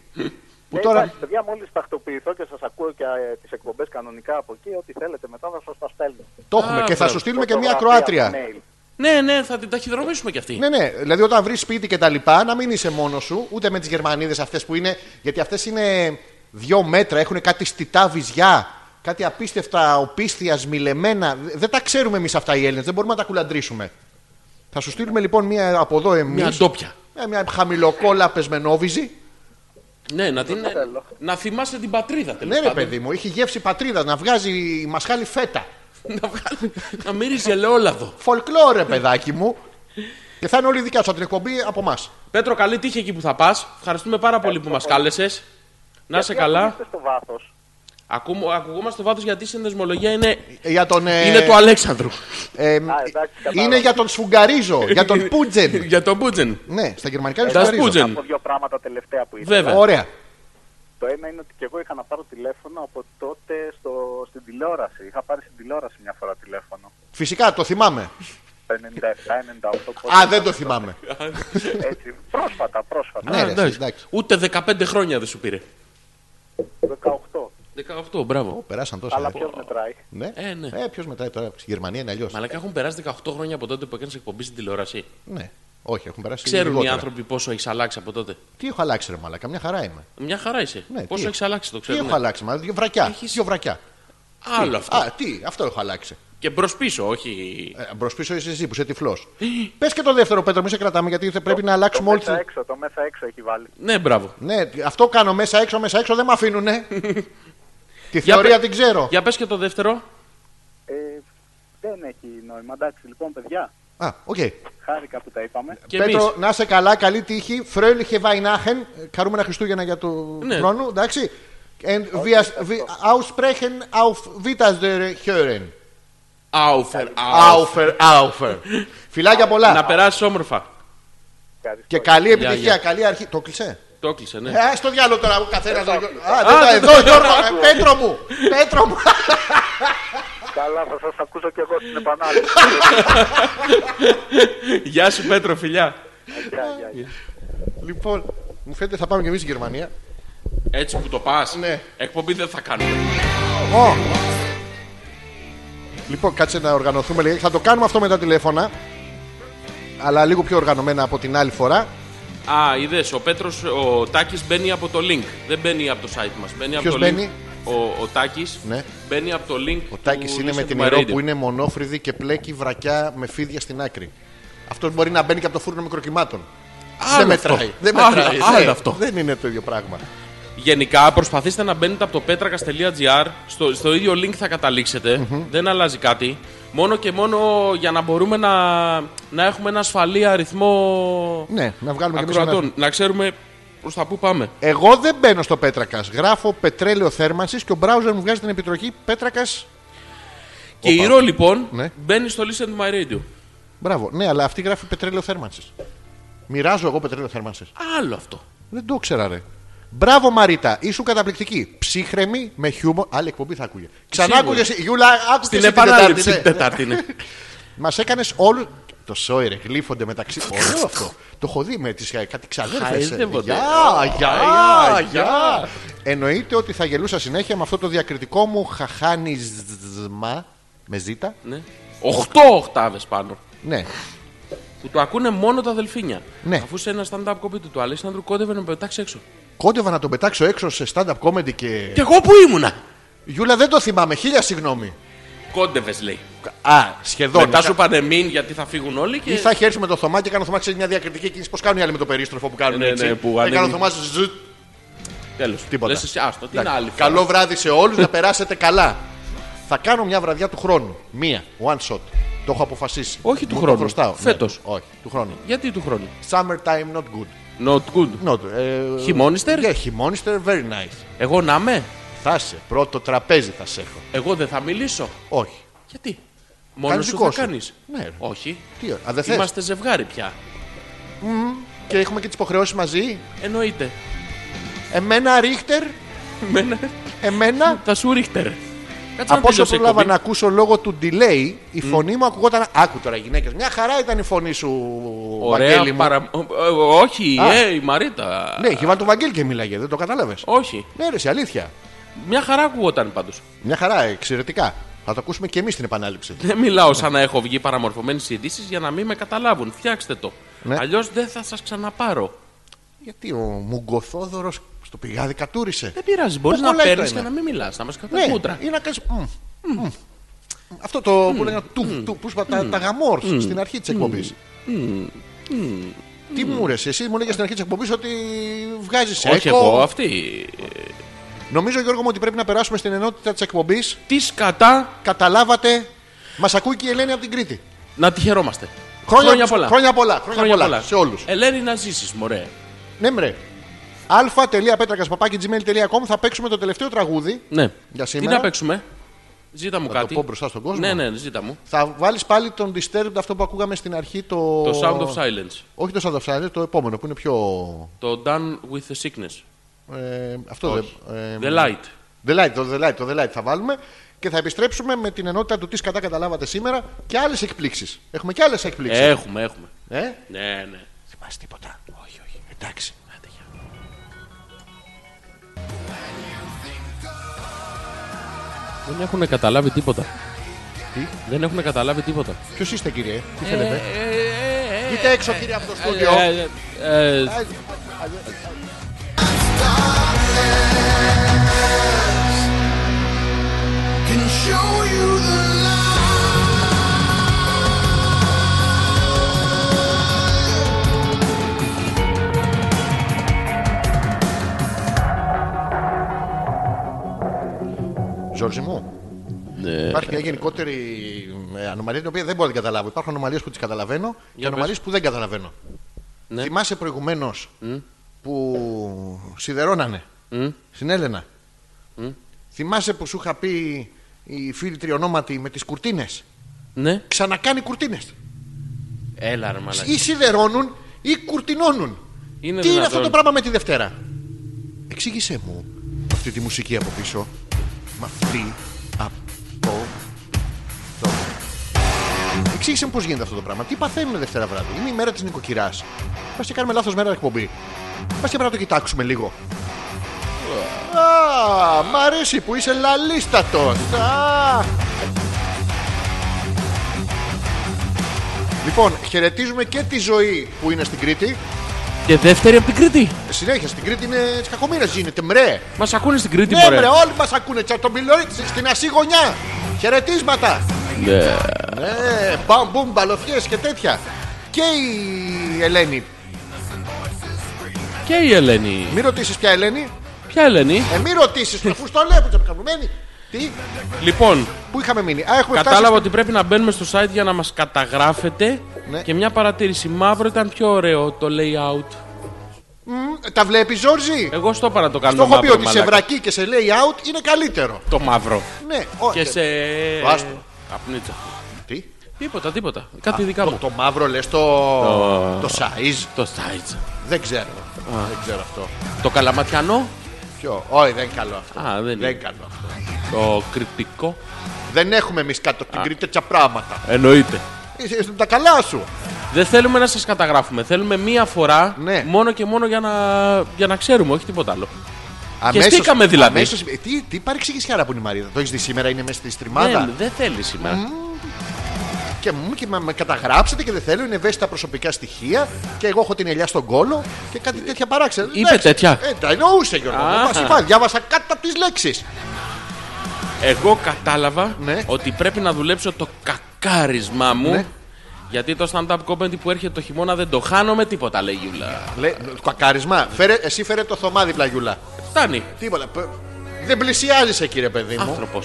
[SPEAKER 1] που
[SPEAKER 7] Ε,
[SPEAKER 1] τώρα.
[SPEAKER 7] Εντάξει, παιδιά, μόλις τακτοποιηθώ και σας ακούω και τις εκπομπές κανονικά από εκεί, ό,τι θέλετε μετά θα σας τα στέλνω.
[SPEAKER 1] Το έχουμε
[SPEAKER 2] Α,
[SPEAKER 1] και θα
[SPEAKER 2] μπράβο.
[SPEAKER 1] σου στείλουμε και μια
[SPEAKER 7] Φωτογραφία,
[SPEAKER 1] ακροάτρια.
[SPEAKER 7] mail.
[SPEAKER 2] Ναι, ναι, θα την ταχυδρομήσουμε κι αυτή.
[SPEAKER 1] Ναι, ναι. Δηλαδή, όταν βρεις σπίτι και τα λοιπά, να μην είσαι μόνος σου, ούτε με τις Γερμανίδες αυτές που είναι. Γιατί αυτές είναι δύο μέτρα, έχουν κάτι στιτά βυζιά, κάτι απίστευτα οπίστια, σμιλεμένα. Δε- Δεν τα ξέρουμε εμείς αυτά οι Έλληνες, δεν μπορούμε να τα κουλαντρήσουμε. Θα σου στείλουμε λοιπόν μία από εδώ εμείς.
[SPEAKER 2] Μια ντόπια.
[SPEAKER 1] Μια χαμηλοκόλα πεσμενόβιζη.
[SPEAKER 2] Ναι, να, την, να θυμάσαι την πατρίδα
[SPEAKER 1] Ναι,
[SPEAKER 2] τέλος
[SPEAKER 1] ρε
[SPEAKER 2] πάντων.
[SPEAKER 1] παιδί μου, έχει γεύση πατρίδα να βγάζει η μασχάλη φέτα.
[SPEAKER 2] να, βγάλει, να μύριζε ελαιόλαδο.
[SPEAKER 1] Φολκλόρε, παιδάκι μου. και θα είναι όλη δικιά σου από την εκπομπή από εμάς.
[SPEAKER 2] Πέτρο, καλή τύχη εκεί που θα πας. Ευχαριστούμε πάρα πολύ που μας κάλεσες. Να είσαι
[SPEAKER 7] Γιατί
[SPEAKER 2] καλά.
[SPEAKER 7] ακούγεστε στο βάθος.
[SPEAKER 2] Ακούμε, ακουγόμαστε το βάθος γιατί η συνδεσμολογία είναι,
[SPEAKER 1] Για τον, ε,
[SPEAKER 2] είναι του Αλέξανδρου.
[SPEAKER 1] ε,
[SPEAKER 7] εντάξει, κατάλαβα.
[SPEAKER 1] είναι για τον Σφουγγαρίζο, για τον Πούτζεν.
[SPEAKER 2] Για τον Μπούτζεν.
[SPEAKER 1] ναι, στα γερμανικά είναι
[SPEAKER 2] Das
[SPEAKER 1] Σφουγγαρίζο.
[SPEAKER 2] Putzen.
[SPEAKER 7] Από δύο πράγματα τελευταία που ήθελα.
[SPEAKER 2] Βέβαια.
[SPEAKER 1] Ωραία.
[SPEAKER 7] Το ένα είναι ότι και εγώ είχα να πάρω τηλέφωνο από τότε στο, στην τηλεόραση. Είχα πάρει στην τηλεόραση μια φορά τηλέφωνο.
[SPEAKER 1] Φυσικά το θυμάμαι.
[SPEAKER 7] Το 97-98.
[SPEAKER 1] Α, δεν το θυμάμαι.
[SPEAKER 7] Έτσι, πρόσφατα, πρόσφατα.
[SPEAKER 1] Ναι,
[SPEAKER 2] Α,
[SPEAKER 1] ρε,
[SPEAKER 2] εντάξει.
[SPEAKER 1] εντάξει.
[SPEAKER 2] Ούτε 15 χρόνια δεν σου πήρε.
[SPEAKER 7] 18.
[SPEAKER 2] 18, μπράβο.
[SPEAKER 1] Περάσαν τόσα.
[SPEAKER 7] Αλλά
[SPEAKER 1] ρε.
[SPEAKER 7] ποιος μετράει.
[SPEAKER 1] Ναι.
[SPEAKER 2] Ε, ναι.
[SPEAKER 1] Ε, ποιος μετράει τώρα. Η Γερμανία είναι αλλιώς.
[SPEAKER 2] Μαλάκα έχουν περάσει 18 χρόνια από τότε που έκανες εκπομπή στην τηλεόραση.
[SPEAKER 1] Ναι. Όχι, έχουν περάσει.
[SPEAKER 2] Ξέρουν
[SPEAKER 1] λιγότερα.
[SPEAKER 2] οι άνθρωποι πόσο έχεις αλλάξει από τότε.
[SPEAKER 1] Τι έχω αλλάξει, ρε Μαλάκα, μια χαρά είμαι.
[SPEAKER 2] Μια χαρά είσαι.
[SPEAKER 1] Ναι, τι
[SPEAKER 2] πόσο
[SPEAKER 1] έχω-
[SPEAKER 2] έχεις αλλάξει το
[SPEAKER 1] Τι
[SPEAKER 2] ξέρουν. ναι.
[SPEAKER 1] έχω αλλάξει, μάλλον δύο βρακιά.
[SPEAKER 2] Έχεις-
[SPEAKER 1] Δύο βρακιά.
[SPEAKER 2] Άλλο αυτό.
[SPEAKER 1] Α, τι, αυτό έχω αλλάξει.
[SPEAKER 2] Και μπρος πίσω, όχι.
[SPEAKER 1] Ε, Μπρος πίσω είσαι εσύ που είσαι τυφλός.
[SPEAKER 2] Ε.
[SPEAKER 1] Πες και το δεύτερο, Πέτρο, μη σε κρατάμε γιατί θα πρέπει να αλλάξουμε
[SPEAKER 7] το
[SPEAKER 1] όλη
[SPEAKER 7] μέσα
[SPEAKER 1] την.
[SPEAKER 7] έξω, το μέσα έξω έχει βάλει.
[SPEAKER 2] Ναι, μπράβο.
[SPEAKER 1] Ναι, αυτό κάνω μέσα έξω, μέσα έξω δεν με αφήνουνε. Τη
[SPEAKER 2] Για
[SPEAKER 1] θεωρία
[SPEAKER 2] πε-
[SPEAKER 1] την ξέρω.
[SPEAKER 2] Για πες και το δεύτερο.
[SPEAKER 7] Ε, δεν έχει νόημα. Εντάξει, λοιπόν, παιδιά,
[SPEAKER 1] Α, οκ.
[SPEAKER 7] χάρηκα που τα είπαμε.
[SPEAKER 2] Και
[SPEAKER 1] Πέτρο,
[SPEAKER 2] εμείς.
[SPEAKER 1] να είσαι καλά, καλή τύχη. Φρόιλιχε Βαϊνάχεν. Χαρούμενα Χριστούγεννα για του
[SPEAKER 2] Ναι.
[SPEAKER 1] χρόνου, εντάξει. And wir wir aussprechen auf Wiederhören. Ε,
[SPEAKER 2] Άουφερ, άουφερ.
[SPEAKER 1] Aufer, aufer. Φιλάκια
[SPEAKER 2] Να
[SPEAKER 1] πολλά.
[SPEAKER 2] περάσει όμορφα.
[SPEAKER 7] Ευχαριστώ.
[SPEAKER 1] Και καλή επιτυχία,
[SPEAKER 2] γεια.
[SPEAKER 1] καλή αρχή. Το κλεισέ.
[SPEAKER 2] Το έκλεισε, ναι.
[SPEAKER 1] Ε, στο διάλογο τώρα ο καθένας. Α, δεν
[SPEAKER 2] Α,
[SPEAKER 1] τα
[SPEAKER 2] δεν
[SPEAKER 1] εδώ, Γιώργο. Ε, Πέτρο μου. Πέτρο μου.
[SPEAKER 7] Καλά, θα σας ακούσω και εγώ στην επανάληψη.
[SPEAKER 1] Ε.
[SPEAKER 2] Γεια σου, Πέτρο, φιλιά.
[SPEAKER 7] Γεια, γεια, γεια.
[SPEAKER 1] Λοιπόν, μου φαίνεται θα πάμε και εμείς στη Γερμανία.
[SPEAKER 2] Έτσι που το πας,
[SPEAKER 1] Ναι.
[SPEAKER 2] εκπομπή δεν θα κάνουμε.
[SPEAKER 1] Ω. Λοιπόν, κάτσε να οργανωθούμε. λέει. Θα το κάνουμε αυτό με τα τηλέφωνα. Αλλά λίγο πιο οργανωμένα από την άλλη φορά.
[SPEAKER 2] Α, είδες, ο Πέτρος, ο Τάκης μπαίνει από το link. Δεν μπαίνει από το site μας. Μπαίνει από
[SPEAKER 1] Ποιος
[SPEAKER 2] το
[SPEAKER 1] μπαίνει?
[SPEAKER 2] link. Ο, ο Τάκης
[SPEAKER 1] Ναι.
[SPEAKER 2] μπαίνει από το link.
[SPEAKER 1] Ο Τάκης είναι με την ιερό που είναι μονόφρυδη και πλέκει βρακιά με φίδια στην άκρη. Αυτός μπορεί να μπαίνει και από το φούρνο μικροκυμάτων. δεν μετράει. Δεν μετράει.
[SPEAKER 2] Άλλο,
[SPEAKER 1] Ναι,
[SPEAKER 2] αυτό.
[SPEAKER 1] Δεν είναι το ίδιο πράγμα.
[SPEAKER 2] Γενικά, προσπαθήστε να μπαίνετε από το πέτρακα.gr. Στο, στο ίδιο link θα καταληξετε Δεν αλλάζει κάτι. Μόνο και μόνο για να μπορούμε να, να έχουμε ένα ασφαλή αριθμό
[SPEAKER 1] Ναι, να βγάλουμε και εμείς
[SPEAKER 2] ακροατών. Να ξέρουμε προς τα πού πάμε.
[SPEAKER 1] Εγώ δεν μπαίνω στο Πέτρακας. Γράφω πετρέλαιο θέρμανσης και ο browser μου βγάζει την επιτροχή Πέτρακας.
[SPEAKER 2] Και η Ρο λοιπόν
[SPEAKER 1] Ναι.
[SPEAKER 2] μπαίνει στο Listen to My Radio.
[SPEAKER 1] Μπράβο. Ναι, αλλά αυτή γράφει πετρέλαιο θέρμανσης. Μοιράζω εγώ πετρέλαιο θέρμανσης.
[SPEAKER 2] Άλλο αυτό.
[SPEAKER 1] Δεν το ξέρα, ρε. Μπράβο Μαρίτα, ήσουν καταπληκτική. Ψύχρεμη, με χιούμορ. Άλλη εκπομπή θα ακούγε. Ξανά
[SPEAKER 2] Σίγουρα.
[SPEAKER 1] ακούγε. Γιούλα, άκουσε
[SPEAKER 2] Στην
[SPEAKER 1] την
[SPEAKER 2] επανάληψη την
[SPEAKER 1] Τετάρτη, ναι.
[SPEAKER 2] Τετάρτη είναι.
[SPEAKER 1] Μας έκανες όλους. Το σόι, ρε, γλύφονται μεταξύ. Ωραίο αυτό. Το έχω δει με τις, ε, κάτι ξαδέρφες.
[SPEAKER 2] Χαΐδευονται.
[SPEAKER 1] Γεια,
[SPEAKER 2] Α,
[SPEAKER 1] γεια, γεια.
[SPEAKER 2] γεια.
[SPEAKER 1] Εννοείται ότι θα γελούσα συνέχεια με αυτό το διακριτικό μου χαχάνισμα. Με ζήτα.
[SPEAKER 2] Ναι. Οχτώ οχτάβε πάνω.
[SPEAKER 1] Ναι.
[SPEAKER 2] Που το ακούνε μόνο τα αδελφίνια.
[SPEAKER 1] Ναι.
[SPEAKER 2] Αφού σε ένα stand-up κοπίτι του Αλέξανδρου κόντευε να με πετάξει έξω.
[SPEAKER 1] Κόντευα να τον πετάξω έξω σε stand-up comedy και.
[SPEAKER 2] Κι εγώ που ήμουνα.
[SPEAKER 1] Γιούλα, δεν το θυμάμαι. Χίλια συγγνώμη.
[SPEAKER 2] Κόντευες λέει.
[SPEAKER 1] Α, σχεδόν.
[SPEAKER 2] Μετά
[SPEAKER 1] Κα-
[SPEAKER 2] σου πάνε μην γιατί θα φύγουν όλοι και.
[SPEAKER 1] Ή θα έχει έρθει με το Θωμά και κάνω Θωμά, ξέρεις μια διακριτική κίνηση. Πώς κάνουν οι άλλοι με το περίστροφο που κάνουν
[SPEAKER 2] Ναι, ναι,
[SPEAKER 1] έτσι.
[SPEAKER 2] ναι, που
[SPEAKER 1] Και κάνω
[SPEAKER 2] ανοίγει.
[SPEAKER 1] Θωμάς, ζουτ.
[SPEAKER 2] Τέλος.
[SPEAKER 1] Τίποτα.
[SPEAKER 2] Λες εσύ, άστο, τι είναι
[SPEAKER 1] Εντάξει.
[SPEAKER 2] άλλη. φορά.
[SPEAKER 1] Καλό βράδυ σε όλους, να περάσετε καλά. Θα κάνω μια βραδιά του χρόνου. Μία. One shot. Το έχω αποφασίσει.
[SPEAKER 2] Όχι του
[SPEAKER 1] Μου
[SPEAKER 2] χρόνου.
[SPEAKER 1] Το χρωστάω. Ναι.
[SPEAKER 2] Φέτος.
[SPEAKER 1] όχι, του χρόνου.
[SPEAKER 2] Γιατί του χρόνου.
[SPEAKER 1] Summertime not good.
[SPEAKER 2] Not good.
[SPEAKER 1] Not, ε,
[SPEAKER 2] Χειμώνιστερ?
[SPEAKER 1] Yeah, χειμώνιστερ, very nice.
[SPEAKER 2] Εγώ να είμαι.
[SPEAKER 1] Θα σε. Πρώτο τραπέζι θα σε έχω.
[SPEAKER 2] Εγώ δεν θα μιλήσω.
[SPEAKER 1] Όχι.
[SPEAKER 2] Γιατί. Μόνος σου
[SPEAKER 1] δικό
[SPEAKER 2] θα
[SPEAKER 1] σου.
[SPEAKER 2] κάνεις.
[SPEAKER 1] Ναι, ρε.
[SPEAKER 2] Όχι.
[SPEAKER 1] Τι ώρα. Α, δεν θες.
[SPEAKER 2] Είμαστε ζευγάρι πια.
[SPEAKER 1] Και έχουμε και τις υποχρεώσεις μαζί.
[SPEAKER 2] Εννοείται.
[SPEAKER 1] Εμένα ρίχτερ.
[SPEAKER 2] Εμένα
[SPEAKER 1] Εμένα.
[SPEAKER 2] θα σου ρίχτερ. Κάτσε να
[SPEAKER 1] Από όσο
[SPEAKER 2] τελειώσει η
[SPEAKER 1] πρόλαβα
[SPEAKER 2] εκπομπή.
[SPEAKER 1] να ακούσω λόγω του delay, η φωνή μου ακουγόταν. Άκου τώρα, γυναίκες. Μια χαρά ήταν η φωνή σου, Βαγγέλη
[SPEAKER 2] Ωραία
[SPEAKER 1] μου.
[SPEAKER 2] παρα... ε, ε, Όχι,
[SPEAKER 1] Α.
[SPEAKER 2] ε, η Μαρίτα.
[SPEAKER 1] Ναι, είχε βάλει το Βαγγέλη και μίλαγε, δεν το κατάλαβες.
[SPEAKER 2] Όχι.
[SPEAKER 1] Ναι, ρε, σε αλήθεια.
[SPEAKER 2] Μια χαρά ακούγονταν πάντως.
[SPEAKER 1] Μια χαρά, εξαιρετικά. Θα το ακούσουμε και εμείς στην επανάληψη.
[SPEAKER 2] Δεν Ναι, μιλάω σαν να έχω βγει παραμορφωμένη ειδήσεις για να μην με καταλάβουν. Φτιάξτε το.
[SPEAKER 1] Ναι.
[SPEAKER 2] Αλλιώς δεν θα σας ξαναπάρω.
[SPEAKER 1] Γιατί ο Μουγκοθόδωρος στο πηγάδι κατούρισε.
[SPEAKER 2] Δεν πειράζει. Μπορείς
[SPEAKER 1] Πού
[SPEAKER 2] να
[SPEAKER 1] κολλάει το
[SPEAKER 2] παίρνεις
[SPEAKER 1] ένα?
[SPEAKER 2] και να μην μιλάς. Να μας κατά
[SPEAKER 1] Ναι,
[SPEAKER 2] Ε, κούτρα.
[SPEAKER 1] ή να κάνεις. Αυτό το που λέγανε του, του, που είπα, τα, τα γαμόρ στην αρχή της εκπομπής. Τι μου ρες, εσύ μου λέγες στην αρχή της εκπομπής ότι βγάζεις
[SPEAKER 2] Όχι εγώ, αυτή.
[SPEAKER 1] Νομίζω, Γιώργο μου, ότι πρέπει να περάσουμε στην ενότητα της εκπομπής.
[SPEAKER 2] Τι σκατά
[SPEAKER 1] Καταλάβατε. Μας ακούει και η Ελένη από την Κρήτη.
[SPEAKER 2] να τη χαιρόμαστε.
[SPEAKER 1] Χρόνια,
[SPEAKER 2] Χρόνια Ε. πολλά.
[SPEAKER 1] Χρόνια πολλά. Χρόνια πολλά. Σε όλους.
[SPEAKER 2] Ελένη, να ζήσεις, μωρέ.
[SPEAKER 1] Ναι, μρε. αλφα.πέτρακα.gmail.com θα παίξουμε το τελευταίο τραγούδι.
[SPEAKER 2] Ναι.
[SPEAKER 1] Για
[SPEAKER 2] Τι
[SPEAKER 1] σήμερα.
[SPEAKER 2] να παίξουμε. Ζήτα μου
[SPEAKER 1] Θα
[SPEAKER 2] κάτι.
[SPEAKER 1] το πω μπροστά στον κόσμο.
[SPEAKER 2] Ναι, ναι, ζήτα μου.
[SPEAKER 1] Θα βάλεις πάλι τον Disturbed αυτό που ακούγαμε στην αρχή. Το,
[SPEAKER 2] Το Sound of Silence.
[SPEAKER 1] Όχι το Sound of Silence, το επόμενο που είναι πιο.
[SPEAKER 2] Το Done with the Sickness.
[SPEAKER 1] Ε, αυτό
[SPEAKER 2] Όχι.
[SPEAKER 1] δεν. ε,
[SPEAKER 2] The Light.
[SPEAKER 1] The Light, το The Light, το The Light θα βάλουμε. Και θα επιστρέψουμε με την ενότητα του τι κατά καταλάβατε σήμερα και άλλες εκπλήξεις. Έχουμε και άλλες εκπλήξεις.
[SPEAKER 2] Έχουμε, έχουμε.
[SPEAKER 1] Ε?
[SPEAKER 2] Ναι, ναι.
[SPEAKER 1] Θυμάσαι τίποτα. Όχι, όχι. Εντάξει.
[SPEAKER 2] Άντε, γεια. Δεν έχουν καταλάβει τίποτα. Τι? Δεν έχουν καταλάβει τίποτα.
[SPEAKER 1] Ποιος είστε, κύριε, τι θέλετε. Είτε έξω, κύριε, από το στούντιο.
[SPEAKER 2] Ε, ε, ε,
[SPEAKER 3] Can show you the
[SPEAKER 1] Ζόρζι μου.
[SPEAKER 2] ε,
[SPEAKER 1] Υπάρχει μια γενικότερη ε, ανομαλία την οποία δεν μπορώ να την καταλάβω. Υπάρχουν ανομαλίες που τις καταλαβαίνω και
[SPEAKER 2] Για
[SPEAKER 1] ανομαλίες που δεν καταλαβαίνω.
[SPEAKER 2] Ναι.
[SPEAKER 1] Θυμάσαι προηγουμένως που σιδερώνανε
[SPEAKER 2] ε,
[SPEAKER 1] στην Έλενα. Θυμάσαι που σου είχα πει η φίλη τριονόματη με τις κουρτίνες.
[SPEAKER 2] ναι.
[SPEAKER 1] Ξανακάνει κουρτίνες.
[SPEAKER 2] Έλα ρε μαλάκα.
[SPEAKER 1] Ή σιδερώνουν ή κουρτινώνουν.
[SPEAKER 2] Είναι
[SPEAKER 1] Τι είναι
[SPEAKER 2] δυνατόν.
[SPEAKER 1] αυτό το πράγμα με τη Δευτέρα. Εξήγησέ μου αυτή τη μουσική από πίσω. Με αυτή από το. Εξήγησέ μου πώς γίνεται αυτό το πράγμα. Τι παθαίνουμε Δευτέρα βράδυ. Είναι η μέρα της νοικοκυράς. Πας και κάνουμε λάθος μέρα εκπομπή. Πας και πρέπει να το κοιτάξουμε λίγο. Α, μ' αρέσει που είσαι λαλίστατος. Λοιπόν, χαιρετίζουμε και τη ζωή που είναι στην Κρήτη.
[SPEAKER 2] Και δεύτερη από την Κρήτη.
[SPEAKER 1] Ε, Συνέχεια στην Κρήτη είναι τη κακομοίρα γίνεται. Μρέ.
[SPEAKER 2] Μας ακούνε στην Κρήτη,
[SPEAKER 1] Ναι,
[SPEAKER 2] μωρέ.
[SPEAKER 1] μρέ, όλοι μας ακούνε. Τσα τον πυλόρι στην ασύ γωνιά. Χαιρετίσματα. Ναι, μπαμπούμ, μπαλοφιές και τέτοια. Και η Ελένη.
[SPEAKER 2] Και η Ελένη.
[SPEAKER 1] Μην ρωτήσει πια Ελένη.
[SPEAKER 2] Ποια Ελένη.
[SPEAKER 1] Ε, μην ρωτήσει, αφού στο λέω, τσαπικαμμένη. Τι,
[SPEAKER 2] Λοιπόν,
[SPEAKER 1] πού είχαμε μείνει. Α, έχουμε
[SPEAKER 2] Κατάλαβα
[SPEAKER 1] φτάσει.
[SPEAKER 2] ότι πρέπει να μπαίνουμε στο site για να μας καταγράφετε.
[SPEAKER 1] Ναι.
[SPEAKER 2] Και μια παρατήρηση. Μαύρο ήταν πιο ωραίο το layout.
[SPEAKER 1] Μ, Τα βλέπεις, Ζόρζι.
[SPEAKER 2] Εγώ στο παρά το κάνω
[SPEAKER 1] Το έχω πει
[SPEAKER 2] μαύρο,
[SPEAKER 1] ότι σε
[SPEAKER 2] μαλάκα.
[SPEAKER 1] βρακή και σε layout είναι καλύτερο.
[SPEAKER 2] Το μαύρο.
[SPEAKER 1] Ναι, όχι.
[SPEAKER 2] Και σε...
[SPEAKER 1] Το άσπρο.
[SPEAKER 2] Καπνίτσα.
[SPEAKER 1] Τι,
[SPEAKER 2] Τίποτα, τίποτα. Κάτι δικά
[SPEAKER 1] το,
[SPEAKER 2] μου.
[SPEAKER 1] το μαύρο λες το... το size.
[SPEAKER 2] Το site.
[SPEAKER 1] Δεν ξέρω. Δεν ξέρω αυτό.
[SPEAKER 2] Το καλαματιανό,
[SPEAKER 1] Ποιο. Όχι, δεν είναι καλό αυτό.
[SPEAKER 2] Α, δεν είναι.
[SPEAKER 1] είναι καλό αυτό.
[SPEAKER 2] το κριτικό.
[SPEAKER 1] Δεν έχουμε εμείς κάτω από την Κρήτη τέτοια πράγματα.
[SPEAKER 2] Εννοείται.
[SPEAKER 1] Είσαι είσαι τα καλά σου.
[SPEAKER 2] Δεν θέλουμε να σας καταγράφουμε. Θέλουμε μία φορά
[SPEAKER 1] Ναι.
[SPEAKER 2] μόνο και μόνο για να, για να ξέρουμε, όχι τίποτα άλλο.
[SPEAKER 1] Αμέσως-
[SPEAKER 2] στήκαμε δηλαδή.
[SPEAKER 1] αμέσως- ε, τι, τι παρεξήγηση χαρά που είναι η Μαρίδα. Το έχεις δει σήμερα, είναι μέσα στη στριμάδα.
[SPEAKER 2] Δεν, δεν θέλει σήμερα.
[SPEAKER 1] Και μου και με- με καταγράψετε και δεν θέλω, είναι ευαίσθητα προσωπικά στοιχεία. Και εγώ έχω την ελιά στον κόλο και κάτι τέτοια παράξενα.
[SPEAKER 2] Είπε
[SPEAKER 1] Εντάξει.
[SPEAKER 2] τέτοια.
[SPEAKER 1] Ε, τα εννοούσε Γιώργο.
[SPEAKER 2] Α.
[SPEAKER 1] Μας είπα, Διάβασα κάτι από τις λέξεις.
[SPEAKER 2] Εγώ κατάλαβα
[SPEAKER 1] Ναι.
[SPEAKER 2] ότι πρέπει να δουλέψω το κακάρισμά μου.
[SPEAKER 1] Ναι.
[SPEAKER 2] Γιατί το stand-up comedy που έρχεται το χειμώνα δεν το χάνω με τίποτα, λέει η Γιούλα.
[SPEAKER 1] Λέει, το κακάρισμα. Φέρε, εσύ φέρε το θωμάδι, πλαγιούλα.
[SPEAKER 2] Φτάνει.
[SPEAKER 1] Τίποτα. Π- Δεν πλησιάζεσαι, κύριε παιδί μου.
[SPEAKER 2] Άνθρωπος.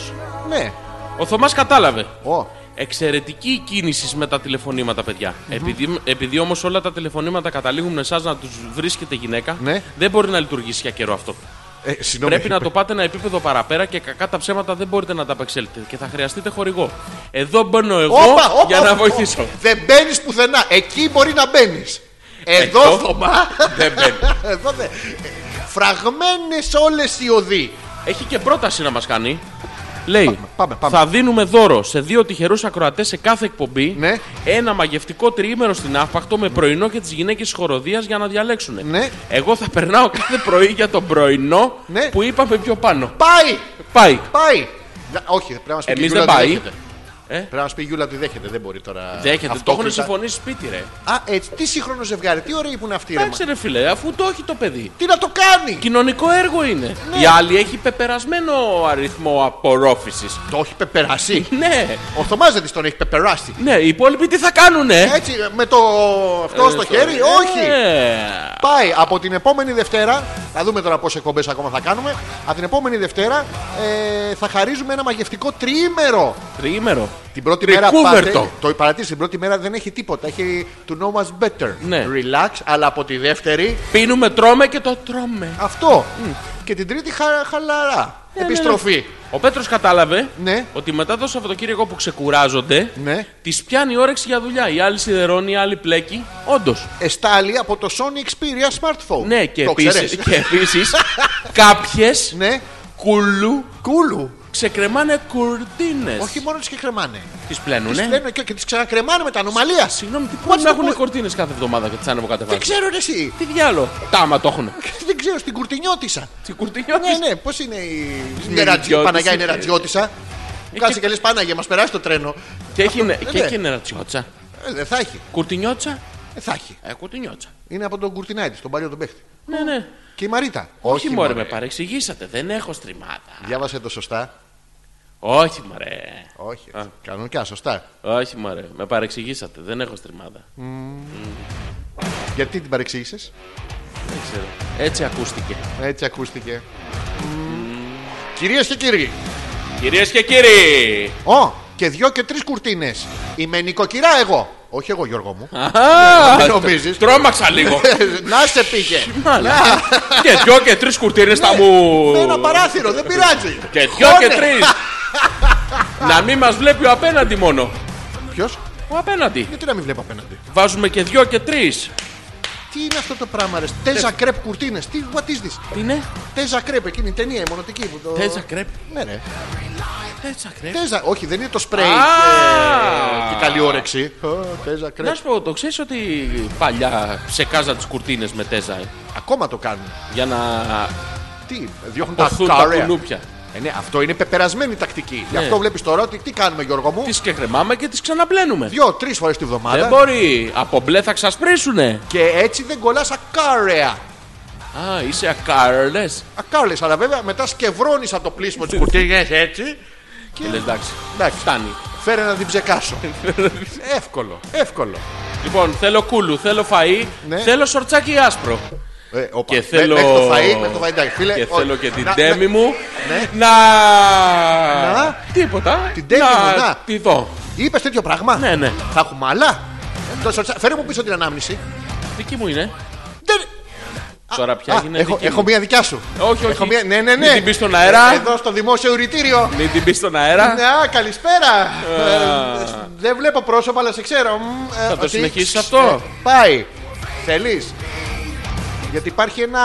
[SPEAKER 1] Ναι.
[SPEAKER 2] Ο Θωμάς κατάλαβε.
[SPEAKER 1] Ω.
[SPEAKER 2] Εξαιρετική η κίνηση με τα τηλεφωνήματα, παιδιά. Επειδή, επειδή όμως όλα τα τηλεφωνήματα καταλήγουν εσάς να τους βρίσκετε γυναίκα,
[SPEAKER 1] Ναι.
[SPEAKER 2] δεν μπορεί να λειτουργήσει για καιρό αυτό.
[SPEAKER 1] Ε, συγγνώμη.
[SPEAKER 2] Πρέπει να το πάτε ένα επίπεδο παραπέρα και κακά τα ψέματα δεν μπορείτε να τα απεξέλθετε και θα χρειαστείτε χορηγό. Εδώ μπαίνω εγώ
[SPEAKER 1] Όπα, όπα,
[SPEAKER 2] για να
[SPEAKER 1] όπα.
[SPEAKER 2] βοηθήσω.
[SPEAKER 1] Δεν μπαίνεις πουθενά. Εκεί μπορεί να μπαίνεις. Εδώ,
[SPEAKER 2] Εδώ
[SPEAKER 1] Θωμά.
[SPEAKER 2] δεν μπαίνει.
[SPEAKER 1] Εδώ δεν. Φραγμένες όλες οι οδοί.
[SPEAKER 2] Έχει και πρόταση να μας κάνει. Λέει,
[SPEAKER 1] πάμε, πάμε.
[SPEAKER 2] θα δίνουμε δώρο σε δύο τυχερούς ακροατές σε κάθε εκπομπή
[SPEAKER 1] Ναι.
[SPEAKER 2] ένα μαγευτικό τριήμερο στην Άφπακτο με πρωινό και τις γυναίκες της χοροδίας για να διαλέξουν.
[SPEAKER 1] Ναι.
[SPEAKER 2] Εγώ θα περνάω κάθε πρωί για τον πρωινό
[SPEAKER 1] Ναι.
[SPEAKER 2] που είπαμε πιο πάνω.
[SPEAKER 1] Πάει!
[SPEAKER 2] Πάει.
[SPEAKER 1] Πάει! Να- Όχι, πρέπει να μα πει η
[SPEAKER 2] Εμεί
[SPEAKER 1] Γιούλα
[SPEAKER 2] δεν
[SPEAKER 1] ότι
[SPEAKER 2] πάει.
[SPEAKER 1] δέχεται.
[SPEAKER 2] Ε?
[SPEAKER 1] Πρέπει να μας πει η Γιούλα ότι δέχεται. Δεν μπορεί τώρα.
[SPEAKER 2] Δέχεται, το
[SPEAKER 1] αυτόκλητα.
[SPEAKER 2] έχουν συμφωνήσει σπίτι, ρε.
[SPEAKER 1] Α, έτσι. Τι σύγχρονο ζευγάρι, τι ωραίοι που είναι αυτοί, ρε. μα.
[SPEAKER 2] Εντάξει, ρε φίλε, αφού το έχει το παιδί.
[SPEAKER 1] Τι να το κάνει!
[SPEAKER 2] Κοινωνικό έργο είναι.
[SPEAKER 1] Ναι.
[SPEAKER 2] Η άλλη έχει πεπερασμένο αριθμό απορρόφησης.
[SPEAKER 1] Το έχει πεπεράσει.
[SPEAKER 2] Ναι,
[SPEAKER 1] Ο Θωμάς δεν της τον έχει πεπεράσει.
[SPEAKER 2] ναι, οι υπόλοιποι τι θα κάνουνε. Ναι.
[SPEAKER 1] Έτσι, με το αυτό στο χέρι, όχι.
[SPEAKER 2] Ε,
[SPEAKER 1] Πάει από την επόμενη Δευτέρα. Θα δούμε τώρα πόσες εκπομπές ακόμα θα κάνουμε. Από την επόμενη Δευτέρα ε, θα χαρίζουμε ένα μαγευτικό τριήμερο.
[SPEAKER 2] Τριήμερο.
[SPEAKER 1] Την πρώτη μέρα
[SPEAKER 2] Τρικούβερτο.
[SPEAKER 1] πάτε, το παρατήρησε την πρώτη μέρα δεν έχει τίποτα. Έχει to know us better.
[SPEAKER 2] Ναι.
[SPEAKER 1] Relax, αλλά από τη δεύτερη
[SPEAKER 2] Πίνουμε, τρώμε και το τρώμε.
[SPEAKER 1] αυτό. Και την τρίτη χα-
[SPEAKER 2] Ναι,
[SPEAKER 1] χαλαρά. Επιστροφή.
[SPEAKER 2] Ο Πέτρος κατάλαβε
[SPEAKER 1] Ναι.
[SPEAKER 2] ότι μετά το Σαββατοκύριακο που ξεκουράζονται,
[SPEAKER 1] Ναι.
[SPEAKER 2] τις πιάνει η όρεξη για δουλειά. Η άλλη σιδερώνει, η άλλη πλέκει. Όντως.
[SPEAKER 1] Εστάλει από το Sony Xperia smartphone.
[SPEAKER 2] Ναι, και
[SPEAKER 1] το
[SPEAKER 2] επίσης,
[SPEAKER 1] ξέρεις.
[SPEAKER 2] και επίσης κάποιες
[SPEAKER 1] Ναι,
[SPEAKER 2] κουλού
[SPEAKER 1] κούλου.
[SPEAKER 2] ξεκρεμάνε κουρτίνες.
[SPEAKER 1] Όχι μόνο τις και κρεμάνε.
[SPEAKER 2] Τις
[SPEAKER 1] Τις
[SPEAKER 2] πλένουνε.
[SPEAKER 1] λένε και, και τις ξανακρεμάνε με τα ανομαλία.
[SPEAKER 2] Συγγνώμη, τι
[SPEAKER 1] What's
[SPEAKER 2] πάνε να
[SPEAKER 1] the
[SPEAKER 2] έχουν
[SPEAKER 1] point?
[SPEAKER 2] κουρτίνες κάθε εβδομάδα και τις
[SPEAKER 1] Δεν
[SPEAKER 2] ανεβοκατεβάζουν.
[SPEAKER 1] ξέρω ρε, εσύ.
[SPEAKER 2] Τι διάλο. Τάμα το έχουν.
[SPEAKER 1] Δεν ξέρω, στην κουρτινιώτησα.
[SPEAKER 2] Τι κουρτινιώτες.
[SPEAKER 1] Ναι, ναι, πώς είναι η.
[SPEAKER 2] Νερατζι-
[SPEAKER 1] Νερατζι- Παναγιά, η
[SPEAKER 2] ε,
[SPEAKER 1] νερατζιώτησα. Μου Κάτσε και λες Πάναγια, μας περάσει το τρένο.
[SPEAKER 2] Και έχει, νε- και
[SPEAKER 1] ναι.
[SPEAKER 2] έχει νερατσιώτσα.
[SPEAKER 1] Ε, δεν θα έχει.
[SPEAKER 2] Κουρτινιώτσα.
[SPEAKER 1] Ε, θα έχει.
[SPEAKER 2] Ε, κουρτινιώτσα.
[SPEAKER 1] Είναι από τον Κουρτινάιτη, τον παλιό τον παίχτη.
[SPEAKER 2] Ναι, ναι.
[SPEAKER 1] Και η Μαρίτα.
[SPEAKER 2] Όχι, μωρέ, με παρεξηγήσατε. Δεν έχω στριμάδα.
[SPEAKER 1] Διάβασε το σωστά.
[SPEAKER 2] Όχι, μωρέ.
[SPEAKER 1] Όχι. Κανονικά, σωστά.
[SPEAKER 2] Όχι, μωρέ. Με παρεξηγήσατε. Δεν έχω στριμάδα.
[SPEAKER 1] Γιατί την παρεξήγησες.
[SPEAKER 2] Δεν ξέρω. Έτσι ακούστηκε.
[SPEAKER 1] Έτσι ακούστηκε. Κυρίες και κύριοι,
[SPEAKER 2] Κυρίες και κύριοι!
[SPEAKER 1] Ω, και δυο και τρεις κουρτίνες. Είμαι νοικοκυρά εγώ. Όχι εγώ, Γιώργο μου.
[SPEAKER 2] Αχ!
[SPEAKER 1] νομίζεις.
[SPEAKER 2] Τρόμαξα λίγο.
[SPEAKER 1] Να σε πήγε.
[SPEAKER 2] Μάλα. και δυο και τρεις κουρτίνες θα μου.
[SPEAKER 1] Με ένα παράθυρο, δεν πειράζει.
[SPEAKER 2] Και δυο και τρεις. Να μην μας βλέπει ο απέναντι μόνο.
[SPEAKER 1] Ποιος,
[SPEAKER 2] Ο απέναντι.
[SPEAKER 1] γιατί να μην βλέπω απέναντι.
[SPEAKER 2] Βάζουμε και δυο και τρεις.
[SPEAKER 1] Τι είναι αυτό το πράγμα, ρε. Τέζα κρέπ κουρτίνες. Τι, what is this.
[SPEAKER 2] Τι είναι?
[SPEAKER 1] Τέζα κρέπ, εκείνη η ταινία, η μονοτική. Που το...
[SPEAKER 2] Τέτσα κρέπ.
[SPEAKER 1] Ναι, ρε.
[SPEAKER 2] Τέτσα κρέπ.
[SPEAKER 1] Τέζα, όχι, δεν είναι το σπρέι.
[SPEAKER 2] Α.
[SPEAKER 1] ε, Και καλή όρεξη. Ω, Τέζα
[SPEAKER 2] Να
[SPEAKER 1] κρέπ.
[SPEAKER 2] σου πω, το ξέρεις ότι παλιά ψεκάζα τις κουρτίνες με τέζα ε,
[SPEAKER 1] Ακόμα το κάνουν.
[SPEAKER 2] για να
[SPEAKER 1] Τι, διώχνουν τα
[SPEAKER 2] ποθούν τα
[SPEAKER 1] κάρια.
[SPEAKER 2] κουνούπια.
[SPEAKER 1] Ε, ναι, αυτό είναι πεπερασμένη τακτική. Γι' αυτό βλέπεις τώρα ότι τι κάνουμε, Γιώργο μου.
[SPEAKER 2] Τις κρεμάμε και τις ξαναπλένουμε.
[SPEAKER 1] Δύο-τρει φορές τη βδομάδα.
[SPEAKER 2] Δεν μπορεί. Από μπλε θα ξασπρίσουνε.
[SPEAKER 1] Και έτσι δεν κολλάς ακάρεα.
[SPEAKER 2] Α, είσαι ακάρλε.
[SPEAKER 1] Ακάρεε, αλλά βέβαια μετά σκευρώνεις από το πλήσιμο της κουρτίνας.
[SPEAKER 2] Κουρτίνε έτσι. Και
[SPEAKER 1] Και-
[SPEAKER 2] λες, εντάξει.
[SPEAKER 1] Εντάξει,
[SPEAKER 2] Φτάνει.
[SPEAKER 1] φέρε να την ψεκάσω. εύκολο, εύκολο.
[SPEAKER 2] Λοιπόν, θέλω κούλου, θέλω φαΐ,
[SPEAKER 1] Ναι.
[SPEAKER 2] θέλω σορτσάκι άσπρο.
[SPEAKER 1] Ε, όπα.
[SPEAKER 2] Και
[SPEAKER 1] Με-
[SPEAKER 2] θέλω-
[SPEAKER 1] μέχρι το φαΐ, μέχρι το φαΐ, εντάξει, φίλε.
[SPEAKER 2] και
[SPEAKER 1] όχι.
[SPEAKER 2] θέλω και την
[SPEAKER 1] Να-
[SPEAKER 2] τέμι
[SPEAKER 1] να-
[SPEAKER 2] μου.
[SPEAKER 1] Ναι.
[SPEAKER 2] Να...
[SPEAKER 1] Να.
[SPEAKER 2] Τίποτα.
[SPEAKER 1] Την Ντέμι μου, να.
[SPEAKER 2] Τη δω.
[SPEAKER 1] Είπες τέτοιο πράγμα.
[SPEAKER 2] Ναι, ναι.
[SPEAKER 1] Θα έχουμε άλλα. Το σορτσα- Φέρε μου πίσω την ανάμνηση.
[SPEAKER 2] Δική μου είναι.
[SPEAKER 1] Δεν-
[SPEAKER 2] Τώρα πια
[SPEAKER 1] Α,
[SPEAKER 2] είναι.
[SPEAKER 1] έχω,
[SPEAKER 2] δική
[SPEAKER 1] έχω
[SPEAKER 2] μου.
[SPEAKER 1] μία δικιά σου.
[SPEAKER 2] Όχι, όχι.
[SPEAKER 1] Έχω μία... Ναι, ναι, ναι.
[SPEAKER 2] Μην την πεις στον αέρα.
[SPEAKER 1] Εδώ στο δημόσιο ουρητήριο.
[SPEAKER 2] Μην την πεις στον αέρα.
[SPEAKER 1] Ναι, α, καλησπέρα. Ε, σ- Δεν βλέπω πρόσωπα, αλλά σε ξέρω. Μ, ε,
[SPEAKER 2] Θα το
[SPEAKER 1] ότι-
[SPEAKER 2] συνεχίσεις αυτό?
[SPEAKER 1] Ε, Πάει. Θέλεις. Γιατί υπάρχει ένα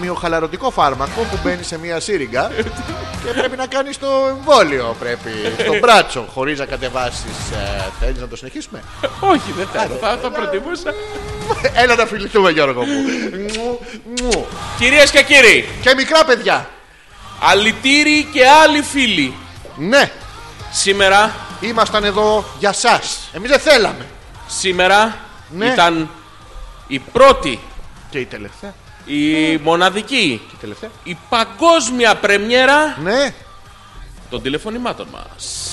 [SPEAKER 1] μυοχαλαρωτικό φάρμακο που μπαίνει σε μία σύριγγα και πρέπει να κάνεις το εμβόλιο. Πρέπει στο μπράτσο, χωρίς να κατεβάσεις. Θέλεις να το συνεχίσουμε.
[SPEAKER 2] Όχι, δεν θέλω. Θα, θα προτιμούσα.
[SPEAKER 1] Έλα να φιληθούμε, Γιώργο μου. Μου, μου.
[SPEAKER 2] Κυρίες και κύριοι,
[SPEAKER 1] Και μικρά παιδιά.
[SPEAKER 2] αλητήριοι και άλλοι φίλοι,
[SPEAKER 1] Ναι,
[SPEAKER 2] σήμερα,
[SPEAKER 1] ήμασταν εδώ για εσά. Εμείς δεν θέλαμε.
[SPEAKER 2] σήμερα
[SPEAKER 1] Ναι.
[SPEAKER 2] ήταν η πρώτη,
[SPEAKER 1] Και η τελευταία.
[SPEAKER 2] η μοναδική,
[SPEAKER 1] Και η τελευταία.
[SPEAKER 2] η παγκόσμια πρεμιέρα
[SPEAKER 1] Ναι,
[SPEAKER 2] των τηλεφωνημάτων μας.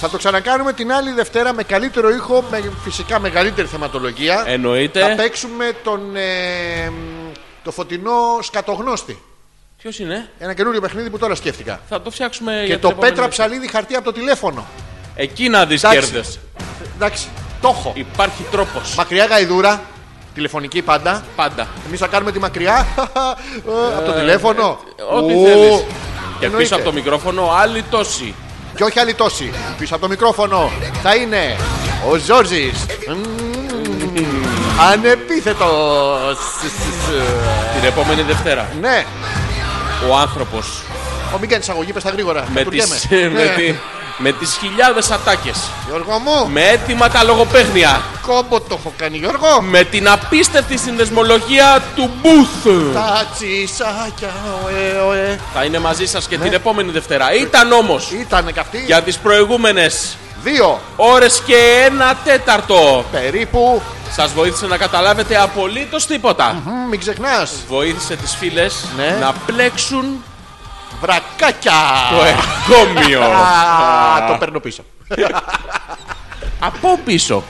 [SPEAKER 1] θα το ξανακάνουμε την άλλη Δευτέρα με καλύτερο ήχο, με φυσικά μεγαλύτερη θεματολογία. Θα
[SPEAKER 2] Εννοείται.
[SPEAKER 1] παίξουμε τον, ε, μ, το φωτεινό σκατογνώστη.
[SPEAKER 2] Ποιος είναι?
[SPEAKER 1] Ένα καινούριο παιχνίδι που τώρα σκέφτηκα.
[SPEAKER 2] Θα το φτιάξουμε Ε, για
[SPEAKER 1] Και
[SPEAKER 2] την
[SPEAKER 1] το
[SPEAKER 2] επόμενη
[SPEAKER 1] Πέτρα
[SPEAKER 2] Δευτέρα.
[SPEAKER 1] ψαλίδι χαρτί από το τηλέφωνο.
[SPEAKER 2] Εκεί να δεις
[SPEAKER 1] Εντάξει.
[SPEAKER 2] κέρδες.
[SPEAKER 1] Εντάξει, το έχω.
[SPEAKER 2] Υπάρχει τρόπος.
[SPEAKER 1] Μακριά γαϊδούρα, τηλεφωνική πάντα.
[SPEAKER 2] Πάντα.
[SPEAKER 1] Εμείς θα κάνουμε τη μακριά. ε, από το τηλέφωνο.
[SPEAKER 2] ε, Ό,τι
[SPEAKER 1] Ου,
[SPEAKER 2] θέλεις. Και
[SPEAKER 1] εννοείται.
[SPEAKER 2] πίσω από το μικρόφωνο, άλλη τόση.
[SPEAKER 1] Και όχι άλλη τόση. Πίσω από το μικρόφωνο θα είναι ο Ζόρζης. Ανεπίθετος.
[SPEAKER 2] Την επόμενη Δευτέρα.
[SPEAKER 1] Ναι,
[SPEAKER 2] Ο άνθρωπος
[SPEAKER 1] ο μην κάνεις αγωγή, πες τα γρήγορα.
[SPEAKER 2] με
[SPEAKER 1] Τουργέμαι.
[SPEAKER 2] τις,
[SPEAKER 1] Ναι.
[SPEAKER 2] με, τη, με τις χιλιάδες ατάκες
[SPEAKER 1] Γιώργο μου,
[SPEAKER 2] Με έτοιμα τα λογοπαίγνια
[SPEAKER 1] κόμπο το έχω κάνει, Γιώργο.
[SPEAKER 2] Με την απίστευτη συνδεσμολογία του Booth
[SPEAKER 1] Τα τσισάκια, ωε, ωε.
[SPEAKER 2] Θα είναι μαζί σας και
[SPEAKER 1] Ναι.
[SPEAKER 2] την επόμενη Δευτέρα Ήταν όμως
[SPEAKER 1] Ήτανε και αυτή.
[SPEAKER 2] για τις προηγούμενες
[SPEAKER 1] Δύο
[SPEAKER 2] ώρες και ένα τέταρτο
[SPEAKER 1] περίπου.
[SPEAKER 2] Σας βοήθησε να καταλάβετε απολύτως τίποτα
[SPEAKER 1] Μμ, Μην ξεχνάς.
[SPEAKER 2] Βοήθησε τις φίλες
[SPEAKER 1] Ναι.
[SPEAKER 2] να πλέξουν
[SPEAKER 1] Βρακάκια.
[SPEAKER 2] το εργόμιο
[SPEAKER 1] Α, Το παίρνω πίσω.
[SPEAKER 2] Από πίσω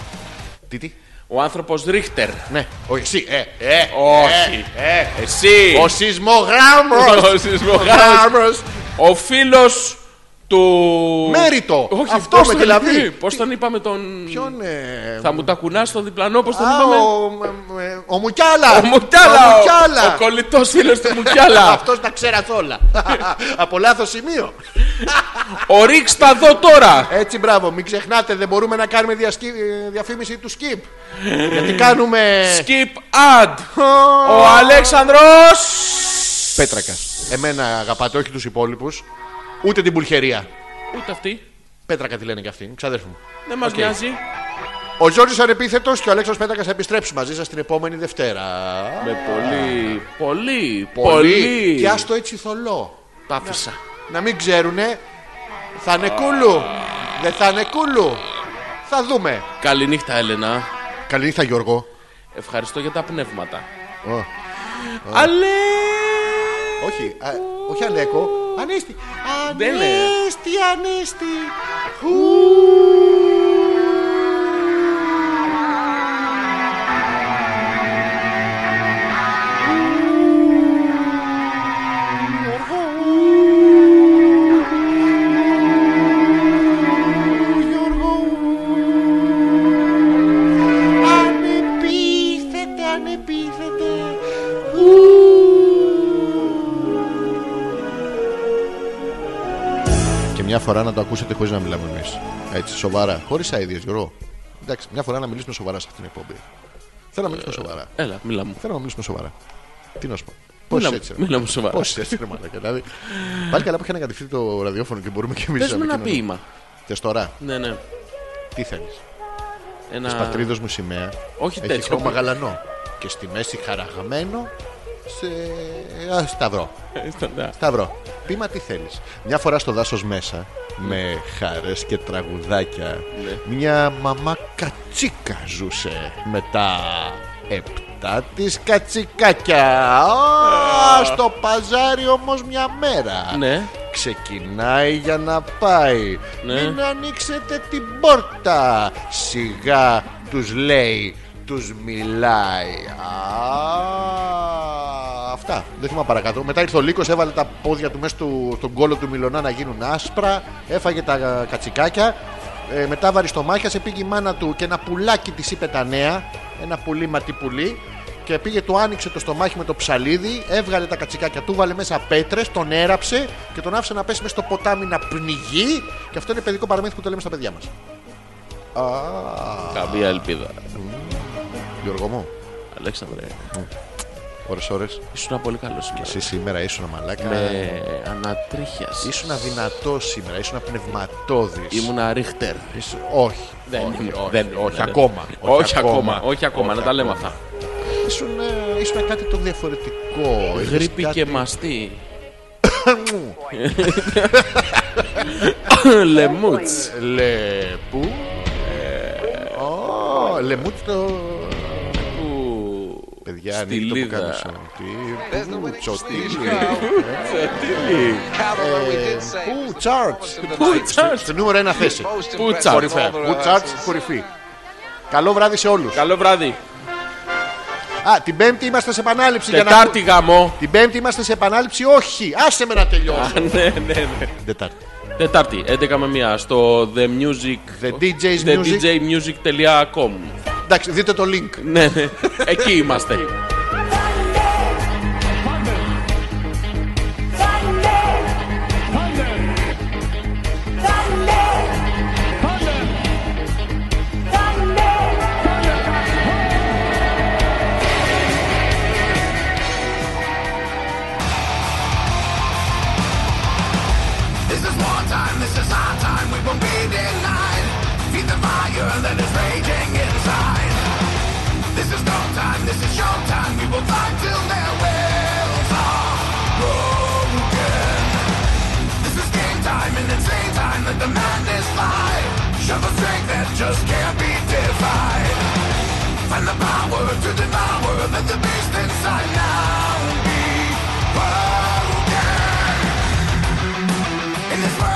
[SPEAKER 1] Τι, τι.
[SPEAKER 2] Ο άνθρωπος Ρίχτερ
[SPEAKER 1] Ναι, όχι εσύ. Ε, ε,
[SPEAKER 2] Όχι.
[SPEAKER 1] ε, ε.
[SPEAKER 2] Εσύ
[SPEAKER 1] Ο σεισμογράμμος
[SPEAKER 2] Ο σεισμογράμμος.
[SPEAKER 1] Γράμμος.
[SPEAKER 2] Ο φίλος του.
[SPEAKER 1] Μέριτο.
[SPEAKER 2] Όχι,
[SPEAKER 1] Αυτό
[SPEAKER 2] πώς
[SPEAKER 1] με
[SPEAKER 2] τον-
[SPEAKER 1] τη Λαβή.
[SPEAKER 2] τι, πώς τον είπαμε τον.
[SPEAKER 1] Ποιον ε,
[SPEAKER 2] Θα μου τα κουνάς στον διπλανό, πώς τον
[SPEAKER 1] α,
[SPEAKER 2] είπαμε. Ο,
[SPEAKER 1] ο, ε, ε, ο Μουκιάλα
[SPEAKER 2] Μουκιάλα.
[SPEAKER 1] Ο
[SPEAKER 2] Ο,
[SPEAKER 1] Μουκιάλα
[SPEAKER 2] ο κολλητός φίλος του Μουκιάλα.
[SPEAKER 1] Αυτός τα ξέρας όλα Από λάθος σημείο
[SPEAKER 2] ο Ρίξ τα δω τώρα.
[SPEAKER 1] Έτσι μπράβο μην ξεχνάτε δεν μπορούμε να κάνουμε διασκή- ε, διαφήμιση του Skip Γιατί κάνουμε
[SPEAKER 2] Skip ad. ο Αλέξανδρος
[SPEAKER 1] Πέτρακας Εμένα αγαπάτε όχι τους υπόλοιπους Ούτε την Πουλχερία
[SPEAKER 2] Ούτε αυτή.
[SPEAKER 1] Πέτρακα τη λένε και αυτοί ξαδέρφη μου
[SPEAKER 2] Δεν μας νοιάζει.
[SPEAKER 1] Ο Ζόρις Ανεπίθετος και ο Αλέξος Πέτρακας θα επιστρέψει μαζί σας την επόμενη Δευτέρα
[SPEAKER 2] Με πολύ. Πολύ.
[SPEAKER 1] Πολύ.
[SPEAKER 2] Πολύ. Ναι.
[SPEAKER 1] Και άστο έτσι θολό. Τα άφησα. Να μην ξέρουνε. Θα είναι κούλου. Δεν θα είναι κούλου. Θα δούμε.
[SPEAKER 2] Καληνύχτα, Έλενα.
[SPEAKER 1] Καλή νύχτα Γιώργο.
[SPEAKER 2] Ευχαριστώ για τα πνεύματα.
[SPEAKER 1] Ω.
[SPEAKER 2] Αλλά.
[SPEAKER 1] Όχι, α, όχι Αλέκο. Ανέστη.
[SPEAKER 2] Δεν είναι.
[SPEAKER 1] Ανέστη, ανέστη. Χου. Ανεπίθετε, ανεπίθετε. Και μια φορά να το ακούσετε χωρίς να μιλάμε εμείς. Έτσι, σοβαρά. Χωρίς αειδίε, Γιώργο. Εντάξει, μια φορά να μιλήσουμε σοβαρά σε αυτήν την εκπομπή. Θέλω να μιλήσουμε σοβαρά.
[SPEAKER 2] Έλα, μιλά μου.
[SPEAKER 1] Θέλω να μιλήσουμε σοβαρά. Τι να σου πω. Πώ
[SPEAKER 2] Μίλα μου-
[SPEAKER 1] έτσι. ρε,
[SPEAKER 2] μίλα μου
[SPEAKER 1] μαλάκα.
[SPEAKER 2] σοβαρά.
[SPEAKER 1] Πώς έτσι, ρε, μαλάκα. Δηλαδή, πάλι καλά που έχει ανακατευτεί το ραδιόφωνο και μπορούμε και εμείς να
[SPEAKER 2] Πες μου ένα
[SPEAKER 1] επικοινωνούμε.
[SPEAKER 2] ποίημα.
[SPEAKER 1] Θες τώρα,
[SPEAKER 2] Ναι, ναι.
[SPEAKER 1] τι θέλεις. Τη
[SPEAKER 2] Ένα.
[SPEAKER 1] πατρίδα μου σημαία.
[SPEAKER 2] Όχι
[SPEAKER 1] έχει
[SPEAKER 2] τέτοιο.
[SPEAKER 1] χρώμα γαλανό. Και στη μέση χαραγμένο σε α, σταυρό.
[SPEAKER 2] Σταντά.
[SPEAKER 1] Σταυρό, πείμα τι θέλεις. Μια φορά στο δάσος μέσα,
[SPEAKER 2] Ναι.
[SPEAKER 1] με χάρες και τραγουδάκια, μια μαμά κατσίκα ζούσε με τα επτά της κατσικάκια. Α, στο παζάρι όμως μια μέρα.
[SPEAKER 2] Ναι.
[SPEAKER 1] Ξεκινάει για να πάει.
[SPEAKER 2] Ναι.
[SPEAKER 1] Μην ανοίξετε την πόρτα. Σιγά τους λέει, τους μιλάει. Α, αυτά. Δεν θυμάμαι παρακάτω. Μετά ήρθε ο Λύκος, έβαλε τα πόδια του μέσα του, στον κόλο του Μιλωνά να γίνουν άσπρα. Έφαγε τα κατσικάκια. Ε, μετά βαριστομάχιασε, πήγε η μάνα του και ένα πουλάκι της είπε τα νέα. Ένα πουλί ματι πουλί. Και πήγε, του άνοιξε το στομάχι με το ψαλίδι, έβγαλε τα κατσικάκια του, βάλε μέσα πέτρες, τον έραψε και τον άφησε να πέσει μέσα στο ποτάμι να πνιγεί. Και αυτό είναι παιδικό παραμύθι που το λέμε στα παιδιά μας.
[SPEAKER 2] Καμία ελπίδα.
[SPEAKER 1] Γιώργο μου,
[SPEAKER 2] Αλέξανδρε.
[SPEAKER 1] Ωρες, ώρες.
[SPEAKER 2] Ήσουν πολύ καλό σήμερα.
[SPEAKER 1] Εσύ σήμερα ήσουν μαλάκα.
[SPEAKER 2] Με ανατρίχιας.
[SPEAKER 1] Ναι. Ήσουν αδυνατό σήμερα, ήσουν πνευματώδης.
[SPEAKER 2] Ήμουνα ρίχτερ.
[SPEAKER 1] Όχι.
[SPEAKER 2] Δεν
[SPEAKER 1] όχι,
[SPEAKER 2] ήμουν,
[SPEAKER 1] όχι,
[SPEAKER 2] δεν
[SPEAKER 1] όχι,
[SPEAKER 2] ήμουν,
[SPEAKER 1] όχι
[SPEAKER 2] δεν-
[SPEAKER 1] ακόμα.
[SPEAKER 2] Όχι ακόμα, όχι ακόμα, να τα λέμε
[SPEAKER 1] ακόμα.
[SPEAKER 2] αυτά.
[SPEAKER 1] Ήσουν, ε, ήσουν κάτι το διαφορετικό. είχες
[SPEAKER 2] Γρήπη
[SPEAKER 1] κάτι-
[SPEAKER 2] και μαστί. Λεμούτς.
[SPEAKER 1] Λεπού. Ε, Ω, Λεμούτ το.
[SPEAKER 2] Ου,
[SPEAKER 1] Παιδιά,
[SPEAKER 2] στη
[SPEAKER 1] ανοίγει το που
[SPEAKER 2] λίδα.
[SPEAKER 1] κάνει Τι. Τσοτήλι. ε, Πού, Τσάρτς.
[SPEAKER 2] Πού, Τσάρτς.
[SPEAKER 1] Στο νούμερο ένα θέση.
[SPEAKER 2] Πού, Τσάρτς.
[SPEAKER 1] Κορυφαία. Πού, Τσάρτς, κορυφή. Καλό βράδυ σε όλους.
[SPEAKER 2] Καλό βράδυ.
[SPEAKER 1] Α, την Πέμπτη είμαστε σε επανάληψη. για να-
[SPEAKER 2] Τετάρτη γαμό.
[SPEAKER 1] Την Πέμπτη είμαστε σε επανάληψη, όχι. Άσε με να τελειώσω.
[SPEAKER 2] Α, ναι, ναι, ναι.
[SPEAKER 1] Τετάρτη.
[SPEAKER 2] Τετάρτη, 11 με 1 στο The Music.
[SPEAKER 1] The DJ's
[SPEAKER 2] The
[SPEAKER 1] Music.
[SPEAKER 2] DJ music.com.
[SPEAKER 1] Εντάξει, δείτε το link.
[SPEAKER 2] Ναι, ναι. Εκεί είμαστε.
[SPEAKER 7] This is wartime, this is our time, we won't be denied. Feed the fire that is raging inside. This is no time, this is your time, we will fight till their wills are broken. This is game time and insane time, let the madness fly. Show the strength that just can't be defied. Find the power to devour, let the beast inside now be broken. In this world